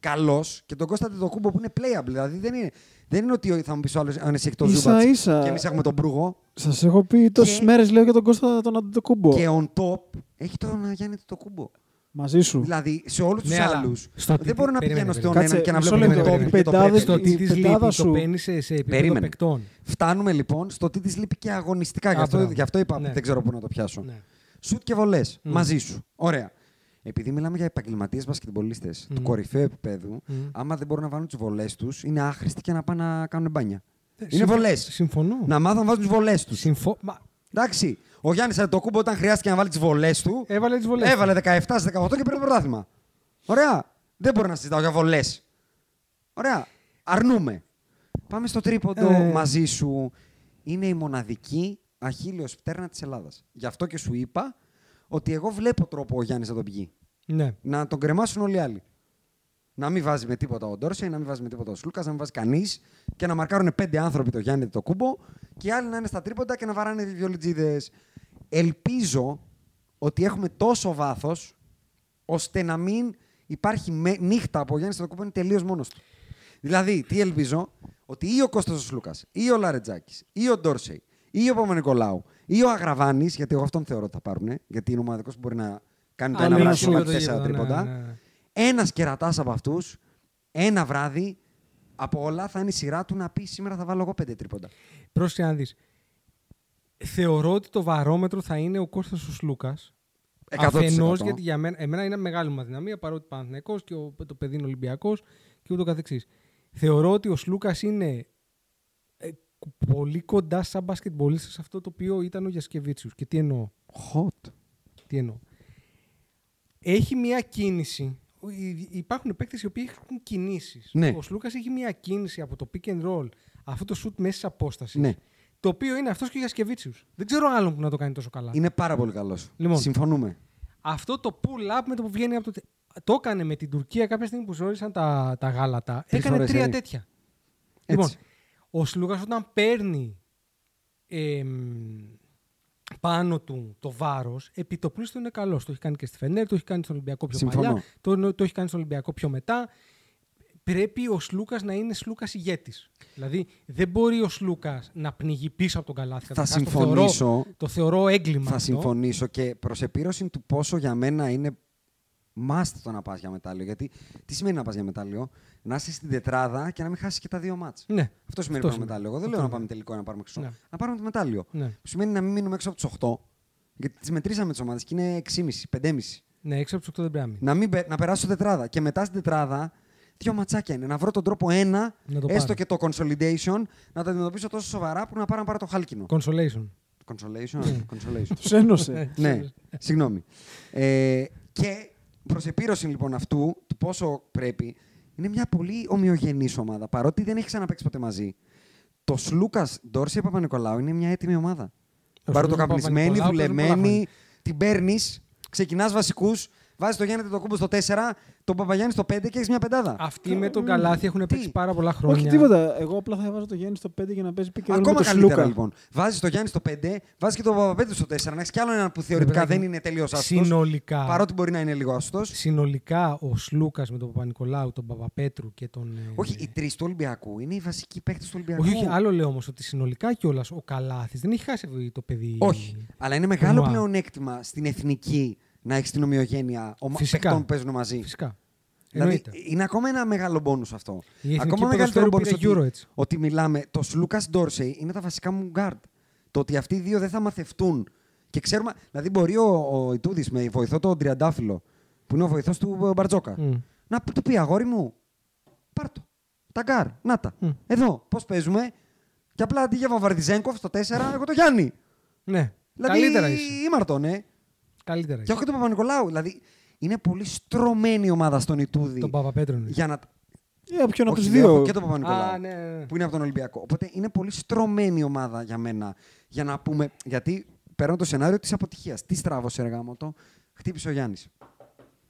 [SPEAKER 2] καλός και τον Κώστα Τετοκούμπο που είναι playable. Δηλαδή δεν είναι, δεν είναι ότι θα μου πεις ο άλλος αν εσύ έχει το
[SPEAKER 5] Ίσα-
[SPEAKER 2] Ζούμπατς
[SPEAKER 5] ίσα.
[SPEAKER 2] και εμείς έχουμε τον Προύγο.
[SPEAKER 5] Σας έχω πει τόσες
[SPEAKER 2] Και-
[SPEAKER 5] μέρες λέω για τον Κώστα τον Αντιτοκούμπο.
[SPEAKER 2] Και on top έχει τον ε, Γιάννη Τετοκούμπο.
[SPEAKER 5] Μαζί σου.
[SPEAKER 2] Δηλαδή σε όλους
[SPEAKER 4] Ναι,
[SPEAKER 2] του
[SPEAKER 4] αλλά
[SPEAKER 2] άλλους.
[SPEAKER 4] στο τι-
[SPEAKER 2] Δεν μπορώ να
[SPEAKER 4] περίμενε,
[SPEAKER 2] πηγαίνω στον
[SPEAKER 5] περίμενε.
[SPEAKER 2] έναν και να
[SPEAKER 5] Κάτσε,
[SPEAKER 2] βλέπω τον
[SPEAKER 5] μισό λεπτό.
[SPEAKER 2] Τετοκούμπο και τον
[SPEAKER 5] Πεντάδες
[SPEAKER 2] Πρέτσελ.
[SPEAKER 4] Στο
[SPEAKER 5] η-
[SPEAKER 4] τι
[SPEAKER 5] η
[SPEAKER 4] της
[SPEAKER 5] πεντάδα
[SPEAKER 4] λείπει,
[SPEAKER 5] σου.
[SPEAKER 4] το παίρνεις σε, σε επίπεδο
[SPEAKER 2] Περίμενε.
[SPEAKER 4] παικτών.
[SPEAKER 2] Φτάνουμε λοιπόν στο τι της λείπει και αγωνιστικά.
[SPEAKER 4] Α,
[SPEAKER 2] Γι' αυτό,
[SPEAKER 4] μπράβο.
[SPEAKER 2] γι αυτό είπα
[SPEAKER 4] Ναι.
[SPEAKER 2] δεν ξέρω πού να το πιάσω.
[SPEAKER 4] Ναι.
[SPEAKER 2] Σουτ και βολές μαζί σου. Ωραία. Επειδή μιλάμε για επαγγελματίες μπασκετμπολίστες του κορυφαίου επίπεδου, άμα δεν μπορούν να βάλουν τι βολές τους, είναι άχρηστοι και να πάνε να κάνουν μπάνια. είναι
[SPEAKER 4] συμφω-
[SPEAKER 2] βολέ.
[SPEAKER 4] Ναι, συμφωνώ.
[SPEAKER 2] Να μάθουν να βάζουν τι βολές τους.
[SPEAKER 4] Συμφω... Μα,
[SPEAKER 2] Εντάξει. Ο Γιάννης Αντοκούμπο όταν χρειάστηκε να βάλει τις βολές του.
[SPEAKER 4] Έβαλε τις βολές του.
[SPEAKER 2] Έβαλε 17 στι 18 και πήρε το πρωτάθλημα. Ωραία. Δεν μπορώ να συζητάω για βολές. Ωραία. Αρνούμε. Πάμε στο τρίποντο
[SPEAKER 5] Ε.
[SPEAKER 2] μαζί σου. Είναι η μοναδική αχίλιος πτέρνα της Ελλάδας. Γι' αυτό και σου είπα ότι εγώ βλέπω τρόπο ο Γιάννης να τον πηγεί.
[SPEAKER 4] ναι.
[SPEAKER 2] Να τον κρεμάσουν όλοι οι άλλοι. Να μην βάζει με τίποτα ο Ντόρσεϊ, να μην βάζει με τίποτα ο Σλούκας, να μην βάζει κανείς και να μαρκάρουν πέντε άνθρωποι το Γιάννη το κούμπο και οι άλλοι να είναι στα τρίποντα και να βαράνε οι βιολιτζίδες. Ελπίζω ότι έχουμε τόσο βάθος ώστε να μην υπάρχει με- νύχτα που ο Γιάννη το κούμπο είναι τελείως μόνος του. Δηλαδή, τι ελπίζω, ότι ή ο Κώστας ο Σλούκας, ή ο Λαρετζάκης, ή ο Ντόρσεϊ, ή ο Παπα-Νικολάου, ή ο Αγραβάνης, γιατί εγώ αυτόν θεωρώ ότι θα πάρουν, γιατί είναι ο μοναδικός που μπορεί να κάνει το
[SPEAKER 4] Α,
[SPEAKER 2] ένα
[SPEAKER 4] ναι,
[SPEAKER 2] βράδυ
[SPEAKER 4] σου
[SPEAKER 2] και να
[SPEAKER 4] λέω το
[SPEAKER 2] βάλει τέσσερα
[SPEAKER 4] γήπεδο, ναι,
[SPEAKER 2] τρίποντα.
[SPEAKER 4] ναι.
[SPEAKER 2] Ένας κερατάς από αυτούς, ένα βράδυ, από όλα θα είναι η σειρά του να πει σήμερα θα βάλω εγώ πέντε τρίποντα.
[SPEAKER 4] Πρόσεχε να δεις. Θεωρώ ότι το βαρόμετρο θα είναι ο Κώστας ο Σλούκας.
[SPEAKER 2] 100%.
[SPEAKER 4] Αφενός γιατί για μένα, εμένα είναι μεγάλη μου αδυναμία παρότι Παναθηναϊκός και ο, το παιδί είναι Ολυμπιακός και ούτω καθεξής. Θεωρώ ότι ο Σλούκας είναι ε, κου- πολύ κοντά σαν μπασκετμπολίστα σε αυτό το οποίο ήταν ο Γιασκεβίτσιους. Και τι εννοώ.
[SPEAKER 2] Hot.
[SPEAKER 4] Τι εννοώ. Έχει μια κίνηση. Υ- Υπάρχουν παίκτες οι οποίοι έχουν κινήσεις.
[SPEAKER 2] Ναι.
[SPEAKER 4] Ο Σλούκας έχει μια κίνηση από το pick and roll, αυτό το shoot μέσα απόστασης.
[SPEAKER 2] Ναι.
[SPEAKER 4] Το οποίο είναι αυτός και ο Γιασκεβίτσιου. Δεν ξέρω άλλον που να το κάνει τόσο καλά.
[SPEAKER 2] Είναι πάρα πολύ καλός.
[SPEAKER 4] Λοιπόν.
[SPEAKER 2] Συμφωνούμε.
[SPEAKER 4] Αυτό το pull up με το που βγαίνει από το. τε- Το έκανε με την Τουρκία κάποια στιγμή που ζόρισαν τα, τα γάλατα.
[SPEAKER 2] Τρεις
[SPEAKER 4] έκανε
[SPEAKER 2] φορές,
[SPEAKER 4] τρία
[SPEAKER 2] έτσι.
[SPEAKER 4] τέτοια.
[SPEAKER 2] ε? Έτσι.
[SPEAKER 4] Λοιπόν, ο Σλούκας όταν παίρνει εμ, πάνω του το βάρος, επί το πλήστο είναι καλός. Το έχει κάνει και στη Φενέρ, το έχει κάνει στον Ολυμπιακό πιο
[SPEAKER 2] Συμφωνώ.
[SPEAKER 4] παλιά, το, το έχει κάνει στον Ολυμπιακό πιο μετά. Πρέπει ο Σλούκας να είναι Σλούκας ηγέτης. Δηλαδή, δεν μπορεί ο Σλούκας να πνιγεί πίσω από τον καλάθι.
[SPEAKER 2] Θα
[SPEAKER 4] Καταρχάς, Το
[SPEAKER 2] συμφωνήσω.
[SPEAKER 4] θεωρώ, το θεωρώ έγκλημα.
[SPEAKER 2] Θα
[SPEAKER 4] αυτό.
[SPEAKER 2] συμφωνήσω και προς επίρρωση του πόσο για μένα είναι must το να πας για μετάλλιο. Γιατί τι σημαίνει να πας για μετάλλιο, να είσαι στην τετράδα και να μην χάσεις και τα δύο μάτς.
[SPEAKER 4] Ναι.
[SPEAKER 2] Αυτό σημαίνει
[SPEAKER 4] Αυτό
[SPEAKER 2] να πάμε
[SPEAKER 4] σημαίνει.
[SPEAKER 2] μετάλλιο. Εγώ δεν
[SPEAKER 4] Αυτό
[SPEAKER 2] λέω να
[SPEAKER 4] είναι.
[SPEAKER 2] πάμε τελικό ή να πάρουμε χρυσό.
[SPEAKER 4] Ναι.
[SPEAKER 2] Να πάρουμε το μετάλλιο.
[SPEAKER 4] Ναι.
[SPEAKER 2] Που σημαίνει να μην μείνουμε έξω από του 8. Γιατί τις μετρήσαμε τις ομάδες και είναι 6,5, 5,5.
[SPEAKER 4] Ναι, έξω από του 8 δεν πρέπει να μείνεις.
[SPEAKER 2] Να, μην, πε- να περάσω τετράδα. Και μετά στην τετράδα, δύο ματσάκια είναι. Να βρω τον τρόπο ένα,
[SPEAKER 4] Να το
[SPEAKER 2] έστω
[SPEAKER 4] πάρω.
[SPEAKER 2] και το consolidation, να το αντιμετωπίσω τόσο σοβαρά που να πάρω να πάρω το χάλκινο.
[SPEAKER 4] Consolation.
[SPEAKER 2] Consolation.
[SPEAKER 4] Ναι.
[SPEAKER 2] consolation.
[SPEAKER 5] Τους ένωσε.
[SPEAKER 2] Ναι, συγγνώμη. Ε, και προ επίρρωση λοιπόν αυτού, του πόσο πρέπει, είναι μια πολύ ομοιογενής ομάδα. Παρότι δεν έχει ξαναπέξει ποτέ μαζί. Το Σλούκας Ντόρση Παπα-Νικολάου είναι μια έτοιμη ομάδα.
[SPEAKER 4] Ο
[SPEAKER 2] Παροτοκαπνισμένη,
[SPEAKER 4] Σλούκας Παπα-Νικολάου παίζει πολλά
[SPEAKER 2] δουλεμένη, την παίρνεις, ξεκινάς βασικούς, βάζεις το Γιάννη το κούμπο στο 4, τον Παπαγιάννη στο 5 και έχεις μια πεντάδα.
[SPEAKER 4] Αυτοί με τον Καλάθι έχουν παίξει πάρα πολλά χρόνια.
[SPEAKER 5] Όχι τίποτα. Εγώ απλά θα έβαζα το Γιάννη στο 5 για να παίζει pick and roll με
[SPEAKER 2] Ακόμα
[SPEAKER 5] τον
[SPEAKER 2] καλύτερα
[SPEAKER 5] Σλούκα.
[SPEAKER 2] λοιπόν. Βάζεις το Γιάννη στο 5, βάζεις και τον Παπαπέτρου στο 4, να έχεις κι άλλο έναν που θεωρητικά
[SPEAKER 4] παιδάκι
[SPEAKER 2] δεν
[SPEAKER 4] μου,
[SPEAKER 2] είναι τελείως άστος.
[SPEAKER 4] Συνολικά,
[SPEAKER 2] Παρότι μπορεί να είναι λίγο άστος.
[SPEAKER 4] συνολικά ο Σλούκας με τον Παπα-Νικολάου, τον Παπαπέτρου και τον. ε,
[SPEAKER 2] Όχι, οι τρεις του Ολυμπιακού είναι οι βασικοί παίκτες του Ολυμπιακού.
[SPEAKER 4] όχι, όχι, άλλο λέω όμως ότι συνολικά κιόλας ο Καλάθι δεν έχει χάσει το παιδί.
[SPEAKER 2] Όχι. Αλλά είναι μεγάλο
[SPEAKER 4] Μα.
[SPEAKER 2] πλεονέκτημα στην εθνική να έχεις την ομοιογένεια ομα-
[SPEAKER 4] Φυσικά.
[SPEAKER 2] παίκτων που παίζουν μαζί.
[SPEAKER 4] Φυσικά.
[SPEAKER 2] Δηλαδή,
[SPEAKER 4] Εννοείται.
[SPEAKER 2] είναι ακόμα ένα μεγάλο μπόνους αυτό.
[SPEAKER 4] εθνική
[SPEAKER 2] ακόμα
[SPEAKER 4] ποδοσφαίρου
[SPEAKER 2] bonus
[SPEAKER 4] πήρε Euro,
[SPEAKER 2] ότι,
[SPEAKER 4] έτσι.
[SPEAKER 2] ότι μιλάμε. Το Σλούκα Ντόρσεϊ είναι τα βασικά μου γκάρτ. Το ότι αυτοί οι δύο δεν θα μαθευτούν. Και ξέρουμε. Δηλαδή, μπορεί ο, ο Ιτούδης με βοηθό τον Τριαντάφυλλο, που είναι ο βοηθός του ε, Μπαρτζόκα,
[SPEAKER 4] Μμ.
[SPEAKER 2] να του πει αγόρι μου, πάρ' το. Τα γκάρ, να τα.
[SPEAKER 4] Μμ.
[SPEAKER 2] Εδώ, πώς παίζουμε. Και απλά αντί για Βαβαρδιζέγκοφ στο 4, εγώ το Γιάννη.
[SPEAKER 4] Ναι.
[SPEAKER 2] Δηλαδή,
[SPEAKER 4] Καλύτερα είσαι.
[SPEAKER 2] ήμαρτο, ναι.
[SPEAKER 4] Καλύτερα
[SPEAKER 2] Και
[SPEAKER 4] είσαι.
[SPEAKER 2] όχι τον Παπα-Νικολάου. Δηλαδή, είναι πολύ στρωμένη η ομάδα στον Ιτούδη.
[SPEAKER 4] Τον Παπαπέτρου. είναι.
[SPEAKER 2] για να...
[SPEAKER 5] Ή από ποιον Ε, από
[SPEAKER 2] Όχι,
[SPEAKER 5] τους
[SPEAKER 2] δεν έχω
[SPEAKER 5] δύο.
[SPEAKER 2] Και τον Παπα-Νικολάου.
[SPEAKER 4] Α, ναι, ναι, ναι.
[SPEAKER 2] Που είναι από τον Ολυμπιακό. Οπότε είναι πολύ στρωμένη η ομάδα για μένα. Για να πούμε. Γιατί παίρνω το σενάριο της αποτυχίας. Τι στράβω σε εργάμοτο. Χτύπησε ο Γιάννης.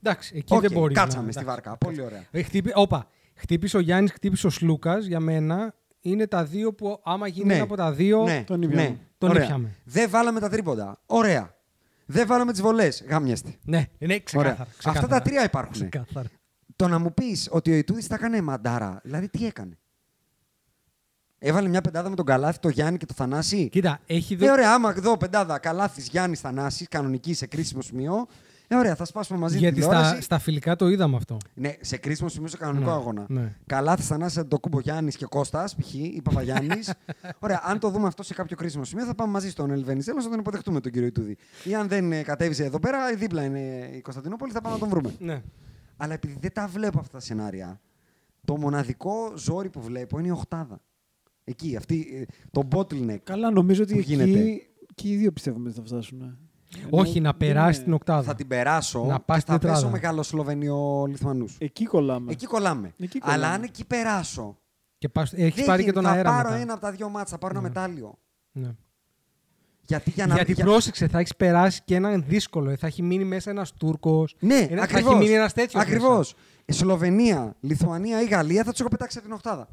[SPEAKER 4] Εντάξει, εκεί δεν μπορεί.
[SPEAKER 2] κάτσαμε
[SPEAKER 4] να-
[SPEAKER 2] στη
[SPEAKER 4] εντάξει.
[SPEAKER 2] βάρκα. Πολύ ωραία.
[SPEAKER 4] Ε, χτύπη- Όπα. Χτύπησε ο Γιάννης, χτύπησε ο Σλούκας για μένα. Είναι τα δύο που άμα γίνει
[SPEAKER 2] Ναι.
[SPEAKER 4] ένα από τα δύο.
[SPEAKER 2] Ναι.
[SPEAKER 5] τον
[SPEAKER 2] ναι.
[SPEAKER 5] ήπιαμε.
[SPEAKER 4] Τον
[SPEAKER 2] Ωραία.
[SPEAKER 4] ήπιαμε.
[SPEAKER 2] Δεν βάλαμε τα τρίποντα. Ωραία. Δεν βάλαμε τις βολές. Γάμιαστε.
[SPEAKER 4] Ναι, ναι, ξεκάθαρα.
[SPEAKER 2] Ωραία.
[SPEAKER 4] ξεκάθαρα.
[SPEAKER 2] Αυτά τα τρία υπάρχουν.
[SPEAKER 4] Ξεκάθαρα.
[SPEAKER 2] Το να μου πεις ότι ο Ιτούδης τα έκανε μαντάρα, δηλαδή τι έκανε. Έβαλε μια πεντάδα με τον Καλάθι, το Γιάννη και το Θανάση.
[SPEAKER 4] Κοίτα, έχει δει.
[SPEAKER 2] Ε, ωραία, άμα δω πεντάδα Καλάθις, Γιάννης, Θανάσης, κανονική σε κρίσιμο σημείο. Ε, ωραία, θα σπάσουμε μαζί την
[SPEAKER 4] Γιατί
[SPEAKER 2] τηλεόραση.
[SPEAKER 4] στα, στα φιλικά το είδαμε αυτό.
[SPEAKER 2] Ναι, σε κρίσιμο σημείο στο κανονικό
[SPEAKER 4] Ναι,
[SPEAKER 2] αγώνα.
[SPEAKER 4] ναι.
[SPEAKER 2] Καλά, θα στανάσει το κούμπο Γιάννης και Κώστας, π.χ. ή Παπαγιάννης. Ωραία, αν το δούμε αυτό σε κάποιο κρίσιμο σημείο, θα πάμε μαζί στον Ελβενιζέλο να τον υποδεχτούμε τον κύριο Ιτούδη. Ή αν δεν ε, κατέβησε εδώ πέρα, ε, δίπλα είναι η Κωνσταντινούπολη, θα πάμε να τον βρούμε.
[SPEAKER 4] Ναι.
[SPEAKER 2] Αλλά επειδή δεν τα βλέπω αυτά τα σενάρια, το μοναδικό ζόρι που βλέπω είναι η οχτάδα. Εκεί, αυτή, ε, το bottleneck.
[SPEAKER 5] Καλά, νομίζω ότι
[SPEAKER 2] Που
[SPEAKER 5] εκεί,
[SPEAKER 2] γίνεται.
[SPEAKER 5] εκεί οι δύο πιστεύουμε ότι θα φτάσουν. ε.
[SPEAKER 4] Όχι,
[SPEAKER 5] Ενώ
[SPEAKER 4] να
[SPEAKER 5] δεν
[SPEAKER 4] περάσει
[SPEAKER 5] είναι-
[SPEAKER 4] την οκτάδα.
[SPEAKER 2] Ναι, Θα την περάσω
[SPEAKER 4] Να πας
[SPEAKER 2] και
[SPEAKER 4] στην
[SPEAKER 2] θα πέσω
[SPEAKER 4] τετράδα. Ε,
[SPEAKER 2] μεγάλο Σλοβενιο-Λιθουανού.
[SPEAKER 5] Εκεί κολλάμε.
[SPEAKER 2] Εκεί κολλάμε.
[SPEAKER 5] Εκεί
[SPEAKER 2] Αλλά
[SPEAKER 5] κολλάμε.
[SPEAKER 2] αν εκεί περάσω,
[SPEAKER 4] Και πας, έχεις
[SPEAKER 2] Δεν
[SPEAKER 4] πάρει και
[SPEAKER 2] γίνεται.
[SPEAKER 4] τον
[SPEAKER 2] θα
[SPEAKER 4] αέρα
[SPEAKER 2] πάρω
[SPEAKER 4] μετά.
[SPEAKER 2] ένα από τα δύο μάτσα, θα πάρω ένα
[SPEAKER 4] Ναι.
[SPEAKER 2] μετάλλιο.
[SPEAKER 4] Ναι.
[SPEAKER 2] Γιατί για να
[SPEAKER 4] Γιατί
[SPEAKER 2] για-
[SPEAKER 4] πρόσεξε, θα έχεις περάσει και έναν δύσκολο. ε, Θα έχει μείνει μέσα ένας Τούρκος.
[SPEAKER 2] Ναι,
[SPEAKER 4] θα
[SPEAKER 2] ακριβώς.
[SPEAKER 4] έχει μείνει ένας τέτοιος.
[SPEAKER 2] Ακριβώ. Σλοβενία, Λιθουανία ή Γαλλία θα τους έχω πετάξει από την Οχτάδα.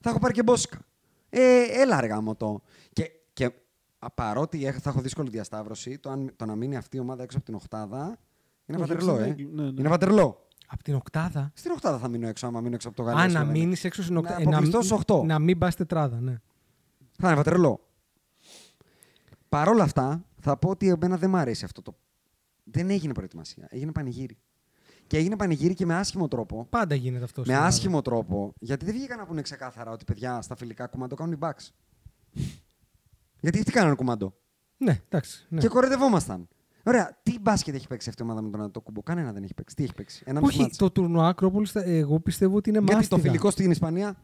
[SPEAKER 2] Θα έχω πάρει και μπόσικα. Ε, έλα αργά μου το. Και, και α, παρότι έχ- θα έχω δύσκολη διασταύρωση, το, αν, το να μείνει αυτή η ομάδα έξω από την Οχτάδα είναι
[SPEAKER 5] Όχι,
[SPEAKER 2] βατερλό,
[SPEAKER 5] έξω
[SPEAKER 2] ε.
[SPEAKER 5] από την- ναι, ναι.
[SPEAKER 2] Είναι βατερλό.
[SPEAKER 4] Από την οκτάδα.
[SPEAKER 2] Στην Οχτάδα θα μείνω έξω, άμα μείνω έξω από το Γαλλία.
[SPEAKER 4] Α, να
[SPEAKER 2] Σλοβενία.
[SPEAKER 4] μείνεις έξω στην οκτάδα.
[SPEAKER 2] Να αποκλειστώ στους οκτώ.
[SPEAKER 4] να μην πας τετράδα, ναι.
[SPEAKER 2] Θα είναι βατερλό. Παρ' όλα αυτά, θα πω ότι εμένα δεν μου αρέσει αυτό το. Δεν έγινε προετοιμασία. Έγινε πανηγύρι. Και έγινε πανηγύρι και με άσχημο τρόπο.
[SPEAKER 4] Πάντα γίνεται αυτό. στην
[SPEAKER 2] με
[SPEAKER 4] Ελλάδα.
[SPEAKER 2] άσχημο τρόπο, γιατί δεν βγήκαν να πούνε ξεκάθαρα ότι παιδιά στα φιλικά κουμάντο κάνουν οι μπακς. γιατί αυτοί κάνανε κουμάντο.
[SPEAKER 4] Ναι, εντάξει. Ναι.
[SPEAKER 2] Και κορεδευόμασταν. Ωραία, τι μπάσκετ έχει παίξει αυτή η ομάδα με τον Αντοκούμπο. Κανένα δεν έχει παίξει. Τι έχει παίξει. Ένα μισό
[SPEAKER 4] Όχι,
[SPEAKER 2] μάτς.
[SPEAKER 4] το τουρνουά Ακρόπολης, εγώ πιστεύω ότι είναι
[SPEAKER 2] Γιατί
[SPEAKER 4] μάστιγα
[SPEAKER 2] το φιλικό στην Ισπανία.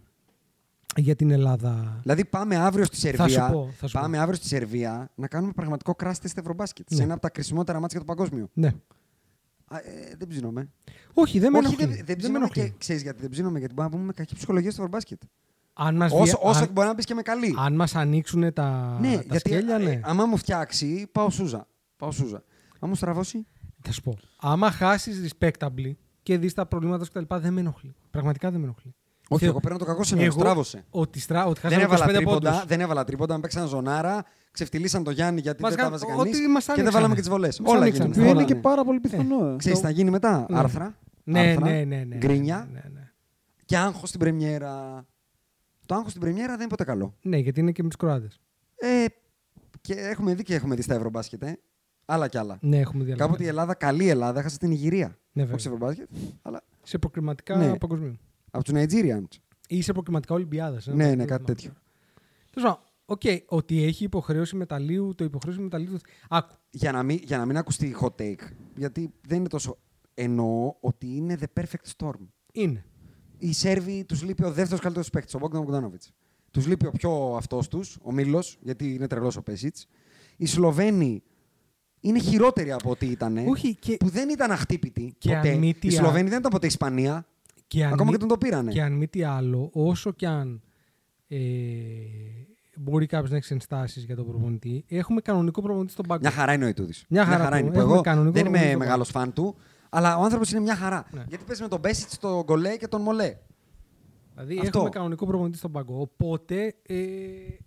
[SPEAKER 4] για την Ελλάδα.
[SPEAKER 2] Δηλαδή πάμε αύριο στη Σερβία.
[SPEAKER 4] σου πω, θα σου
[SPEAKER 2] πάμε
[SPEAKER 4] πω.
[SPEAKER 2] αύριο στη Σερβία να κάνουμε πραγματικό κράστη στο ευρωμπάσκετ.
[SPEAKER 4] Ναι.
[SPEAKER 2] Σε ένα από τα κρισιμότερα μάτια για το παγκόσμιο.
[SPEAKER 4] Ναι.
[SPEAKER 2] Α, ε, δεν ψήνομαι.
[SPEAKER 4] Όχι, δεν με
[SPEAKER 2] Όχι,
[SPEAKER 4] ενοχλεί.
[SPEAKER 2] δεν, δεν
[SPEAKER 4] Δεν με
[SPEAKER 2] ψήνομαι
[SPEAKER 4] ενοχλεί.
[SPEAKER 2] και ξέρεις γιατί δεν ψήνομαι. Γιατί μπορούμε να πούμε κακή ψυχολογία στο ευρωμπάσκετ.
[SPEAKER 4] Αν μας
[SPEAKER 2] Όσο,
[SPEAKER 4] δια-
[SPEAKER 2] όσο
[SPEAKER 4] αν-
[SPEAKER 2] και μπορεί να μπει και με καλή.
[SPEAKER 4] Αν μας ανοίξουν τα,
[SPEAKER 2] ναι,
[SPEAKER 4] τα
[SPEAKER 2] γιατί
[SPEAKER 4] σκέλια,
[SPEAKER 2] ε,
[SPEAKER 4] ναι.
[SPEAKER 2] ε, άμα μου φτιάξει, πάω Σούζα. Πάω Σούζα. Αν μου στραβώσει,
[SPEAKER 4] Θα σου πω. Άμα χάσεις respectably και δεις τα προβλήματα σου κτλ., δεν με ενοχλεί. Πραγματικά δεν με ενοχλεί.
[SPEAKER 2] όχι,
[SPEAKER 4] Θεω-
[SPEAKER 2] εγώ παίρνω το κακό σενάριο.
[SPEAKER 4] εγώ-
[SPEAKER 2] Στράβωσε.
[SPEAKER 4] Ότι, στρα... ότι
[SPEAKER 2] Δεν
[SPEAKER 4] χάσαμε
[SPEAKER 2] έβαλα,
[SPEAKER 4] 25
[SPEAKER 2] τρίποντα,
[SPEAKER 4] πόντους.
[SPEAKER 2] δεν έβαλα τρίποντα, με παίξαν ζωνάρα, ξεφτυλίσαν τον Γιάννη γιατί
[SPEAKER 4] Μας
[SPEAKER 2] δεν τα
[SPEAKER 4] κάν-
[SPEAKER 2] έβαζε
[SPEAKER 4] ό,τι
[SPEAKER 2] κανείς.
[SPEAKER 4] μας
[SPEAKER 2] Και δεν
[SPEAKER 4] άνοιξαν.
[SPEAKER 2] βάλαμε και τις βολές.
[SPEAKER 4] Μας
[SPEAKER 2] Όλα
[SPEAKER 4] άνοιξαν.
[SPEAKER 2] γίνανε.
[SPEAKER 5] Που
[SPEAKER 4] Όλα
[SPEAKER 5] είναι
[SPEAKER 4] ναι.
[SPEAKER 5] και πάρα πολύ πιθανό. ε.
[SPEAKER 2] Ξέρεις,
[SPEAKER 5] Το-
[SPEAKER 2] θα γίνει μετά.
[SPEAKER 4] Ναι.
[SPEAKER 2] Άρθρα.
[SPEAKER 4] Ναι,
[SPEAKER 2] άρθρα,
[SPEAKER 4] ναι, ναι, ναι.
[SPEAKER 2] Γκρίνια
[SPEAKER 4] Ναι, ναι, ναι.
[SPEAKER 2] και άγχος στην Πρεμιέρα. Το άγχος στην Πρεμιέρα δεν είναι ποτέ καλό.
[SPEAKER 4] Ναι, γιατί είναι και με τους Κροάτες.
[SPEAKER 2] Ε, και έχουμε δει και έχουμε δει στα Ευρωμπάσκετ. Ε. Άλλα κι άλλα.
[SPEAKER 4] Ναι, έχουμε διαλέξει.
[SPEAKER 2] Κάποτε η Ελλάδα, καλή Ελλάδα, έχασε την Ιγυρία.
[SPEAKER 4] Ναι, βέβαια.
[SPEAKER 2] Όχι σε Ευρωμπάσκετ, αλλά
[SPEAKER 4] Σε προκριματικά
[SPEAKER 2] Ναι.
[SPEAKER 4] παγκοσμίου.
[SPEAKER 2] από τους Nigerians.
[SPEAKER 4] Ή σε προκριματικά ε, Ολυμπιάδα.
[SPEAKER 2] Ναι, ναι, κάτι τέτοιο.
[SPEAKER 4] Τέλος πάντων, οκ, ότι έχει υποχρέωση μεταλλίου, το υποχρέωση μεταλλίου. του- Άκου.
[SPEAKER 2] για να, μην, για να μην ακουστεί hot take, γιατί δεν είναι τόσο. Εννοώ ότι είναι the perfect storm.
[SPEAKER 4] Είναι.
[SPEAKER 2] Οι Σέρβοι τους λείπει ο δεύτερος καλύτερος παίκτης, ο Μπόγκταν Μπογκδάνοβιτ. Τους λείπει ο πιο αυτός τους, ο Μίλος, γιατί είναι τρελός ο Πέσιτ. Οι Σλοβαίνοι είναι χειρότεροι από ό,τι ήταν.
[SPEAKER 4] Όχι, και-
[SPEAKER 2] Που δεν ήταν αχτύπητοι.
[SPEAKER 4] Και
[SPEAKER 2] ποτέ.
[SPEAKER 4] αν μη τι
[SPEAKER 2] Οι
[SPEAKER 4] α-
[SPEAKER 2] Σλοβαίνοι δεν ήταν ποτέ Ισπανία.
[SPEAKER 4] Και αν
[SPEAKER 2] Ακόμα
[SPEAKER 4] μη-
[SPEAKER 2] και τον το πήρανε.
[SPEAKER 4] Και αν μη τι άλλο, όσο και αν ε, μπορεί κάποιος να έχει ενστάσεις για τον προπονητή, έχουμε κανονικό προπονητή στον πάγκο.
[SPEAKER 2] Μια χαρά είναι ο Ιτούδης.
[SPEAKER 4] Μια χαρά του.
[SPEAKER 2] είναι. που
[SPEAKER 4] Έχουμε
[SPEAKER 2] Εγώ
[SPEAKER 4] κανονικό
[SPEAKER 2] δεν είμαι
[SPEAKER 4] προπονητή.
[SPEAKER 2] μεγάλο φαν του, αλλά ο άνθρωπος είναι μια χαρά.
[SPEAKER 4] Ναι.
[SPEAKER 2] Γιατί παίζει με τον Πέσιτ, τον Γκολέ και τον Μολέ.
[SPEAKER 4] Δηλαδή
[SPEAKER 2] Αυτό.
[SPEAKER 4] έχουμε κανονικό προπονητή στον πάγκο. Οπότε ε,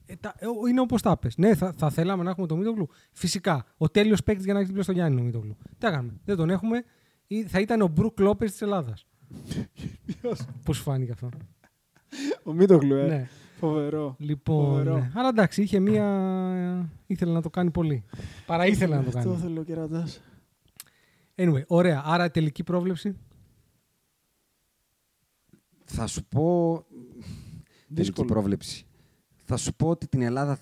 [SPEAKER 4] ε, τα- ε, ο- είναι όπως τα πες. Ναι, θα, θα θέλαμε να έχουμε τον Μίτογλου. Φυσικά. Ο τέλειος παίκτης για να έχει δίπλα στο Γιάννη είναι ο Μίτογλου. Τι κάνουμε. Δεν τον έχουμε. Ή θα ήταν ο Μπρουκ Λόπες της Ελλάδας. Πώς σου φάνηκε αυτό.
[SPEAKER 5] Ο Μίτογλου, ε.
[SPEAKER 4] ναι.
[SPEAKER 5] Φοβερό.
[SPEAKER 4] Λοιπόν.
[SPEAKER 5] Φοβερό.
[SPEAKER 4] ναι. Αλλά εντάξει, είχε μία. ε, ήθελε να το κάνει πολύ. Παρά ήθελε να το
[SPEAKER 5] Αυτό
[SPEAKER 4] κάνει.
[SPEAKER 5] θέλω ο κερατάς.
[SPEAKER 4] Anyway, ωραία. Άρα τελική πρόβλεψη.
[SPEAKER 2] Θα σου πω. Τελική
[SPEAKER 5] Δύσκολο.
[SPEAKER 2] πρόβλεψη. Θα σου πω ότι την Ελλάδα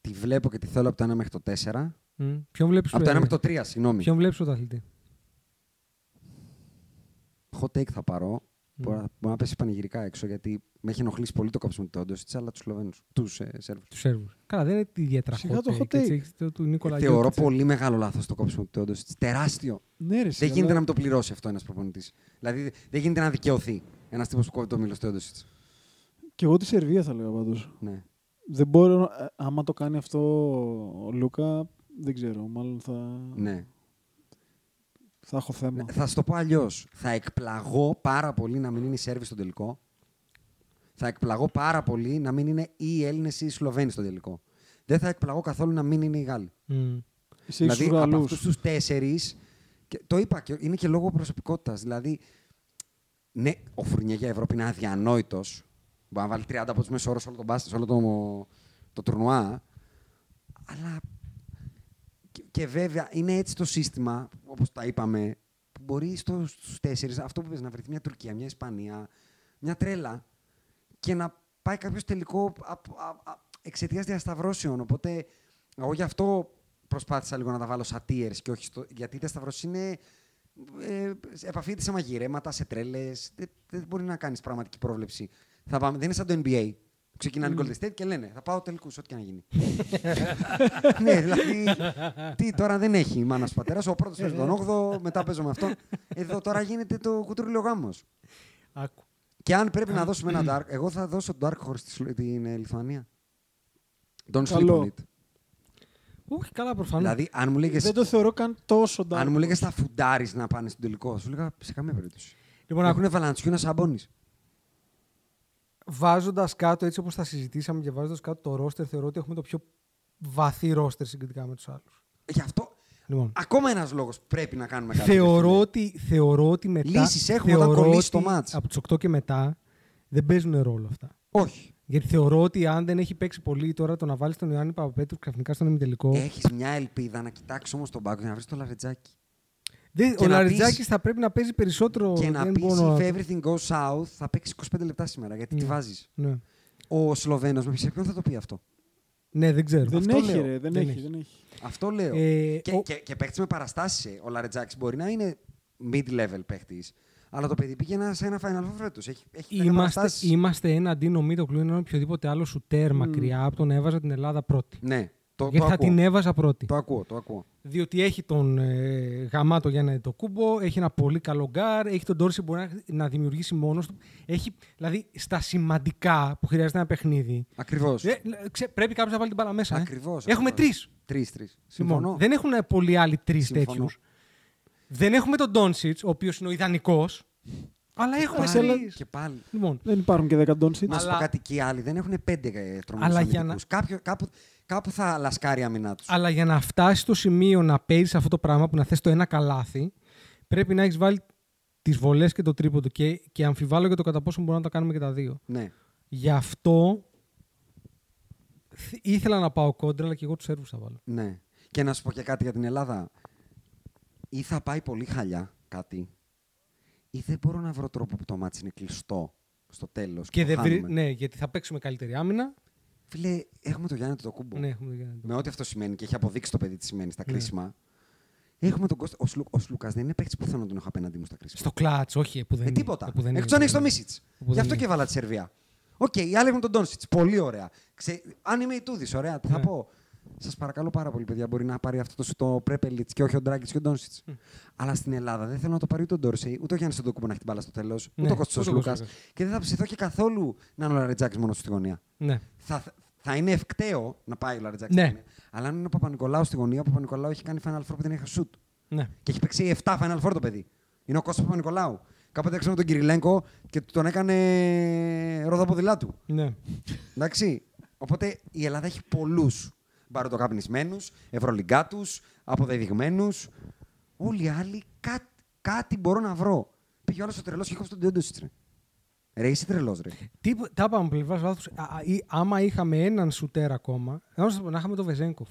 [SPEAKER 2] τη βλέπω και τη θέλω από το 1 μέχρι το 4.
[SPEAKER 4] Μμ. Ποιον βλέπεις
[SPEAKER 2] από το 1 μέχρι το 3, συγγνώμη.
[SPEAKER 4] Ποιον βλέπεις πρωταθλητή.
[SPEAKER 2] Hot take θα πάρω. Μπορεί, να- μπορεί να πέσει πανηγυρικά έξω γιατί με έχει ενοχλήσει πολύ το κόψιμο του Όντοσιτ αλλά τους Σλοβαίνους. Τους ε, Σέρβους.
[SPEAKER 4] Τους Σέρβους. Καλά, δεν είναι ιδιαίτερα
[SPEAKER 5] Σιγά το hot take.
[SPEAKER 4] έτσι, έχεις το- του Νίκολα
[SPEAKER 2] Ε, Θεωρώ
[SPEAKER 4] Γιώκητς.
[SPEAKER 2] πολύ μεγάλο λάθος το κόψιμο του Όντοσιτ. Τεράστιο.
[SPEAKER 5] Ναι, ρε, εσύ,
[SPEAKER 2] Δεν
[SPEAKER 5] αλλά-
[SPEAKER 2] γίνεται να μην το πληρώσει αυτό ένας προπονητής. Δηλαδή δεν γίνεται να δικαιωθεί ένας τύπος που κόβει το μήλος του Όντοσιτ.
[SPEAKER 5] Κι εγώ τη Σερβία θα λέω πάντως.
[SPEAKER 2] Ναι.
[SPEAKER 5] Δεν μπορώ. να- ε, Άμα το κάνει αυτό ο Λούκα, δεν ξέρω. Μάλλον θα,
[SPEAKER 2] ναι.
[SPEAKER 5] θα έχω θέμα.
[SPEAKER 2] Θα σου το πω αλλιώς. Θα εκπλαγώ πάρα πολύ να μην είναι οι Σέρβοι στο τελικό. Θα εκπλαγώ πάρα πολύ να μην είναι ή οι Έλληνες ή οι Σλοβαίνοι στο τελικό. Δεν θα εκπλαγώ καθόλου να μην είναι οι Γάλλοι.
[SPEAKER 4] Μμ.
[SPEAKER 5] Εσύ έχεις
[SPEAKER 2] δηλαδή
[SPEAKER 5] τους
[SPEAKER 2] από
[SPEAKER 5] Γαλλούς.
[SPEAKER 2] αυτούς τους τέσσερις. Το είπα και είναι και λόγω προσωπικότητας. Δηλαδή, ναι, ο Φουρνιέ για Ευρώπη είναι αδιανόητος. Μπορεί να βάλει 30 από τους μέσα όρο σε όλο τον μπάσκετ, σε όλο το, το τουρνουά. Αλλά και, και βέβαια είναι έτσι το σύστημα, όπως τα είπαμε, που μπορεί στους τέσσερις, αυτό που είπες, να βρεθεί μια Τουρκία, μια Ισπανία, μια τρέλα και να πάει κάποιος τελικό εξαιτίας διασταυρώσεων. Οπότε εγώ γι' αυτό προσπάθησα λίγο να τα βάλω σαν tiers και όχι στο. Γιατί η διασταυρώση είναι. Ε, επαφείται σε μαγειρέματα, σε τρέλες. Δεν, δεν μπορεί να κάνεις πραγματική πρόβλεψη. Θα πάμε, δεν είναι σαν το NBA. Ξεκινάνε οι Golden State και λένε Θα πάω τελικούς, ό,τι και να γίνει. ναι, δηλαδή. Τι τώρα δεν έχει η μάνα πατέρας. Ο πρώτος παίζει τον 8ο, μετά παίζω με αυτόν. Εδώ τώρα γίνεται το κουτρούλιο γάμος.
[SPEAKER 4] Άκου.
[SPEAKER 2] Και αν πρέπει να δώσουμε ένα Dark, εγώ θα δώσω Dark Horse στη Σλο- την ε, Λιθουανία. Don't sleep
[SPEAKER 5] Καλό.
[SPEAKER 2] on it.
[SPEAKER 4] Όχι, καλά προφανώς.
[SPEAKER 2] Δηλαδή, αν μου λέγες,
[SPEAKER 5] Δεν το θεωρώ καν τόσο
[SPEAKER 2] αν
[SPEAKER 5] dark.
[SPEAKER 2] μου λέγες θα φουντάρεις να πάνε στον τελικό, σου λέγα σε καμία περίπτωση.
[SPEAKER 4] λοιπόν,
[SPEAKER 2] Έχουν
[SPEAKER 4] άκου,
[SPEAKER 2] ακούνε Βαλαντσιούνα Σαμπόνης.
[SPEAKER 4] βάζοντας κάτω έτσι όπως τα συζητήσαμε και βάζοντας κάτω το ρόστερ, θεωρώ ότι έχουμε το πιο βαθύ ρόστερ συγκριτικά με τους άλλους.
[SPEAKER 2] Γι' αυτό
[SPEAKER 4] Λοιπόν,
[SPEAKER 2] ακόμα ένας λόγος πρέπει να κάνουμε κάτι.
[SPEAKER 4] θεωρώ, ότι, θεωρώ ότι μετά.
[SPEAKER 2] Λύσεις έχουμε όταν
[SPEAKER 4] θεωρώ
[SPEAKER 2] κολλήσει το
[SPEAKER 4] ότι
[SPEAKER 2] μάτς.
[SPEAKER 4] Από τους 8 και μετά δεν παίζουν ρόλο αυτά.
[SPEAKER 2] Όχι.
[SPEAKER 4] Γιατί θεωρώ ότι αν δεν έχει παίξει πολύ τώρα το να βάλεις τον Ιωάννη Παπαπέτρου ξαφνικά στον ημιτελικό.
[SPEAKER 2] Έχεις μια ελπίδα να κοιτάξεις όμως τον πάγκο και να βρεις το λαρετζάκι.
[SPEAKER 4] δεν-
[SPEAKER 2] και
[SPEAKER 4] ο
[SPEAKER 2] να
[SPEAKER 4] Λαριτζάκη
[SPEAKER 2] πεις-
[SPEAKER 4] θα πρέπει να παίζει περισσότερο.
[SPEAKER 2] Και να
[SPEAKER 4] δεν
[SPEAKER 2] πεις
[SPEAKER 4] μπορώ
[SPEAKER 2] if everything goes south θα παίξει 25 λεπτά σήμερα γιατί τη
[SPEAKER 4] Ναι.
[SPEAKER 2] βάζεις.
[SPEAKER 4] Ναι.
[SPEAKER 2] Ο Σλοβαίνος με ποιον θα το πει αυτό.
[SPEAKER 4] ναι, δεν ξέρω.
[SPEAKER 5] Δεν
[SPEAKER 2] Αυτό
[SPEAKER 5] έχει,
[SPEAKER 2] λέω.
[SPEAKER 5] ρε. Δεν
[SPEAKER 4] Δεν
[SPEAKER 5] έχει.
[SPEAKER 4] έχει.
[SPEAKER 5] Δεν έχει.
[SPEAKER 2] Αυτό λέω.
[SPEAKER 4] Ε,
[SPEAKER 2] και,
[SPEAKER 4] ο-
[SPEAKER 2] και, και παίχτης με παραστάσεις. Ο Λαρετζάκη μπορεί να είναι mid-level παίχτης. Αλλά το παιδί πήγε ένα- σε ένα Final Four φέτος. Έχει, έχει δέκα
[SPEAKER 4] Είμαστε,
[SPEAKER 2] παραστάσεις.
[SPEAKER 4] είμαστε ένα αντίνο Μίτοκλου, έναν οποιοδήποτε άλλο σουτέρ μακριά από το να έβαζα την Ελλάδα πρώτη.
[SPEAKER 2] Ναι, το,
[SPEAKER 4] Γιατί
[SPEAKER 2] το,
[SPEAKER 4] θα
[SPEAKER 2] ακούω.
[SPEAKER 4] την έβαζα πρώτη.
[SPEAKER 2] το ακούω. Το ακούω.
[SPEAKER 4] Διότι έχει τον ε, γαμάτο για το κούμπο, έχει ένα πολύ καλό γκάρ, έχει τον Τόρση που μπορεί να, να δημιουργήσει μόνος του. Έχει, δηλαδή στα σημαντικά που χρειάζεται ένα παιχνίδι.
[SPEAKER 2] Ακριβώς.
[SPEAKER 4] Ε, ε, ξε- πρέπει κάποιος να βάλει την μπάλα μέσα. ε.
[SPEAKER 2] Ακριβώς.
[SPEAKER 4] Έχουμε τρεις.
[SPEAKER 2] Τρεις, τρεις. Συμφωνώ.
[SPEAKER 4] Δεν έχουν ε, πολλοί άλλοι τρεις
[SPEAKER 2] Συμφωνώ.
[SPEAKER 4] τέτοιους. Δεν έχουμε τον Ντόνσιτ, ο οποίος είναι ο ιδανικός. Αλλά έχουμε
[SPEAKER 5] πάλι-
[SPEAKER 4] τρει.
[SPEAKER 2] Και Ε, πάλι.
[SPEAKER 4] Λοιπόν,
[SPEAKER 5] Δεν υπάρχουν και δεκαντών
[SPEAKER 2] Να
[SPEAKER 5] seats.
[SPEAKER 2] σου πω
[SPEAKER 4] Αλλά-
[SPEAKER 2] κάτι και οι άλλοι δεν έχουν πέντε
[SPEAKER 4] Αλλά
[SPEAKER 2] τρομερού
[SPEAKER 4] για
[SPEAKER 2] αμυντικού. Κάποιο, κάπου, κάπου θα λασκάρει η αμυνά τους.
[SPEAKER 4] Αλλά για να φτάσει στο σημείο να παίζεις αυτό το πράγμα που να θες το ένα καλάθι, πρέπει να έχεις βάλει τις βολές και το τρίποντο. Και, και αμφιβάλλω για το κατά πόσο μπορούμε να τα κάνουμε και τα δύο.
[SPEAKER 2] Ναι.
[SPEAKER 4] Γι' αυτό θ- ήθελα να πάω κόντρα, αλλά και εγώ τους Σέρβου θα βάλω.
[SPEAKER 2] Ναι. Και να σου πω και κάτι για την Ελλάδα. Ή θα πάει πολύ χαλιά κάτι, ή δεν μπορώ να βρω τρόπο που το μάτι είναι κλειστό στο τέλος.
[SPEAKER 4] Και δεν βρει- ναι, γιατί θα παίξουμε καλύτερη άμυνα.
[SPEAKER 2] Φίλε, έχουμε το Γιάννη το κούμπο.
[SPEAKER 4] Ναι, έχουμε το Γιάννη
[SPEAKER 2] Με ό,τι αυτό σημαίνει και έχει αποδείξει το παιδί τι σημαίνει στα
[SPEAKER 4] Ναι.
[SPEAKER 2] κρίσιμα. Έχουμε τον Κώστα. Ο, Σλου, ο Σλούκας δεν είναι παίχτη που θέλω να τον έχω απέναντί μου στα κρίσιμα.
[SPEAKER 4] Στο κλατ, όχι, που δεν
[SPEAKER 2] Με
[SPEAKER 4] είναι.
[SPEAKER 2] Ε, τίποτα.
[SPEAKER 4] που δεν είναι,
[SPEAKER 2] Εκτό αν
[SPEAKER 4] που
[SPEAKER 2] έχει το
[SPEAKER 4] δεν
[SPEAKER 2] Μίσιτ.
[SPEAKER 4] δεν
[SPEAKER 2] Γι' αυτό
[SPEAKER 4] είναι.
[SPEAKER 2] και βάλα τη Σερβία. Οκ, οι άλλοι έχουν τον Τόνσιτ. Πολύ ωραία. Ξε... Αν είμαι η Τούδης, ωραία, τι θα
[SPEAKER 4] Ναι.
[SPEAKER 2] πω. Σας παρακαλώ πάρα πολύ, παιδιά, μπορεί να πάρει αυτό το σου το Πρέπελιτ και όχι ο Ντράγκης και ο Ντόνσιτ. Αλλά στην Ελλάδα δεν θέλω να το πάρει ούτε ο Ντόρσεϊ, ούτε ο Γιάννης Σεντοκούπου να έχει την μπάλα στο τέλος,
[SPEAKER 4] Ναι,
[SPEAKER 2] ούτε ο Κώστας
[SPEAKER 4] ούτε ο
[SPEAKER 2] Λούκας.
[SPEAKER 4] Κώστας.
[SPEAKER 2] Και δεν θα ψηθώ και καθόλου να είναι ο Λαρετζάκης μόνο του στη γωνία.
[SPEAKER 4] Ναι.
[SPEAKER 2] Θα, θα είναι ευκταίο να πάει ο Λαρετζάκης
[SPEAKER 4] Ναι.
[SPEAKER 2] στη γωνία. Αλλά αν είναι ο Παπα-Νικολάου στη γωνία, ο Παπα-Νικολάου έχει κάνει Final Four που δεν έχει σουτ.
[SPEAKER 4] ναι.
[SPEAKER 2] Και έχει παίξει 7 Final Four το παιδί. Είναι ο Κώστας Παπα-Νικολάου. Κάποτε έξω με τον Κυριλέγκο και του τον έκανε ροδοποδηλά του.
[SPEAKER 4] ναι.
[SPEAKER 2] Εντάξει. Οπότε η Ελλάδα έχει πολλούς μπαροτοκαπνισμένου, ευρωλυγκάτου, αποδεδειγμένους. Όλοι οι άλλοι κά- κάτι μπορώ να βρω. Πήγε ο άλλος ο τρελός και κόψε τον Τιόντοσιτ. Ρε. ρε, είσαι τρελός, ρε.
[SPEAKER 4] Τι, τα είπαμε πλευρά λάθου. Άμα είχαμε έναν σουτέρ ακόμα, να σας πω, να είχαμε τον Βεζέγκοφ.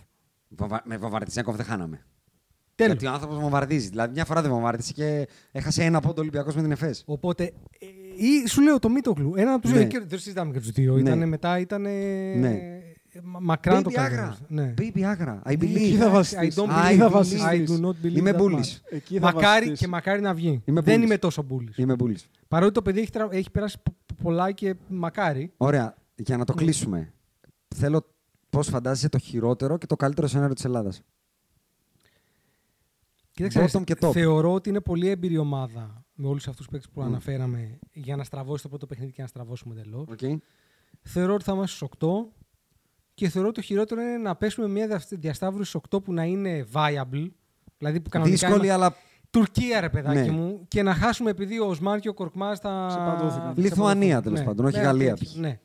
[SPEAKER 2] Βομβα- Με Βομβαρδισέκοφ δεν χάναμε.
[SPEAKER 4] Τέλος.
[SPEAKER 2] Γιατί ο άνθρωπος βομβαρδίζει. Δηλαδή, μια φορά δεν βομβάρδισε και έχασε ένα πόντο Ολυμπιακός με την Εφές.
[SPEAKER 4] Οπότε, ε, ή σου λέω το Μίτογλου. Ένα από τους
[SPEAKER 2] Ναι.
[SPEAKER 4] δύο. και Δεν συζητάμε και τους δύο.
[SPEAKER 2] Ναι.
[SPEAKER 4] Ήτανε μετά, ήταν.
[SPEAKER 2] Ναι.
[SPEAKER 4] Μακράν το
[SPEAKER 2] Baby
[SPEAKER 4] καλύτερο.
[SPEAKER 2] Agra.
[SPEAKER 4] Ναι.
[SPEAKER 2] Baby Agra. I
[SPEAKER 5] Εκεί θα
[SPEAKER 2] believe.
[SPEAKER 5] βασιστείς.
[SPEAKER 4] I don't
[SPEAKER 2] I
[SPEAKER 5] Εκεί θα
[SPEAKER 2] believe.
[SPEAKER 4] I
[SPEAKER 5] βασιστείς.
[SPEAKER 4] do not believe
[SPEAKER 2] Είμαι
[SPEAKER 4] that
[SPEAKER 2] bullies.
[SPEAKER 4] much.
[SPEAKER 5] Εκεί θα
[SPEAKER 4] Μακάρι
[SPEAKER 5] βασιστείς.
[SPEAKER 4] και μακάρι να βγει.
[SPEAKER 2] Είμαι
[SPEAKER 4] Δεν
[SPEAKER 2] bullies.
[SPEAKER 4] είμαι τόσο μπουλή.
[SPEAKER 2] Είμαι bullies.
[SPEAKER 4] Παρότι το παιδί έχει, τρα- έχει περάσει πο- πο- πολλά και μακάρι.
[SPEAKER 2] Ωραία. Για να το
[SPEAKER 4] Ναι.
[SPEAKER 2] κλείσουμε. Θέλω πώς φαντάζεσαι το χειρότερο και το καλύτερο σενάριο της Ελλάδας.
[SPEAKER 4] Κοίταξε,
[SPEAKER 2] Bottom και Mm. top.
[SPEAKER 4] θεωρώ ότι είναι πολύ έμπειρη ομάδα με όλους αυτούς του παίκτες που αναφέραμε για να στραβώσει το πρώτο παιχνίδι και να στραβώσουμε εντελώς.
[SPEAKER 2] Okay.
[SPEAKER 4] Θεωρώ ότι θα είμαστε στους 8 και θεωρώ ότι το χειρότερο είναι να πέσουμε μια διασ- διασταύρωση στου 8 που να είναι viable. Δηλαδή που κανονικά
[SPEAKER 2] Δύσκολη,
[SPEAKER 4] είναι-
[SPEAKER 2] αλλά
[SPEAKER 4] Τουρκία, ρε παιδάκι
[SPEAKER 2] Ναι.
[SPEAKER 4] μου, και να χάσουμε επειδή ο Οσμάν και ο Κορκμάς θα.
[SPEAKER 5] Ξεπαντώθηκαν.
[SPEAKER 4] θα
[SPEAKER 2] Λιθουανία,
[SPEAKER 4] ξεπαντωθούν.
[SPEAKER 2] τέλος
[SPEAKER 4] Ναι.
[SPEAKER 2] πάντων, όχι
[SPEAKER 4] Ναι,
[SPEAKER 2] Γαλλία.
[SPEAKER 4] τέτοιο. Ναι.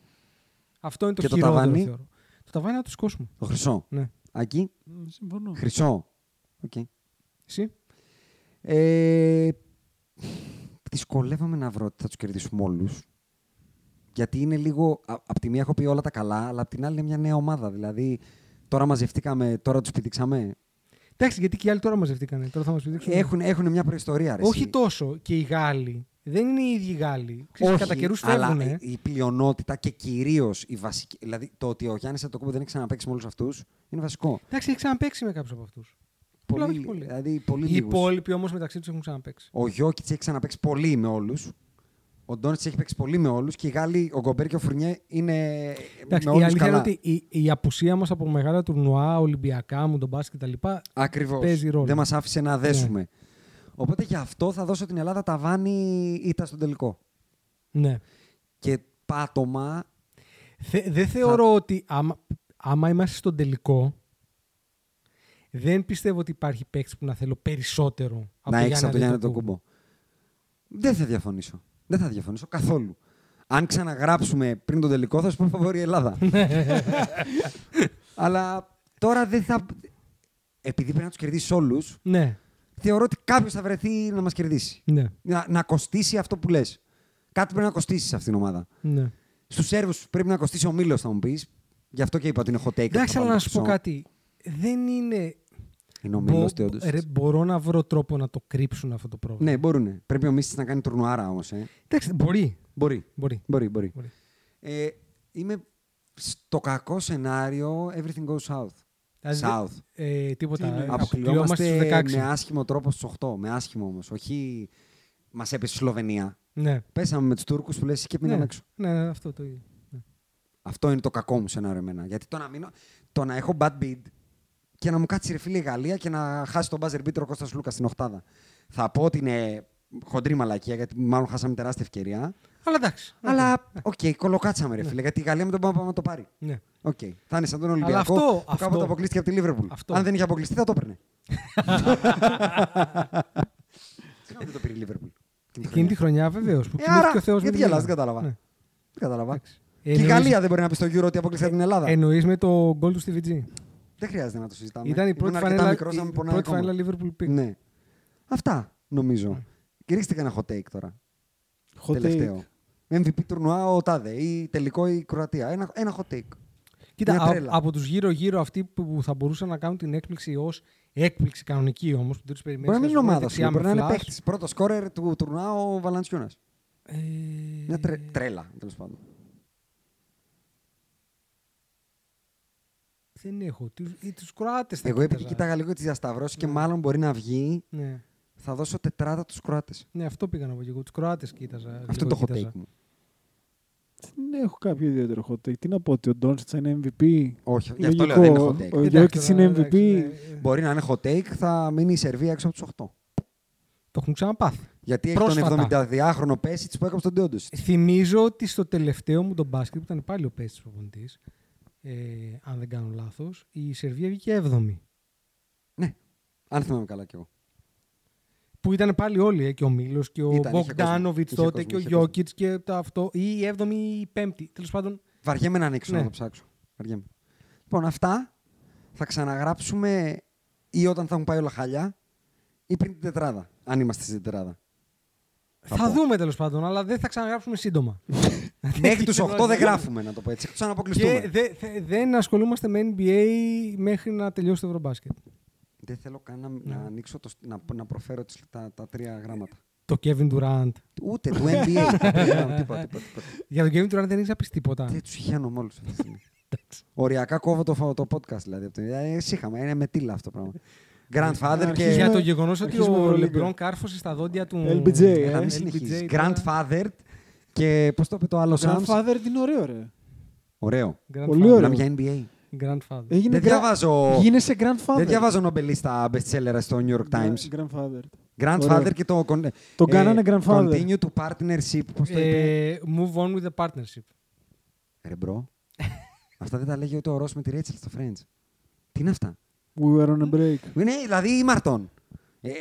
[SPEAKER 4] Αυτό είναι το
[SPEAKER 2] Και το
[SPEAKER 4] χειρότερο.
[SPEAKER 2] ταβάνι?
[SPEAKER 4] θεωρώ. Το ταβάνι να του σκόσουμε.
[SPEAKER 2] το χρυσό.
[SPEAKER 4] Ναι.
[SPEAKER 2] Ακεί.
[SPEAKER 5] Μ, Συμφωνώ.
[SPEAKER 2] Χρυσό. Οκ.
[SPEAKER 4] Εσύ.
[SPEAKER 2] Ε, δυσκολεύομαι να βρω ότι θα τους κερδίσουμε όλους. Γιατί είναι λίγο. α- Απ' τη μία έχω πει όλα τα καλά, αλλά απ' την άλλη είναι μια νέα ομάδα. Δηλαδή, τώρα μαζευτήκαμε, τώρα τους πηδήξαμε.
[SPEAKER 4] Εντάξει, γιατί και οι άλλοι τώρα μαζευτήκανε. Τώρα θα μας πηδήξουν.
[SPEAKER 2] Έχουν, έχουν μια προϊστορία, ρε.
[SPEAKER 4] Όχι
[SPEAKER 2] εσύ.
[SPEAKER 4] τόσο και οι Γάλλοι. Δεν είναι οι ίδιοι οι Γάλλοι. Ξέρεις,
[SPEAKER 2] Όχι,
[SPEAKER 4] κατά καιρούς
[SPEAKER 2] αλλά ε,
[SPEAKER 4] φεύγουν.
[SPEAKER 2] η- η πλειονότητα και κυρίως η βασική. Δηλαδή, το ότι ο Γιάννης Αντοκούμπο δεν έχει ξαναπέξει με όλους αυτούς είναι βασικό.
[SPEAKER 4] Εντάξει, έχει ξαναπέξει με κάποιους από αυτούς. Πολλά, όχι πολύ.
[SPEAKER 2] Δηλαδή, πολύ
[SPEAKER 4] Οι
[SPEAKER 2] λίγους.
[SPEAKER 4] υπόλοιποι όμως μεταξύ τους έχουν ξαναπέξει.
[SPEAKER 2] Ο Γιώκητ έχει ξαναπέξει πολύ με όλους. Ο Ντόνιτ έχει παίξει πολύ με όλους. Και οι Γάλλοι, ο Γκομπέρ και ο Φουρνιέ είναι.
[SPEAKER 4] Εντάξει,
[SPEAKER 2] με
[SPEAKER 4] η
[SPEAKER 2] όλους
[SPEAKER 4] αλήθεια είναι
[SPEAKER 2] Ε, καλά.
[SPEAKER 4] ότι η, η απουσία μας από μεγάλα τουρνουά, Ολυμπιακά, μου τον μπάσκετ κτλ.
[SPEAKER 2] Ακριβώς.
[SPEAKER 4] παίζει ρόλο. Ναι.
[SPEAKER 2] Δεν μας άφησε να δέσουμε. Οπότε γι' αυτό θα δώσω την Ελλάδα ταβάνι ήττα στον τελικό.
[SPEAKER 4] Ναι.
[SPEAKER 2] Και πάτωμα.
[SPEAKER 4] Θε- δεν θεωρώ ότι άμα, άμα είμαστε στον τελικό, δεν πιστεύω ότι υπάρχει παίκτης που να θέλω περισσότερο από
[SPEAKER 2] να
[SPEAKER 4] τον
[SPEAKER 2] έχει από
[SPEAKER 4] Γιάννη
[SPEAKER 2] τον Γιάννη τον
[SPEAKER 4] Αντετοκούμπο.
[SPEAKER 2] κούμπο. Δεν θα διαφωνήσω. Δεν θα διαφωνήσω καθόλου. Αν ξαναγράψουμε πριν τον τελικό, θα σου πω φαβορεί η Ελλάδα.
[SPEAKER 4] Ναι.
[SPEAKER 2] Αλλά τώρα δεν θα. Επειδή πρέπει να τους κερδίσεις όλους,
[SPEAKER 4] Ναι,
[SPEAKER 2] θεωρώ ότι κάποιος θα βρεθεί να μας κερδίσει.
[SPEAKER 4] ναι,
[SPEAKER 2] Να, να κοστίσει αυτό που λες. Κάτι πρέπει να κοστίσεις σε αυτήν την ομάδα.
[SPEAKER 4] ναι.
[SPEAKER 2] Στους Σέρβους πρέπει να κοστίσει ο Μήλο, θα μου πεις. Γι' αυτό και είπα ότι είναι hot take.
[SPEAKER 4] Εντάξει,
[SPEAKER 2] θα
[SPEAKER 4] αλλά
[SPEAKER 2] βάλω
[SPEAKER 4] να σου πω
[SPEAKER 2] πίσω.
[SPEAKER 4] κάτι. Δεν είναι.
[SPEAKER 2] Είναι ο
[SPEAKER 4] Μπο-
[SPEAKER 2] Μήλο, όντως.
[SPEAKER 4] ρε, μπορώ να βρω τρόπο να το κρύψουν αυτό το πρόβλημα.
[SPEAKER 2] Ναι, μπορούν. Πρέπει ο Μίστη να κάνει τουρνουάρα όμως. Ε.
[SPEAKER 4] Εντάξει, μπορεί.
[SPEAKER 2] Μπορεί.
[SPEAKER 4] μπορεί.
[SPEAKER 2] Μπορεί, μπορεί.
[SPEAKER 4] Μπορεί.
[SPEAKER 2] Ε, είμαι στο κακό σενάριο everything goes south.
[SPEAKER 4] Δηλαδή,
[SPEAKER 2] south.
[SPEAKER 4] Ε,
[SPEAKER 5] Τι
[SPEAKER 4] τίποτα.
[SPEAKER 5] είναι.
[SPEAKER 4] Αποκλειόμαστε στου 16.
[SPEAKER 2] με άσχημο τρόπο στους 8. Με άσχημο όμως. Όχι μας έπεσε η Σλοβενία.
[SPEAKER 4] Ναι.
[SPEAKER 2] Πέσαμε με τους Τούρκους που λες και μείναμε
[SPEAKER 4] Ναι.
[SPEAKER 2] έξω.
[SPEAKER 4] ναι, ναι, αυτό το ίδιο.
[SPEAKER 2] Αυτό είναι το κακό μου σενάριο εμένα. Γιατί το να, μείνω, το να έχω bad bid και να μου κάτσει ρε φίλε η Γαλλία και να χάσει τον buzzer beater ο Κώστας Λούκας στην οχτάδα. Θα πω ότι είναι χοντρή μαλακία, γιατί μάλλον χάσαμε τεράστια ευκαιρία.
[SPEAKER 4] Αλλά εντάξει.
[SPEAKER 2] Αλλά οκ, κολοκάτσαμε ρε φίλε, γιατί η Γαλλία με τον πάμε να το πάρει.
[SPEAKER 4] Ναι.
[SPEAKER 2] Οκ. Θα είναι σαν τον Ολυμπιακό
[SPEAKER 4] αυτό-
[SPEAKER 2] που κάποτε
[SPEAKER 4] αυτό-
[SPEAKER 2] αποκλείστηκε από τη Λίβερπουλ.
[SPEAKER 4] αυτό.
[SPEAKER 2] Αν δεν είχε αποκλειστεί, θα το έπαιρνε. Συγγνώμη, δεν το πήρε η Λίβερπουλ.
[SPEAKER 4] Εκείνη τη χρονιά βεβαίως. Που
[SPEAKER 2] Ε,
[SPEAKER 4] κοιμήθηκε
[SPEAKER 2] άρα,
[SPEAKER 4] ο Θεός με
[SPEAKER 2] γιατί
[SPEAKER 4] την
[SPEAKER 2] γελάς,
[SPEAKER 4] Ελλάδα.
[SPEAKER 2] δεν κατάλαβα.
[SPEAKER 4] Ναι.
[SPEAKER 2] Δεν κατάλαβα.
[SPEAKER 4] Εντάξει. Ε,
[SPEAKER 2] Και η
[SPEAKER 4] Εννοείς-
[SPEAKER 2] Γαλλία δεν μπορεί να πει στο Euro ότι αποκλείστηκε από την Ελλάδα.
[SPEAKER 4] Εννοείς με το goal του στη VG.
[SPEAKER 2] Δεν χρειάζεται να το συζητάμε.
[SPEAKER 4] Ήταν η πρώτη
[SPEAKER 2] Ήμουν αρκετά
[SPEAKER 4] φανέλα,
[SPEAKER 2] μικρός να
[SPEAKER 4] η
[SPEAKER 2] με πονάει
[SPEAKER 4] πρώτη
[SPEAKER 2] ακόμα.
[SPEAKER 4] φανέλα Liverpool Ναι. Pick.
[SPEAKER 2] Ναι. Αυτά νομίζω. Κηρύξτε κανένα hot take τώρα.
[SPEAKER 5] Hot take.
[SPEAKER 2] Τελευταίο. MVP τουρνουά ο Τάδε ή τελικό η Κροατία. Ένα, ένα hot take.
[SPEAKER 4] Κοίτα,
[SPEAKER 2] Μια
[SPEAKER 4] α-
[SPEAKER 2] τρέλα.
[SPEAKER 4] από τους γύρω-γύρω αυτοί που θα μπορούσαν να κάνουν την έκπληξη ως έκπληξη κανονική όμως, που δεν τους περιμένεις.
[SPEAKER 2] Μπορεί να μην είναι
[SPEAKER 4] ας πούμε,
[SPEAKER 2] ομάδα σου,
[SPEAKER 4] δεξιά
[SPEAKER 2] μπορεί να
[SPEAKER 4] με
[SPEAKER 2] είναι
[SPEAKER 4] flash.
[SPEAKER 2] παίχτης. Πρώτο σκόρερ του τουρνουά ο Βαλαντσιούνα.
[SPEAKER 4] Ε,
[SPEAKER 2] Μια τρε- τρέλα τέλος πάντων.
[SPEAKER 4] Δεν έχω. Τους, ή τους Κροάτες θα
[SPEAKER 2] Εγώ επειδή
[SPEAKER 4] κοίταζα.
[SPEAKER 2] κοίταγα λίγο τις διασταυρώσεις και μάλλον μπορεί να βγει,
[SPEAKER 4] Ναι.
[SPEAKER 2] θα δώσω τετράδα τους Κροάτες.
[SPEAKER 4] ναι, αυτό πήγα να πω και εγώ. Τους Κροάτες κοίταζα.
[SPEAKER 2] Αυτό
[SPEAKER 4] λίγο
[SPEAKER 2] το hot
[SPEAKER 4] κοίταζα.
[SPEAKER 2] take μου.
[SPEAKER 5] Δεν έχω κάποιο ιδιαίτερο hot take. Τι να πω, ότι ο Ντόνσιτ θα είναι MVP.
[SPEAKER 2] Όχι, γι'
[SPEAKER 5] Λογικό.
[SPEAKER 2] αυτό λέω δεν είναι hot take.
[SPEAKER 5] Ο
[SPEAKER 4] Εντάξει,
[SPEAKER 5] Γιώκητ
[SPEAKER 4] τώρα,
[SPEAKER 5] είναι MVP.
[SPEAKER 4] εντάξει, ναι.
[SPEAKER 2] Μπορεί να είναι hot take, θα μείνει η Σερβία έξω από τους 8.
[SPEAKER 4] Το έχουν ξαναπάθει.
[SPEAKER 2] Γιατί έχει
[SPEAKER 4] Πρόσφατα. Ε.
[SPEAKER 2] τον 72χρονο Πέσιτ που έκαψε τον Τόντο.
[SPEAKER 4] Θυμίζω ότι στο τελευταίο μου τον μπάσκετ, που ήταν πάλι ο Πέστης προπονητής, ε, αν δεν κάνω λάθος, η Σερβία βγήκε 7η.
[SPEAKER 2] Ναι. Αν θυμάμαι καλά κι εγώ.
[SPEAKER 4] Που ήταν πάλι όλοι, ε, και ο Μίλος και ο
[SPEAKER 2] Ήταν, είχε
[SPEAKER 4] Μπογκδάνοβιτ
[SPEAKER 2] κόσμο, είχε
[SPEAKER 4] τότε
[SPEAKER 2] κόσμο,
[SPEAKER 4] και ο
[SPEAKER 2] είχε κόσμο.
[SPEAKER 4] Γιώκητ και τα αυτό. ή η 7η ή η 5η. Τέλος πάντων.
[SPEAKER 2] Βαριέμαι να ανοίξω
[SPEAKER 4] Ναι.
[SPEAKER 2] να το ψάξω. Βαριέμαι. Λοιπόν, αυτά θα ξαναγράψουμε ή όταν θα έχουν πάει όλα χαλιά ή πριν την τετράδα, αν είμαστε στην τετράδα.
[SPEAKER 4] Θα,
[SPEAKER 2] πω.
[SPEAKER 4] δούμε τέλος πάντων, αλλά δεν θα ξαναγράψουμε σύντομα.
[SPEAKER 2] Μέχρι τους 8 δεν γράφουμε, να το πω έτσι. Εκτός αν
[SPEAKER 4] Λοιπόν, Και
[SPEAKER 2] αποκλειστούμε.
[SPEAKER 4] δε- θε- δεν ασχολούμαστε με NBA μέχρι να τελειώσει το ευρωμπάσκετ.
[SPEAKER 2] Δεν θέλω καν να,
[SPEAKER 4] Ναι.
[SPEAKER 2] να ανοίξω, το, σ- να, να προφέρω τις, τα, τα τρία γράμματα.
[SPEAKER 4] Το Kevin Durant.
[SPEAKER 2] Ούτε του NBA. Δεν κάνω τίποτα, τίποτα, τίποτα.
[SPEAKER 4] Για τον Kevin Durant δεν έχει να πει τίποτα.
[SPEAKER 2] Δεν τους χιάνομαι όλους αυτή τη στιγμή. Οριακά κόβω το, φα- το podcast δηλαδή. από το- Ε, Σήχαμε, είναι με τίλα αυτό το πράγμα. Grandfather
[SPEAKER 4] Ε,
[SPEAKER 2] και...
[SPEAKER 4] Για
[SPEAKER 5] Αρχίζουμε-
[SPEAKER 4] το γεγονός ότι
[SPEAKER 5] αρχίζουμε
[SPEAKER 4] ο
[SPEAKER 5] Ευρωλίγκα.
[SPEAKER 4] Λεμπρόν κάρφωσε στα δόντια του.
[SPEAKER 5] LBJ, ε.
[SPEAKER 2] Ε, να μην
[SPEAKER 5] LBJ
[SPEAKER 2] συνεχίζει.
[SPEAKER 4] τώρα.
[SPEAKER 2] Grandfather και πώς το είπε το άλλο Σάμς.
[SPEAKER 5] Grandfather είναι ωραίο, ρε.
[SPEAKER 2] Ωραίο.
[SPEAKER 4] Grandfather.
[SPEAKER 5] Πολύ ωραίο.
[SPEAKER 2] Μιλάμε για NBA.
[SPEAKER 4] Grandfather.
[SPEAKER 5] Έγινε
[SPEAKER 2] Δεν
[SPEAKER 5] γκρα-
[SPEAKER 2] διαβάζω-
[SPEAKER 5] Γίνεσαι grandfather.
[SPEAKER 2] Δεν διαβάζω νομπελίστα bestseller στο New York
[SPEAKER 5] Gra-
[SPEAKER 2] Times.
[SPEAKER 5] Grandfather.
[SPEAKER 2] Grandfather
[SPEAKER 5] Ωραίο.
[SPEAKER 2] και το... con-
[SPEAKER 5] Τον
[SPEAKER 2] ε,
[SPEAKER 5] κάνανε grandfather.
[SPEAKER 2] Continue to partnership. Πώς το είπε.
[SPEAKER 4] Ε, move on with the partnership.
[SPEAKER 2] Ρε μπρο. Αυτά δεν τα λέγει ούτε ο Ρος με τη Ρέτσελ στο Friends. Τι είναι αυτά.
[SPEAKER 5] We were on a break.
[SPEAKER 2] Είναι δηλαδή η Μαρτών. Ε,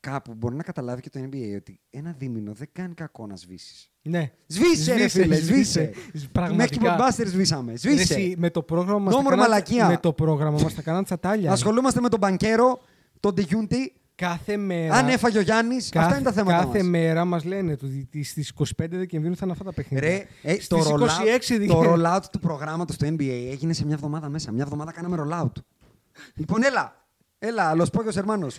[SPEAKER 2] κάπου μπορεί να καταλάβει και το NBA ότι ένα δίμηνο δεν κάνει κακό να σβήσεις.
[SPEAKER 4] Ναι.
[SPEAKER 2] Σβήσε, ρε φίλε, σβήσε. Μέχρι και
[SPEAKER 4] Πραγματικά.
[SPEAKER 2] μπομπάστερ σβήσαμε.
[SPEAKER 4] Ρε
[SPEAKER 2] Σβήσε.
[SPEAKER 4] εσύ, με το πρόγραμμα μας
[SPEAKER 2] Νόμο
[SPEAKER 4] τα κάνατε-
[SPEAKER 2] μαλακία.
[SPEAKER 4] με το πρόγραμμα μας τα κάνατε τσατάλια.
[SPEAKER 2] Ασχολούμαστε με τον μπανκέρο τον Ντεγιούντι.
[SPEAKER 4] Κάθε μέρα.
[SPEAKER 2] Αν έφαγε ο Γιάννης, αυτά είναι τα θέματα.
[SPEAKER 4] Κάθε
[SPEAKER 2] μας.
[SPEAKER 4] μέρα μας λένε ότι στι 25 Δεκεμβρίου θα είναι αυτά τα παιχνίδια.
[SPEAKER 2] Ρε, ε,
[SPEAKER 4] Στις
[SPEAKER 2] το,
[SPEAKER 4] 26
[SPEAKER 2] rollout, το
[SPEAKER 4] Δεκεμβρίου.
[SPEAKER 2] rollout του προγράμματος του NBA έγινε σε μια εβδομάδα μέσα. Μια εβδομάδα κάναμε rollout. λοιπόν, έλα. Έλα, Los Pocos Hermanos.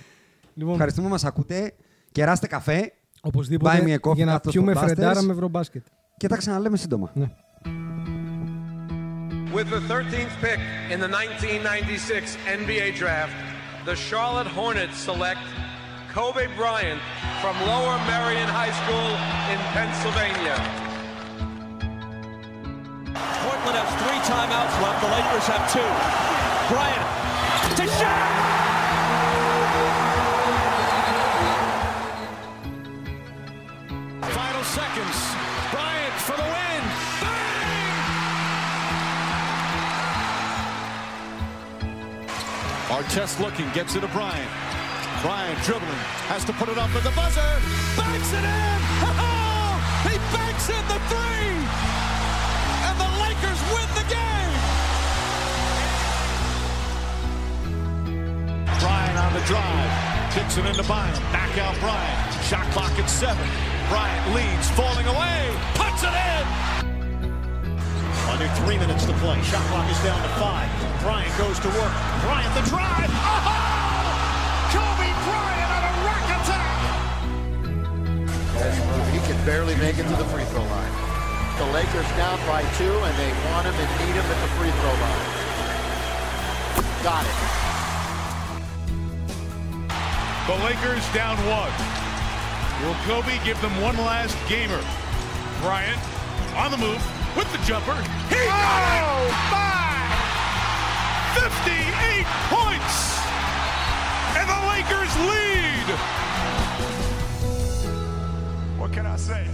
[SPEAKER 4] Λοιπόν,
[SPEAKER 2] Ευχαριστούμε που μα ακούτε. Κεράστε καφέ Buy me a
[SPEAKER 4] οπωσδήποτε
[SPEAKER 2] coffee
[SPEAKER 4] για να
[SPEAKER 2] κάθετος
[SPEAKER 4] πιούμε
[SPEAKER 2] podcasters.
[SPEAKER 4] φρεντάρα με ευρωμπάσκετ.
[SPEAKER 2] και τα ξαναλέμε σύντομα.
[SPEAKER 4] Ναι.
[SPEAKER 6] With the 13th pick in the 1996 NBA Draft, the Charlotte Hornets select Kobe Bryant from Lower Merion High School in Pennsylvania.
[SPEAKER 7] Portland has three timeouts left. The Lakers have two. Bryant to shot.
[SPEAKER 1] Final seconds. Bryant for the win.
[SPEAKER 8] Artest looking, gets it to Bryant. Bryant dribbling, has to put it up at the buzzer. Banks it in. Oh, he banks in the three. And the Lakers win the game. Bryant on the drive. Kicks it into Bynum. Back out Bryant. Shot clock at seven. Bryant leads, falling away. Puts it in. Under three minutes to play. Shot clock is down to five. Bryant goes to work. Bryant the drive. Oh! Kobe Bryant on a rack attack.
[SPEAKER 9] He can barely make it to the free throw line. The Lakers down by two, and they want him and need him at the free throw line. Got it.
[SPEAKER 1] The Lakers down one. Will Kobe give them one last gamer? Bryant on the move with the jumper. He got it! Five! 58 points! And the Lakers lead!
[SPEAKER 3] What can I say?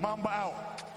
[SPEAKER 3] Mamba out.